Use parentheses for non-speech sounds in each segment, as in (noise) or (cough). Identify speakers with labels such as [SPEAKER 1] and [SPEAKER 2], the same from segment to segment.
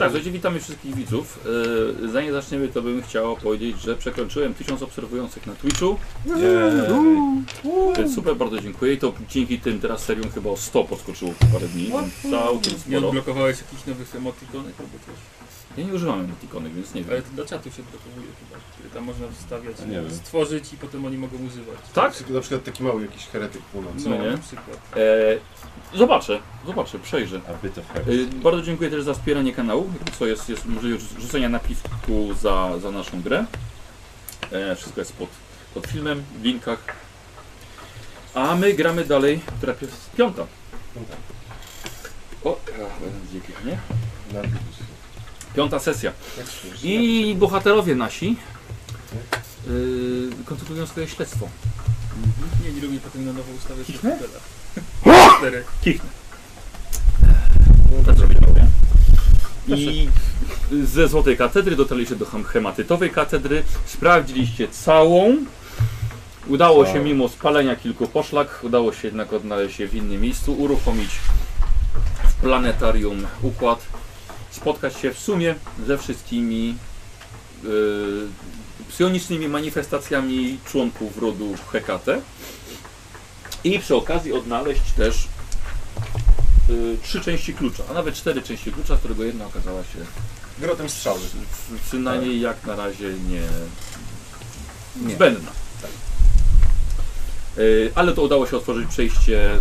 [SPEAKER 1] Słuchajcie, Tak, witamy wszystkich widzów. Yy, Zanim zaczniemy, to bym chciał powiedzieć, że przekroczyłem 1000 obserwujących na Twitchu. To jest super, bardzo dziękuję. I to dzięki tym teraz serium chyba o 100 podskoczyło w parę dni. więc Całkiem
[SPEAKER 2] Nie
[SPEAKER 1] sporo.
[SPEAKER 2] odblokowałeś jakichś nowych emotikonek albo coś?
[SPEAKER 1] Ja nie używam emotikonek, więc nie
[SPEAKER 2] Ale
[SPEAKER 1] wiem.
[SPEAKER 2] to do czatu się blokowuje chyba, które tam można wstawiać,
[SPEAKER 3] A nie wiem.
[SPEAKER 2] stworzyć i potem oni mogą używać.
[SPEAKER 1] Tak?
[SPEAKER 3] Na przykład taki mały jakiś heretyk północny.
[SPEAKER 2] No,
[SPEAKER 1] nie?
[SPEAKER 2] na przykład.
[SPEAKER 1] Eee, zobaczę, zobaczę, przejrzę.
[SPEAKER 3] A byt of heretyk.
[SPEAKER 1] Yy, Bardzo dziękuję też za wspieranie kanału, co jest, jest możliwość rzu- rzucenia napisku za, za naszą grę. E, wszystko jest pod, pod filmem, w linkach. A my gramy dalej, która pi- piąta.
[SPEAKER 3] Piąta.
[SPEAKER 1] O, a, będę dzięki, nie?
[SPEAKER 3] Na Bibus.
[SPEAKER 1] Piąta sesja.
[SPEAKER 3] Jak śmiesz?
[SPEAKER 1] I bohaterowie nasi yy, kontynuują swoje śledztwo.
[SPEAKER 2] Mhm. Nie, nie lubię potem na nowo ustawiać się
[SPEAKER 1] Kichnę?
[SPEAKER 2] w Cztery.
[SPEAKER 1] Tak zrobiłem, nie? I ze Złotej Katedry dotarliście do hem- hematytowej katedry, sprawdziliście całą. Udało się
[SPEAKER 3] Całą.
[SPEAKER 1] mimo spalenia kilku poszlak, udało się jednak odnaleźć je w innym miejscu, uruchomić w planetarium układ, spotkać się w sumie ze wszystkimi yy, psionicznymi manifestacjami członków rodu Hekate i przy okazji odnaleźć też y, trzy części klucza, a nawet cztery części klucza, z którego jedna okazała się
[SPEAKER 3] Grotem strzały.
[SPEAKER 1] przy- przynajmniej jak na razie nie, zbędna. Tak. Y, Ale to udało się otworzyć przejście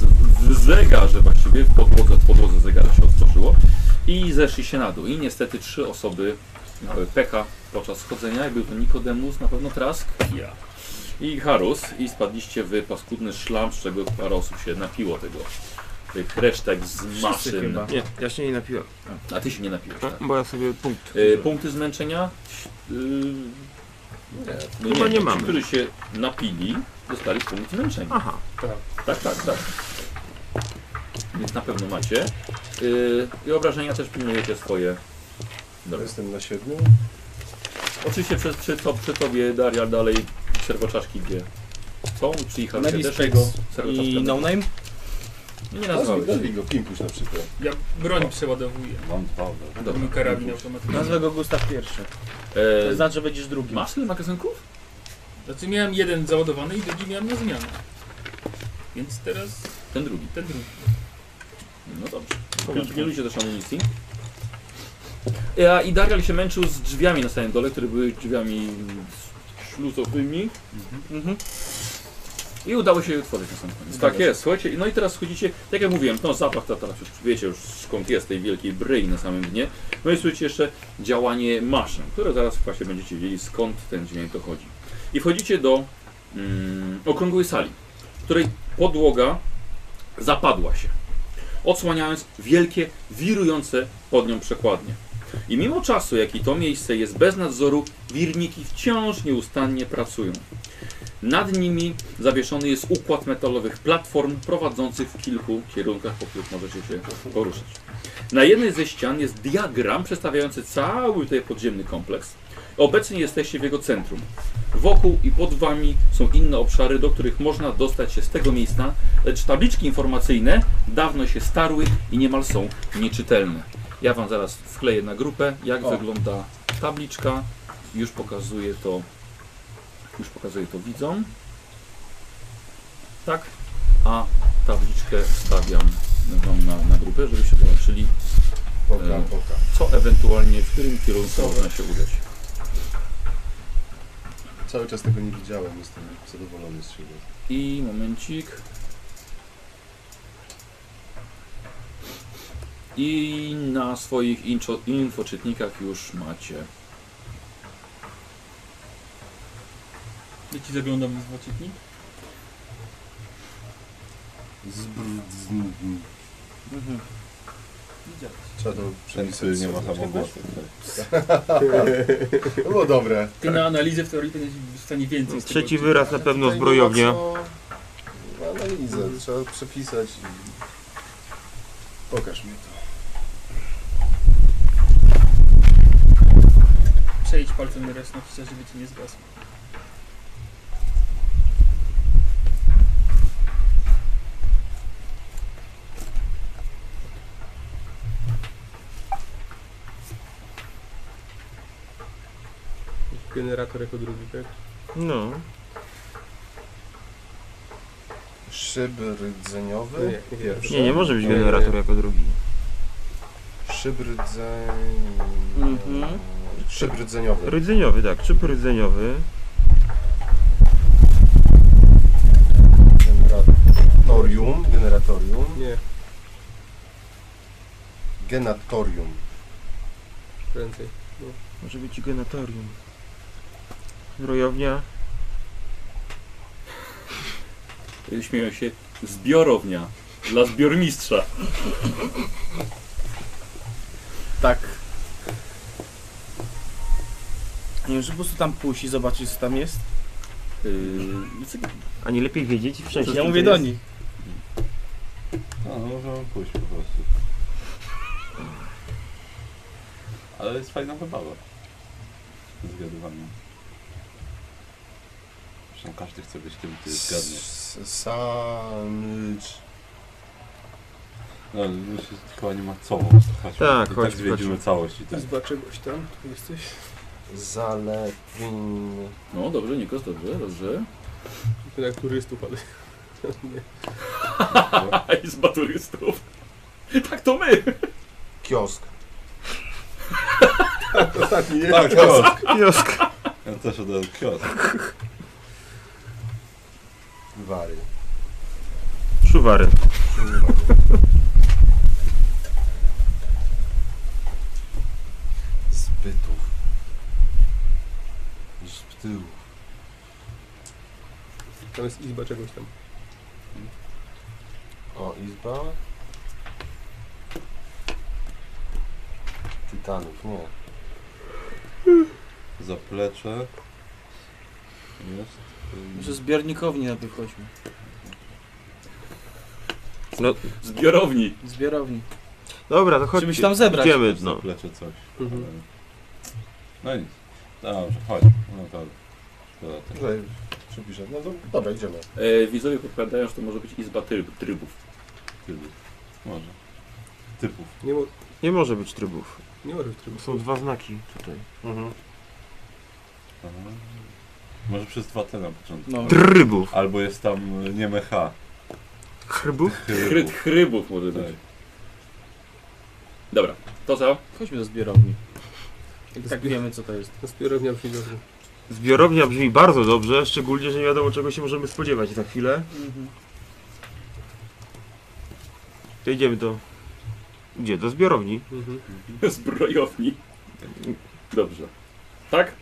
[SPEAKER 1] z- w zegarze właściwie, w podłodze, w podłodze zegara się otworzyło i zeszli się na dół. I niestety trzy osoby miały pecha podczas schodzenia, był to Nikodemus, na pewno Trask
[SPEAKER 2] Ja.
[SPEAKER 1] i Harus i spadliście w paskudny szlam, z czego parę osób się napiło tego, tych resztek z maszyn.
[SPEAKER 4] Nie, ja się nie napiłem.
[SPEAKER 1] A ty się nie napiłeś,
[SPEAKER 5] No,
[SPEAKER 1] tak?
[SPEAKER 4] Bo ja sobie punkt.
[SPEAKER 1] E, punkty zmęczenia? E, no
[SPEAKER 4] Chyba nie
[SPEAKER 1] ci,
[SPEAKER 4] mamy.
[SPEAKER 1] którzy się napili, dostali punkt zmęczenia.
[SPEAKER 4] Aha.
[SPEAKER 1] Tak, tak, tak. Więc na pewno macie. E, I obrażenia też pilnujecie swoje. Dobra.
[SPEAKER 3] Jestem na siedmiu.
[SPEAKER 1] Oczywiście przy, przy, to, przy tobie, Daria, dalej serwoczaszki gdzie są, czyli Harry też
[SPEAKER 5] Medis
[SPEAKER 1] jego.
[SPEAKER 5] I No Name?
[SPEAKER 1] Nie nazwałeś.
[SPEAKER 3] Nazwij go, Pimpuś na przykład.
[SPEAKER 2] Ja broń przeładowuję.
[SPEAKER 3] Mam dwa. dobra.
[SPEAKER 2] To
[SPEAKER 1] Dobra.
[SPEAKER 2] mój karabin automatyczny.
[SPEAKER 5] Nazwę go Gustaw pierwszy. To
[SPEAKER 1] E,
[SPEAKER 5] znaczy, że będziesz drugim.
[SPEAKER 1] masz tyle magazynków?
[SPEAKER 2] Znaczy miałem jeden załadowany i drugi miałem na zmianę. Więc teraz
[SPEAKER 1] Ten drugi.
[SPEAKER 2] ten drugi.
[SPEAKER 1] No dobrze. Nie ludzie też amunicji. Ja I Darial się męczył z drzwiami na samym dole, które były drzwiami śluzowymi.
[SPEAKER 5] Mhm.
[SPEAKER 1] I udało się je otworzyć na sam koniec. Tak jest, słuchajcie. No i teraz schodzicie, tak jak mówiłem, no zapach to teraz już wiecie już skąd jest tej wielkiej bryi na samym dnie. No i słyszycie jeszcze działanie maszyn, które zaraz właśnie będziecie wiedzieli skąd ten dźwięk dochodzi. I wchodzicie do mm, okrągłej sali, której podłoga zapadła się, odsłaniając wielkie, wirujące pod nią przekładnie. I mimo czasu, jaki to miejsce jest bez nadzoru, wirniki wciąż nieustannie pracują. Nad nimi zawieszony jest układ metalowych platform prowadzących w kilku kierunkach, po których możecie się poruszać. Na jednej ze ścian jest diagram przedstawiający cały tutaj podziemny kompleks. Obecnie jesteście w jego centrum. Wokół i pod wami są inne obszary, do których można dostać się z tego miejsca, lecz tabliczki informacyjne dawno się starły i niemal są nieczytelne. Ja wam zaraz wkleję na grupę, jak
[SPEAKER 3] O.
[SPEAKER 1] wygląda tabliczka. Już pokazuję to już pokazuję to widzom. Tak. A tabliczkę stawiam wam na, na grupę, żebyście zobaczyli,
[SPEAKER 3] Poka,
[SPEAKER 1] E.
[SPEAKER 3] poka.
[SPEAKER 1] co ewentualnie, w którym kierunku można się udać.
[SPEAKER 3] Cały czas tego nie widziałem, jestem zadowolony z siebie.
[SPEAKER 1] I momencik. I na swoich inczo- infoczytnikach już macie.
[SPEAKER 2] Ja ci zaglądam w złocitnik.
[SPEAKER 3] Zbr... z- m-
[SPEAKER 5] Mhm.
[SPEAKER 2] Widziałeś.
[SPEAKER 3] Trzeba to
[SPEAKER 6] Sensu
[SPEAKER 3] przepisać.
[SPEAKER 6] nie ma samogłosu.
[SPEAKER 3] To (laughs) było dobre.
[SPEAKER 2] Ty na analizę w teorii będziesz w stanie więcej. z tego
[SPEAKER 4] Trzeci
[SPEAKER 2] odczytać.
[SPEAKER 4] wyraz na pewno zbrojownia.
[SPEAKER 3] Analizę, trzeba przepisać. i- Pokaż mi to.
[SPEAKER 2] Przejdź palcem raz na chwilę, żeby ci nie zgasło.
[SPEAKER 7] generator jako drugi, tak?
[SPEAKER 5] No.
[SPEAKER 3] Szyb
[SPEAKER 7] No,
[SPEAKER 3] rdzeniowy.
[SPEAKER 7] jak nie
[SPEAKER 3] Pierwszy.
[SPEAKER 5] Nie, nie może być
[SPEAKER 7] Nie, nie, nie.
[SPEAKER 5] generator jako drugi.
[SPEAKER 3] Szyb rdzeń...
[SPEAKER 2] Mhm.
[SPEAKER 3] Szyb rdzeniowy.
[SPEAKER 5] Rdzeniowy, tak. Czy rdzeniowy?
[SPEAKER 3] Generatorium. Generatorium.
[SPEAKER 7] Nie,
[SPEAKER 3] Genatorium.
[SPEAKER 7] prędzej.
[SPEAKER 5] Może być genatorium. Zbrojownia.
[SPEAKER 1] Y, Śmieją się zbiorownia dla zbiormistrza.
[SPEAKER 2] Tak. Nie wiem, że po prostu tam pójść i zobaczyć, co tam jest.
[SPEAKER 1] Yy,
[SPEAKER 5] A nie lepiej wiedzieć wcześniej.
[SPEAKER 2] Ja
[SPEAKER 5] co
[SPEAKER 2] mówię
[SPEAKER 5] to
[SPEAKER 2] do
[SPEAKER 5] jest?
[SPEAKER 2] nich.
[SPEAKER 8] No, no możemy pójść po prostu. Ale jest fajna zabawa. Zgadywanie. Zresztą każdy chce być tym, który zgadnie.
[SPEAKER 3] Sanycz.
[SPEAKER 8] No, ale myślę, że tylko nie ma co. Chodźmy.
[SPEAKER 5] Tak,
[SPEAKER 8] I
[SPEAKER 5] chodź,
[SPEAKER 8] tak zwiedzimy
[SPEAKER 5] chodźmy.
[SPEAKER 8] całość i tak.
[SPEAKER 7] Zba czegoś tam, tu jesteś.
[SPEAKER 3] Zalepin.
[SPEAKER 1] no dobrze, Nikos, dobrze, dobrze.
[SPEAKER 7] To jak turystów, ale... (laughs) nie.
[SPEAKER 1] A (laughs) i z baturystów. Tak to my!
[SPEAKER 3] Kiosk.
[SPEAKER 7] Ostatni, nie?
[SPEAKER 8] Tak, kiosk.
[SPEAKER 5] Kiosk.
[SPEAKER 8] Ja też od razu kiosk.
[SPEAKER 3] Wary.
[SPEAKER 5] Szuwary.
[SPEAKER 3] Zbytów. Zbytów.
[SPEAKER 7] Tam jest izba czegoś tam.
[SPEAKER 3] O, izba. Tytanów, nie.
[SPEAKER 8] Zaplecze. Jest.
[SPEAKER 2] Że zbiornikowni na wychodźmy.
[SPEAKER 1] Zbiorowni.
[SPEAKER 2] Zbiorowni.
[SPEAKER 5] Dobra, to chodź.
[SPEAKER 2] Żeby się tam zebrać.
[SPEAKER 5] Idziemy, no.
[SPEAKER 8] Zaplecze coś.
[SPEAKER 7] Mhm.
[SPEAKER 8] No nic. Dobrze, chodź. No to. Szkoda tego.
[SPEAKER 3] Tutaj przypiszę. No to, dobra, idziemy.
[SPEAKER 1] E, widzowie podpowiadają, że to może być izba tryb, trybów.
[SPEAKER 8] Trybów. Może. Typów.
[SPEAKER 7] Nie, mo
[SPEAKER 5] Nie może być trybów.
[SPEAKER 7] nie może być trybu.
[SPEAKER 5] Są dwa znaki tutaj.
[SPEAKER 3] Mhm.
[SPEAKER 8] Aha. Mhm. Może przez dwa te na początku.
[SPEAKER 2] No.
[SPEAKER 5] Trybów.
[SPEAKER 8] Albo jest tam y, nieme H.
[SPEAKER 5] Chrbów?
[SPEAKER 1] Chryt,
[SPEAKER 8] Trybów.
[SPEAKER 1] chrybów może być.
[SPEAKER 8] Tak.
[SPEAKER 1] Dobra, to co?
[SPEAKER 2] Chodźmy do zbiorowni. I tak
[SPEAKER 7] Zbi-
[SPEAKER 2] wiemy, co to jest.
[SPEAKER 7] No, Zbiorownia brzmi dobrze.
[SPEAKER 5] Zbiorownia brzmi bardzo dobrze, szczególnie, że nie wiadomo czego się możemy spodziewać za chwilę.
[SPEAKER 2] Mhm.
[SPEAKER 5] To idziemy do... Gdzie? Do zbiorowni.
[SPEAKER 7] Mhm.
[SPEAKER 1] (laughs) Zbrojowni. Dobrze. Tak?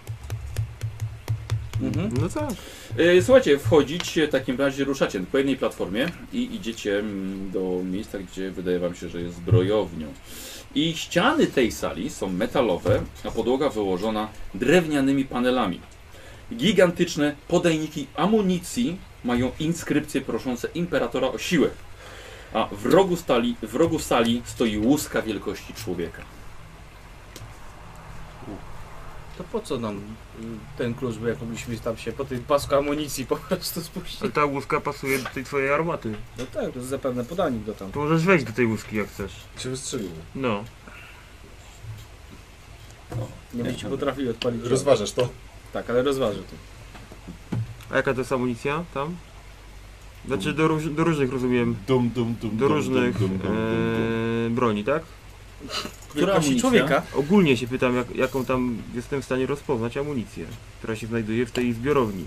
[SPEAKER 2] Mhm.
[SPEAKER 5] No tak.
[SPEAKER 1] E, Słuchajcie, wchodzicie, w takim razie ruszacie po jednej platformie i idziecie mm, do miejsca, gdzie wydaje wam się, że jest zbrojownią. I ściany tej sali są metalowe, a podłoga wyłożona drewnianymi panelami. Gigantyczne podajniki amunicji mają inskrypcje proszące imperatora o siłę. A w rogu, stali, w rogu sali stoi łuska wielkości człowieka.
[SPEAKER 2] To po co nam y, ten klucz, bo jak mogliśmy tam się po tej pasku amunicji po (laughs) prostu spuścić?
[SPEAKER 5] Ale ta łuska pasuje do tej twojej armaty.
[SPEAKER 2] No tak, to jest zapewne podanik do tam.
[SPEAKER 5] To możesz wejść do tej łuski jak chcesz.
[SPEAKER 3] Cię wystrzelimy.
[SPEAKER 5] No.
[SPEAKER 2] Nie byście potrafili odpalić.
[SPEAKER 3] Rozważasz to?
[SPEAKER 2] Tak, ale rozważę to.
[SPEAKER 5] A jaka to jest amunicja tam? Znaczy do, róż, do różnych rozumiem.
[SPEAKER 8] Dum, dum, dum,
[SPEAKER 5] Do
[SPEAKER 8] dum,
[SPEAKER 5] różnych
[SPEAKER 8] dum, dum, dum, dum, dum.
[SPEAKER 5] e, broni, tak?
[SPEAKER 2] Która
[SPEAKER 1] amunicja?
[SPEAKER 2] amunicja? człowieka?
[SPEAKER 5] Ogólnie się pytam, jak, jaką tam jestem w stanie rozpoznać amunicję, która się znajduje w tej zbiorowni.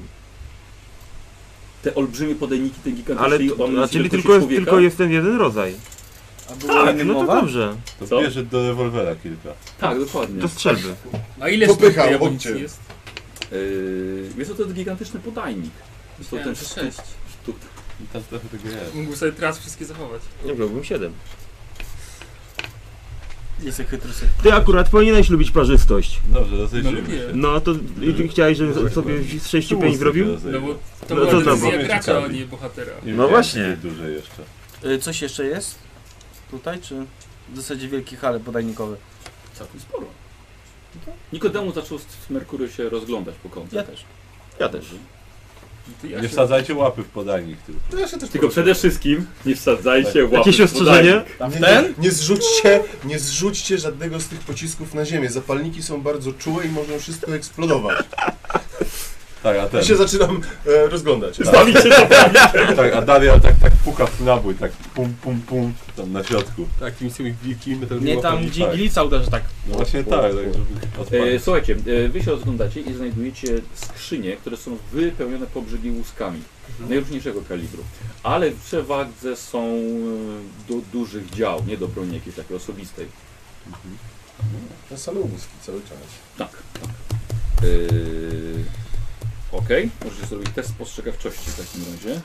[SPEAKER 1] Te olbrzymie podajniki, te gigantyczne
[SPEAKER 5] Ale to,
[SPEAKER 1] amunicji
[SPEAKER 5] a, czyli
[SPEAKER 1] wielkości
[SPEAKER 5] tylko jest,
[SPEAKER 1] człowieka.
[SPEAKER 5] tylko jest ten jeden rodzaj.
[SPEAKER 2] A było tak,
[SPEAKER 5] No to dobrze.
[SPEAKER 8] To
[SPEAKER 1] Co?
[SPEAKER 8] bierze do rewolwera kilka.
[SPEAKER 1] Tak, dokładnie.
[SPEAKER 5] Do strzelby.
[SPEAKER 9] A ile
[SPEAKER 3] Popychał,
[SPEAKER 9] sztuk tej amunicji
[SPEAKER 3] chodźcie.
[SPEAKER 9] jest?
[SPEAKER 1] Yy, jest to ten gigantyczny podajnik. Jest to
[SPEAKER 9] Miałem
[SPEAKER 1] ten
[SPEAKER 9] ze
[SPEAKER 1] sztuk,
[SPEAKER 9] sześć.
[SPEAKER 1] sztuk.
[SPEAKER 8] I tam trochę tego jest.
[SPEAKER 9] Mógłbym sobie teraz wszystkie zachować.
[SPEAKER 5] Nie wziąłbym 7.
[SPEAKER 2] Jestem chytrusy.
[SPEAKER 5] Ty akurat powinieneś lubić parzystość.
[SPEAKER 8] Dobrze, rozejrzyjmy
[SPEAKER 9] lubię.
[SPEAKER 8] się.
[SPEAKER 5] No to i ty chciałeś, żebym sobie z 6 pięć zrobił?
[SPEAKER 9] No bo to
[SPEAKER 5] No
[SPEAKER 9] była
[SPEAKER 5] to tam
[SPEAKER 9] decyzja
[SPEAKER 8] było.
[SPEAKER 9] gracza, a nie bohatera.
[SPEAKER 5] No właśnie.
[SPEAKER 8] Duże jeszcze.
[SPEAKER 2] Y, Coś jeszcze jest? Tutaj, czy w zasadzie wielkie hale podajnikowe?
[SPEAKER 1] Całkiem sporo. Nikodemu zaczął z- z Merkury się rozglądać po kątach. Mhm.
[SPEAKER 2] Ja też.
[SPEAKER 5] Ja też.
[SPEAKER 9] No To ja
[SPEAKER 8] Nie
[SPEAKER 9] się-
[SPEAKER 8] wsadzajcie łapy w podajnik tylko.
[SPEAKER 3] No ja się też
[SPEAKER 1] Tylko przede wszystkim nie wsadzajcie łapy.
[SPEAKER 5] Tak. Jakieś
[SPEAKER 1] w podajnik.
[SPEAKER 5] ostrzeżenie?
[SPEAKER 2] Tam
[SPEAKER 3] nie,
[SPEAKER 2] ten?
[SPEAKER 3] Nie, nie, zrzućcie, nie zrzućcie żadnego z tych pocisków na ziemię. Zapalniki są bardzo czułe i mogą wszystko eksplodować.
[SPEAKER 8] Tak, a ten.
[SPEAKER 3] I się zaczynam e, rozglądać.
[SPEAKER 8] Stawić się Tak, a Darial tak, tak puka w nabój, tak pum, pum, pum, tam na środku.
[SPEAKER 6] Tak, tymi tymi wielkimi metalowymi
[SPEAKER 5] Nie tam,
[SPEAKER 6] łapami.
[SPEAKER 5] gdzie glica uderza tak.
[SPEAKER 8] No właśnie tak, tak, żeby
[SPEAKER 1] E,
[SPEAKER 8] odpalić.
[SPEAKER 1] słuchajcie, e, wy się rozglądacie i znajdujecie skrzynie, które są wypełnione po brzegi łuskami
[SPEAKER 5] Mhm.
[SPEAKER 1] najróżniejszego kalibru, ale w przewadze są e, do dużych dział, nie do broni jakiejś takiej osobistej.
[SPEAKER 3] Te same łuski cały czas.
[SPEAKER 1] Tak, tak. E, Okej, możecie zrobić test spostrzegawczości w takim razie.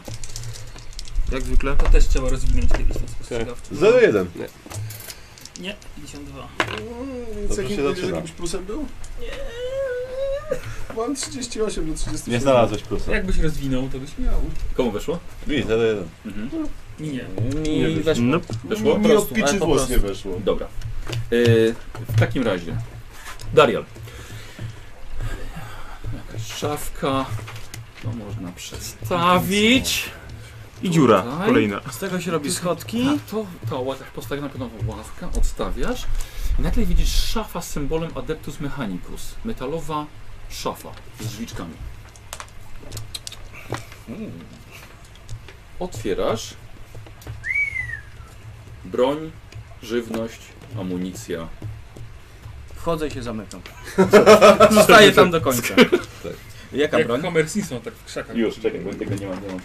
[SPEAKER 4] Jak zwykle.
[SPEAKER 2] To też trzeba rozwinąć kiedyś ten spostrzegawczy.
[SPEAKER 8] 0-1.
[SPEAKER 2] Nie, 52.
[SPEAKER 3] Mm, więc
[SPEAKER 8] Dobrze
[SPEAKER 3] jakim,
[SPEAKER 8] się zaczyna.
[SPEAKER 3] jakimś plusem był? Nie. Mam 38 do 37.
[SPEAKER 8] Nie znalazłeś plusa.
[SPEAKER 2] Jakbyś rozwinął, to byś miał.
[SPEAKER 1] Komu weszło?
[SPEAKER 8] Mi, 0-1.
[SPEAKER 1] Mhm.
[SPEAKER 2] Nie, nie.
[SPEAKER 5] Mi weszło.
[SPEAKER 4] No,
[SPEAKER 1] Weszło?
[SPEAKER 3] Mi od piczy
[SPEAKER 5] ale po
[SPEAKER 3] włos
[SPEAKER 5] prostu.
[SPEAKER 3] nie weszło.
[SPEAKER 1] Dobra. Y, w takim razie, Darial. Jakaś szafka. To można przestawić.
[SPEAKER 4] i dziura
[SPEAKER 5] no
[SPEAKER 1] Tutaj.
[SPEAKER 4] kolejna.
[SPEAKER 5] Z tego się robi schodki.
[SPEAKER 1] Na to, to ła- postawiono pewną ławkę, odstawiasz i nagle widzisz szafa z symbolem Adeptus Mechanicus. Metalowa szafa z drzwiczkami. Hmm. Otwierasz. Broń, żywność, amunicja.
[SPEAKER 5] Wchodzę i się zamykam. Zostaję tam do
[SPEAKER 1] (laughs)
[SPEAKER 5] końca.
[SPEAKER 1] Tak.
[SPEAKER 5] Jaka
[SPEAKER 2] Jak
[SPEAKER 5] broń?
[SPEAKER 2] Homer Simpson, tak w krzakach.
[SPEAKER 1] bo tego nie mam. Nie mam,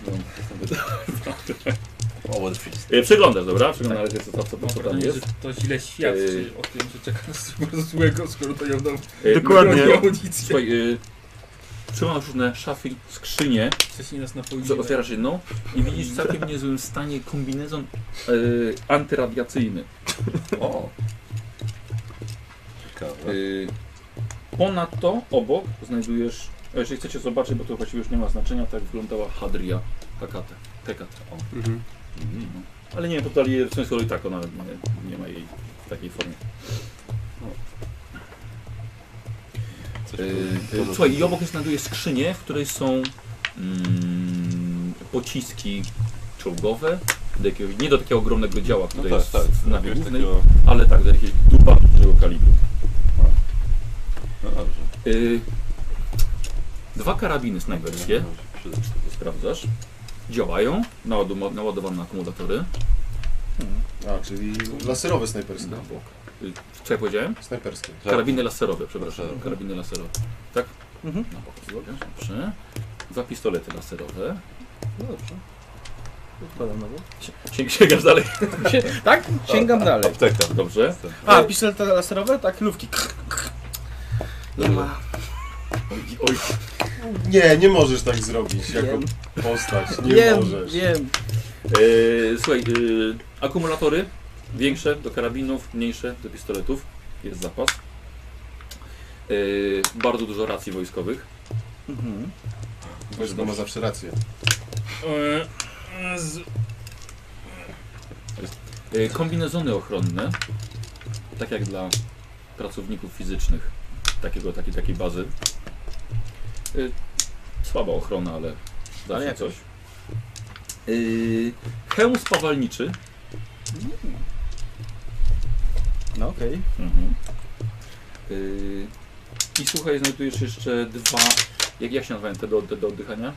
[SPEAKER 8] Power fist.
[SPEAKER 1] Przeglądasz, E, dobra? Przeglądasz, co, co, co, co
[SPEAKER 2] Mam
[SPEAKER 1] tam
[SPEAKER 2] wrażenie, że
[SPEAKER 1] jest.
[SPEAKER 2] No, to źle świadczy o tym, że czeka nas coś bardzo (laughs) złego, skoro to ją dał
[SPEAKER 1] E,
[SPEAKER 4] Dokładnie.
[SPEAKER 2] no,
[SPEAKER 1] broń,
[SPEAKER 2] amunicję.
[SPEAKER 1] Słuchaj, y, trzymasz różne szafy, skrzynie.
[SPEAKER 2] Wcześniej nas napoili.
[SPEAKER 1] Co, otwierasz jedną i widzisz w całkiem niezłym stanie kombinezon yy, antyradiacyjny.
[SPEAKER 8] O. Ciekawe.
[SPEAKER 1] Yy, ponadto obok znajdujesz, a jeżeli chcecie zobaczyć, bo to właściwie już nie ma znaczenia, tak wyglądała Hadria Hekate. Hekate. o.
[SPEAKER 6] Mhm.
[SPEAKER 1] Mhm. Ale nie wiem, to dali w sensie i tak, ona nie, nie ma jej w takiej formie.
[SPEAKER 8] Coś
[SPEAKER 1] Yy,
[SPEAKER 8] tu- tu-
[SPEAKER 1] słuchaj, i obok znajduje skrzynię, w której są mm, pociski czołgowe, do jakiegoś, nie do takiego ogromnego działa,
[SPEAKER 8] No
[SPEAKER 1] które
[SPEAKER 8] tak,
[SPEAKER 1] jest
[SPEAKER 8] tak.
[SPEAKER 1] w nawie
[SPEAKER 8] Jakiegoś
[SPEAKER 1] głównej,
[SPEAKER 8] takiego...
[SPEAKER 1] ale tak, do jakiegoś dupa dużego kalibru.
[SPEAKER 8] No dobrze.
[SPEAKER 1] Yy, dwa karabiny snajperskie,
[SPEAKER 8] Przyda się.
[SPEAKER 1] sprawdzasz, działają, naładum- naładowane na akumulatory.
[SPEAKER 3] A, czyli laserowe snajperskie.
[SPEAKER 1] Na bok. Yy, co ja powiedziałem?
[SPEAKER 3] Snajperskie.
[SPEAKER 1] Karabiny laserowe, przepraszam,
[SPEAKER 8] Tak. Laserowe.
[SPEAKER 1] karabiny laserowe. Tak?
[SPEAKER 5] Mhm.
[SPEAKER 1] Na bok złowiasz, dobrze. Dwa pistolety laserowe.
[SPEAKER 5] Dobrze. Odkładam na bok.
[SPEAKER 1] Sie- Sięgasz dalej.
[SPEAKER 5] Tak? Sięgam dalej.
[SPEAKER 8] Apteka.
[SPEAKER 1] Dobrze.
[SPEAKER 5] A, pistolety laserowe? Tak, lówki. Nie ma.
[SPEAKER 1] Oj, oj,
[SPEAKER 3] Nie, nie możesz tak zrobić jako
[SPEAKER 5] Wiem.
[SPEAKER 3] postać. Nie
[SPEAKER 5] Wiem,
[SPEAKER 3] możesz.
[SPEAKER 5] wiem.
[SPEAKER 1] E, słuchaj, e, akumulatory większe do karabinów, mniejsze do pistoletów. Jest zapas. E, bardzo dużo racji wojskowych.
[SPEAKER 5] Mhm.
[SPEAKER 3] Wojsko ma zawsze rację.
[SPEAKER 2] E, z-
[SPEAKER 1] E, kombinezony ochronne, tak jak dla pracowników fizycznych takiego, takiej, takiej bazy. E, słaba ochrona, ale da
[SPEAKER 5] Ale
[SPEAKER 1] się
[SPEAKER 5] jakoś.
[SPEAKER 1] coś. E, hełm spawalniczy.
[SPEAKER 5] No okej.
[SPEAKER 1] Mhm. Y, I słuchaj, znajdujesz jeszcze dwa. Jak, jak się nazywają te do, do, do oddychania?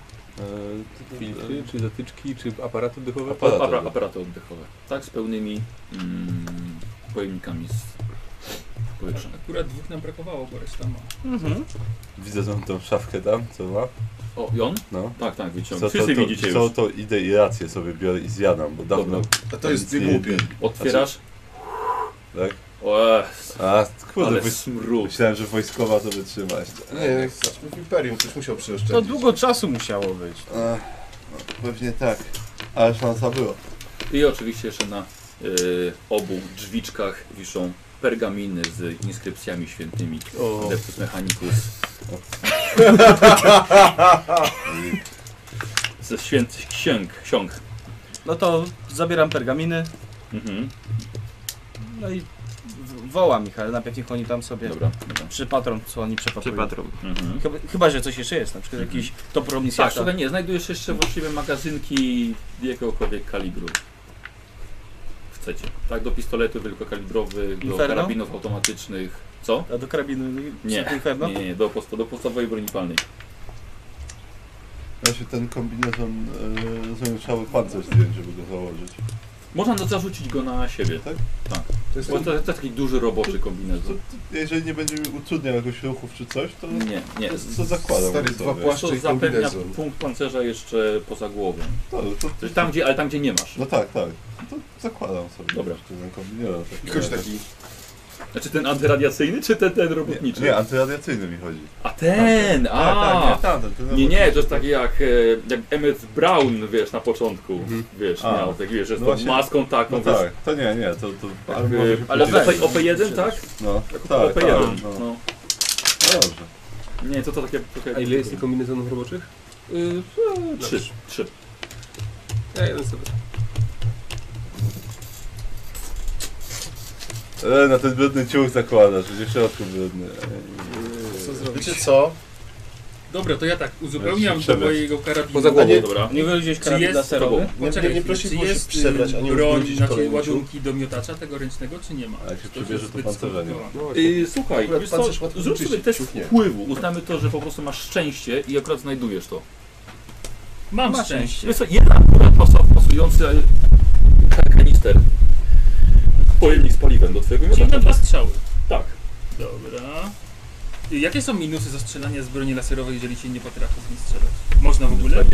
[SPEAKER 6] Filtry, czy zatyczki, czy aparaty oddechowe?
[SPEAKER 8] Aparaty.
[SPEAKER 1] Apara, aparaty oddechowe. Tak, z pełnymi mm, pojemnikami z powietrza.
[SPEAKER 2] Akurat dwóch nam brakowało, bo reszta ma.
[SPEAKER 5] Mhm.
[SPEAKER 8] no. Widzę tą, tą szafkę tam, co ma.
[SPEAKER 1] O, i on?
[SPEAKER 8] No.
[SPEAKER 1] Tak, tak,
[SPEAKER 8] Co
[SPEAKER 1] wyciągnął.
[SPEAKER 8] to,
[SPEAKER 1] Wszyscy
[SPEAKER 8] to,
[SPEAKER 1] widzicie
[SPEAKER 8] co
[SPEAKER 1] już.
[SPEAKER 8] to idę i rację sobie biorę i zjadam, bo dawno...
[SPEAKER 1] Dobra.
[SPEAKER 3] A to jest
[SPEAKER 8] nic nie
[SPEAKER 3] głupie.
[SPEAKER 1] Otwierasz.
[SPEAKER 8] Tak?
[SPEAKER 1] O, e,
[SPEAKER 8] A, kurde,
[SPEAKER 1] ale
[SPEAKER 8] wy...
[SPEAKER 1] smród.
[SPEAKER 8] myślałem, że wojskowa to wytrzymać.
[SPEAKER 3] Nie, w Imperium ktoś musiał przyoszczędzić.
[SPEAKER 5] To długo czasu musiało być.
[SPEAKER 8] Ech, no, pewnie tak, ale szansa była.
[SPEAKER 1] I oczywiście jeszcze na y, obu drzwiczkach wiszą pergaminy z inskrypcjami świętymi.
[SPEAKER 8] O.
[SPEAKER 1] Adeptus
[SPEAKER 8] (laughs)
[SPEAKER 1] Mechanicus. Ze świętych księg. ksiąg.
[SPEAKER 5] No to zabieram pergaminy,
[SPEAKER 1] Mhm.
[SPEAKER 5] no i w- woła Michał, najpierw niech oni tam sobie
[SPEAKER 1] Dobra, dobra.
[SPEAKER 5] przy patron, co oni
[SPEAKER 4] Czy
[SPEAKER 5] przepatrują.
[SPEAKER 4] patron?
[SPEAKER 1] Mhm.
[SPEAKER 5] Chyba, chyba, że coś jeszcze jest, na przykład jakiś top
[SPEAKER 1] Tak,
[SPEAKER 5] omnisjasza.
[SPEAKER 1] słuchaj, nie, znajdujesz jeszcze właściwie magazynki jakiegokolwiek kalibru. Chcecie. Tak, do pistoletów wielkokalibrowych, do
[SPEAKER 5] Inferno?
[SPEAKER 1] karabinów automatycznych. Co?
[SPEAKER 5] A do karabinu
[SPEAKER 1] Nie,
[SPEAKER 5] Inferno?
[SPEAKER 8] No.
[SPEAKER 1] nie, nie, do, posta- do podstawowej broni palnej.
[SPEAKER 8] Właśnie ten kombinezon e, zresztą trzeba by pancerz zdjąć, żeby go założyć.
[SPEAKER 1] Można to zarzucić go na siebie.
[SPEAKER 8] Tak?
[SPEAKER 1] Tak.
[SPEAKER 3] To jest
[SPEAKER 1] Bo to, to jest taki duży roboczy kombinezon.
[SPEAKER 8] Jeżeli nie będzie mi utrudniał jakoś ruchów czy coś, to
[SPEAKER 1] Nie, nie.
[SPEAKER 8] to, to zakładam.
[SPEAKER 3] Stary,
[SPEAKER 8] sobie.
[SPEAKER 3] dwa płaszcze.
[SPEAKER 1] To
[SPEAKER 3] Płaszczyk,
[SPEAKER 1] zapewnia
[SPEAKER 3] kombinezon.
[SPEAKER 1] punkt pancerza jeszcze poza głową.
[SPEAKER 8] To, to,
[SPEAKER 1] Czyli tam, gdzie, ale tam, gdzie nie masz.
[SPEAKER 8] No tak, tak. To zakładam sobie.
[SPEAKER 1] Dobra.
[SPEAKER 8] że Ten no, kombinezon. w takim
[SPEAKER 3] I kość
[SPEAKER 8] razie.
[SPEAKER 3] taki.
[SPEAKER 1] Znaczy ten antyradiacyjny, czy ten, ten
[SPEAKER 8] Nie,
[SPEAKER 1] robotniczy?
[SPEAKER 8] nie, antyradiacyjny mi chodzi.
[SPEAKER 1] A ten! A,
[SPEAKER 8] tak, nie, tamten, ten
[SPEAKER 1] Nie, nie, to
[SPEAKER 8] robotniczy.
[SPEAKER 1] jest taki jak, e, jak Emmett Brown, wiesz, na początku, wiesz,
[SPEAKER 8] Mhm. A.
[SPEAKER 1] miał, tak wiesz, że z
[SPEAKER 8] No
[SPEAKER 1] tą
[SPEAKER 8] właśnie.
[SPEAKER 1] maską taką,
[SPEAKER 8] No
[SPEAKER 1] wiesz,
[SPEAKER 8] tak, to nie, nie, to... to
[SPEAKER 1] e,
[SPEAKER 8] może się
[SPEAKER 1] ale
[SPEAKER 8] później-
[SPEAKER 1] tutaj OP1, tak?
[SPEAKER 8] No, tak, tak,
[SPEAKER 1] OP1,
[SPEAKER 8] no.
[SPEAKER 1] no.
[SPEAKER 8] no dobrze.
[SPEAKER 1] Nie, to to takie... takie
[SPEAKER 6] A ile jest tych kombinezonów roboczych?
[SPEAKER 1] Y, e, Trzy, trzy.
[SPEAKER 6] Ja jeden sobie.
[SPEAKER 8] E, na ten brudny ciuch zakładasz, będzie w środku brudny.
[SPEAKER 2] Co zrobić?
[SPEAKER 3] Wiecie co?
[SPEAKER 2] Dobra, to ja tak uzupełniam
[SPEAKER 8] Przebrać.
[SPEAKER 2] do mojego karabinu.
[SPEAKER 6] Poza
[SPEAKER 2] A nie-
[SPEAKER 6] głową,
[SPEAKER 1] Dobra.
[SPEAKER 5] Nie wyjdziesz
[SPEAKER 2] Czy
[SPEAKER 5] karabin
[SPEAKER 2] jest,
[SPEAKER 5] laserowy?
[SPEAKER 3] Nie-
[SPEAKER 2] Poczekaj,
[SPEAKER 3] nie- nie
[SPEAKER 2] chwilę,
[SPEAKER 3] prosić,
[SPEAKER 2] czy
[SPEAKER 3] bo się
[SPEAKER 2] jest y,
[SPEAKER 3] przebrać, a nie
[SPEAKER 2] broń,
[SPEAKER 3] uwrócić
[SPEAKER 2] znaczy
[SPEAKER 3] kolejnym
[SPEAKER 2] ładunki do miotaca tego ręcznego, czy nie ma?
[SPEAKER 8] A jak się
[SPEAKER 2] To już
[SPEAKER 8] przybierze, to
[SPEAKER 2] zbyt
[SPEAKER 8] pancerza nie ma.
[SPEAKER 6] No
[SPEAKER 2] skomplikowane.
[SPEAKER 6] właśnie.
[SPEAKER 1] Y, słuchaj,
[SPEAKER 3] Akurat
[SPEAKER 1] wiesz co,
[SPEAKER 3] pancerz łatwo
[SPEAKER 1] zrób sobie
[SPEAKER 3] wyczyścić,
[SPEAKER 1] test
[SPEAKER 3] ciuchnie.
[SPEAKER 1] wpływu. Uznamy to, że po prostu masz szczęście i akurat znajdujesz to.
[SPEAKER 2] Mam
[SPEAKER 5] Ma
[SPEAKER 2] szczęście.
[SPEAKER 1] Wiesz co, jedna akurat osoba pasujący e, ka- kanister. Pojemnik z paliwem do twojego
[SPEAKER 2] Czyli na
[SPEAKER 1] miotacza.
[SPEAKER 2] dwa strzały.
[SPEAKER 1] Tak.
[SPEAKER 2] Dobra. Y, Jakie są minusy zastrzelania z broni laserowej, jeżeli się nie potrafi z niej strzelać? Można w ogóle?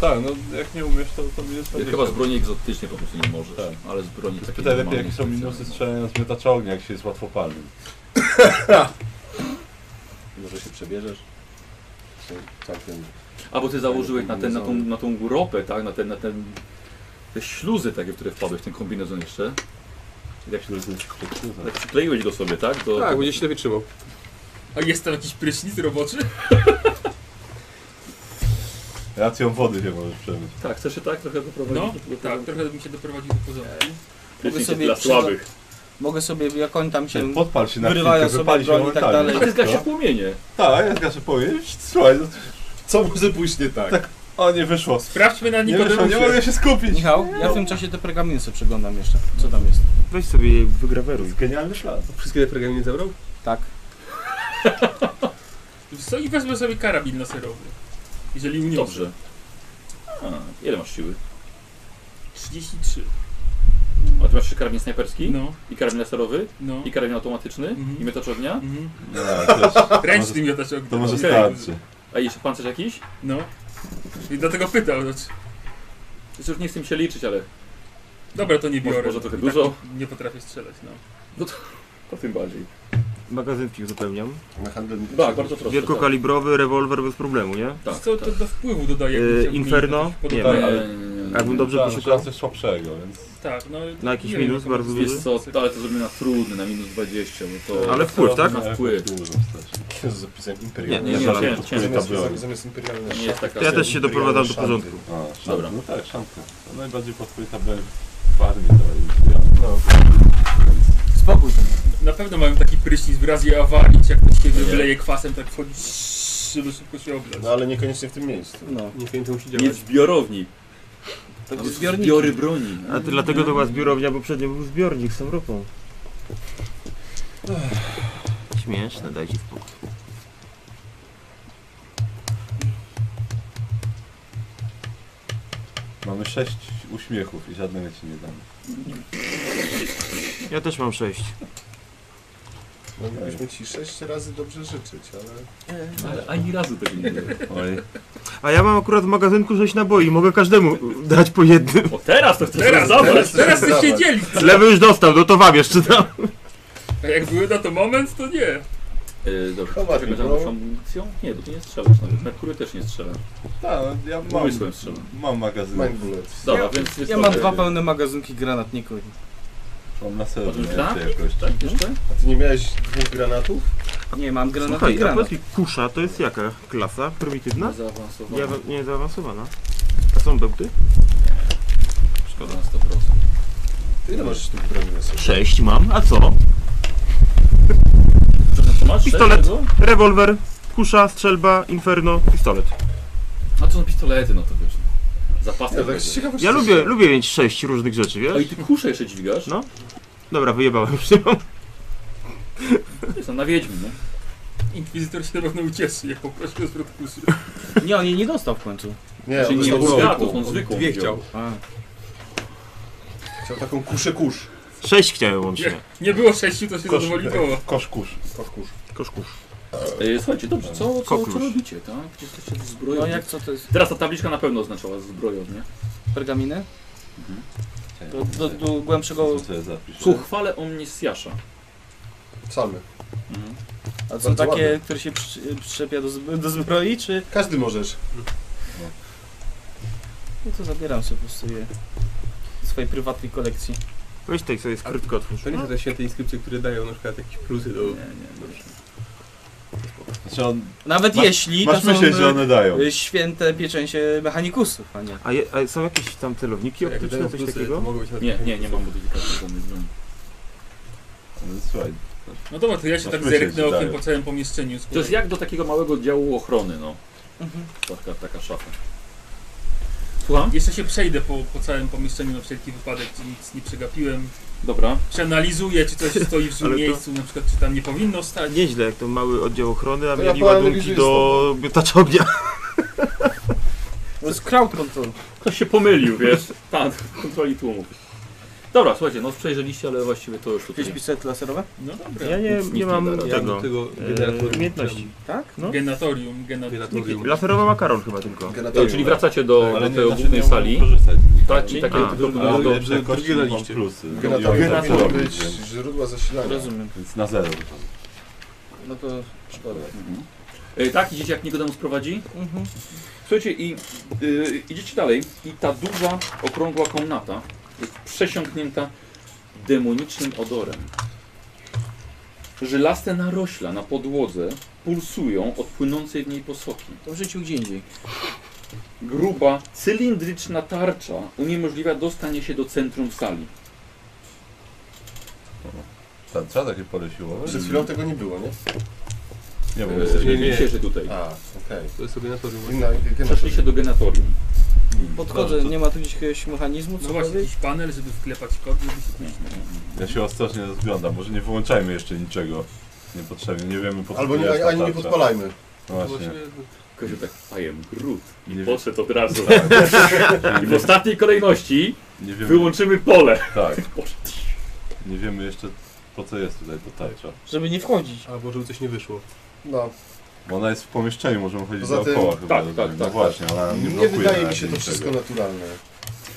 [SPEAKER 8] Tak, no jak nie umiesz, to, to będzie
[SPEAKER 1] Ja chyba z broni egzotycznej po prostu nie możesz,
[SPEAKER 8] Tak.
[SPEAKER 1] ale z broni takiej
[SPEAKER 8] Pytaj lepiej,
[SPEAKER 1] normalnej,
[SPEAKER 8] jakie są minusy
[SPEAKER 1] specjalnej.
[SPEAKER 8] strzelania z miotacza ognia, jak się jest łatwopalnym.
[SPEAKER 3] Może się przebierzesz? Czy Całkiem.
[SPEAKER 1] A bo ty założyłeś na, ten, na, tą, na tą ropę, tak? Na, ten, na ten, te śluzy takie, w które wpadłeś, ten kombinezon jeszcze. Jak się tak przykleiłeś go sobie, tak? Do,
[SPEAKER 6] Tak, będzie się lepiej trzymał.
[SPEAKER 2] A jest tam jakiś prysznic roboczy?
[SPEAKER 8] Racją wody się możesz przemyć.
[SPEAKER 1] tak, chcesz się tak trochę doprowadzić?
[SPEAKER 2] No,
[SPEAKER 1] do- do-
[SPEAKER 2] tak, trochę bym się doprowadził do porządku.
[SPEAKER 1] Prysznic
[SPEAKER 5] sobie
[SPEAKER 1] dla
[SPEAKER 5] przyda-
[SPEAKER 1] słabych.
[SPEAKER 5] Mogę sobie, jak oni tam się...
[SPEAKER 8] Podpal się na
[SPEAKER 5] Wyrywają
[SPEAKER 8] chwilkę,
[SPEAKER 5] sobie
[SPEAKER 8] wypali się
[SPEAKER 5] broń i tak
[SPEAKER 8] momentalnie.
[SPEAKER 5] dalej.
[SPEAKER 1] A ty
[SPEAKER 8] No.
[SPEAKER 1] zgasisz płomienie.
[SPEAKER 8] Tak, ja zgaszę powiem. Słuchaj, no,
[SPEAKER 3] Co może pójść nie tak?
[SPEAKER 8] o nie wyszło.
[SPEAKER 2] Sprawdźmy na
[SPEAKER 8] Nie wyszło, nie
[SPEAKER 2] Nikodemusie.
[SPEAKER 8] mogę się skupić. No.
[SPEAKER 5] Michał, ja w tym czasie te pergaminy sobie przeglądam jeszcze. Co tam jest?
[SPEAKER 4] Weź sobie je wygraweruj.
[SPEAKER 8] Genialny plan.
[SPEAKER 6] Wszystkie te pergaminy zabrał?
[SPEAKER 5] Tak.
[SPEAKER 2] Wiesz Co, i wezmę sobie karabin laserowy. Jeżeli uniosę.
[SPEAKER 1] Dobrze. A, ile masz siły?
[SPEAKER 2] 33.
[SPEAKER 1] A ty masz jeszcze karabin snajperski,
[SPEAKER 2] No,
[SPEAKER 1] i karabin laserowy,
[SPEAKER 2] no.
[SPEAKER 1] i karabin automatyczny,
[SPEAKER 2] Mhm.
[SPEAKER 1] i miotacz ognia,
[SPEAKER 2] Mhm.
[SPEAKER 1] (laughs)
[SPEAKER 8] No, to, jest,
[SPEAKER 2] Ręczny miotacz ognia.
[SPEAKER 8] to może
[SPEAKER 2] Okej.
[SPEAKER 8] starczy.
[SPEAKER 1] a jeszcze pancerz jakiś?
[SPEAKER 2] No. I dlatego pytał. Znaczy,
[SPEAKER 1] Wiesz, Już nie chcę mi się liczyć, ale
[SPEAKER 2] dobra, to nie
[SPEAKER 1] Może-
[SPEAKER 2] biorę.
[SPEAKER 1] może trochę
[SPEAKER 2] bo tak
[SPEAKER 1] dużo?
[SPEAKER 2] Nie potrafię strzelać, no.
[SPEAKER 1] to tym bardziej.
[SPEAKER 4] Magazynki uzupełniam.
[SPEAKER 3] Na handel nie
[SPEAKER 1] Tak, bardzo proszę. tak.
[SPEAKER 4] Wielkokalibrowy rewolwer bez problemu, nie?
[SPEAKER 1] Tak,
[SPEAKER 2] Co to
[SPEAKER 1] tak.
[SPEAKER 2] do wpływu dodaje?
[SPEAKER 4] Yy,
[SPEAKER 2] jakieś ogniwo,
[SPEAKER 4] Inferno?
[SPEAKER 2] jakieś
[SPEAKER 4] Nie
[SPEAKER 2] podobne-
[SPEAKER 1] Nie,
[SPEAKER 8] ale-
[SPEAKER 1] nie, nie, nie.
[SPEAKER 4] Jakbym dobrze
[SPEAKER 8] Tak,
[SPEAKER 5] no
[SPEAKER 4] poszukał.
[SPEAKER 8] teraz coś słabszego, więc...
[SPEAKER 2] Tak, no.
[SPEAKER 4] Na jakiś
[SPEAKER 2] nie wiem,
[SPEAKER 4] minus
[SPEAKER 2] jak to
[SPEAKER 4] bardzo
[SPEAKER 2] będzie.
[SPEAKER 4] duży?
[SPEAKER 1] Wiesz co, ale to zrobimy na trudny, na minus 20, bo to...
[SPEAKER 4] Ale wpływ, tak?
[SPEAKER 1] Ma wpływ.
[SPEAKER 8] Dużo wstecz.
[SPEAKER 3] Jezu, Zapisałem imperialne.
[SPEAKER 1] Nie, nie,
[SPEAKER 8] Zależy,
[SPEAKER 1] cię-
[SPEAKER 8] pod
[SPEAKER 1] cię-
[SPEAKER 8] wpływem
[SPEAKER 3] Zamiast,
[SPEAKER 8] tabloidu.
[SPEAKER 3] zamiast, zamiast imperialne
[SPEAKER 1] Nie jest taka...
[SPEAKER 4] Ja też się
[SPEAKER 3] Imperialne
[SPEAKER 4] doprowadzam do
[SPEAKER 3] szanty.
[SPEAKER 4] porządku.
[SPEAKER 8] A, szanty.
[SPEAKER 1] Dobra.
[SPEAKER 8] No tak, szanty. To najbardziej podpływ tabloid w armii to jest
[SPEAKER 3] No.
[SPEAKER 5] tak. Spokój ten.
[SPEAKER 2] Na pewno mają taki prysznic w razie awarii, czy jak ktoś się
[SPEAKER 1] Nie.
[SPEAKER 2] wyleje kwasem, tak wchodzi, żeby szybko się oblać.
[SPEAKER 3] No ale niekoniecznie w tym miejscu.
[SPEAKER 5] No.
[SPEAKER 6] Niekoniecznie musi
[SPEAKER 1] Nie
[SPEAKER 6] działać.
[SPEAKER 1] w zbiorowni.
[SPEAKER 5] To
[SPEAKER 1] Nawet
[SPEAKER 5] jest
[SPEAKER 1] w
[SPEAKER 5] zbiornik.
[SPEAKER 1] Zbiory broni.
[SPEAKER 4] A ty, dlatego to była zbiorownia, bo przednio był zbiornik z tą ropą. Śmieszne, dajcie spokój.
[SPEAKER 8] Mamy sześć uśmiechów i żadnego ci nie damy.
[SPEAKER 4] Ja też mam sześć.
[SPEAKER 3] Moglibyśmy ci sześć razy dobrze życzyć, ale...
[SPEAKER 1] Ale ani razu tego nie było.
[SPEAKER 8] Oj.
[SPEAKER 4] A ja mam akurat w magazynku sześć naboi, mogę każdemu dać po
[SPEAKER 5] (laughs)
[SPEAKER 4] jednym.
[SPEAKER 1] O teraz to chcesz
[SPEAKER 2] Teraz,
[SPEAKER 1] zabrać!
[SPEAKER 2] teraz, teraz
[SPEAKER 3] Zobacz.
[SPEAKER 2] coś się dzieli.
[SPEAKER 4] Lewy już dostał, no to wam jeszcze dam.
[SPEAKER 2] A jak były na to moment, to nie.
[SPEAKER 1] Yy, dobrze,
[SPEAKER 3] Chowa
[SPEAKER 1] czekaj,
[SPEAKER 3] mi
[SPEAKER 1] że
[SPEAKER 3] broń.
[SPEAKER 1] masz amunicją? Nie, bo ty nie strzelasz nawet. Na kury też nie strzela.
[SPEAKER 8] Tak, no, ja mam,
[SPEAKER 1] Umysłem strzelam.
[SPEAKER 8] mam magazyn.
[SPEAKER 3] Mind bullets.
[SPEAKER 1] Dobra, więc... więc
[SPEAKER 5] Ja
[SPEAKER 1] dobra.
[SPEAKER 5] mam dwa pełne magazynki granatników.
[SPEAKER 8] Mam na
[SPEAKER 1] Potem
[SPEAKER 8] sercu
[SPEAKER 1] już
[SPEAKER 8] jeszcze jakoś.
[SPEAKER 1] Tak, jeszcze?
[SPEAKER 5] Hmm?
[SPEAKER 3] A ty nie miałeś dwóch granatów?
[SPEAKER 5] Nie, mam granat i
[SPEAKER 4] Słuchaj, a
[SPEAKER 5] granat.
[SPEAKER 4] powiedz mi, No kusza to jest jaka klasa? Prymitywna?
[SPEAKER 1] Zaawansowana.
[SPEAKER 4] Ja, nie zaawansowana. A są bełty?
[SPEAKER 1] Szkoda na 100%.
[SPEAKER 3] Ty ile masz sztuk broni na sobie?
[SPEAKER 4] Sześć mam, a co?
[SPEAKER 1] Przepraszam, co masz?
[SPEAKER 4] Pistolet.
[SPEAKER 1] Czego?
[SPEAKER 4] Rewolwer, kusza, strzelba, inferno, pistolet.
[SPEAKER 1] A to są pistolety, no to wiesz. Zapasy.
[SPEAKER 3] Ja
[SPEAKER 1] Ja
[SPEAKER 3] tak z ciekawości...
[SPEAKER 4] Ja lubię, lubię mieć sześć różnych rzeczy,
[SPEAKER 1] O i
[SPEAKER 4] wiesz?
[SPEAKER 1] ty kuszę jeszcze dźwigasz?
[SPEAKER 4] No. Dobra, wyjebałem się. (laughs)
[SPEAKER 1] no, Jestem na wiedźmi, nie?
[SPEAKER 2] Inkwizytor się równo ucieszy, jak poprosił o zwrot kuszy.
[SPEAKER 5] Nie, on jej nie dostał w końcu.
[SPEAKER 3] Nie,
[SPEAKER 1] Czyli
[SPEAKER 3] on
[SPEAKER 1] nie
[SPEAKER 3] nie
[SPEAKER 1] od gratów, on
[SPEAKER 8] On
[SPEAKER 1] zwykłą
[SPEAKER 6] Dwie
[SPEAKER 1] wziął.
[SPEAKER 6] chciał.
[SPEAKER 5] A.
[SPEAKER 3] Chciał taką kuszę kusz.
[SPEAKER 4] Sześć chciałem łącznie.
[SPEAKER 2] Nie, nie było sześciu, to się
[SPEAKER 8] Kosz-
[SPEAKER 2] zadowoliło.
[SPEAKER 8] Kosz kusz.
[SPEAKER 3] Koszkusz.
[SPEAKER 4] Koszkusz.
[SPEAKER 1] E, Słuchajcie, dobrze, co, co,
[SPEAKER 4] Kokrusz.
[SPEAKER 1] co robicie, tak? Gdzie jesteście w
[SPEAKER 5] No
[SPEAKER 1] zbrojowni?
[SPEAKER 5] jak co to jest?
[SPEAKER 1] Teraz ta tabliczka na pewno oznaczała zbrojownię.
[SPEAKER 5] Pergaminy? Do, do, do głębszego...
[SPEAKER 8] Co ja zapiszę?
[SPEAKER 1] Ku chwale omnisjasza.
[SPEAKER 3] Psalmy.
[SPEAKER 1] Mhm.
[SPEAKER 5] A są
[SPEAKER 3] Bardzo
[SPEAKER 5] takie,
[SPEAKER 3] ładne.
[SPEAKER 5] które się przy, przyczepia do, zb- do zbroi, czy...
[SPEAKER 3] Każdy możesz.
[SPEAKER 5] No to zabieram sobie po prostu je. Do swojej prywatnej kolekcji.
[SPEAKER 4] Weź tej sobie skrytko otwórz.
[SPEAKER 6] To nie są te święte inskrypcje, które dają na przykład jakieś plusy do...
[SPEAKER 1] Nie, nie, dobrze.
[SPEAKER 8] Znaczy on,
[SPEAKER 5] Nawet
[SPEAKER 8] Ma-
[SPEAKER 5] jeśli
[SPEAKER 8] masz
[SPEAKER 5] to są
[SPEAKER 8] myśleć, że one dają.
[SPEAKER 5] y, święte pieczęcie mechanikusów, a nie.
[SPEAKER 4] A, je, a są jakieś tam celowniki
[SPEAKER 6] Jak dają
[SPEAKER 4] optyczne, coś
[SPEAKER 6] plusy, to
[SPEAKER 4] takiego?
[SPEAKER 6] mogą być na
[SPEAKER 1] Nie,
[SPEAKER 6] przykład
[SPEAKER 1] nie, nie mam modyfikacji żadnej broni.
[SPEAKER 8] No, Słuchaj,
[SPEAKER 2] No dobra, to ja się
[SPEAKER 8] No
[SPEAKER 2] tak
[SPEAKER 8] słyszę,
[SPEAKER 2] zerknę
[SPEAKER 8] że
[SPEAKER 2] okiem
[SPEAKER 8] dają.
[SPEAKER 2] po całym pomieszczeniu. z
[SPEAKER 1] To jest
[SPEAKER 2] kolei.
[SPEAKER 1] jak do takiego małego działu ochrony, no.
[SPEAKER 5] Mhm.
[SPEAKER 1] Taka, taka szafa. Słucham?
[SPEAKER 2] Jeszcze się przejdę po, po całym pomieszczeniu na wszelki wypadek, czy nic nie przegapiłem.
[SPEAKER 1] Dobra.
[SPEAKER 2] Przeanalizuję, czy coś stoi w złym
[SPEAKER 4] Ale to-
[SPEAKER 2] miejscu, na przykład, czy tam nie powinno stać.
[SPEAKER 4] Nieźle, jak to mały oddział ochrony, a
[SPEAKER 3] To ja
[SPEAKER 4] mieli
[SPEAKER 3] poanalizuję
[SPEAKER 4] ładunki do (laughs) miotacza ognia.
[SPEAKER 5] To jest crowd control.
[SPEAKER 1] Ktoś się pomylił, wiesz? (laughs) Tak, w kontroli tłumu. Dobra, słuchajcie, no przejrzeliście, ale właściwie to już
[SPEAKER 5] Jakieś
[SPEAKER 1] tutaj.
[SPEAKER 5] pistolety laserowe?
[SPEAKER 2] No dobra.
[SPEAKER 4] Ja nie,
[SPEAKER 1] Nic nie
[SPEAKER 4] nie mam
[SPEAKER 1] da rady.
[SPEAKER 6] Jak
[SPEAKER 4] tego.
[SPEAKER 6] do tego
[SPEAKER 4] e,
[SPEAKER 6] generatora-
[SPEAKER 4] umiejętności. Tak? No.
[SPEAKER 2] Genatorium, genatorium.
[SPEAKER 6] Generatorium.
[SPEAKER 4] Laserowa ma Karol chyba tylko.
[SPEAKER 1] E, czyli wracacie do, do
[SPEAKER 8] ale nie,
[SPEAKER 1] tej
[SPEAKER 8] znaczy
[SPEAKER 1] głównej
[SPEAKER 8] nie
[SPEAKER 1] sali.
[SPEAKER 8] korzystać z nich.
[SPEAKER 1] Tak, czyli takie
[SPEAKER 4] A,
[SPEAKER 1] tylko
[SPEAKER 6] dobra,
[SPEAKER 1] do, do,
[SPEAKER 6] że
[SPEAKER 8] Te kości
[SPEAKER 6] drugie na
[SPEAKER 8] mam
[SPEAKER 6] liście.
[SPEAKER 8] plusy.
[SPEAKER 3] Generator
[SPEAKER 8] Ja
[SPEAKER 1] Generator.
[SPEAKER 3] powinno
[SPEAKER 8] to robię,
[SPEAKER 3] być
[SPEAKER 8] więc-
[SPEAKER 3] źródła
[SPEAKER 5] No.
[SPEAKER 3] zasilania.
[SPEAKER 5] Rozumiem.
[SPEAKER 8] Więc na zero.
[SPEAKER 5] No to...
[SPEAKER 3] Szkoda.
[SPEAKER 1] Mhm. E, Tak, idziecie jak Nikodem sprowadzi?
[SPEAKER 5] Mhm.
[SPEAKER 1] Słuchajcie, i y, idziecie dalej i ta duża, okrągła komnata jest przesiąknięta demonicznym odorem. Żylaste narośla na podłodze pulsują od płynącej w niej posoki.
[SPEAKER 5] To w życiu gdzie indziej.
[SPEAKER 1] Gruba, cylindryczna tarcza uniemożliwia dostanie się do centrum sali.
[SPEAKER 8] Ta- Trzeba takie pole siłowe?
[SPEAKER 3] Przed chwilą tego nie było, nie?
[SPEAKER 8] Nie, bo
[SPEAKER 1] E,
[SPEAKER 8] jesteśmy...
[SPEAKER 6] nie.
[SPEAKER 1] Widzicie, że tutaj.
[SPEAKER 3] A, okej.
[SPEAKER 6] To jest generatorium.
[SPEAKER 3] Inna,
[SPEAKER 1] Przeszliście do genatorium.
[SPEAKER 5] Podchodzę, nie ma tu gdzieś jakiegoś mechanizmu,
[SPEAKER 2] No właśnie,
[SPEAKER 5] cokolwiek?
[SPEAKER 2] jakiś panel, żeby wklepać kod, żeby się pójść.
[SPEAKER 8] Ja się ostrożnie rozglądam. Może nie wyłączajmy jeszcze niczego. Niepotrzebnie. Nie wiemy po co
[SPEAKER 3] Albo
[SPEAKER 8] tu jest
[SPEAKER 3] nie,
[SPEAKER 8] ta
[SPEAKER 3] ani nie
[SPEAKER 8] tarcza.
[SPEAKER 3] podpalajmy.
[SPEAKER 8] No Właśnie.
[SPEAKER 1] Kozio tak, I am Groot. I
[SPEAKER 8] Nie
[SPEAKER 1] poszedł od razu. (laughs) I w
[SPEAKER 8] Nie,
[SPEAKER 1] ostatniej kolejności
[SPEAKER 8] nie wiemy...
[SPEAKER 1] wyłączymy pole.
[SPEAKER 8] Tak.
[SPEAKER 1] Poszedł.
[SPEAKER 8] Nie wiemy jeszcze po co jest tutaj ta tarcza.
[SPEAKER 5] Żeby nie wchodzić.
[SPEAKER 6] Albo żeby coś nie wyszło.
[SPEAKER 3] No,
[SPEAKER 8] Bo ona jest w pomieszczeniu, możemy chodzić
[SPEAKER 3] Poza tym-
[SPEAKER 8] dookoła chyba.
[SPEAKER 1] tak, tak,
[SPEAKER 8] no
[SPEAKER 1] tak,
[SPEAKER 8] właśnie, ale nie,
[SPEAKER 3] nie
[SPEAKER 8] blokuje
[SPEAKER 3] wydaje
[SPEAKER 8] na
[SPEAKER 3] mi się to
[SPEAKER 8] razie
[SPEAKER 3] wszystko
[SPEAKER 8] niczego.
[SPEAKER 3] naturalne.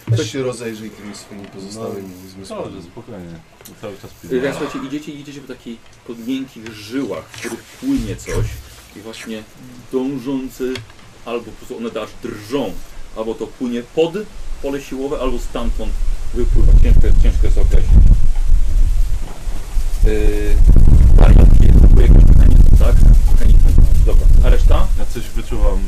[SPEAKER 3] Weź się rozejrzyj tymi
[SPEAKER 4] No.
[SPEAKER 3] swoimi pozostałymi
[SPEAKER 6] No,
[SPEAKER 3] zmysłami.
[SPEAKER 8] Dobrze, spokojnie. To Cały czas pilnuję.
[SPEAKER 1] Teraz Y, słuchajcie, idziecie i idziecie po takich podmiękkich żyłach, w których płynie coś i właśnie dążący, albo po prostu one aż drżą, albo to płynie pod pole siłowe, albo stamtąd wypływa. Ciężko, ciężko jest określić. Yy, ale próbuje jakiś mechanizm, tak? Mechanizm. Dobra, a reszta?
[SPEAKER 8] Ja coś wyczuwam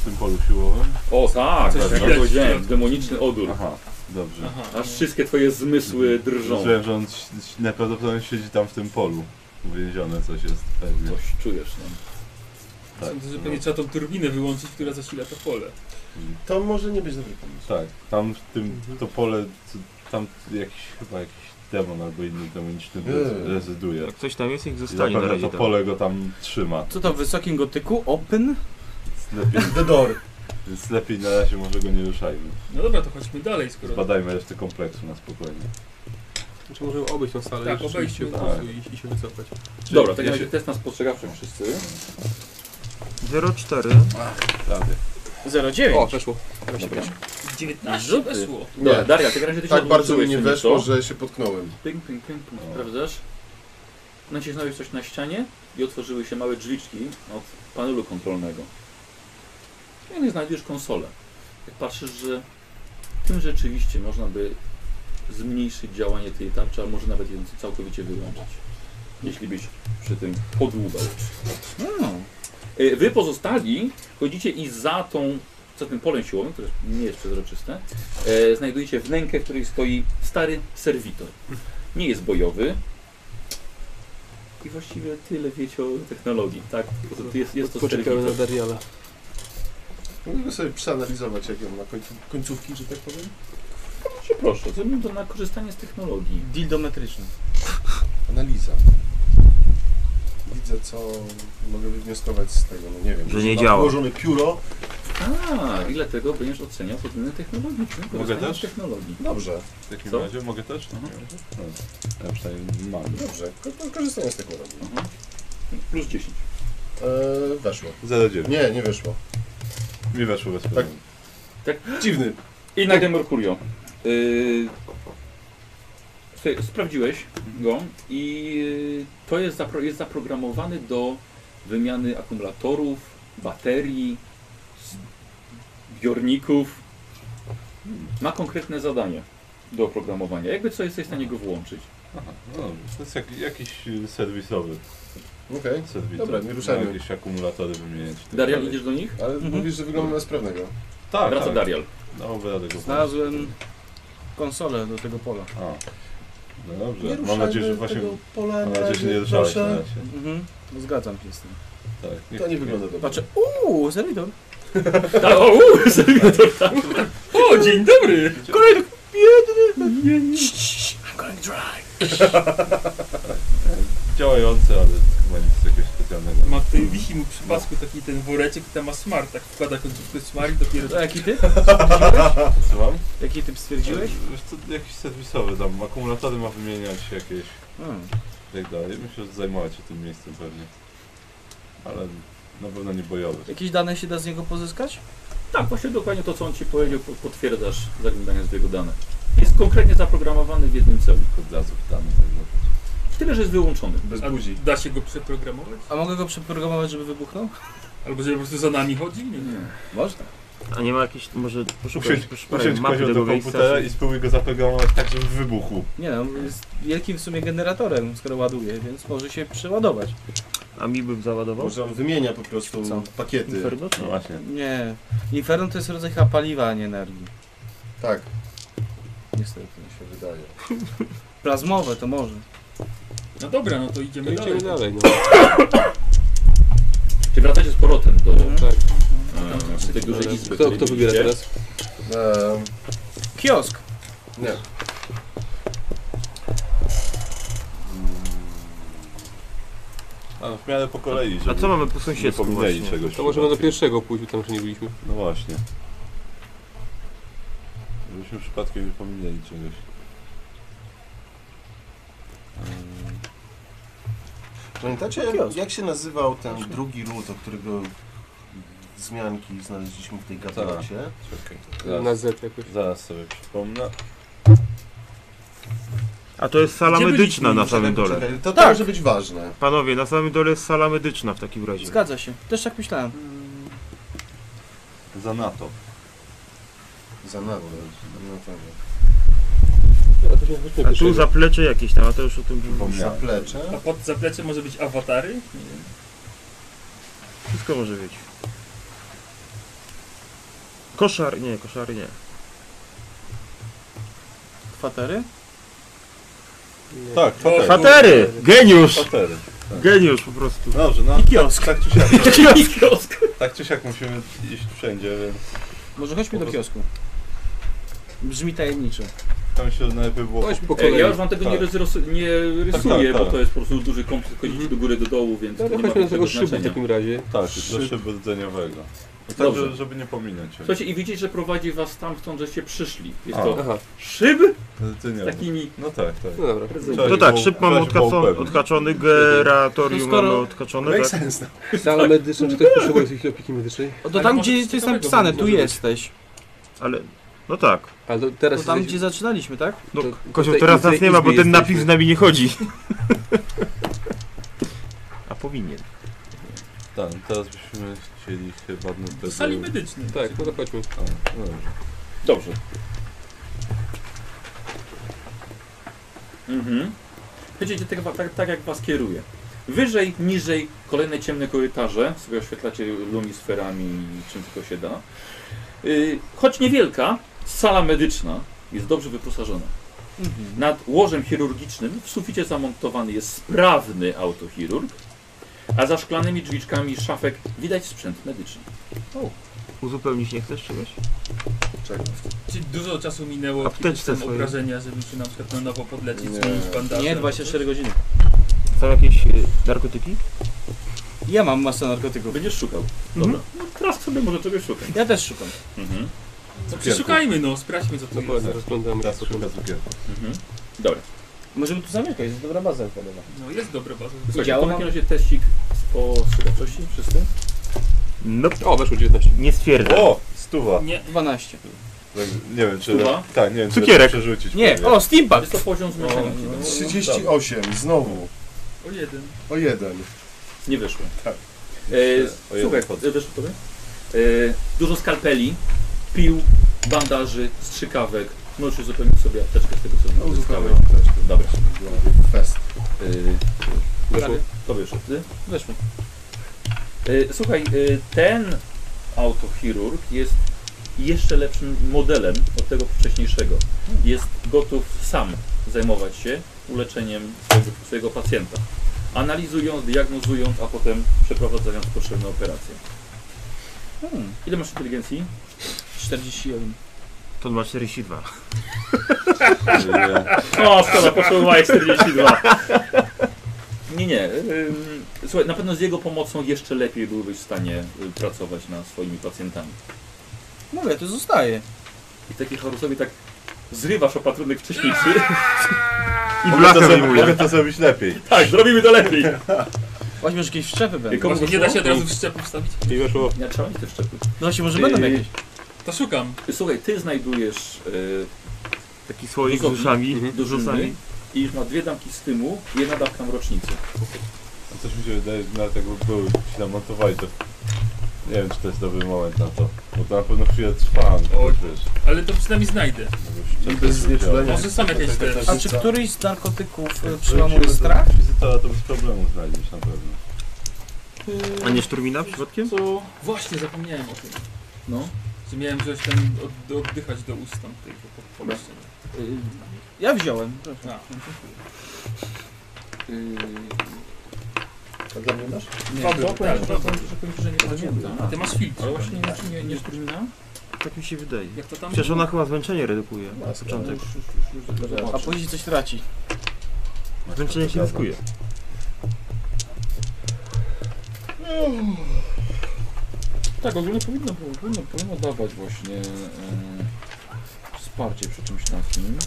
[SPEAKER 8] w tym polu siłowym.
[SPEAKER 1] O tak,
[SPEAKER 8] Coś
[SPEAKER 1] tak,
[SPEAKER 2] widać.
[SPEAKER 1] powiedziałem, demoniczny odór.
[SPEAKER 8] Aha, dobrze.
[SPEAKER 2] Aha.
[SPEAKER 1] Aż wszystkie twoje zmysły drżą.
[SPEAKER 8] Czułem, że on ś- ś- najprawdopodobniej siedzi tam w tym polu. Uwięzione coś jest pewnie.
[SPEAKER 1] Coś czujesz no. tam.
[SPEAKER 8] Tak,
[SPEAKER 2] Sądzę, że
[SPEAKER 8] no.
[SPEAKER 2] pewnie trzeba tą turbinę wyłączyć, która zasila to pole.
[SPEAKER 3] To może nie być dobry pomysł.
[SPEAKER 8] Tak, tam w tym, to pole, c- tam jakiś, chyba jakiś demon albo inny demoniczny
[SPEAKER 3] Eee.
[SPEAKER 8] re- rezyduje.
[SPEAKER 4] Jak coś tam jest, tak niech
[SPEAKER 8] I
[SPEAKER 4] zostanie na
[SPEAKER 8] zapewne
[SPEAKER 4] razie
[SPEAKER 8] to
[SPEAKER 4] tam.
[SPEAKER 8] pole go tam trzyma.
[SPEAKER 5] Co tam w wysokim gotyku? Open?
[SPEAKER 8] Więc (laughs) lepiej,
[SPEAKER 3] The door.
[SPEAKER 8] więc lepiej na razie może go nie ruszajmy.
[SPEAKER 2] No dobra, to chodźmy dalej, skoro...
[SPEAKER 8] Zbadajmy resztę kompleksu na spokojnie.
[SPEAKER 6] Znaczy możemy obejść tą salę
[SPEAKER 2] Tak,
[SPEAKER 6] tak, rzeczywiście
[SPEAKER 2] obejdźmy,
[SPEAKER 6] po prostu i, i się wycofać.
[SPEAKER 1] Dobra, tak
[SPEAKER 8] ja
[SPEAKER 1] jak się...
[SPEAKER 8] się-
[SPEAKER 1] test na spostrzegawczych wszyscy.
[SPEAKER 4] 04.
[SPEAKER 8] Prawie.
[SPEAKER 5] 09.
[SPEAKER 6] O, weszło.
[SPEAKER 2] 19
[SPEAKER 1] Rzuty.
[SPEAKER 2] weszło.
[SPEAKER 1] Dobra,
[SPEAKER 3] Nie.
[SPEAKER 1] Daria, w takim razie ty się
[SPEAKER 3] Tak bardzo mi
[SPEAKER 1] odłączyłeś,
[SPEAKER 3] nie
[SPEAKER 1] co
[SPEAKER 3] weszło,
[SPEAKER 1] nieco.
[SPEAKER 3] że się potknąłem.
[SPEAKER 1] Ping, ping, ping, ping. Sprawdzasz? Nacisnąłeś coś na ścianie i otworzyły się małe drzwiczki od panelu kontrolnego. I nie znajdziesz konsolę. Jak patrzysz, że tym rzeczywiście można by zmniejszyć działanie tej tarczy, a może nawet ją całkowicie wyłączyć. Jeśli byś przy tym podłubał.
[SPEAKER 5] No.
[SPEAKER 1] E, Wy pozostali chodzicie i za tą, za tym polem siłowym, które nie jest przezroczyste, e, znajdujecie wnękę, w której stoi stary serwitor. Nie jest bojowy. I właściwie tyle wiecie o technologii, tak? Po prostu Jest, jest to
[SPEAKER 6] Poczekamy na
[SPEAKER 1] serwitor.
[SPEAKER 6] Dariala.
[SPEAKER 3] Mogę sobie przeanalizować, jak on ma końcu, końcówki, że tak powiem.
[SPEAKER 1] Cię Proszę, zrobimy to na korzystanie z technologii.
[SPEAKER 5] Dildometryczny.
[SPEAKER 3] Analiza. widzę, co mogę wywnioskować z tego. No nie wiem.
[SPEAKER 4] Że
[SPEAKER 3] może
[SPEAKER 4] nie
[SPEAKER 3] ma
[SPEAKER 4] działa.
[SPEAKER 3] Włożone pióro.
[SPEAKER 1] A, ile tego będziesz oceniał pod względem technologii? Czyli korzystania
[SPEAKER 8] też?
[SPEAKER 1] z technologii.
[SPEAKER 3] Dobrze,
[SPEAKER 8] W takim
[SPEAKER 1] Co?
[SPEAKER 8] razie mogę też?
[SPEAKER 1] Mhm.
[SPEAKER 8] No, ja przynajmniej mam.
[SPEAKER 3] dobrze. Ko- ko- Korzystanie z tego robię.
[SPEAKER 1] Mhm. Plus 10.
[SPEAKER 3] Eee, weszło.
[SPEAKER 8] 09.
[SPEAKER 3] Nie, nie weszło.
[SPEAKER 8] Mi weszło bez problemu.
[SPEAKER 3] Dziwny.
[SPEAKER 1] I
[SPEAKER 8] Tak.
[SPEAKER 1] nagle Mercurio. Yy, słuchaj, sprawdziłeś go i yy, to jest, zapro, jest zaprogramowany do wymiany akumulatorów, baterii, zbiorników. Ma konkretne zadanie do oprogramowania. Jakby co jesteś w stanie go włączyć.
[SPEAKER 8] Aha, no dobrze. To jest jak, jakiś y, serwisowy.
[SPEAKER 3] Okej.
[SPEAKER 8] Serwis,
[SPEAKER 3] Dobra, nie ruszajmy.
[SPEAKER 8] Jakieś akumulatory wymieniać. i tak
[SPEAKER 1] Darial,
[SPEAKER 8] dalej.
[SPEAKER 1] idziesz do nich?
[SPEAKER 3] Ale mówisz, że wygląda na sprawnego.
[SPEAKER 8] Tak,
[SPEAKER 1] Wraca
[SPEAKER 8] tak. (laughs)
[SPEAKER 1] Darial.
[SPEAKER 8] No, wyradę go.
[SPEAKER 5] Znalazłem konsolę do tego pola.
[SPEAKER 8] A. No dobrze,
[SPEAKER 3] Nie
[SPEAKER 8] mam
[SPEAKER 3] ruszajmy
[SPEAKER 8] nadzieję, że właśnie...
[SPEAKER 3] tego pola
[SPEAKER 8] Mam
[SPEAKER 3] na
[SPEAKER 8] nadzieję, że nie
[SPEAKER 3] razie,
[SPEAKER 8] ruszałeś na
[SPEAKER 3] proszę.
[SPEAKER 8] razie.
[SPEAKER 5] Mhm, zgadzam się z tym.
[SPEAKER 8] Tak,
[SPEAKER 3] To nie wygląda dobrze.
[SPEAKER 5] Patrzę, uuu, serwidor.
[SPEAKER 1] Ta, Tak. o, u, serwitor, tak.
[SPEAKER 2] O, dzień dobry!
[SPEAKER 5] Kolejny, biedny.
[SPEAKER 8] Działające, ale chyba nic jakiegoś specjalnego.
[SPEAKER 2] Ma tutaj wisi mu przy pasku
[SPEAKER 6] No.
[SPEAKER 2] taki ten woreczek i tam ma smart, tak wkłada końcówkę smart i dopiero...
[SPEAKER 5] A jaki typ?
[SPEAKER 8] Co mam?
[SPEAKER 5] Jaki typ stwierdziłeś?
[SPEAKER 8] Wiesz co, jakiś serwisowy tam, akumulatory ma wymieniać jakieś
[SPEAKER 5] Hmm.
[SPEAKER 8] i tak dalej. Myślę, że zajmować się tym miejscem pewnie. Ale na pewno nie bojowy.
[SPEAKER 5] Jakieś dane się da z niego pozyskać?
[SPEAKER 1] Tak, właśnie dokładnie to, co on ci powiedział, po- potwierdzasz zaglądając w jego dane. Jest konkretnie zaprogramowany w jednym celu.
[SPEAKER 8] Tylko dla zów tam i tak dalej.
[SPEAKER 1] Tyle, że jest wyłączony.
[SPEAKER 3] Bez
[SPEAKER 2] A
[SPEAKER 3] buzi.
[SPEAKER 2] da się go przeprogramować?
[SPEAKER 5] A mogę go przeprogramować, żeby wybuchnął?
[SPEAKER 2] Albo żeby po prostu za nami chodzi? Nie. wiem.
[SPEAKER 5] Można.
[SPEAKER 4] A nie ma jakiejś, może poszukać,
[SPEAKER 8] Usiądź,
[SPEAKER 4] poszukać
[SPEAKER 8] usiądź
[SPEAKER 4] mapy
[SPEAKER 8] kozioł
[SPEAKER 4] tego
[SPEAKER 8] do komputera
[SPEAKER 4] miejsca.
[SPEAKER 8] i spróbuj go zaprogramować tak, żeby wybuchł.
[SPEAKER 5] Nie no, jest wielkim w sumie generatorem, skoro ładuje, więc może się przeładować.
[SPEAKER 4] A mi bym załadował?
[SPEAKER 3] Może on wymienia po prostu
[SPEAKER 5] Co?
[SPEAKER 3] pakiety.
[SPEAKER 4] Inferno?
[SPEAKER 8] No właśnie.
[SPEAKER 5] Nie. Inferno to jest rodzaj chyba paliwa, a nie energii.
[SPEAKER 3] Tak,
[SPEAKER 5] Niestety.
[SPEAKER 3] mi się wydaje.
[SPEAKER 5] Plazmowe to może.
[SPEAKER 2] No dobra, no to idziemy
[SPEAKER 6] Idziemy
[SPEAKER 2] dalej.
[SPEAKER 6] dalej, no.
[SPEAKER 1] Czy wracacie z powrotem do
[SPEAKER 6] Tak.
[SPEAKER 1] e, tej dużej izby?
[SPEAKER 6] Kto,
[SPEAKER 1] której
[SPEAKER 6] kto wybiera
[SPEAKER 1] mieliście?
[SPEAKER 6] teraz?
[SPEAKER 3] Eee,
[SPEAKER 5] Kiosk.
[SPEAKER 3] nie.
[SPEAKER 8] A no, w miarę po kolei, żeby
[SPEAKER 4] A co mamy po
[SPEAKER 8] nie
[SPEAKER 4] sąsiedzku
[SPEAKER 8] pominęli
[SPEAKER 4] właśnie?
[SPEAKER 8] czegoś.
[SPEAKER 6] To możemy do pierwszego pójść, bo tam już nie byliśmy.
[SPEAKER 8] No właśnie. Żebyśmy przypadkiem nie pominęli czegoś.
[SPEAKER 3] Pamiętacie, jak się nazywał ten drugi ród, o którego zmianki znaleźliśmy w tej gablocie?
[SPEAKER 6] Na Z jakoś.
[SPEAKER 8] Zaraz sobie przypomnę.
[SPEAKER 4] A to jest sala
[SPEAKER 2] Gdzie
[SPEAKER 4] medyczna
[SPEAKER 2] byliśmy?
[SPEAKER 4] na samym
[SPEAKER 3] Czekaj,
[SPEAKER 4] dole.
[SPEAKER 3] czekaj, To, to
[SPEAKER 5] Tak.
[SPEAKER 3] może być ważne.
[SPEAKER 4] Panowie, na samym dole jest sala medyczna w takim razie.
[SPEAKER 5] Zgadza się. Też tak myślałem.
[SPEAKER 8] Za NATO.
[SPEAKER 3] Za nadal. No tak.
[SPEAKER 6] A No to się chodźmy
[SPEAKER 4] A tu
[SPEAKER 6] pierwszego.
[SPEAKER 4] zaplecze jakieś tam, a to już o tym było.
[SPEAKER 2] A
[SPEAKER 3] Zaplecze.
[SPEAKER 2] pod zaplecze może być awatary? Nie wiem.
[SPEAKER 4] Wszystko może być. Koszar, nie, koszary nie.
[SPEAKER 5] Kwatery?
[SPEAKER 6] Nie.
[SPEAKER 8] Tak,
[SPEAKER 2] kwatery.
[SPEAKER 8] kwatery.
[SPEAKER 4] Kwatery! Geniusz!
[SPEAKER 8] Kwatery.
[SPEAKER 4] Geniusz po prostu.
[SPEAKER 8] Dobrze, no.
[SPEAKER 5] I kiosk.
[SPEAKER 8] Tak czy siak,
[SPEAKER 1] (laughs) Kiosk!
[SPEAKER 8] tak czy siak musimy iść wszędzie, więc
[SPEAKER 5] Może chodźmy do kiosku. Brzmi tajemniczo.
[SPEAKER 8] tam się najpierw było...
[SPEAKER 6] Chodźmy po
[SPEAKER 1] Ej,
[SPEAKER 6] kolei.
[SPEAKER 1] E, ja już wam tego nie,
[SPEAKER 8] Tak.
[SPEAKER 1] rozros- nie rysuję,
[SPEAKER 8] tak, tak.
[SPEAKER 1] bo to jest po prostu duży komputer, chodzicie do góry, do dołu, więc
[SPEAKER 6] No,
[SPEAKER 1] to
[SPEAKER 6] no
[SPEAKER 1] nie ma
[SPEAKER 6] chodźmy do
[SPEAKER 1] większego
[SPEAKER 6] tego szybu w
[SPEAKER 1] znaczenia.
[SPEAKER 6] takim razie.
[SPEAKER 8] Tak, do szybu rdzeniowego. No tak,
[SPEAKER 1] Dobrze.
[SPEAKER 8] żeby, żeby nie pominąć.
[SPEAKER 1] Słuchajcie, i widzicie, że prowadzi was tam, skąd żeście przyszli. Jest
[SPEAKER 8] A.
[SPEAKER 1] to
[SPEAKER 6] Aha,
[SPEAKER 1] szyb z
[SPEAKER 8] Rdzeniowy.
[SPEAKER 1] takimi...
[SPEAKER 8] No tak, tak.
[SPEAKER 6] no dobra.
[SPEAKER 8] Cześć.
[SPEAKER 4] No tak, szyb mamy
[SPEAKER 8] Cześć,
[SPEAKER 4] odkaczony,
[SPEAKER 8] Bołpem.
[SPEAKER 4] odkaczony generatorium
[SPEAKER 5] To skoro-
[SPEAKER 4] mamy odkaczone,
[SPEAKER 3] Make
[SPEAKER 4] tak?
[SPEAKER 3] sense.
[SPEAKER 6] Sala medyczna, czy ktoś potrzebuje jakiejś opieki medycznej?
[SPEAKER 5] O, to
[SPEAKER 2] Ale
[SPEAKER 5] tam,
[SPEAKER 2] może
[SPEAKER 5] gdzie
[SPEAKER 2] coś
[SPEAKER 5] to jest
[SPEAKER 2] ciekawego
[SPEAKER 5] napisane, tu
[SPEAKER 2] może być.
[SPEAKER 5] jesteś.
[SPEAKER 4] Ale, no tak.
[SPEAKER 6] Ale to
[SPEAKER 5] To
[SPEAKER 6] teraz
[SPEAKER 5] tam,
[SPEAKER 6] jesteś-
[SPEAKER 5] gdzie zaczynaliśmy, tak?
[SPEAKER 4] No,
[SPEAKER 6] To-
[SPEAKER 4] Kozioł,
[SPEAKER 6] tutaj-
[SPEAKER 4] teraz
[SPEAKER 6] w tej
[SPEAKER 4] nas nie ma, bo
[SPEAKER 6] izbie
[SPEAKER 4] ten napis z
[SPEAKER 6] jesteśmy.
[SPEAKER 4] nami nie chodzi. A powinien.
[SPEAKER 8] Tak, teraz byśmy chcieli chyba... No,
[SPEAKER 2] Do
[SPEAKER 8] tego-
[SPEAKER 2] sali medycznej.
[SPEAKER 6] Tak, no to chodźmy.
[SPEAKER 8] A, no dobrze.
[SPEAKER 1] Dobrze. Mhm. Wiecie, tak, tak, tak jak was kieruje. Wyżej, niżej, kolejne ciemne korytarze. Sobie oświetlacie lumisferami i czym tylko się da. Yy, choć niewielka, sala medyczna jest dobrze wyposażona.
[SPEAKER 5] Mhm.
[SPEAKER 1] Nad łożem chirurgicznym w suficie zamontowany jest sprawny autochirurg, a za szklanymi drzwiczkami szafek widać sprzęt medyczny.
[SPEAKER 4] Uzupełnić nie chcesz czegoś?
[SPEAKER 3] Czekaj.
[SPEAKER 2] Czy dużo czasu minęło
[SPEAKER 4] Apteczce
[SPEAKER 2] kiedy tam
[SPEAKER 4] swoje.
[SPEAKER 2] obrażenia, żeby się na przykład na nowo podlecić,
[SPEAKER 3] Nie.
[SPEAKER 2] zmienić bandaże?
[SPEAKER 5] Nie, 24 godziny.
[SPEAKER 4] Są jakieś e, narkotyki?
[SPEAKER 5] Ja mam masę narkotyków.
[SPEAKER 1] Będziesz szukał. Dobra. No, teraz sobie może czegoś szukać.
[SPEAKER 5] Ja też szukam.
[SPEAKER 1] Mhm.
[SPEAKER 2] No przeszukajmy, no, sprawdźmy co tu jest.
[SPEAKER 6] Dokładnie, rozglądamy się.
[SPEAKER 8] Teraz szuka cukier.
[SPEAKER 1] Mhm. Dobra.
[SPEAKER 5] Możemy tu zamieszkać, jest dobra baza układowa.
[SPEAKER 2] No jest dobra baza.
[SPEAKER 1] Słuchajcie,
[SPEAKER 5] Działa?
[SPEAKER 1] to w takim razie teścik o spostrzegawczości wszyscy?
[SPEAKER 4] Nope,
[SPEAKER 6] O, weszło 19.
[SPEAKER 4] nie stwierdzam.
[SPEAKER 8] O! Stuwa.
[SPEAKER 2] Nie,
[SPEAKER 5] 12.
[SPEAKER 8] Tak, nie wiem, czy...
[SPEAKER 1] Stuwa?
[SPEAKER 8] Tak, nie wiem, czy
[SPEAKER 4] Cukierek.
[SPEAKER 8] przerzucić.
[SPEAKER 5] Nie,
[SPEAKER 8] pewnie.
[SPEAKER 5] o, steampunk!
[SPEAKER 1] Jest to poziom zmęczenia. ci no.
[SPEAKER 3] no.
[SPEAKER 1] daje.
[SPEAKER 3] 38, znowu.
[SPEAKER 1] no.
[SPEAKER 2] o jeden.
[SPEAKER 3] O jeden.
[SPEAKER 1] Nie wyszło.
[SPEAKER 3] Tak.
[SPEAKER 1] E,
[SPEAKER 8] Ojej.
[SPEAKER 1] słuchaj, e, wyszło tobie? E, dużo skalpeli, pił, bandaży, strzykawek. Możesz uzupełnić sobie apteczkę z tego, co uzyskałeś. Dobra.
[SPEAKER 3] No, Fest.
[SPEAKER 1] E, wyszło? Tobie wyszło. Ty?
[SPEAKER 5] Weszło.
[SPEAKER 1] E, słuchaj, e, ten autochirurg jest jeszcze lepszym modelem od tego wcześniejszego. Jest gotów sam zajmować się uleczeniem swojego, swojego pacjenta. Analizując, diagnozując, a potem przeprowadzając potrzebne operacje.
[SPEAKER 5] Hmm,
[SPEAKER 1] Ile masz inteligencji?
[SPEAKER 5] 41.
[SPEAKER 4] To ma 42.
[SPEAKER 8] Nie.
[SPEAKER 1] O, szkoda, potrzebowałeś 42. (laughs) Nie, nie. ym, Słuchaj, na pewno z jego pomocą jeszcze lepiej byłbyś w stanie y, pracować nad swoimi pacjentami.
[SPEAKER 5] Mówię, to zostaje.
[SPEAKER 1] I taki chorusowi tak zrywasz opatrunek wcześniejszy.
[SPEAKER 4] I
[SPEAKER 8] Mogę to,
[SPEAKER 4] blachę
[SPEAKER 8] zrobić, mogę
[SPEAKER 4] wyjmuję.
[SPEAKER 8] to zrobić lepiej.
[SPEAKER 1] tak, zrobimy to lepiej.
[SPEAKER 5] Właśnie może jakieś wszczepy będą.
[SPEAKER 1] Komu
[SPEAKER 2] Właśnie nie da się
[SPEAKER 1] wyszło?
[SPEAKER 2] od razu w szczepu wstawić?
[SPEAKER 6] I weszło
[SPEAKER 1] Ja trzeba mieć te szczepy.
[SPEAKER 5] No właśnie, może będą
[SPEAKER 1] Yy,
[SPEAKER 5] jakieś.
[SPEAKER 2] To szukam.
[SPEAKER 1] Słuchaj, ty znajdujesz y,
[SPEAKER 4] Taki słoik z
[SPEAKER 1] Dużo-
[SPEAKER 4] uszami.
[SPEAKER 6] mhm.
[SPEAKER 4] Z
[SPEAKER 1] dużo
[SPEAKER 4] uszami.
[SPEAKER 1] i już ma dwie damki stymu i jedna dawka mrocznicy.
[SPEAKER 8] Coś mi się wydaje, że na tego były, ci tam montowali to. Nie wiem, czy to jest dobry moment na to. Bo to na pewno chwilę trwa,
[SPEAKER 2] Oj.
[SPEAKER 8] no wiesz.
[SPEAKER 2] Ale to przynajmniej znajdę.
[SPEAKER 8] no,
[SPEAKER 3] bez
[SPEAKER 8] szczepy się
[SPEAKER 3] znieczulenia.
[SPEAKER 8] działa.
[SPEAKER 2] Może sam jakieś te...
[SPEAKER 5] A czy któryś z narkotyków y, przełamuje strach?
[SPEAKER 8] Wizytora to bez problemu znajdziesz na pewno.
[SPEAKER 6] Mhm.
[SPEAKER 4] A nie szturmina przypadkiem?
[SPEAKER 2] Co? Właśnie zapomniałem o tym.
[SPEAKER 1] No.
[SPEAKER 2] Że miałem wziąć ten, od, oddychać do ust tam tej po- po- pomieszczenia.
[SPEAKER 6] Yy,
[SPEAKER 5] Ja wziąłem.
[SPEAKER 2] A,
[SPEAKER 6] A dla mnie masz?
[SPEAKER 5] Nie,
[SPEAKER 2] Fabry,
[SPEAKER 5] co?
[SPEAKER 2] tak, no,
[SPEAKER 1] że nie pamiętam.
[SPEAKER 2] A ty masz filtr.
[SPEAKER 1] Ale właśnie nie,
[SPEAKER 6] yy,
[SPEAKER 1] nie, nie skórzmina?
[SPEAKER 4] Tak mi się wydaje.
[SPEAKER 2] Jak to tam?
[SPEAKER 4] Przecież ona chyba zmęczenie redukuje na
[SPEAKER 6] Maska,
[SPEAKER 4] początek.
[SPEAKER 5] A później coś traci.
[SPEAKER 4] Zmęczenie się zyskuje.
[SPEAKER 6] Tak, ogólnie powinno, było- powinno, powinno dawać właśnie e, wsparcie przy czymś takim,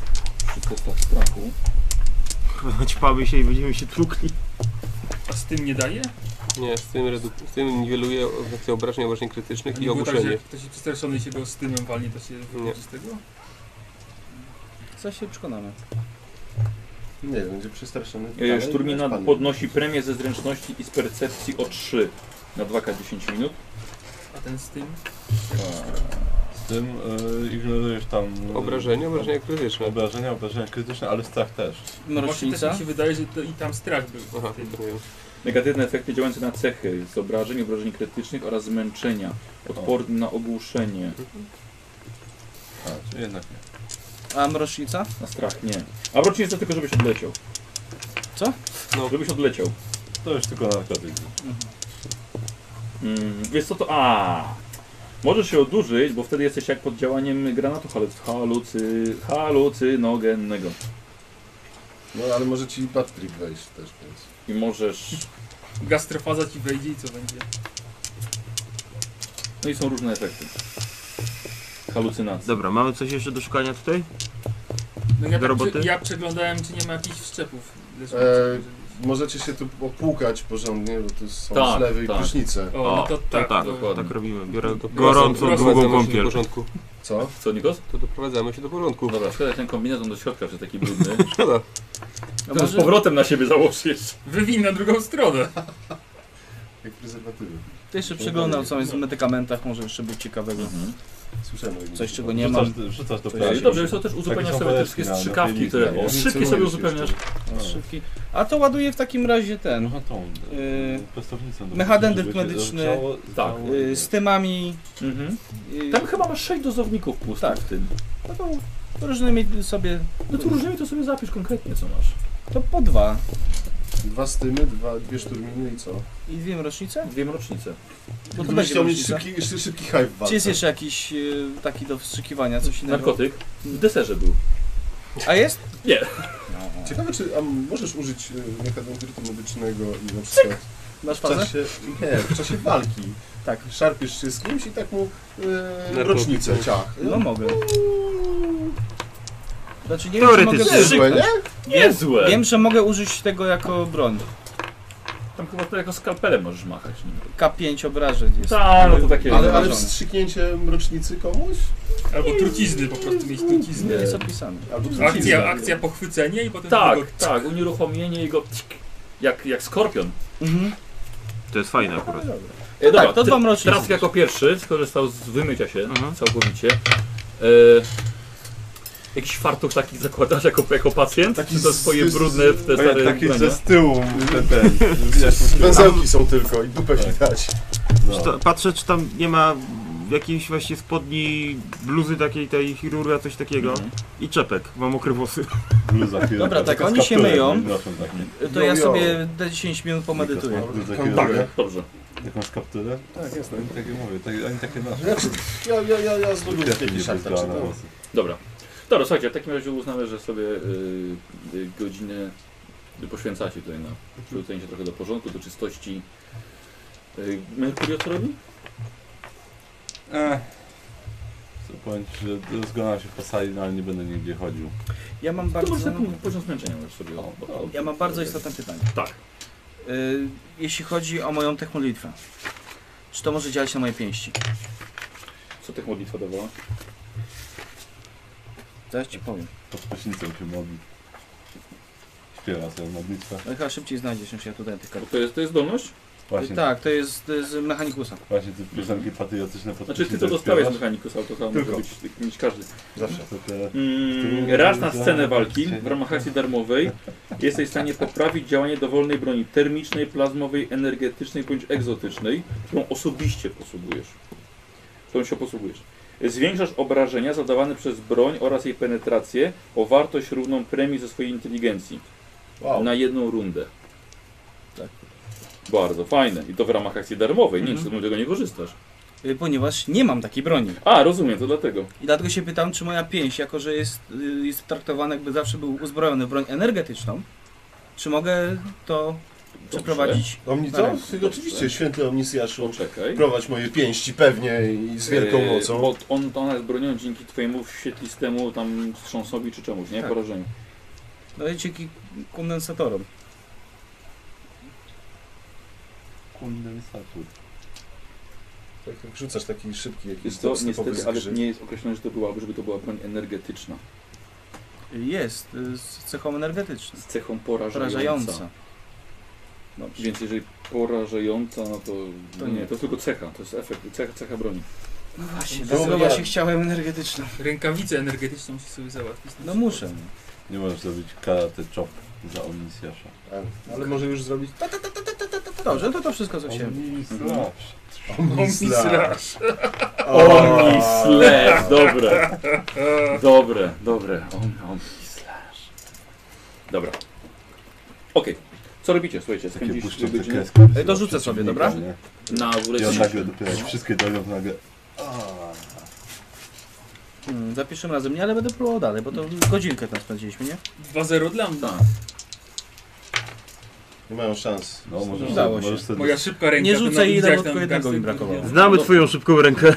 [SPEAKER 6] przy testach strachu.
[SPEAKER 4] Ćpamy się i będziemy się trukli.
[SPEAKER 2] A z tym nie daje?
[SPEAKER 6] Nie, z tym, redu- z tym niweluje reakcję obrażeń, obrażeń krytycznych
[SPEAKER 2] A nie
[SPEAKER 6] i
[SPEAKER 2] było tak, że
[SPEAKER 6] ogłuszenie.
[SPEAKER 2] jak ktoś jest przestraszony i się go z tymem walnie, to się
[SPEAKER 4] No.
[SPEAKER 2] wychodzi z tego?
[SPEAKER 5] Co się przekonamy?
[SPEAKER 3] Nie, będzie przestraszony.
[SPEAKER 1] E,
[SPEAKER 3] dalej,
[SPEAKER 1] Szturmina
[SPEAKER 3] jak pan.
[SPEAKER 1] podnosi premię ze zręczności i z percepcji o 3 na 2K10 minut.
[SPEAKER 2] A ten z tym?
[SPEAKER 8] Z tym y, ignorujesz tam... y,
[SPEAKER 6] Obrażenie, obrażenia krytyczne.
[SPEAKER 8] Obrażenia, obrażenia krytyczne, ale strach też.
[SPEAKER 1] No
[SPEAKER 2] Właśnie też
[SPEAKER 5] Mrocznica?
[SPEAKER 2] mi się wydaje, że to i tam strach był.
[SPEAKER 6] Aha,
[SPEAKER 2] w tym.
[SPEAKER 6] nie wiem.
[SPEAKER 1] Negatywne efekty działające na cechy z obrażeń, obrażeń krytycznych oraz zmęczenia. Odporny na ogłuszenie.
[SPEAKER 8] A, czyli jednak nie.
[SPEAKER 5] A mrocznica?
[SPEAKER 1] Na strach nie. A wróć jest to tylko, żebyś odleciał.
[SPEAKER 5] Co?
[SPEAKER 1] No. Żebyś odleciał.
[SPEAKER 8] To już tylko narkotyk.
[SPEAKER 1] Mm, wiesz co to... A. Możesz się odurzyć, bo wtedy jesteś jak pod działaniem granatu haluc- halucy, halucynogennego.
[SPEAKER 3] No ale może ci bad trip wejść też, więc...
[SPEAKER 1] I możesz...
[SPEAKER 2] Gastrofaza ci wejdzie i co będzie?
[SPEAKER 1] No i są różne efekty. Halucynacje.
[SPEAKER 4] Dobra, mamy coś jeszcze do szukania tutaj? Tak
[SPEAKER 2] No
[SPEAKER 4] Do
[SPEAKER 2] ja, tak,
[SPEAKER 4] roboty?
[SPEAKER 2] przy- ja przeglądałem, czy nie ma jakichś wszczepów.
[SPEAKER 3] Eee,
[SPEAKER 2] leżących.
[SPEAKER 3] Możecie się tu opłukać porządnie, bo tu są
[SPEAKER 1] Tak,
[SPEAKER 3] zlewy i
[SPEAKER 1] tak.
[SPEAKER 3] prysznice.
[SPEAKER 2] O, no to
[SPEAKER 4] to
[SPEAKER 2] tak.
[SPEAKER 4] tak,
[SPEAKER 2] to-
[SPEAKER 1] dokładnie.
[SPEAKER 4] Tak robimy. Biorę
[SPEAKER 6] To
[SPEAKER 4] gorącą,
[SPEAKER 6] doprowadzamy
[SPEAKER 4] długą
[SPEAKER 6] się Do
[SPEAKER 4] kąpiel.
[SPEAKER 6] porządku.
[SPEAKER 3] Co?
[SPEAKER 1] Co, Nikos?
[SPEAKER 6] To doprowadzamy się do porządku.
[SPEAKER 1] Dobra, wkładaj ten kombinezon do środka, że taki brudny.
[SPEAKER 6] Szkoda.
[SPEAKER 5] A
[SPEAKER 1] Teraz z
[SPEAKER 5] może
[SPEAKER 1] powrotem na siebie założ jeszcze.
[SPEAKER 2] Wywin na drugą stronę.
[SPEAKER 3] Jak prezerwatywy.
[SPEAKER 5] ty jeszcze przeglądał co jest w medykamentach, może jeszcze być ciekawego.
[SPEAKER 3] Słyszałem. o nich.
[SPEAKER 5] Coś czego nie mam.
[SPEAKER 8] Wrzucasz- Wrzucasz do
[SPEAKER 5] Coś
[SPEAKER 8] pracy.
[SPEAKER 1] Ej, Dobrze, wiesz co, też uzupełniasz
[SPEAKER 8] są
[SPEAKER 1] sobie te
[SPEAKER 8] poleczki
[SPEAKER 1] wszystkie
[SPEAKER 8] na- na
[SPEAKER 1] strzykawki,
[SPEAKER 8] filmik,
[SPEAKER 1] które...
[SPEAKER 8] nie?
[SPEAKER 1] O, szybkie sobie
[SPEAKER 3] Celujesz
[SPEAKER 1] uzupełniasz.
[SPEAKER 3] jeszcze.
[SPEAKER 8] No.
[SPEAKER 5] Szybki. A to ładuję w takim razie ten.
[SPEAKER 8] No tą
[SPEAKER 5] Yy,
[SPEAKER 8] yy, prostownicą.
[SPEAKER 5] mechadendryt medyczny,
[SPEAKER 1] tak,
[SPEAKER 5] Y, Z tymami.
[SPEAKER 1] Mhm.
[SPEAKER 5] y,
[SPEAKER 1] Tam chyba masz 6 dozowników pustych
[SPEAKER 5] Tak.
[SPEAKER 1] w tym.
[SPEAKER 5] No to różnymi sobie.
[SPEAKER 1] No to różnymi to sobie zapisz konkretnie, co masz.
[SPEAKER 5] To po dwa.
[SPEAKER 3] Dwa stymy, dwa, dwie szturminy i co?
[SPEAKER 5] I dwie rocznice?
[SPEAKER 1] Dwie rocznice.
[SPEAKER 5] No to
[SPEAKER 3] Gdybyś
[SPEAKER 5] będzie
[SPEAKER 3] chciał mieć
[SPEAKER 5] rocznica.
[SPEAKER 3] szybki, szy- szybki hype w walce.
[SPEAKER 5] Czy jest jeszcze jakiś y, taki do wstrzykiwania, coś
[SPEAKER 3] no.
[SPEAKER 5] innego?
[SPEAKER 1] Narkotyk. W deserze był.
[SPEAKER 5] A jest?
[SPEAKER 3] e, Ciekawe, czy a możesz użyć y, mechadendrytu medycznego i na przykład
[SPEAKER 5] Masz
[SPEAKER 3] W
[SPEAKER 5] fazę?
[SPEAKER 3] czasie, nie, w czasie walki.
[SPEAKER 5] Tak.
[SPEAKER 3] Szarpiesz się z kimś i tak mu yy,
[SPEAKER 8] Narkotyk.
[SPEAKER 3] rocznicę ciach.
[SPEAKER 5] No mogę. Znaczy nie wiem, czy mogę
[SPEAKER 4] Teoretycznie.
[SPEAKER 5] użyć...
[SPEAKER 3] Niezłe, nie?
[SPEAKER 1] Niezłe!
[SPEAKER 5] Wiem, że mogę użyć tego jako broń.
[SPEAKER 1] Tam chyba to jako skalpelem możesz machać nim.
[SPEAKER 5] K5 obrażeń jest.
[SPEAKER 1] Tak, no to takie...
[SPEAKER 3] Ale, ale
[SPEAKER 5] Zauważone.
[SPEAKER 3] wstrzyknięcie rocznicy komuś?
[SPEAKER 2] Albo trucizny, po prostu mieć trucizny.
[SPEAKER 5] Nie jest opisane.
[SPEAKER 3] Albo trucizna.
[SPEAKER 2] Akcja, akcja pochwycenie i potem...
[SPEAKER 1] Tak,
[SPEAKER 2] tego-
[SPEAKER 1] tak, unieruchomienie i go... Jak, jak skorpion.
[SPEAKER 5] Mhm.
[SPEAKER 4] To jest fajne akurat.
[SPEAKER 1] E, dobra,
[SPEAKER 5] tak, to
[SPEAKER 1] ty-
[SPEAKER 5] dwa mrocznice.
[SPEAKER 1] Teraz jako pierwszy skorzystał z wymycia się
[SPEAKER 4] Mhm.
[SPEAKER 1] całkowicie. E, jakiś fartuch taki zakładasz jako, jako pacjent?
[SPEAKER 3] Taki
[SPEAKER 1] czy to
[SPEAKER 3] z-
[SPEAKER 1] swoje
[SPEAKER 3] z-
[SPEAKER 1] brudne w
[SPEAKER 8] Tak
[SPEAKER 1] te stare
[SPEAKER 8] Takie,
[SPEAKER 1] ubrania?
[SPEAKER 8] że z tyłu
[SPEAKER 5] (laughs)
[SPEAKER 8] ten, ten, widać mu tył.
[SPEAKER 3] Węzełki są tylko i dupę widać.
[SPEAKER 8] No.
[SPEAKER 4] Czy to- Patrzę, czy tam nie ma jakiejś właśnie spodni, bluzy takiej, tej chirurga, coś takiego.
[SPEAKER 1] Mhm.
[SPEAKER 4] I czepek, mam mokre wosy.
[SPEAKER 8] Bluza, chwilę,
[SPEAKER 5] Dobra, tak,
[SPEAKER 8] taka z
[SPEAKER 5] oni się
[SPEAKER 8] kapturem,
[SPEAKER 5] myją.
[SPEAKER 8] noszą taki.
[SPEAKER 5] To
[SPEAKER 3] Jo,
[SPEAKER 5] ja
[SPEAKER 3] jo.
[SPEAKER 5] sobie te 10 minut pomedytuję.
[SPEAKER 8] Bluza,
[SPEAKER 1] Tak,
[SPEAKER 8] chirurga.
[SPEAKER 1] dobrze.
[SPEAKER 8] Taką skapturę? Tak, jest, oni takie mówię, tak, oni takie nasze.
[SPEAKER 3] Znaczy, ja, ja, ja, ja z
[SPEAKER 8] Lubię
[SPEAKER 3] lubię
[SPEAKER 8] takie
[SPEAKER 3] taki szarp,
[SPEAKER 8] bezglane
[SPEAKER 3] znaczy, no.
[SPEAKER 8] włosy.
[SPEAKER 1] Dobra. Dobra, słuchajcie, w takim razie uznamy, że sobie y, y, godzinę poświęcacie tutaj na przywrócenie się trochę do porządku, do czystości. Y, Merkurio co robi?
[SPEAKER 8] Ech. Chcę powiedzieć, że rozglądam się po sali, no ale nie będę nigdzie chodził.
[SPEAKER 5] Ja mam
[SPEAKER 1] To może
[SPEAKER 5] bardzo,
[SPEAKER 1] taki poziom zmęczenia możesz sobie o, o,
[SPEAKER 5] ja mam bardzo istotne pytanie.
[SPEAKER 1] Tak.
[SPEAKER 5] Y, jeśli chodzi o moją techmodlitwę, czy to może działać na moje pięści?
[SPEAKER 1] Co tych modlitwa dawała?
[SPEAKER 5] Zaraz ci powiem.
[SPEAKER 8] Pod prysznicą się modli. Śpiewa sobie modlitwę.
[SPEAKER 5] Ale No chyba szybciej znajdziesz niż ja tutaj tych
[SPEAKER 1] Bo
[SPEAKER 5] kart.
[SPEAKER 1] to jest, to jest zdolność? Znaczy,
[SPEAKER 8] Właśnie,
[SPEAKER 5] Tak, to jest y, z mechanikusa.
[SPEAKER 8] właśnie te piosenki patriotyczne pod
[SPEAKER 1] Znaczy ty to
[SPEAKER 8] prysznicem
[SPEAKER 1] dostałeś z
[SPEAKER 8] śpiewasz?
[SPEAKER 1] mechanikus, ale to chyba
[SPEAKER 8] Tylko.
[SPEAKER 1] może być ty- mieć każdy.
[SPEAKER 5] no.
[SPEAKER 8] Zawsze. To te...
[SPEAKER 1] Mm, raz na scenę walki w ramach akcji darmowej jesteś w stanie poprawić działanie dowolnej broni termicznej, plazmowej, energetycznej bądź egzotycznej, którą osobiście posługujesz. Którą się posługujesz. Zwiększasz obrażenia zadawane przez broń oraz jej penetrację o wartość równą premii ze swojej inteligencji
[SPEAKER 3] Wow.
[SPEAKER 1] na jedną rundę.
[SPEAKER 5] Tak.
[SPEAKER 1] Bardzo fajne. I to w ramach akcji darmowej. Nie wiem,
[SPEAKER 5] Mhm.
[SPEAKER 1] czy z tego nie korzystasz.
[SPEAKER 5] Y, ponieważ nie mam takiej broni.
[SPEAKER 1] A, rozumiem, to dlatego.
[SPEAKER 5] I dlatego się pytam, czy moja pięść, jako że jest, y, jest traktowana jakby zawsze był uzbrojony w broń energetyczną, czy mogę to przeprowadzić?
[SPEAKER 3] Omnicą?
[SPEAKER 1] Tak.
[SPEAKER 3] No, Oczywiście, święty omnisjaszu.
[SPEAKER 1] Poczekaj.
[SPEAKER 3] Prowadź moje pięści pewnie i z wielką
[SPEAKER 1] Eee,
[SPEAKER 3] mocą.
[SPEAKER 1] Bo on, ona jest bronią dzięki twojemu świetlistemu tam wstrząsowi czy czemuś, nie?
[SPEAKER 5] Tak.
[SPEAKER 1] Porażeniu.
[SPEAKER 5] No i dzięki kondensatorom.
[SPEAKER 8] Kundy wystarczy.
[SPEAKER 3] Tak, jak rzucasz taki szybki jakiś
[SPEAKER 1] Jest to
[SPEAKER 3] dubstepowy
[SPEAKER 1] niestety, ale
[SPEAKER 3] zgrzyt.
[SPEAKER 1] nie jest określone, że to była, żeby to była broń energetyczna.
[SPEAKER 5] Jest, y, z cechą energetyczną.
[SPEAKER 1] Z cechą porażająca.
[SPEAKER 5] Porażająca.
[SPEAKER 1] Dobrze. Więc jeżeli porażająca, no to,
[SPEAKER 5] To
[SPEAKER 1] nie,
[SPEAKER 5] nie.
[SPEAKER 1] to tylko cecha, to jest efekt, cecha, cecha broni.
[SPEAKER 5] No właśnie,
[SPEAKER 3] Było
[SPEAKER 5] dlatego
[SPEAKER 3] jak-
[SPEAKER 5] właśnie chciałem energetyczną.
[SPEAKER 2] Rękawicę energetyczną tak. musisz sobie załatwić.
[SPEAKER 5] No muszę.
[SPEAKER 8] Nie możesz zrobić karate chop za omnisjasza.
[SPEAKER 3] Ale- Ale może już zrobić...
[SPEAKER 5] Dobrze, to to wszystko, co chciałem.
[SPEAKER 8] Omnisjasz.
[SPEAKER 2] Omnislash.
[SPEAKER 3] tak.
[SPEAKER 1] Omnislash, dobre. Dobre, dobre. Om- Omnislash. Dobra. Okej. Co robicie? Słuchajcie,
[SPEAKER 8] Takie
[SPEAKER 1] spędziliście
[SPEAKER 8] puszczące
[SPEAKER 1] godzinę
[SPEAKER 8] kreski. tak
[SPEAKER 5] Ej, dorzucę sobie, dobra?
[SPEAKER 8] Nie?
[SPEAKER 1] na
[SPEAKER 8] I on
[SPEAKER 1] uleceniu.
[SPEAKER 8] nagle dopiero jak wszystkie dojdą, to nagle... "A".
[SPEAKER 5] Hmm, za pierwszym razem nie, ale będę próbował dalej, bo to godzinkę tam spędziliśmy, nie?
[SPEAKER 2] 2-0 dla mnie.
[SPEAKER 1] Tak.
[SPEAKER 3] Nie mają szans.
[SPEAKER 8] No, możesz,
[SPEAKER 5] Udało
[SPEAKER 8] sobie- możesz sobie...
[SPEAKER 2] Moja szybka ręka.
[SPEAKER 5] Nie
[SPEAKER 2] to
[SPEAKER 5] rzucaj
[SPEAKER 2] na-
[SPEAKER 5] ile,
[SPEAKER 2] widziałeś
[SPEAKER 5] bo
[SPEAKER 2] tam
[SPEAKER 5] tylko jednego
[SPEAKER 2] garstek
[SPEAKER 5] mi brakowało.
[SPEAKER 2] drugiego.
[SPEAKER 4] Znamy twoją szybką rękę.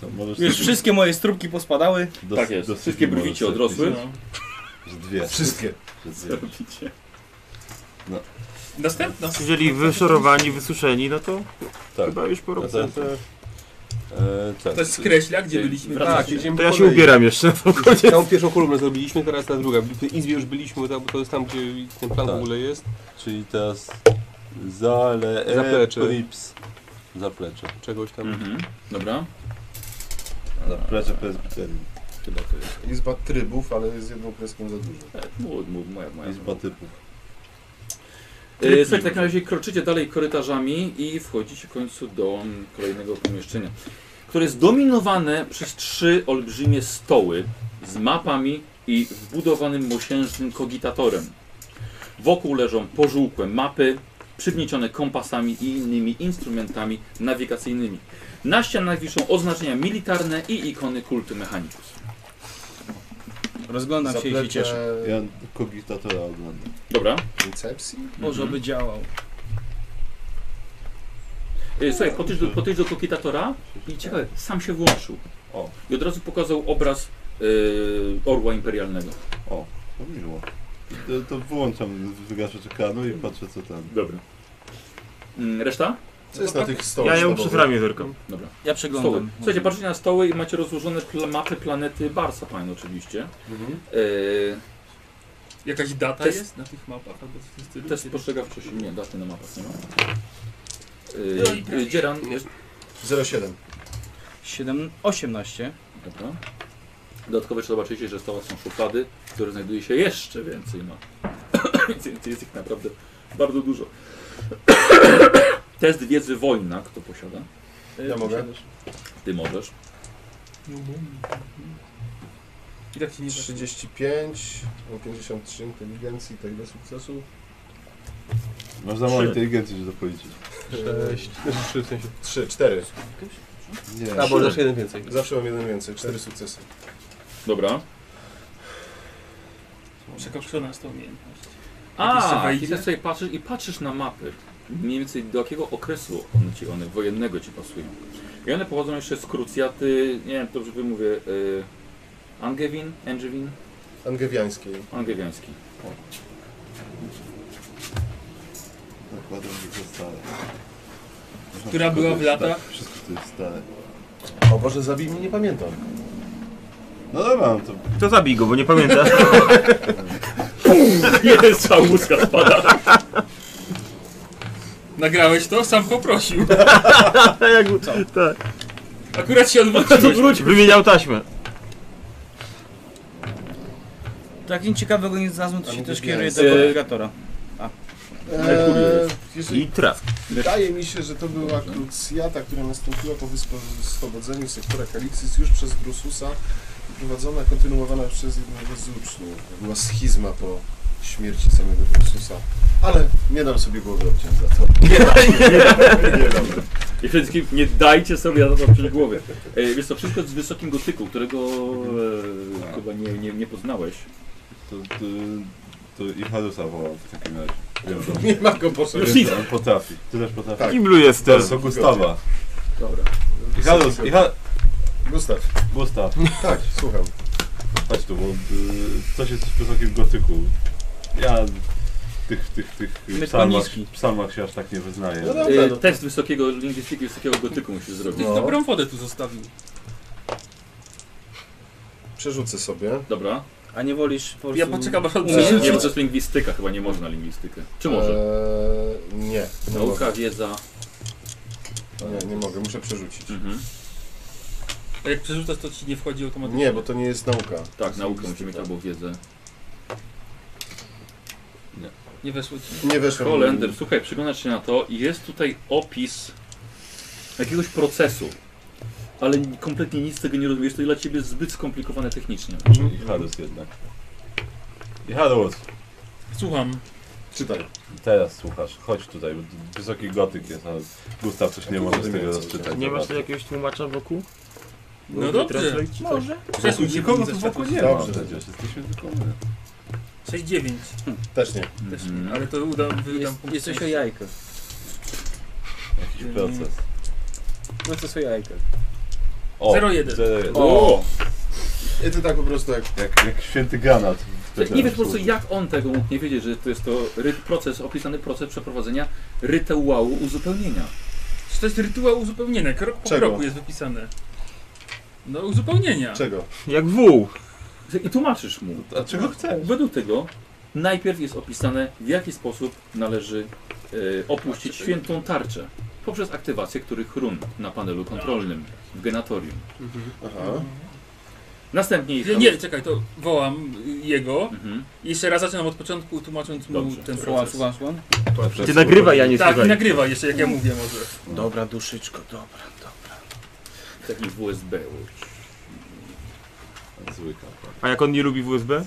[SPEAKER 8] co, Możesz
[SPEAKER 5] Już
[SPEAKER 8] sobie-
[SPEAKER 5] wszystkie moje stróbki pospadały.
[SPEAKER 8] do-
[SPEAKER 1] Tak jest.
[SPEAKER 8] do
[SPEAKER 1] Wszystkie
[SPEAKER 8] Sybii
[SPEAKER 1] brwicie
[SPEAKER 8] możesz
[SPEAKER 1] odrosły.
[SPEAKER 8] sobie-
[SPEAKER 2] No.
[SPEAKER 8] Że dwie.
[SPEAKER 3] Wszystkie.
[SPEAKER 8] Że dwie.
[SPEAKER 2] Następna.
[SPEAKER 4] Jeżeli wyszorowani, wysuszeni, no to
[SPEAKER 8] Tak.
[SPEAKER 4] chyba już
[SPEAKER 8] No
[SPEAKER 4] po roku.
[SPEAKER 8] to, to, e, tak.
[SPEAKER 2] Ktoś skreśla, gdzie byliśmy. Tak.
[SPEAKER 5] Tak,
[SPEAKER 1] Wracacie.
[SPEAKER 4] To ja się ubieram jeszcze.
[SPEAKER 10] Tą pierwszą kolumnę zrobiliśmy, teraz ta druga. W tej izbie już byliśmy, tak, bo to jest tam, gdzie ten plan w
[SPEAKER 8] Tak.
[SPEAKER 10] ogóle jest.
[SPEAKER 8] Czyli teraz zale... e,
[SPEAKER 10] Zaplecze.
[SPEAKER 8] Prips. Zaplecze.
[SPEAKER 10] Czegoś tam.
[SPEAKER 1] Mhm. Dobra.
[SPEAKER 8] Zaplecze prezbiterii.
[SPEAKER 1] Chyba to jest.
[SPEAKER 3] Izba trybów, ale z jedną kreską za dużo.
[SPEAKER 1] E, Mów, mów, moja, moja.
[SPEAKER 8] Izba typów.
[SPEAKER 1] E, Słuchaj, w takim razie kroczycie dalej korytarzami i wchodzicie w końcu do mm, kolejnego pomieszczenia, które jest dominowane przez trzy olbrzymie stoły z mapami i wbudowanym mosiężnym kogitatorem. Wokół leżą pożółkłe mapy, przygniecione kompasami i innymi instrumentami nawigacyjnymi. Na ścianach wiszą oznaczenia militarne i ikony kultu Mechanicus.
[SPEAKER 5] Rozglądam się i się cieszę.
[SPEAKER 8] Ja kogitatora oglądam.
[SPEAKER 1] Dobra.
[SPEAKER 3] Incepcji?
[SPEAKER 1] Mhm.
[SPEAKER 5] Może by działał.
[SPEAKER 1] E, Słuchaj, potyż do, potyż do kokitatora i ciekawe, sam się włączył.
[SPEAKER 8] O.
[SPEAKER 1] I od razu pokazał obraz e, orła imperialnego.
[SPEAKER 8] To miło. To, to wyłączam wygaszacz ekranu i patrzę co tam.
[SPEAKER 1] Dobra. Mm, Reszta?
[SPEAKER 3] Co jest na tych stołach?
[SPEAKER 4] Ja ją przez
[SPEAKER 3] sztabowych?
[SPEAKER 4] ramię zerkam.
[SPEAKER 1] Dobra.
[SPEAKER 5] Ja
[SPEAKER 1] Stoły.
[SPEAKER 5] przeglądam.
[SPEAKER 1] Słuchajcie, patrzycie na stoły i macie rozłożone pl mapy planety Barsa Pine oczywiście.
[SPEAKER 10] Mhm.
[SPEAKER 1] E,
[SPEAKER 2] Jakaś data
[SPEAKER 1] Test-
[SPEAKER 2] jest na tych mapach albo coś w tym stylu?
[SPEAKER 1] Test
[SPEAKER 2] Kiedy-
[SPEAKER 1] spostrzegawczości. Nie, daty na mapach nie ma.
[SPEAKER 2] No i
[SPEAKER 1] Yy,
[SPEAKER 2] proszę.
[SPEAKER 1] Dzieran.
[SPEAKER 3] 07.
[SPEAKER 5] 7, 18.
[SPEAKER 1] Dobra. Dodatkowo jeszcze zobaczycie, że w stołach są szuflady, w których znajduje się jeszcze więcej (coughs) map. Więc więc jest ich naprawdę bardzo dużo. (coughs) Test wiedzy wojna, kto posiada.
[SPEAKER 4] Eee,
[SPEAKER 3] Ja mogę.
[SPEAKER 1] Ty możesz.
[SPEAKER 2] No, bo- I tak się nie
[SPEAKER 3] 35, mam 53 inteligencji, tak do sukcesu.
[SPEAKER 8] Masz za mało
[SPEAKER 1] Trzy.
[SPEAKER 8] inteligencji, żeby to policzyć.
[SPEAKER 10] 6, 3 w sensie.
[SPEAKER 3] 3, 4.
[SPEAKER 8] Nie.
[SPEAKER 10] A, bo zawsze jeden więcej.
[SPEAKER 3] Zawsze mam jeden więcej, 4 sukcesy.
[SPEAKER 1] Dobra.
[SPEAKER 2] Przekroczona jest to umiejętność. Jakiś
[SPEAKER 1] A,
[SPEAKER 2] sobie
[SPEAKER 1] i
[SPEAKER 2] idzie?
[SPEAKER 1] teraz sobie patrzysz i patrzysz na mapy. Mniej więcej do jakiego okresu one ci, one wojennego ci pasują. I one pochodzą jeszcze z krucjaty, nie wiem, dobrze wymówię, y, Angewin, Angewin,
[SPEAKER 3] Angewiańskiej.
[SPEAKER 1] Angewiański.
[SPEAKER 8] Nakładam, że to stare.
[SPEAKER 2] Która była
[SPEAKER 8] Wszystko to
[SPEAKER 2] w
[SPEAKER 8] jest sta-
[SPEAKER 2] latach?
[SPEAKER 8] Wszystko to jest stare.
[SPEAKER 3] O Boże, zabij mnie, nie pamiętam.
[SPEAKER 8] No dobra, no to
[SPEAKER 4] To zabij go, bo nie pamięta. (laughs)
[SPEAKER 1] Jeden strzał łuska spada.
[SPEAKER 2] Nagrałeś to? Sam poprosił.
[SPEAKER 4] Jak, tak.
[SPEAKER 2] Akurat się
[SPEAKER 4] No.
[SPEAKER 2] odwróciłeś.
[SPEAKER 4] Wymieniał taśmę.
[SPEAKER 5] Tak nic ciekawego nie znalazłem, to się
[SPEAKER 3] Tam
[SPEAKER 5] też
[SPEAKER 3] gdzie
[SPEAKER 5] kieruje
[SPEAKER 3] jest,
[SPEAKER 5] do
[SPEAKER 1] e,
[SPEAKER 5] komunikatora.
[SPEAKER 3] Eee, jeżeli
[SPEAKER 4] I trask.
[SPEAKER 3] Wydaje mi się, że to była krucjata, która nastąpiła po wyswobodzeniu sektora Kalixis już przez Drususa i prowadzona, kontynuowana przez jednego z uczniów. Była schizma po śmierci samego Drususa. Ale nie dam sobie głowy obciąć za to. (laughs)
[SPEAKER 1] I przede wszystkim nie dajcie sobie na to przez głowę. Y, Wiesz to wszystko jest z wysokim gotyku, którego e, chyba nie, nie, nie poznałeś.
[SPEAKER 8] To, to, to i Harusa wołam w takim razie. Wiem, że on-
[SPEAKER 3] Nie ma go po sobie.
[SPEAKER 8] wiem, że on potrafi. Ty też potrafisz.
[SPEAKER 3] Tak.
[SPEAKER 4] Kiblu jest
[SPEAKER 8] To
[SPEAKER 4] ten.
[SPEAKER 8] jest do Gustawa.
[SPEAKER 1] Dobra.
[SPEAKER 8] I Harus, i ha...
[SPEAKER 3] Gustaw,
[SPEAKER 8] Gustaw,
[SPEAKER 3] tak, słucham.
[SPEAKER 8] chodź tu, bo y, coś jest w wysokim gotyku. Ja tych, tych, tych
[SPEAKER 5] Lekko
[SPEAKER 8] psalmach,
[SPEAKER 5] niski.
[SPEAKER 8] psalmach się aż tak nie wyznaję.
[SPEAKER 3] No
[SPEAKER 1] Y,
[SPEAKER 3] dobra, no.
[SPEAKER 1] Test wysokiego lingwistyki, wysokiego gotyku musisz zrobić.
[SPEAKER 2] Ktoś
[SPEAKER 3] No.
[SPEAKER 2] dobrą wodę tu zostawił.
[SPEAKER 3] Przerzucę sobie.
[SPEAKER 1] Dobra.
[SPEAKER 5] A nie wolisz po prostu...
[SPEAKER 2] Ja poczekam, aż on
[SPEAKER 3] Nie,
[SPEAKER 1] Nie,
[SPEAKER 2] przerzuci.
[SPEAKER 1] bo to jest lingwistyka, chyba nie można lingwistykę. Czy może?
[SPEAKER 3] Eee, nie, nie mogę.
[SPEAKER 1] Nauka, wiedza.
[SPEAKER 3] Nie, nie mogę, muszę przerzucić.
[SPEAKER 1] Mhm.
[SPEAKER 2] A jak przerzucasz, to ci nie wchodzi automatycznie.
[SPEAKER 3] Nie, bo to nie jest nauka.
[SPEAKER 1] Tak, naukę musimy mieć albo wiedzę.
[SPEAKER 2] Nie weszło ci.
[SPEAKER 3] Nie weszło. mi-
[SPEAKER 1] Holender, słuchaj, przyglądasz się na to i jest tutaj opis jakiegoś procesu, ale kompletnie nic z tego nie rozumiesz, to dla ciebie jest zbyt skomplikowane technicznie.
[SPEAKER 8] I Harus jednak. I Harus,
[SPEAKER 2] Słucham.
[SPEAKER 3] Czytaj.
[SPEAKER 8] teraz słuchasz, chodź tutaj, bo tu wysoki gotyk jest, ale Gustaw coś nie może z tego rozczytać.
[SPEAKER 4] Nie masz
[SPEAKER 8] Zobacz.
[SPEAKER 4] tu jakiegoś tłumacza wokół?
[SPEAKER 2] No
[SPEAKER 4] Google
[SPEAKER 2] dobrze.
[SPEAKER 4] Translate czy coś?
[SPEAKER 2] Przesuń się
[SPEAKER 8] Nikogo
[SPEAKER 2] komu
[SPEAKER 8] tu
[SPEAKER 2] ze
[SPEAKER 8] wokół
[SPEAKER 2] światła.
[SPEAKER 8] nie ma
[SPEAKER 3] Dobrze.
[SPEAKER 8] przecież, jesteśmy tylko my.
[SPEAKER 2] 6-9.
[SPEAKER 3] Też nie.
[SPEAKER 2] Też
[SPEAKER 1] Mhm.
[SPEAKER 2] nie, ale to uda, wydam
[SPEAKER 5] Jest,
[SPEAKER 2] punkt
[SPEAKER 5] jesteś o
[SPEAKER 2] szczęścia.
[SPEAKER 5] jajkach.
[SPEAKER 8] Jakiś
[SPEAKER 2] Mm.
[SPEAKER 8] proces.
[SPEAKER 5] No to są jajka.
[SPEAKER 8] O,
[SPEAKER 2] Zero jeden.
[SPEAKER 8] zero jeden.
[SPEAKER 1] O!
[SPEAKER 3] I ty tak po prostu jak
[SPEAKER 8] Jak, jak święty granat.
[SPEAKER 1] Słuchaj, Nie wiesz po prostu jak on tego mógł nie wiedzieć, że to jest to ry- proces, opisany proces przeprowadzenia rytuału uzupełnienia.
[SPEAKER 2] Czy to jest rytuał uzupełnienia? Krok po
[SPEAKER 3] Czego?
[SPEAKER 2] kroku jest wypisane. No uzupełnienia.
[SPEAKER 3] Czego?
[SPEAKER 4] Jak wół.
[SPEAKER 1] I tłumaczysz
[SPEAKER 2] No
[SPEAKER 1] mu.
[SPEAKER 8] A czego
[SPEAKER 2] tak.
[SPEAKER 8] chcesz?
[SPEAKER 1] Według tego najpierw jest opisane, w jaki sposób należy e, opuścić
[SPEAKER 2] Znaczy,
[SPEAKER 1] świętą tarczę poprzez aktywację których run na panelu kontrolnym w genatorium.
[SPEAKER 3] Aha.
[SPEAKER 1] Następnie jest
[SPEAKER 2] Nie,
[SPEAKER 1] tam-
[SPEAKER 2] nie, czekaj, to wołam y, jego.
[SPEAKER 1] Mhm.
[SPEAKER 2] Jeszcze raz zaczynam od początku, tłumacząc mu
[SPEAKER 1] Dobrze.
[SPEAKER 2] ten
[SPEAKER 5] Słucham,
[SPEAKER 2] proces.
[SPEAKER 5] słucham, słucham.
[SPEAKER 4] Ty nagrywaj, ja nie
[SPEAKER 2] Tak, i
[SPEAKER 4] słuchaj.
[SPEAKER 2] nagrywa jeszcze, jak ja mówię może.
[SPEAKER 5] Dobra duszyczko, dobra, dobra.
[SPEAKER 1] Taki Tak w USB.
[SPEAKER 8] Zły kapłan.
[SPEAKER 4] A jak on nie lubi WSB?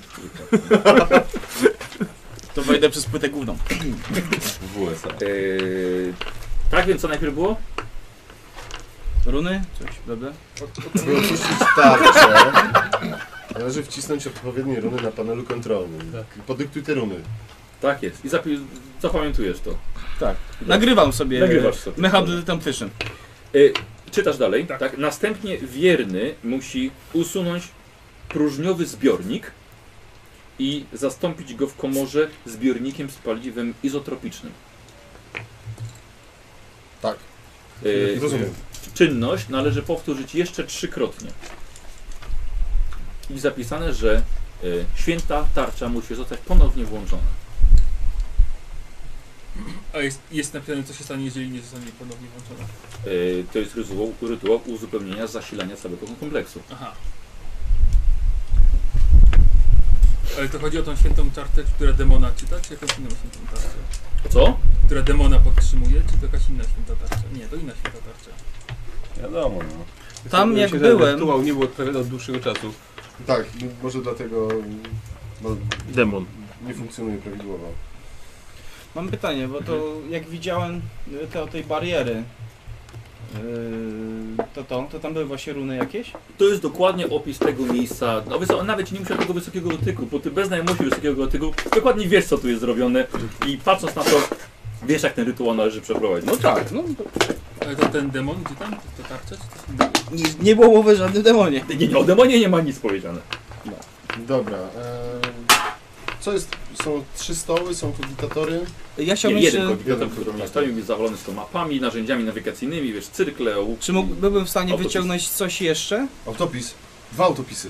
[SPEAKER 5] To wejdę przez płytę główną.
[SPEAKER 8] W USA.
[SPEAKER 1] Eee, tak więc co najpierw było?
[SPEAKER 5] Runy? Coś, dobra?
[SPEAKER 3] By opuścić tarczę, należy wcisnąć odpowiednie runy na panelu kontrolnym. Podyktuj te runy.
[SPEAKER 1] Tak jest. I zapi- zapamiętujesz to.
[SPEAKER 8] Tak.
[SPEAKER 5] Nagrywam sobie
[SPEAKER 1] Nagrywasz sobie.
[SPEAKER 5] Mechable Temptation.
[SPEAKER 1] Y, czytasz dalej.
[SPEAKER 2] Tak.
[SPEAKER 1] Tak. Następnie wierny musi usunąć próżniowy zbiornik i zastąpić go w komorze zbiornikiem z paliwem izotropicznym.
[SPEAKER 3] Tak.
[SPEAKER 1] Y,
[SPEAKER 3] Rozumiem.
[SPEAKER 1] czynność należy powtórzyć jeszcze trzykrotnie. I zapisane, że y, święta tarcza musi zostać ponownie włączona.
[SPEAKER 2] A jest, jest napisane, co się stanie, jeżeli nie zostanie ponownie włączona.
[SPEAKER 1] Y, to jest rytuał, rytuał uzupełnienia zasilania całego kompleksu.
[SPEAKER 2] Aha. Ale to chodzi o tą świętą czartę, która demona czyta, czy jakąś inną świętą tarczę?
[SPEAKER 1] Co?
[SPEAKER 2] Która demona podtrzymuje, czy to jakaś inna święta tarcza? Nie, to inna święta tarcza.
[SPEAKER 8] Wiadomo, no.
[SPEAKER 5] Tam jak
[SPEAKER 10] Się ten
[SPEAKER 5] byłem-
[SPEAKER 10] Rytuał nie był odprawiany od dłuższego czasu.
[SPEAKER 3] Tak, i może dlatego mm, no,
[SPEAKER 4] Demon.
[SPEAKER 3] nie funkcjonuje prawidłowo.
[SPEAKER 5] Mam pytanie, bo to jak widziałem y, te, tej bariery, y, to, to, to tam były właśnie runy jakieś?
[SPEAKER 1] To jest dokładnie opis tego miejsca. No, wyso- nawet ci nie musiał tego wysokiego dotyku, bo ty bez znajomości wysokiego dotyku dokładnie wiesz, co tu jest zrobione i patrząc na to, wiesz, jak ten rytuał należy przeprowadzić. No tak, no
[SPEAKER 2] Ale to ten demon, gdzie tam? To, to tarcza, czy to inna?
[SPEAKER 5] Nie, nie było mowy o żadnym demonie.
[SPEAKER 1] nie, nie, o demonie nie ma nic powiedziane.
[SPEAKER 3] Dobra. E, co jest? Są trzy stoły, są kogitatory.
[SPEAKER 5] Ja
[SPEAKER 1] Nie,
[SPEAKER 5] chciałbym
[SPEAKER 1] jeden
[SPEAKER 5] jeszcze...
[SPEAKER 1] komputer, który mnie stawił, jest zawalony z to mapami, narzędziami nawigacyjnymi, wiesz, cyrkle, łuk.
[SPEAKER 5] Czy mógłbym w stanie
[SPEAKER 1] Autopis.
[SPEAKER 5] wyciągnąć coś jeszcze?
[SPEAKER 3] Autopis. Dwa autopisy.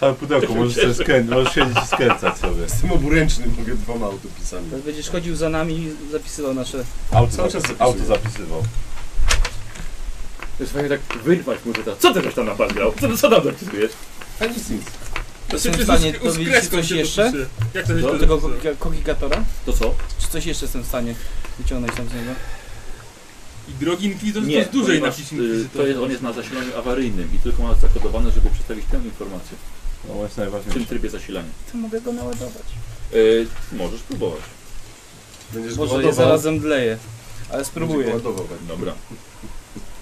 [SPEAKER 8] Całe pudełko
[SPEAKER 2] (laughs)
[SPEAKER 8] możesz, sobie skrę- możesz siedzieć i skręcać sobie.
[SPEAKER 3] Z tym oburęcznym mogę dwoma autopisami.
[SPEAKER 5] Tak Będziesz chodził za nami i zapisywał nasze...
[SPEAKER 8] Auto,
[SPEAKER 3] Cały czas
[SPEAKER 8] zapis- auto zapisywał.
[SPEAKER 1] To jest fajnie tak wyrwać mu to, co ty żeś tam nabawiał? Co, co tam dopisujesz?
[SPEAKER 3] A nic, nic.
[SPEAKER 5] Jestem
[SPEAKER 2] się
[SPEAKER 5] w stanie
[SPEAKER 2] Znaczy, z- z
[SPEAKER 5] dowiedzieć
[SPEAKER 2] kreską
[SPEAKER 5] coś
[SPEAKER 2] się
[SPEAKER 5] jeszcze?
[SPEAKER 2] dopisze. Jak to się
[SPEAKER 1] Do
[SPEAKER 2] to
[SPEAKER 5] Do tego
[SPEAKER 2] dopisze?
[SPEAKER 5] kogi- kogigatora?
[SPEAKER 1] To co?
[SPEAKER 5] Czy coś jeszcze jestem w stanie wyciągnąć tam z niego?
[SPEAKER 2] I drogi inkwizytor to jest dłużej
[SPEAKER 1] ponieważ,
[SPEAKER 2] napis
[SPEAKER 1] y, to jest, on jest na zasilaniu awaryjnym i tylko ma zakodowane, żeby przedstawić tę informację,
[SPEAKER 8] No właśnie
[SPEAKER 1] w tym
[SPEAKER 8] najważniejsze.
[SPEAKER 1] trybie zasilania.
[SPEAKER 5] To mogę go naładować.
[SPEAKER 1] Y, możesz próbować.
[SPEAKER 3] Będziesz go
[SPEAKER 5] Boże, ja
[SPEAKER 3] ładował.
[SPEAKER 5] zaraz zemdleję. Ale
[SPEAKER 3] Będzie go
[SPEAKER 5] spróbuję.
[SPEAKER 3] ładował.
[SPEAKER 1] Dobra.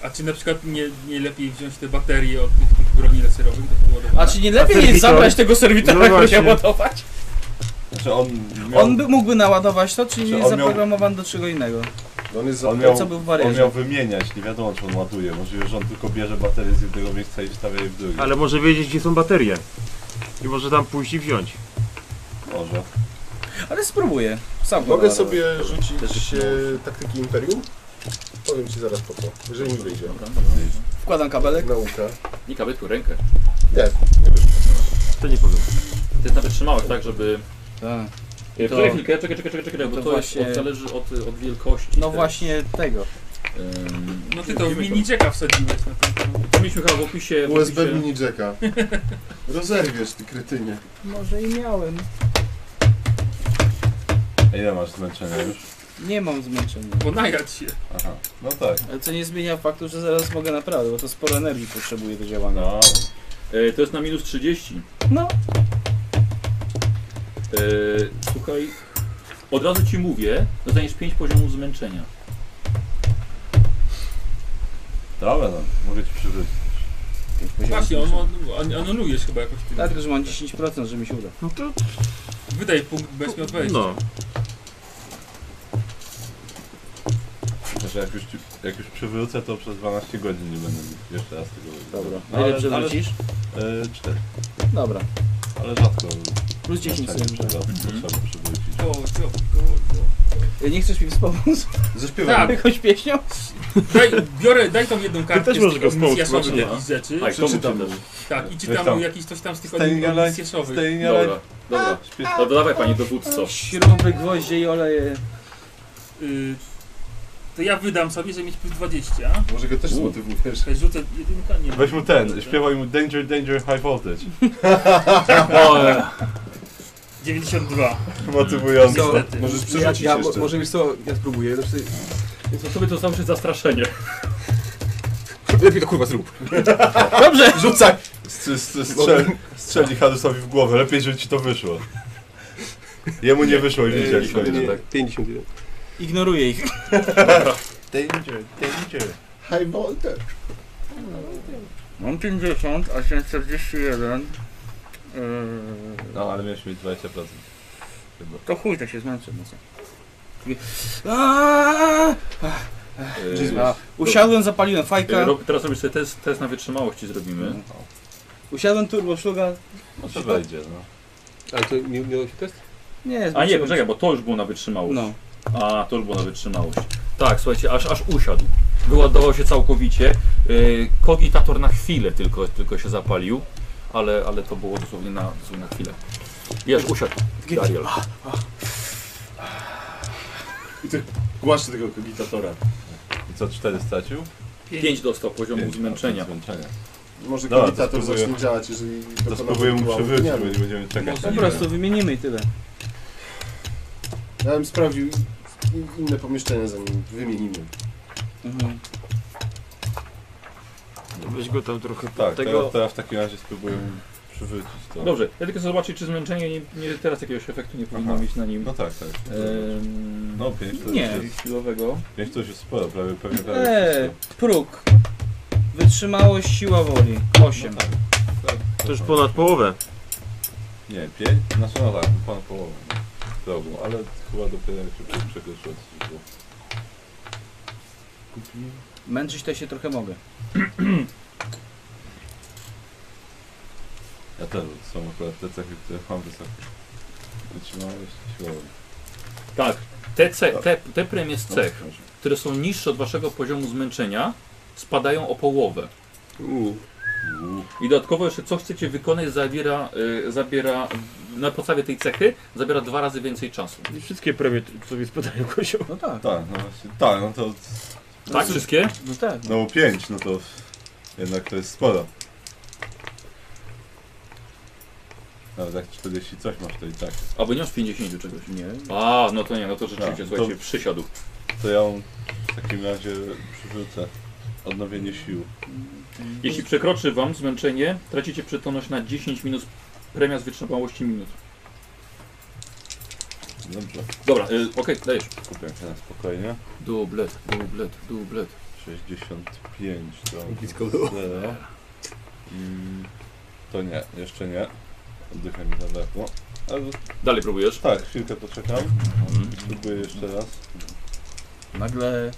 [SPEAKER 2] A czy na przykład nie, nie lepiej wziąć te baterie od tych, tych broni laserowych do podładowania?
[SPEAKER 5] A czy nie lepiej jest
[SPEAKER 4] serwitor?
[SPEAKER 5] zabrać tego serwitora,
[SPEAKER 4] No
[SPEAKER 5] no
[SPEAKER 4] właśnie.
[SPEAKER 5] się ładować?
[SPEAKER 8] Znaczy on miał,
[SPEAKER 5] On by mógłby naładować to, czy
[SPEAKER 8] Czy on
[SPEAKER 5] jest
[SPEAKER 8] miał-
[SPEAKER 5] zaprogramowany do czego innego?
[SPEAKER 3] On jest za...
[SPEAKER 8] on miał,
[SPEAKER 5] Co był w
[SPEAKER 8] on
[SPEAKER 5] wariacie?
[SPEAKER 8] miał wymieniać, nie wiadomo czy on ładuje. Możliwe, że on tylko bierze baterię z jednego miejsca i wstawia je w drugie.
[SPEAKER 4] Ale może wiedzieć, gdzie są baterie. I może tam pójść i wziąć.
[SPEAKER 8] Może.
[SPEAKER 5] Ale spróbuję. Sam go
[SPEAKER 3] Mogę
[SPEAKER 5] naładować.
[SPEAKER 3] sobie rzucić e, taktyki Imperium? Powiem ci zaraz po co, jeżeli mi wyjdzie.
[SPEAKER 1] Dobra, dobra.
[SPEAKER 5] Wkładam kabelek.
[SPEAKER 3] Nauka.
[SPEAKER 1] Nie kawy, tylko rękę.
[SPEAKER 3] Nie,
[SPEAKER 4] To nie powiem.
[SPEAKER 1] Ty nawet trzymałeś tak, żeby...
[SPEAKER 5] Tak.
[SPEAKER 1] To...
[SPEAKER 5] To-
[SPEAKER 1] Czekaj chwilkę, czekaj, czekaj, czekaj, czekaj, bo
[SPEAKER 5] to
[SPEAKER 1] to,
[SPEAKER 5] właśnie-
[SPEAKER 1] jest, od, zależy od, od wielkości.
[SPEAKER 5] No
[SPEAKER 1] też.
[SPEAKER 5] właśnie tego.
[SPEAKER 1] Ym,
[SPEAKER 2] No ty to w
[SPEAKER 1] widzimy
[SPEAKER 2] miniczeka wsadziłeś na ten...
[SPEAKER 1] To mieliśmy chyba w opisie... W
[SPEAKER 3] USB
[SPEAKER 1] opisie...
[SPEAKER 3] mini jacka. (laughs) Rozerwiesz ty krytynie.
[SPEAKER 5] Może i miałem.
[SPEAKER 8] A ile masz zmęczenia już?
[SPEAKER 5] Nie mam zmęczenia.
[SPEAKER 2] Bo najadź się.
[SPEAKER 8] Aha. No tak.
[SPEAKER 5] Ale co nie zmienia faktu, że zaraz mogę naprawdę, bo to sporo energii potrzebuje do działania.
[SPEAKER 8] No.
[SPEAKER 1] Y, to jest na minus 30.
[SPEAKER 5] No,
[SPEAKER 1] Yy, słuchaj, od razu ci mówię, dostaniesz 5 poziomów zmęczenia.
[SPEAKER 8] Dobra, no. Mogę ci przywrócić.
[SPEAKER 5] pięć poziomów
[SPEAKER 2] Właśnie, on,
[SPEAKER 5] zmęczenia.
[SPEAKER 2] on, an- anulujesz chyba jakoś tym.
[SPEAKER 5] Tak, że mam 10%, że mi się uda.
[SPEAKER 4] No to...
[SPEAKER 2] Wydaj punkt, bez miał wejść.
[SPEAKER 4] No.
[SPEAKER 8] Znaczy jak już, ci, jak już przywrócę, to przez 12 godzin nie będę mógł jeszcze raz tego robić.
[SPEAKER 3] Dobra.
[SPEAKER 8] No,
[SPEAKER 5] A ile
[SPEAKER 8] ale-
[SPEAKER 5] przewrócisz?
[SPEAKER 8] ale- y, Cztery.
[SPEAKER 5] Dobra.
[SPEAKER 8] Ale rzadko.
[SPEAKER 5] Plus 10
[SPEAKER 8] zmęczenie
[SPEAKER 5] sobie.
[SPEAKER 8] przywraca. Trzeba przywrócić.
[SPEAKER 2] O, co?
[SPEAKER 5] E, Nie chcesz mi wspomóc (laughs)
[SPEAKER 3] Zaśpiewam.
[SPEAKER 2] Tak,
[SPEAKER 5] jakąś pieśnią?
[SPEAKER 2] daj, biorę, daj tą jedną kartę
[SPEAKER 4] też możesz go
[SPEAKER 2] z
[SPEAKER 4] wspomóc,
[SPEAKER 2] misjaszowych
[SPEAKER 4] właśnie.
[SPEAKER 2] jakichś rzeczy.
[SPEAKER 3] Tak.
[SPEAKER 1] Aj, komu
[SPEAKER 3] przeczytam.
[SPEAKER 1] czytasz?
[SPEAKER 2] Tak, i
[SPEAKER 8] Weź
[SPEAKER 2] czytam
[SPEAKER 8] tam.
[SPEAKER 2] mu jakiś coś tam z tych od,
[SPEAKER 8] Stay
[SPEAKER 2] od
[SPEAKER 8] alive,
[SPEAKER 2] misjaszowych.
[SPEAKER 8] Stay alive.
[SPEAKER 1] Dobra, dobra.
[SPEAKER 8] Śpiew-
[SPEAKER 1] No to dawaj panie dowódco.
[SPEAKER 5] Śruby, gwoździe i oleje.
[SPEAKER 2] Y, to ja wydam sobie, żeby mieć plus 20.
[SPEAKER 3] Może go też
[SPEAKER 1] U.
[SPEAKER 3] zmotywujesz.
[SPEAKER 2] Czekaj, Rzucę jedynka, nie.
[SPEAKER 8] Weź mu ten, śpiewaj mu Danger, Danger, High Voltage.
[SPEAKER 1] O, e,
[SPEAKER 2] 92.
[SPEAKER 8] Motywujący.
[SPEAKER 2] Niestety.
[SPEAKER 3] Możesz przerzucić
[SPEAKER 10] ja, ja,
[SPEAKER 3] jeszcze.
[SPEAKER 10] Może wiesz co, ja spróbuję. Znaczy,
[SPEAKER 1] to sobie to zawsze zastraszenie.
[SPEAKER 10] lepiej to kurwa zrób.
[SPEAKER 5] Dobrze!
[SPEAKER 8] Rzucaj! Strzel, strzel, strzeli Hadusowi w głowę, lepiej, żeby ci to wyszło. Jemu nie wyszło i widzieli
[SPEAKER 10] Nie,
[SPEAKER 8] koniec.
[SPEAKER 10] 51.
[SPEAKER 5] Ignoruję ich.
[SPEAKER 8] Danger, danger.
[SPEAKER 3] High voltage.
[SPEAKER 5] Mam 50, a się E, 41. Yy,
[SPEAKER 8] No, ale miałeś mieć 20%.
[SPEAKER 5] no to chuj, to się zmęczę mocno. Aaaa!
[SPEAKER 1] E,
[SPEAKER 5] A, Usiadłem, zapaliłem fajkę,
[SPEAKER 1] e, rob, teraz robisz sobie test, test na wytrzymałość ci zrobimy.
[SPEAKER 5] usiadłem turbo szluga.
[SPEAKER 8] No to wejdzie, no.
[SPEAKER 10] Ale to nie udało się test?
[SPEAKER 5] Nie,
[SPEAKER 1] A nie,
[SPEAKER 5] zmęczyłem
[SPEAKER 1] poczekaj, bo to już było na wytrzymałość.
[SPEAKER 5] No.
[SPEAKER 1] A, to już było na wytrzymałość. Tak, słuchajcie, aż, aż usiadł. Wyładował się całkowicie. Yy, kogitator na chwilę tylko, tylko się zapalił, ale, ale to było dosłownie na, dosłownie na chwilę. Jest, usiadł. Dariel.
[SPEAKER 3] Głaszczę tego kogitatora.
[SPEAKER 8] I co, cztery stracił?
[SPEAKER 1] 5 dostał poziomu zmęczenia.
[SPEAKER 8] Zmęczenia.
[SPEAKER 3] Może
[SPEAKER 8] Dobra, to
[SPEAKER 3] kogitator
[SPEAKER 8] spróbuję.
[SPEAKER 3] zacznie działać, jeżeli...
[SPEAKER 8] To
[SPEAKER 3] dokona
[SPEAKER 8] spróbuję mu
[SPEAKER 3] rytuału.
[SPEAKER 8] przywrócić,
[SPEAKER 3] Nie
[SPEAKER 8] bo
[SPEAKER 3] wiem.
[SPEAKER 8] nie będziemy czekać.
[SPEAKER 5] No, Po prostu wymienimy i tyle.
[SPEAKER 3] Ja bym sprawdził in- inne pomieszczenia, zanim wymienimy.
[SPEAKER 5] Mhm.
[SPEAKER 4] Weź go tam trochę
[SPEAKER 8] Tak,
[SPEAKER 4] tego.
[SPEAKER 8] teraz, teraz w takim razie spróbuję mu przywrócić to.
[SPEAKER 1] Dobrze, ja tylko zobaczę, czy zmęczenie nie, nie, teraz jakiegoś efektu nie powinno
[SPEAKER 8] Aha.
[SPEAKER 1] mieć na nim.
[SPEAKER 8] No tak, tak.
[SPEAKER 1] Ehm,
[SPEAKER 8] No, pięć to,
[SPEAKER 5] Nie.
[SPEAKER 8] Już,
[SPEAKER 1] czyli chwilowego.
[SPEAKER 8] pięć to już jest sporo, prawie pewnie prawie
[SPEAKER 5] Eee,
[SPEAKER 8] wszystko.
[SPEAKER 5] próg. Wytrzymałość, siła woli. 8.
[SPEAKER 8] No tak.
[SPEAKER 4] To już ponad połowę.
[SPEAKER 8] Nie, pięć? Znaczy no tak, pan połowę. Drogą, ale chyba dopiero jak się prze- przekroczyło coś było. Kupi?
[SPEAKER 5] Męczyć to się trochę mogę.
[SPEAKER 8] Ja też, to są akurat te cechy, które mam wysoko. Wytrzymałeś siłową.
[SPEAKER 1] Tak, te, ce, te, te premie z cech,
[SPEAKER 8] No, może.
[SPEAKER 1] które są niższe od waszego poziomu zmęczenia, spadają o połowę.
[SPEAKER 10] Uuu.
[SPEAKER 8] Uuu.
[SPEAKER 1] I dodatkowo jeszcze co chcecie wykonać zabiera, y, zabiera na podstawie tej cechy zabiera dwa razy więcej czasu. Tak?
[SPEAKER 4] I wszystkie premie t- sobie spadają kozioł.
[SPEAKER 5] No tak.
[SPEAKER 8] Tak, no właśnie, tak, no to,
[SPEAKER 1] Tak, wszystkie?
[SPEAKER 5] No tak.
[SPEAKER 8] no pięć, no to jednak to jest sporo. Nawet jak 40 tak coś masz to i tak.
[SPEAKER 1] Albo nie masz 50 czegoś.
[SPEAKER 5] Nie.
[SPEAKER 1] A, no to nie, no to rzeczywiście,
[SPEAKER 8] A, to-
[SPEAKER 1] słuchajcie, przysiadł.
[SPEAKER 8] To ja ją w takim razie przywrócę. Odnowienie sił.
[SPEAKER 1] Jeśli przekroczy wam zmęczenie, tracicie przytomność na 10 minus premia z wytrzymałości minut.
[SPEAKER 8] Dobrze,
[SPEAKER 1] Dobra, y, okej, dajesz.
[SPEAKER 8] kupię się na spokojnie.
[SPEAKER 1] Dublet, dublet, dublet.
[SPEAKER 8] 65 to
[SPEAKER 10] Blisko było.
[SPEAKER 8] zero. Mm, To nie, jeszcze nie. Oddycha mi zabrakło. Ale
[SPEAKER 1] Dalej próbujesz.
[SPEAKER 8] tak, chwilkę poczekam.
[SPEAKER 1] Mhm.
[SPEAKER 8] Spróbuję jeszcze raz.
[SPEAKER 5] Nagle...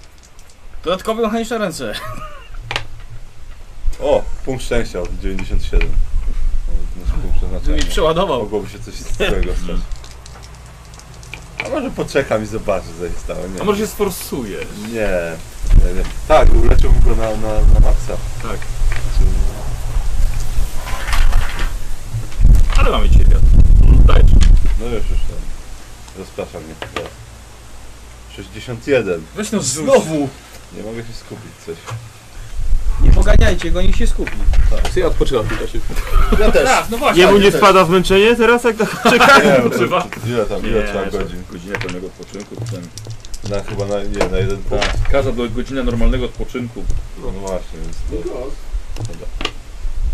[SPEAKER 5] Dodatkowy mechaniczne ręce.
[SPEAKER 8] O! Punkt szczęścia od 97. No, Nasz punkt
[SPEAKER 5] Żeby mi
[SPEAKER 8] przeznaczenia.
[SPEAKER 5] przeładował.
[SPEAKER 8] Mogłoby się coś z tego stać. A może poczekam i zobaczę, co się stało. Nie.
[SPEAKER 1] A może się sforsuje?
[SPEAKER 8] Nie, nie, nie. Tak, uleczyłbym go na, na, na maksa.
[SPEAKER 1] Tak.
[SPEAKER 8] Znaczy,
[SPEAKER 1] Ale mamy ciebie. Dajesz.
[SPEAKER 8] No już, już tam. Rozprasza mnie. teraz. 61.
[SPEAKER 2] Weź no zrzuć.
[SPEAKER 8] Znowu! Nie mogę się skupić
[SPEAKER 1] (laughs)
[SPEAKER 8] coś.
[SPEAKER 5] Nie poganiajcie go, niech się skupi.
[SPEAKER 10] Co ja odpoczywam w tym czasie?
[SPEAKER 3] Ja też.
[SPEAKER 2] Tak, no właśnie.
[SPEAKER 4] Jemu nie spada zmęczenie teraz, jak tak
[SPEAKER 8] Nie,
[SPEAKER 4] czeka?
[SPEAKER 8] wiem,
[SPEAKER 1] Poczywa?
[SPEAKER 8] Ile tam, ile trzeba godzin?
[SPEAKER 1] Godzinę pełnego odpoczynku. Tak. Potem.
[SPEAKER 8] Na chyba na, nie, na jeden punkt.
[SPEAKER 1] Każda do godzina normalnego odpoczynku.
[SPEAKER 8] No właśnie, więc to...
[SPEAKER 3] Nikos,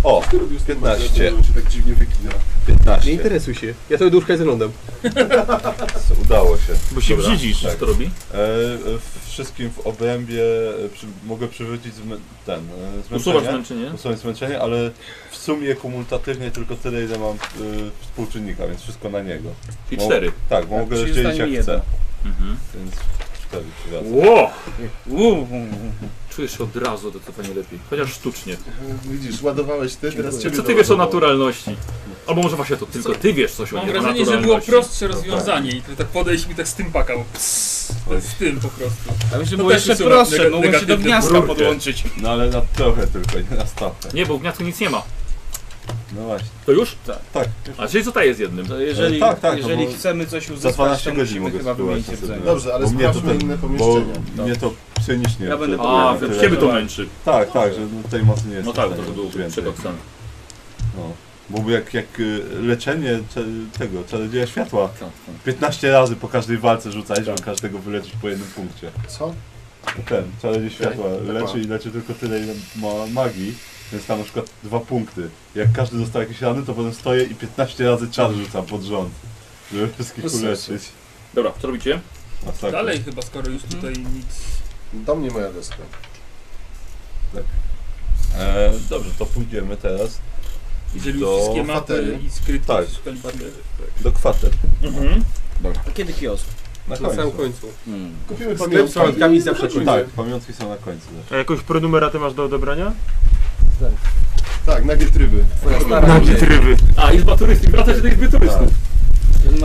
[SPEAKER 8] O!
[SPEAKER 3] ty robisz
[SPEAKER 8] 15.
[SPEAKER 3] się tak dziwnie wygina.
[SPEAKER 8] 15.
[SPEAKER 10] Nie interesuj się. Ja sobie duszkę z lądem.
[SPEAKER 8] (laughs) Udało się. tak.
[SPEAKER 4] Bo się
[SPEAKER 8] Dobra.
[SPEAKER 4] brzydzisz.
[SPEAKER 1] Co to robi?
[SPEAKER 8] E, e, wszystkim w obrębie e, przy, mogę przywrócić zmę, ten, e,
[SPEAKER 1] Usuwasz
[SPEAKER 8] zmęczenie.
[SPEAKER 1] zmęczenie?
[SPEAKER 8] Usunąć zmęczenie, ale w sumie kumulatywnie tylko tyle, ile mam y, współczynnika, więc wszystko na niego.
[SPEAKER 1] Czyli
[SPEAKER 8] Mo-
[SPEAKER 1] cztery.
[SPEAKER 8] Tak, bo mogę
[SPEAKER 5] czyli
[SPEAKER 8] rozdzielić
[SPEAKER 5] zostanie mi
[SPEAKER 8] jak
[SPEAKER 5] jedno.
[SPEAKER 8] chcę.
[SPEAKER 1] Mhm.
[SPEAKER 8] Więc cztery przywracam.
[SPEAKER 1] Ło!
[SPEAKER 5] Uuu.
[SPEAKER 1] Czujesz się od razu to cofanie lepiej, chociaż sztucznie.
[SPEAKER 3] Widzisz, ładowałeś ty, teraz ciebie
[SPEAKER 1] Co ty wiesz o
[SPEAKER 3] doładowało.
[SPEAKER 1] naturalności? Albo może właśnie to tylko ty wiesz coś o
[SPEAKER 2] Mam
[SPEAKER 1] nie- o
[SPEAKER 2] wrażenie, że było
[SPEAKER 1] naturalności.
[SPEAKER 2] prostsze rozwiązanie i to tak podejść mi tak z tym pakał. Pss, z tym po prostu.
[SPEAKER 5] A myślę,
[SPEAKER 2] No
[SPEAKER 5] było
[SPEAKER 2] też
[SPEAKER 5] jeszcze
[SPEAKER 2] usuwa
[SPEAKER 5] prostsze,
[SPEAKER 2] neg-
[SPEAKER 5] mogłem się do
[SPEAKER 2] negatywne
[SPEAKER 5] gniazda
[SPEAKER 1] brudki.
[SPEAKER 5] podłączyć.
[SPEAKER 8] No ale na trochę tylko, nie na stawkę.
[SPEAKER 1] Nie, bo w gniazdku nic nie ma.
[SPEAKER 8] No właśnie.
[SPEAKER 1] To już?
[SPEAKER 8] Tak.
[SPEAKER 1] A czyli co ta jest jednym?
[SPEAKER 5] To jeżeli,
[SPEAKER 8] Tak, tak,
[SPEAKER 5] jeżeli
[SPEAKER 8] no bo
[SPEAKER 5] chcemy coś
[SPEAKER 8] Za
[SPEAKER 5] uzyskać,
[SPEAKER 8] 12
[SPEAKER 5] to
[SPEAKER 8] godzin
[SPEAKER 5] musimy
[SPEAKER 8] mogę
[SPEAKER 5] chyba
[SPEAKER 8] spływać.
[SPEAKER 5] wymienić rdzenie.
[SPEAKER 3] Dobrze, ale
[SPEAKER 8] Bo mnie to
[SPEAKER 3] sprawdźmy
[SPEAKER 8] ten-
[SPEAKER 3] inne
[SPEAKER 8] Bo
[SPEAKER 3] pomieszczenia.
[SPEAKER 8] mnie to cynicznie.
[SPEAKER 5] Ja będę
[SPEAKER 1] A,
[SPEAKER 5] Tak,
[SPEAKER 1] więc ciebie to męczy.
[SPEAKER 8] Tak, tak, że no, tej mocy nie jest.
[SPEAKER 1] No
[SPEAKER 8] w
[SPEAKER 1] tak,
[SPEAKER 8] stanie
[SPEAKER 1] to było
[SPEAKER 8] nic więcej.
[SPEAKER 1] przekoksane.
[SPEAKER 8] No. Bo jak, jak y, leczenie cze- tego, czarodzieja światła.
[SPEAKER 1] Tak, tak.
[SPEAKER 8] 15 razy po każdej walce rzucać,
[SPEAKER 2] Tak.
[SPEAKER 8] żeby każdego wyleczyć po jednym punkcie.
[SPEAKER 3] Co?
[SPEAKER 8] Ten,
[SPEAKER 2] Tak,
[SPEAKER 8] czarodziej światła
[SPEAKER 3] Okej,
[SPEAKER 8] leczy
[SPEAKER 3] dokładnie.
[SPEAKER 8] i leczy tylko tyle, ile ma magii. Więc tam na przykład dwa punkty. Jak każdy dostał jakieś rany, to potem stoję i 15 razy czar rzucam pod rząd. Żeby wszystkich
[SPEAKER 3] Bez sensu.
[SPEAKER 8] uleczyć.
[SPEAKER 1] Dobra, co robicie?
[SPEAKER 8] Masakra.
[SPEAKER 2] No Dalej chyba, skoro już tutaj nic...
[SPEAKER 3] Do mnie moja deska.
[SPEAKER 8] E, dobrze, to pójdziemy teraz
[SPEAKER 2] Jeżeli
[SPEAKER 8] Do
[SPEAKER 2] już wszystkie mapy
[SPEAKER 3] fateli.
[SPEAKER 2] i skrytki
[SPEAKER 8] Tak.
[SPEAKER 2] szukali baterii.
[SPEAKER 8] do kwater.
[SPEAKER 1] Mhm.
[SPEAKER 5] Kiedy kiosk?
[SPEAKER 8] Na
[SPEAKER 10] Na samym
[SPEAKER 8] końcu.
[SPEAKER 10] końcu.
[SPEAKER 6] Hmm.
[SPEAKER 3] Kupimy
[SPEAKER 10] Sklep z
[SPEAKER 3] pamiątki
[SPEAKER 10] pamiątkami
[SPEAKER 3] i
[SPEAKER 10] zawsze
[SPEAKER 3] wychodzimy.
[SPEAKER 8] Tak, pamiątki są na końcu. zawsze.
[SPEAKER 4] A jakąś prenumeratę masz do odebrania?
[SPEAKER 3] Tak, nagie tryby.
[SPEAKER 5] Twoja stara.
[SPEAKER 4] tryby.
[SPEAKER 1] A, Izba Turystów, wraca się do Izby Turystów.
[SPEAKER 5] Twoja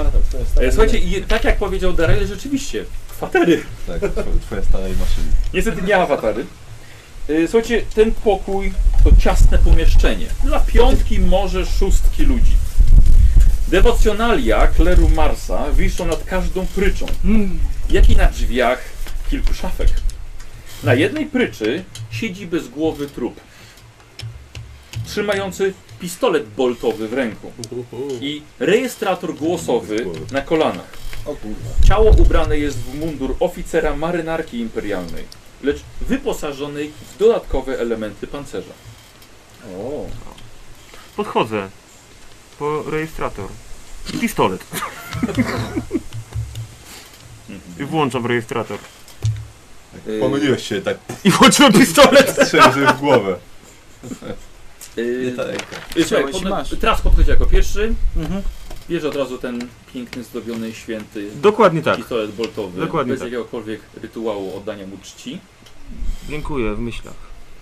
[SPEAKER 5] stara.
[SPEAKER 1] E, Słuchajcie, i tak jak powiedział Darel, rzeczywiście, kwatery.
[SPEAKER 8] Tak, tw- twoja stara i maszyny.
[SPEAKER 1] Niestety nie awatary. Y, Słuchajcie, ten pokój to ciasne pomieszczenie. Dla piątki, może szóstki ludzi. Dewocjonalia kleru Marsa wiszą nad każdą pryczą, jak i na drzwiach kilku szafek. Na jednej pryczy siedzi bez głowy trup, trzymający pistolet boltowy w ręku i rejestrator głosowy na kolanach.
[SPEAKER 3] O kurwa.
[SPEAKER 1] Ciało ubrane jest w mundur oficera marynarki imperialnej, lecz wyposażonej w dodatkowe elementy pancerza.
[SPEAKER 6] O,
[SPEAKER 4] Podchodzę. Po rejestrator. Pistolet. I włączam rejestrator.
[SPEAKER 8] Tak,
[SPEAKER 1] Yy.
[SPEAKER 8] pomyliłeś się, tak
[SPEAKER 4] I włączyłem pistolet!
[SPEAKER 8] strzelił sobie w głowę.
[SPEAKER 1] Yy,
[SPEAKER 5] Chciałeś, masz.
[SPEAKER 1] Teraz podchodzi jako pierwszy,
[SPEAKER 5] Mhm.
[SPEAKER 1] bierze od razu ten piękny, zdobiony, święty
[SPEAKER 4] Dokładnie tak.
[SPEAKER 1] pistolet boltowy,
[SPEAKER 4] Dokładnie
[SPEAKER 1] bez
[SPEAKER 4] tak.
[SPEAKER 1] jakiegokolwiek rytuału oddania mu czci.
[SPEAKER 4] Dziękuję, w myślach.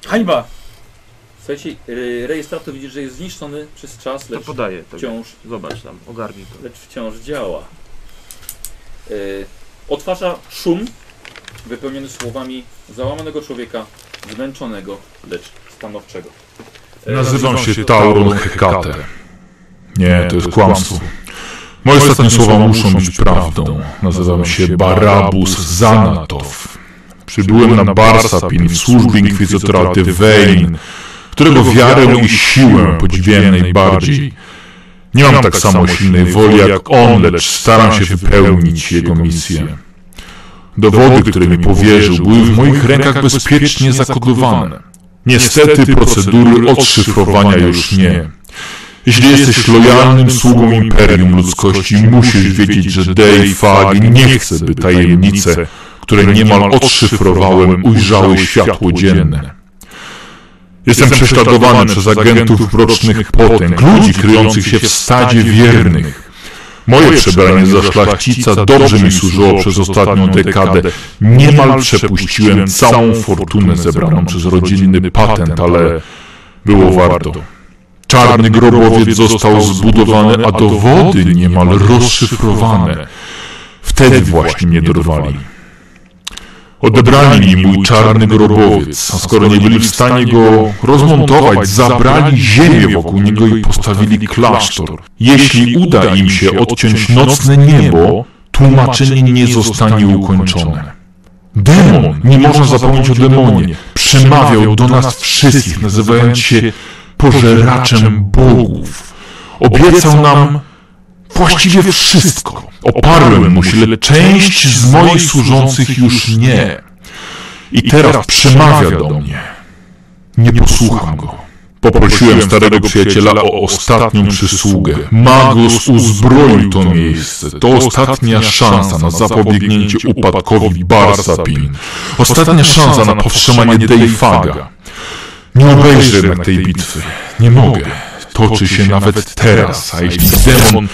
[SPEAKER 5] Hańba!
[SPEAKER 1] Słuchajcie, yy, rejestrator widzi, że jest zniszczony przez czas,
[SPEAKER 4] To
[SPEAKER 1] lecz
[SPEAKER 4] podaję tobie.
[SPEAKER 1] wciąż,
[SPEAKER 4] Zobacz tam, ogarnij to.
[SPEAKER 1] lecz wciąż działa. Yy, otwarza szum wypełniony słowami załamanego człowieka, zmęczonego, lecz stanowczego. E,
[SPEAKER 11] Nazywam się Tauron Hekate. Nie, to jest kłamstwo. Moje ostatnie słowa muszą być prawdą. Nazywam się Barabus Zanatow. Przybyłem na Barsapin w służbie inkwizytora Tywein, którego wiarę i siłę podziwiałem najbardziej. Nie mam tak samo silnej woli jak on, lecz staram się wypełnić jego misję. Dowody, które mi powierzył, były w moich rękach bezpiecznie zakodowane. Niestety procedury odszyfrowania już nie. Jeśli jesteś lojalnym sługą Imperium Ludzkości, musisz wiedzieć, że Dave Fagin nie chce, by tajemnice, które niemal odszyfrowałem, ujrzały światło dzienne. Jestem prześladowany przez agentów mrocznych potęg, ludzi kryjących się w stadzie wiernych. Moje przebranie za szlachcica dobrze mi służyło przez ostatnią dekadę, Niemal przepuściłem całą fortunę zebraną przez rodzinny patent, ale było warto. Czarny grobowiec został zbudowany, a dowody niemal rozszyfrowane. Wtedy właśnie mnie dorwali. Odebrali mi mój czarny grobowiec, a skoro nie byli w stanie go rozmontować, zabrali ziemię wokół niego i postawili klasztor. Jeśli uda im się odciąć nocne niebo, tłumaczenie nie zostanie ukończone. Demon, nie można zapomnieć o demonie, przemawiał do nas wszystkich, nazywając się pożeraczem bogów. Obiecał nam właściwie wszystko. Oparłem mu się, lecz część z moich służących już nie. I teraz przemawia do mnie. Nie posłucham go. Poprosiłem starego przyjaciela o ostatnią przysługę. Magos uzbroił to miejsce. To ostatnia szansa na zapobiegnięcie upadkowi Barsapin. Ostatnia szansa na powstrzymanie Deifaga. Nie obejrzę jednak tej bitwy. Nie mogę. Toczy się nawet teraz, a jeśli demon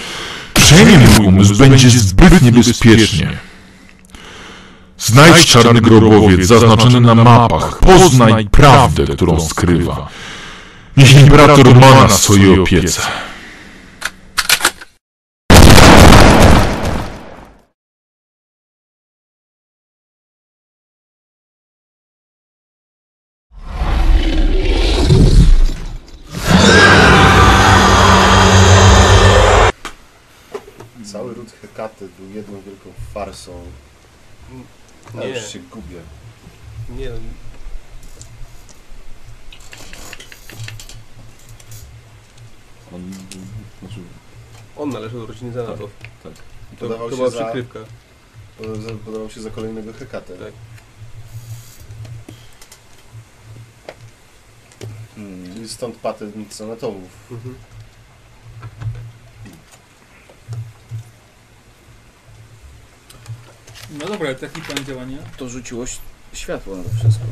[SPEAKER 11] przejmie mój umysł, będzie zbyt niebezpiecznie. Znajdź czarny grobowiec zaznaczony na mapach. Poznaj prawdę, którą skrywa. Jeśli imperator ma na swojej opiece.
[SPEAKER 3] Cały ród Hekaty był jedną wielką farsą. Ja
[SPEAKER 10] Nie.
[SPEAKER 3] już się gubię.
[SPEAKER 10] Nie, no,
[SPEAKER 8] On, znaczy,
[SPEAKER 10] on należy do rodziny Zanatów.
[SPEAKER 8] Tak, tak.
[SPEAKER 10] To,
[SPEAKER 3] Podawał
[SPEAKER 10] to
[SPEAKER 3] się
[SPEAKER 10] była
[SPEAKER 3] za-
[SPEAKER 10] przykrywka.
[SPEAKER 3] Poda- za- Podawał się za kolejnego Hekatę.
[SPEAKER 10] Tak.
[SPEAKER 3] Hmm, I Stąd patent sanatomów.
[SPEAKER 10] Mhm.
[SPEAKER 2] No dobra, taki plan działania.
[SPEAKER 5] To rzuciło ś- światło na to wszystko.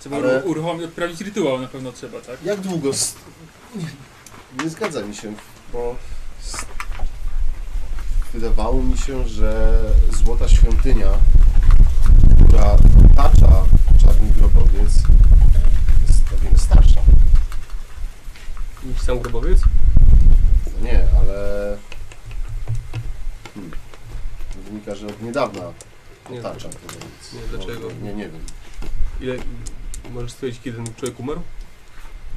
[SPEAKER 2] Trzeba
[SPEAKER 3] Ale-
[SPEAKER 2] Ale... uruchomić, odprawić rytuał na pewno trzeba, tak?
[SPEAKER 3] Jak długo... s- Nie, nie zgadza mi się, bo... s- wydawało mi się, że złota świątynia, która otacza czarny grobowiec, jest o wiele starsza.
[SPEAKER 10] Niż sam grobowiec?
[SPEAKER 3] No nie, ale... Hmm. Wynika, że od niedawna No
[SPEAKER 10] Nie wiem.
[SPEAKER 3] otacza grobowiec.
[SPEAKER 10] Nie, dlaczego?
[SPEAKER 3] No, nie, nie wiem.
[SPEAKER 10] Ile... Możesz stwierdzić, kiedy ten człowiek umarł?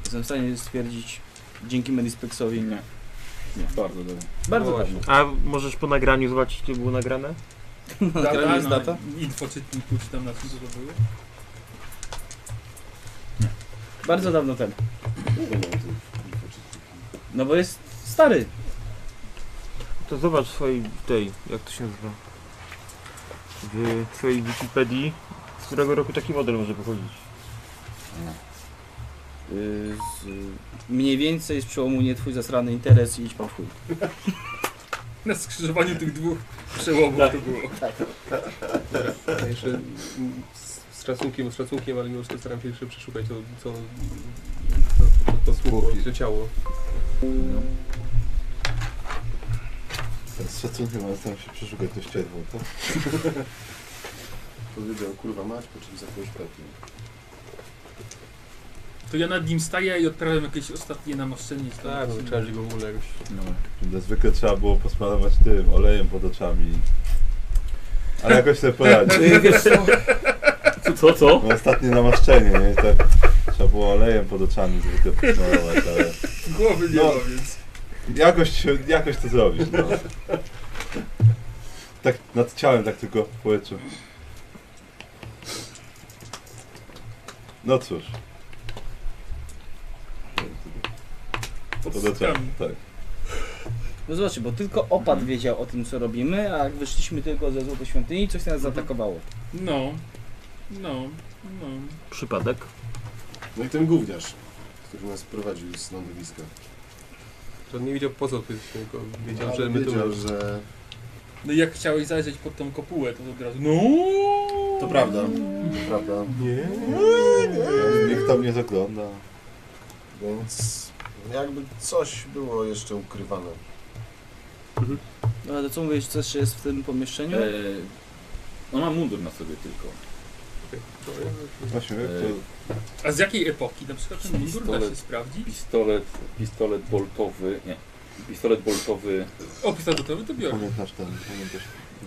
[SPEAKER 5] Jestem w stanie stwierdzić dzięki Medispexowi.
[SPEAKER 6] Nie. Bardzo dobrze.
[SPEAKER 5] Bardzo
[SPEAKER 10] No
[SPEAKER 5] ważne.
[SPEAKER 4] A możesz po nagraniu zobaczyć, gdzie było nagrane?
[SPEAKER 5] No,
[SPEAKER 2] Data
[SPEAKER 5] data, jest
[SPEAKER 2] na
[SPEAKER 5] data.
[SPEAKER 2] Infoczytniku czy tam na czym to było?
[SPEAKER 5] Bardzo dawno temu.
[SPEAKER 3] Nie wiem o tym.
[SPEAKER 5] No bo jest stary.
[SPEAKER 4] To zobacz w swojej tej, jak to się nazywa? W swojej Wikipedii, z którego roku taki model może pochodzić.
[SPEAKER 5] Yy, z, mniej więcej z przełomu nie twój zasrany interes i idź pan w chuj.
[SPEAKER 2] Na skrzyżowaniu tych dwóch przełomów to było.
[SPEAKER 10] Ja jeszcze mm, z- z szacunkiem, z szacunkiem, ale mimo wszystko staram się jeszcze przeszukać to, co, to, to, to, to słupło, to ciało.
[SPEAKER 8] Z szacunkiem, ale staram się przeszukać to ścierwo, to?
[SPEAKER 3] Powiedział, kurwa mać, po czym zakończył pewnie.
[SPEAKER 2] To ja nad nim staję i odprawiam jakieś ostatnie namaszczenie. czy tam
[SPEAKER 10] Tak,
[SPEAKER 2] coś.
[SPEAKER 10] no, trzeba go w ogóle jakoś.
[SPEAKER 8] No, Zwykle trzeba było posmarować tym olejem pod oczami. Ale jakoś sobie
[SPEAKER 5] No
[SPEAKER 8] poradził.
[SPEAKER 1] Co, co? co?
[SPEAKER 8] No, ostatnie namaszczenie, nie? I Tak, trzeba było olejem pod oczami zwykle posmarować, ale
[SPEAKER 2] Głowy nie
[SPEAKER 8] No.
[SPEAKER 2] ma, więc...
[SPEAKER 8] jakoś, się- jakoś to zrobić, no. Tak nad ciałem tak tylko połeczę. No cóż. Pod oczami, tak.
[SPEAKER 5] No zobaczcie, bo tylko opat wiedział o tym co robimy, a jak wyszliśmy tylko ze złotej świątyni, coś nas zaatakowało.
[SPEAKER 2] No. No. No.
[SPEAKER 4] Przypadek.
[SPEAKER 3] No i ten gówniarz, który nas prowadził z lądowiska.
[SPEAKER 10] Że on nie wiedział po co tu jesteśmy, tylko wiedział,
[SPEAKER 3] Ale
[SPEAKER 10] że my tu.
[SPEAKER 3] wiedział, że...
[SPEAKER 2] No i jak chciałeś zajrzeć pod tą kopułę, to od razu... No!
[SPEAKER 3] To prawda. To prawda.
[SPEAKER 10] Nie.
[SPEAKER 8] Nikt tam nie zagląda.
[SPEAKER 3] Więc jakby coś było jeszcze ukrywane.
[SPEAKER 5] No ale to co mówisz, co jeszcze jest w tym pomieszczeniu?
[SPEAKER 1] Eee, on ma mundur na sobie tylko.
[SPEAKER 8] Właśnie, jak to...
[SPEAKER 2] A z jakiej epoki? Na przykład ten mundur da się
[SPEAKER 1] Pistolet.
[SPEAKER 2] sprawdzić?
[SPEAKER 1] Pistolet, pistolet boltowy, nie. Pistolet boltowy.
[SPEAKER 2] O, pistoletowy to biorę.
[SPEAKER 8] Pamiętasz ten, pamiętasz...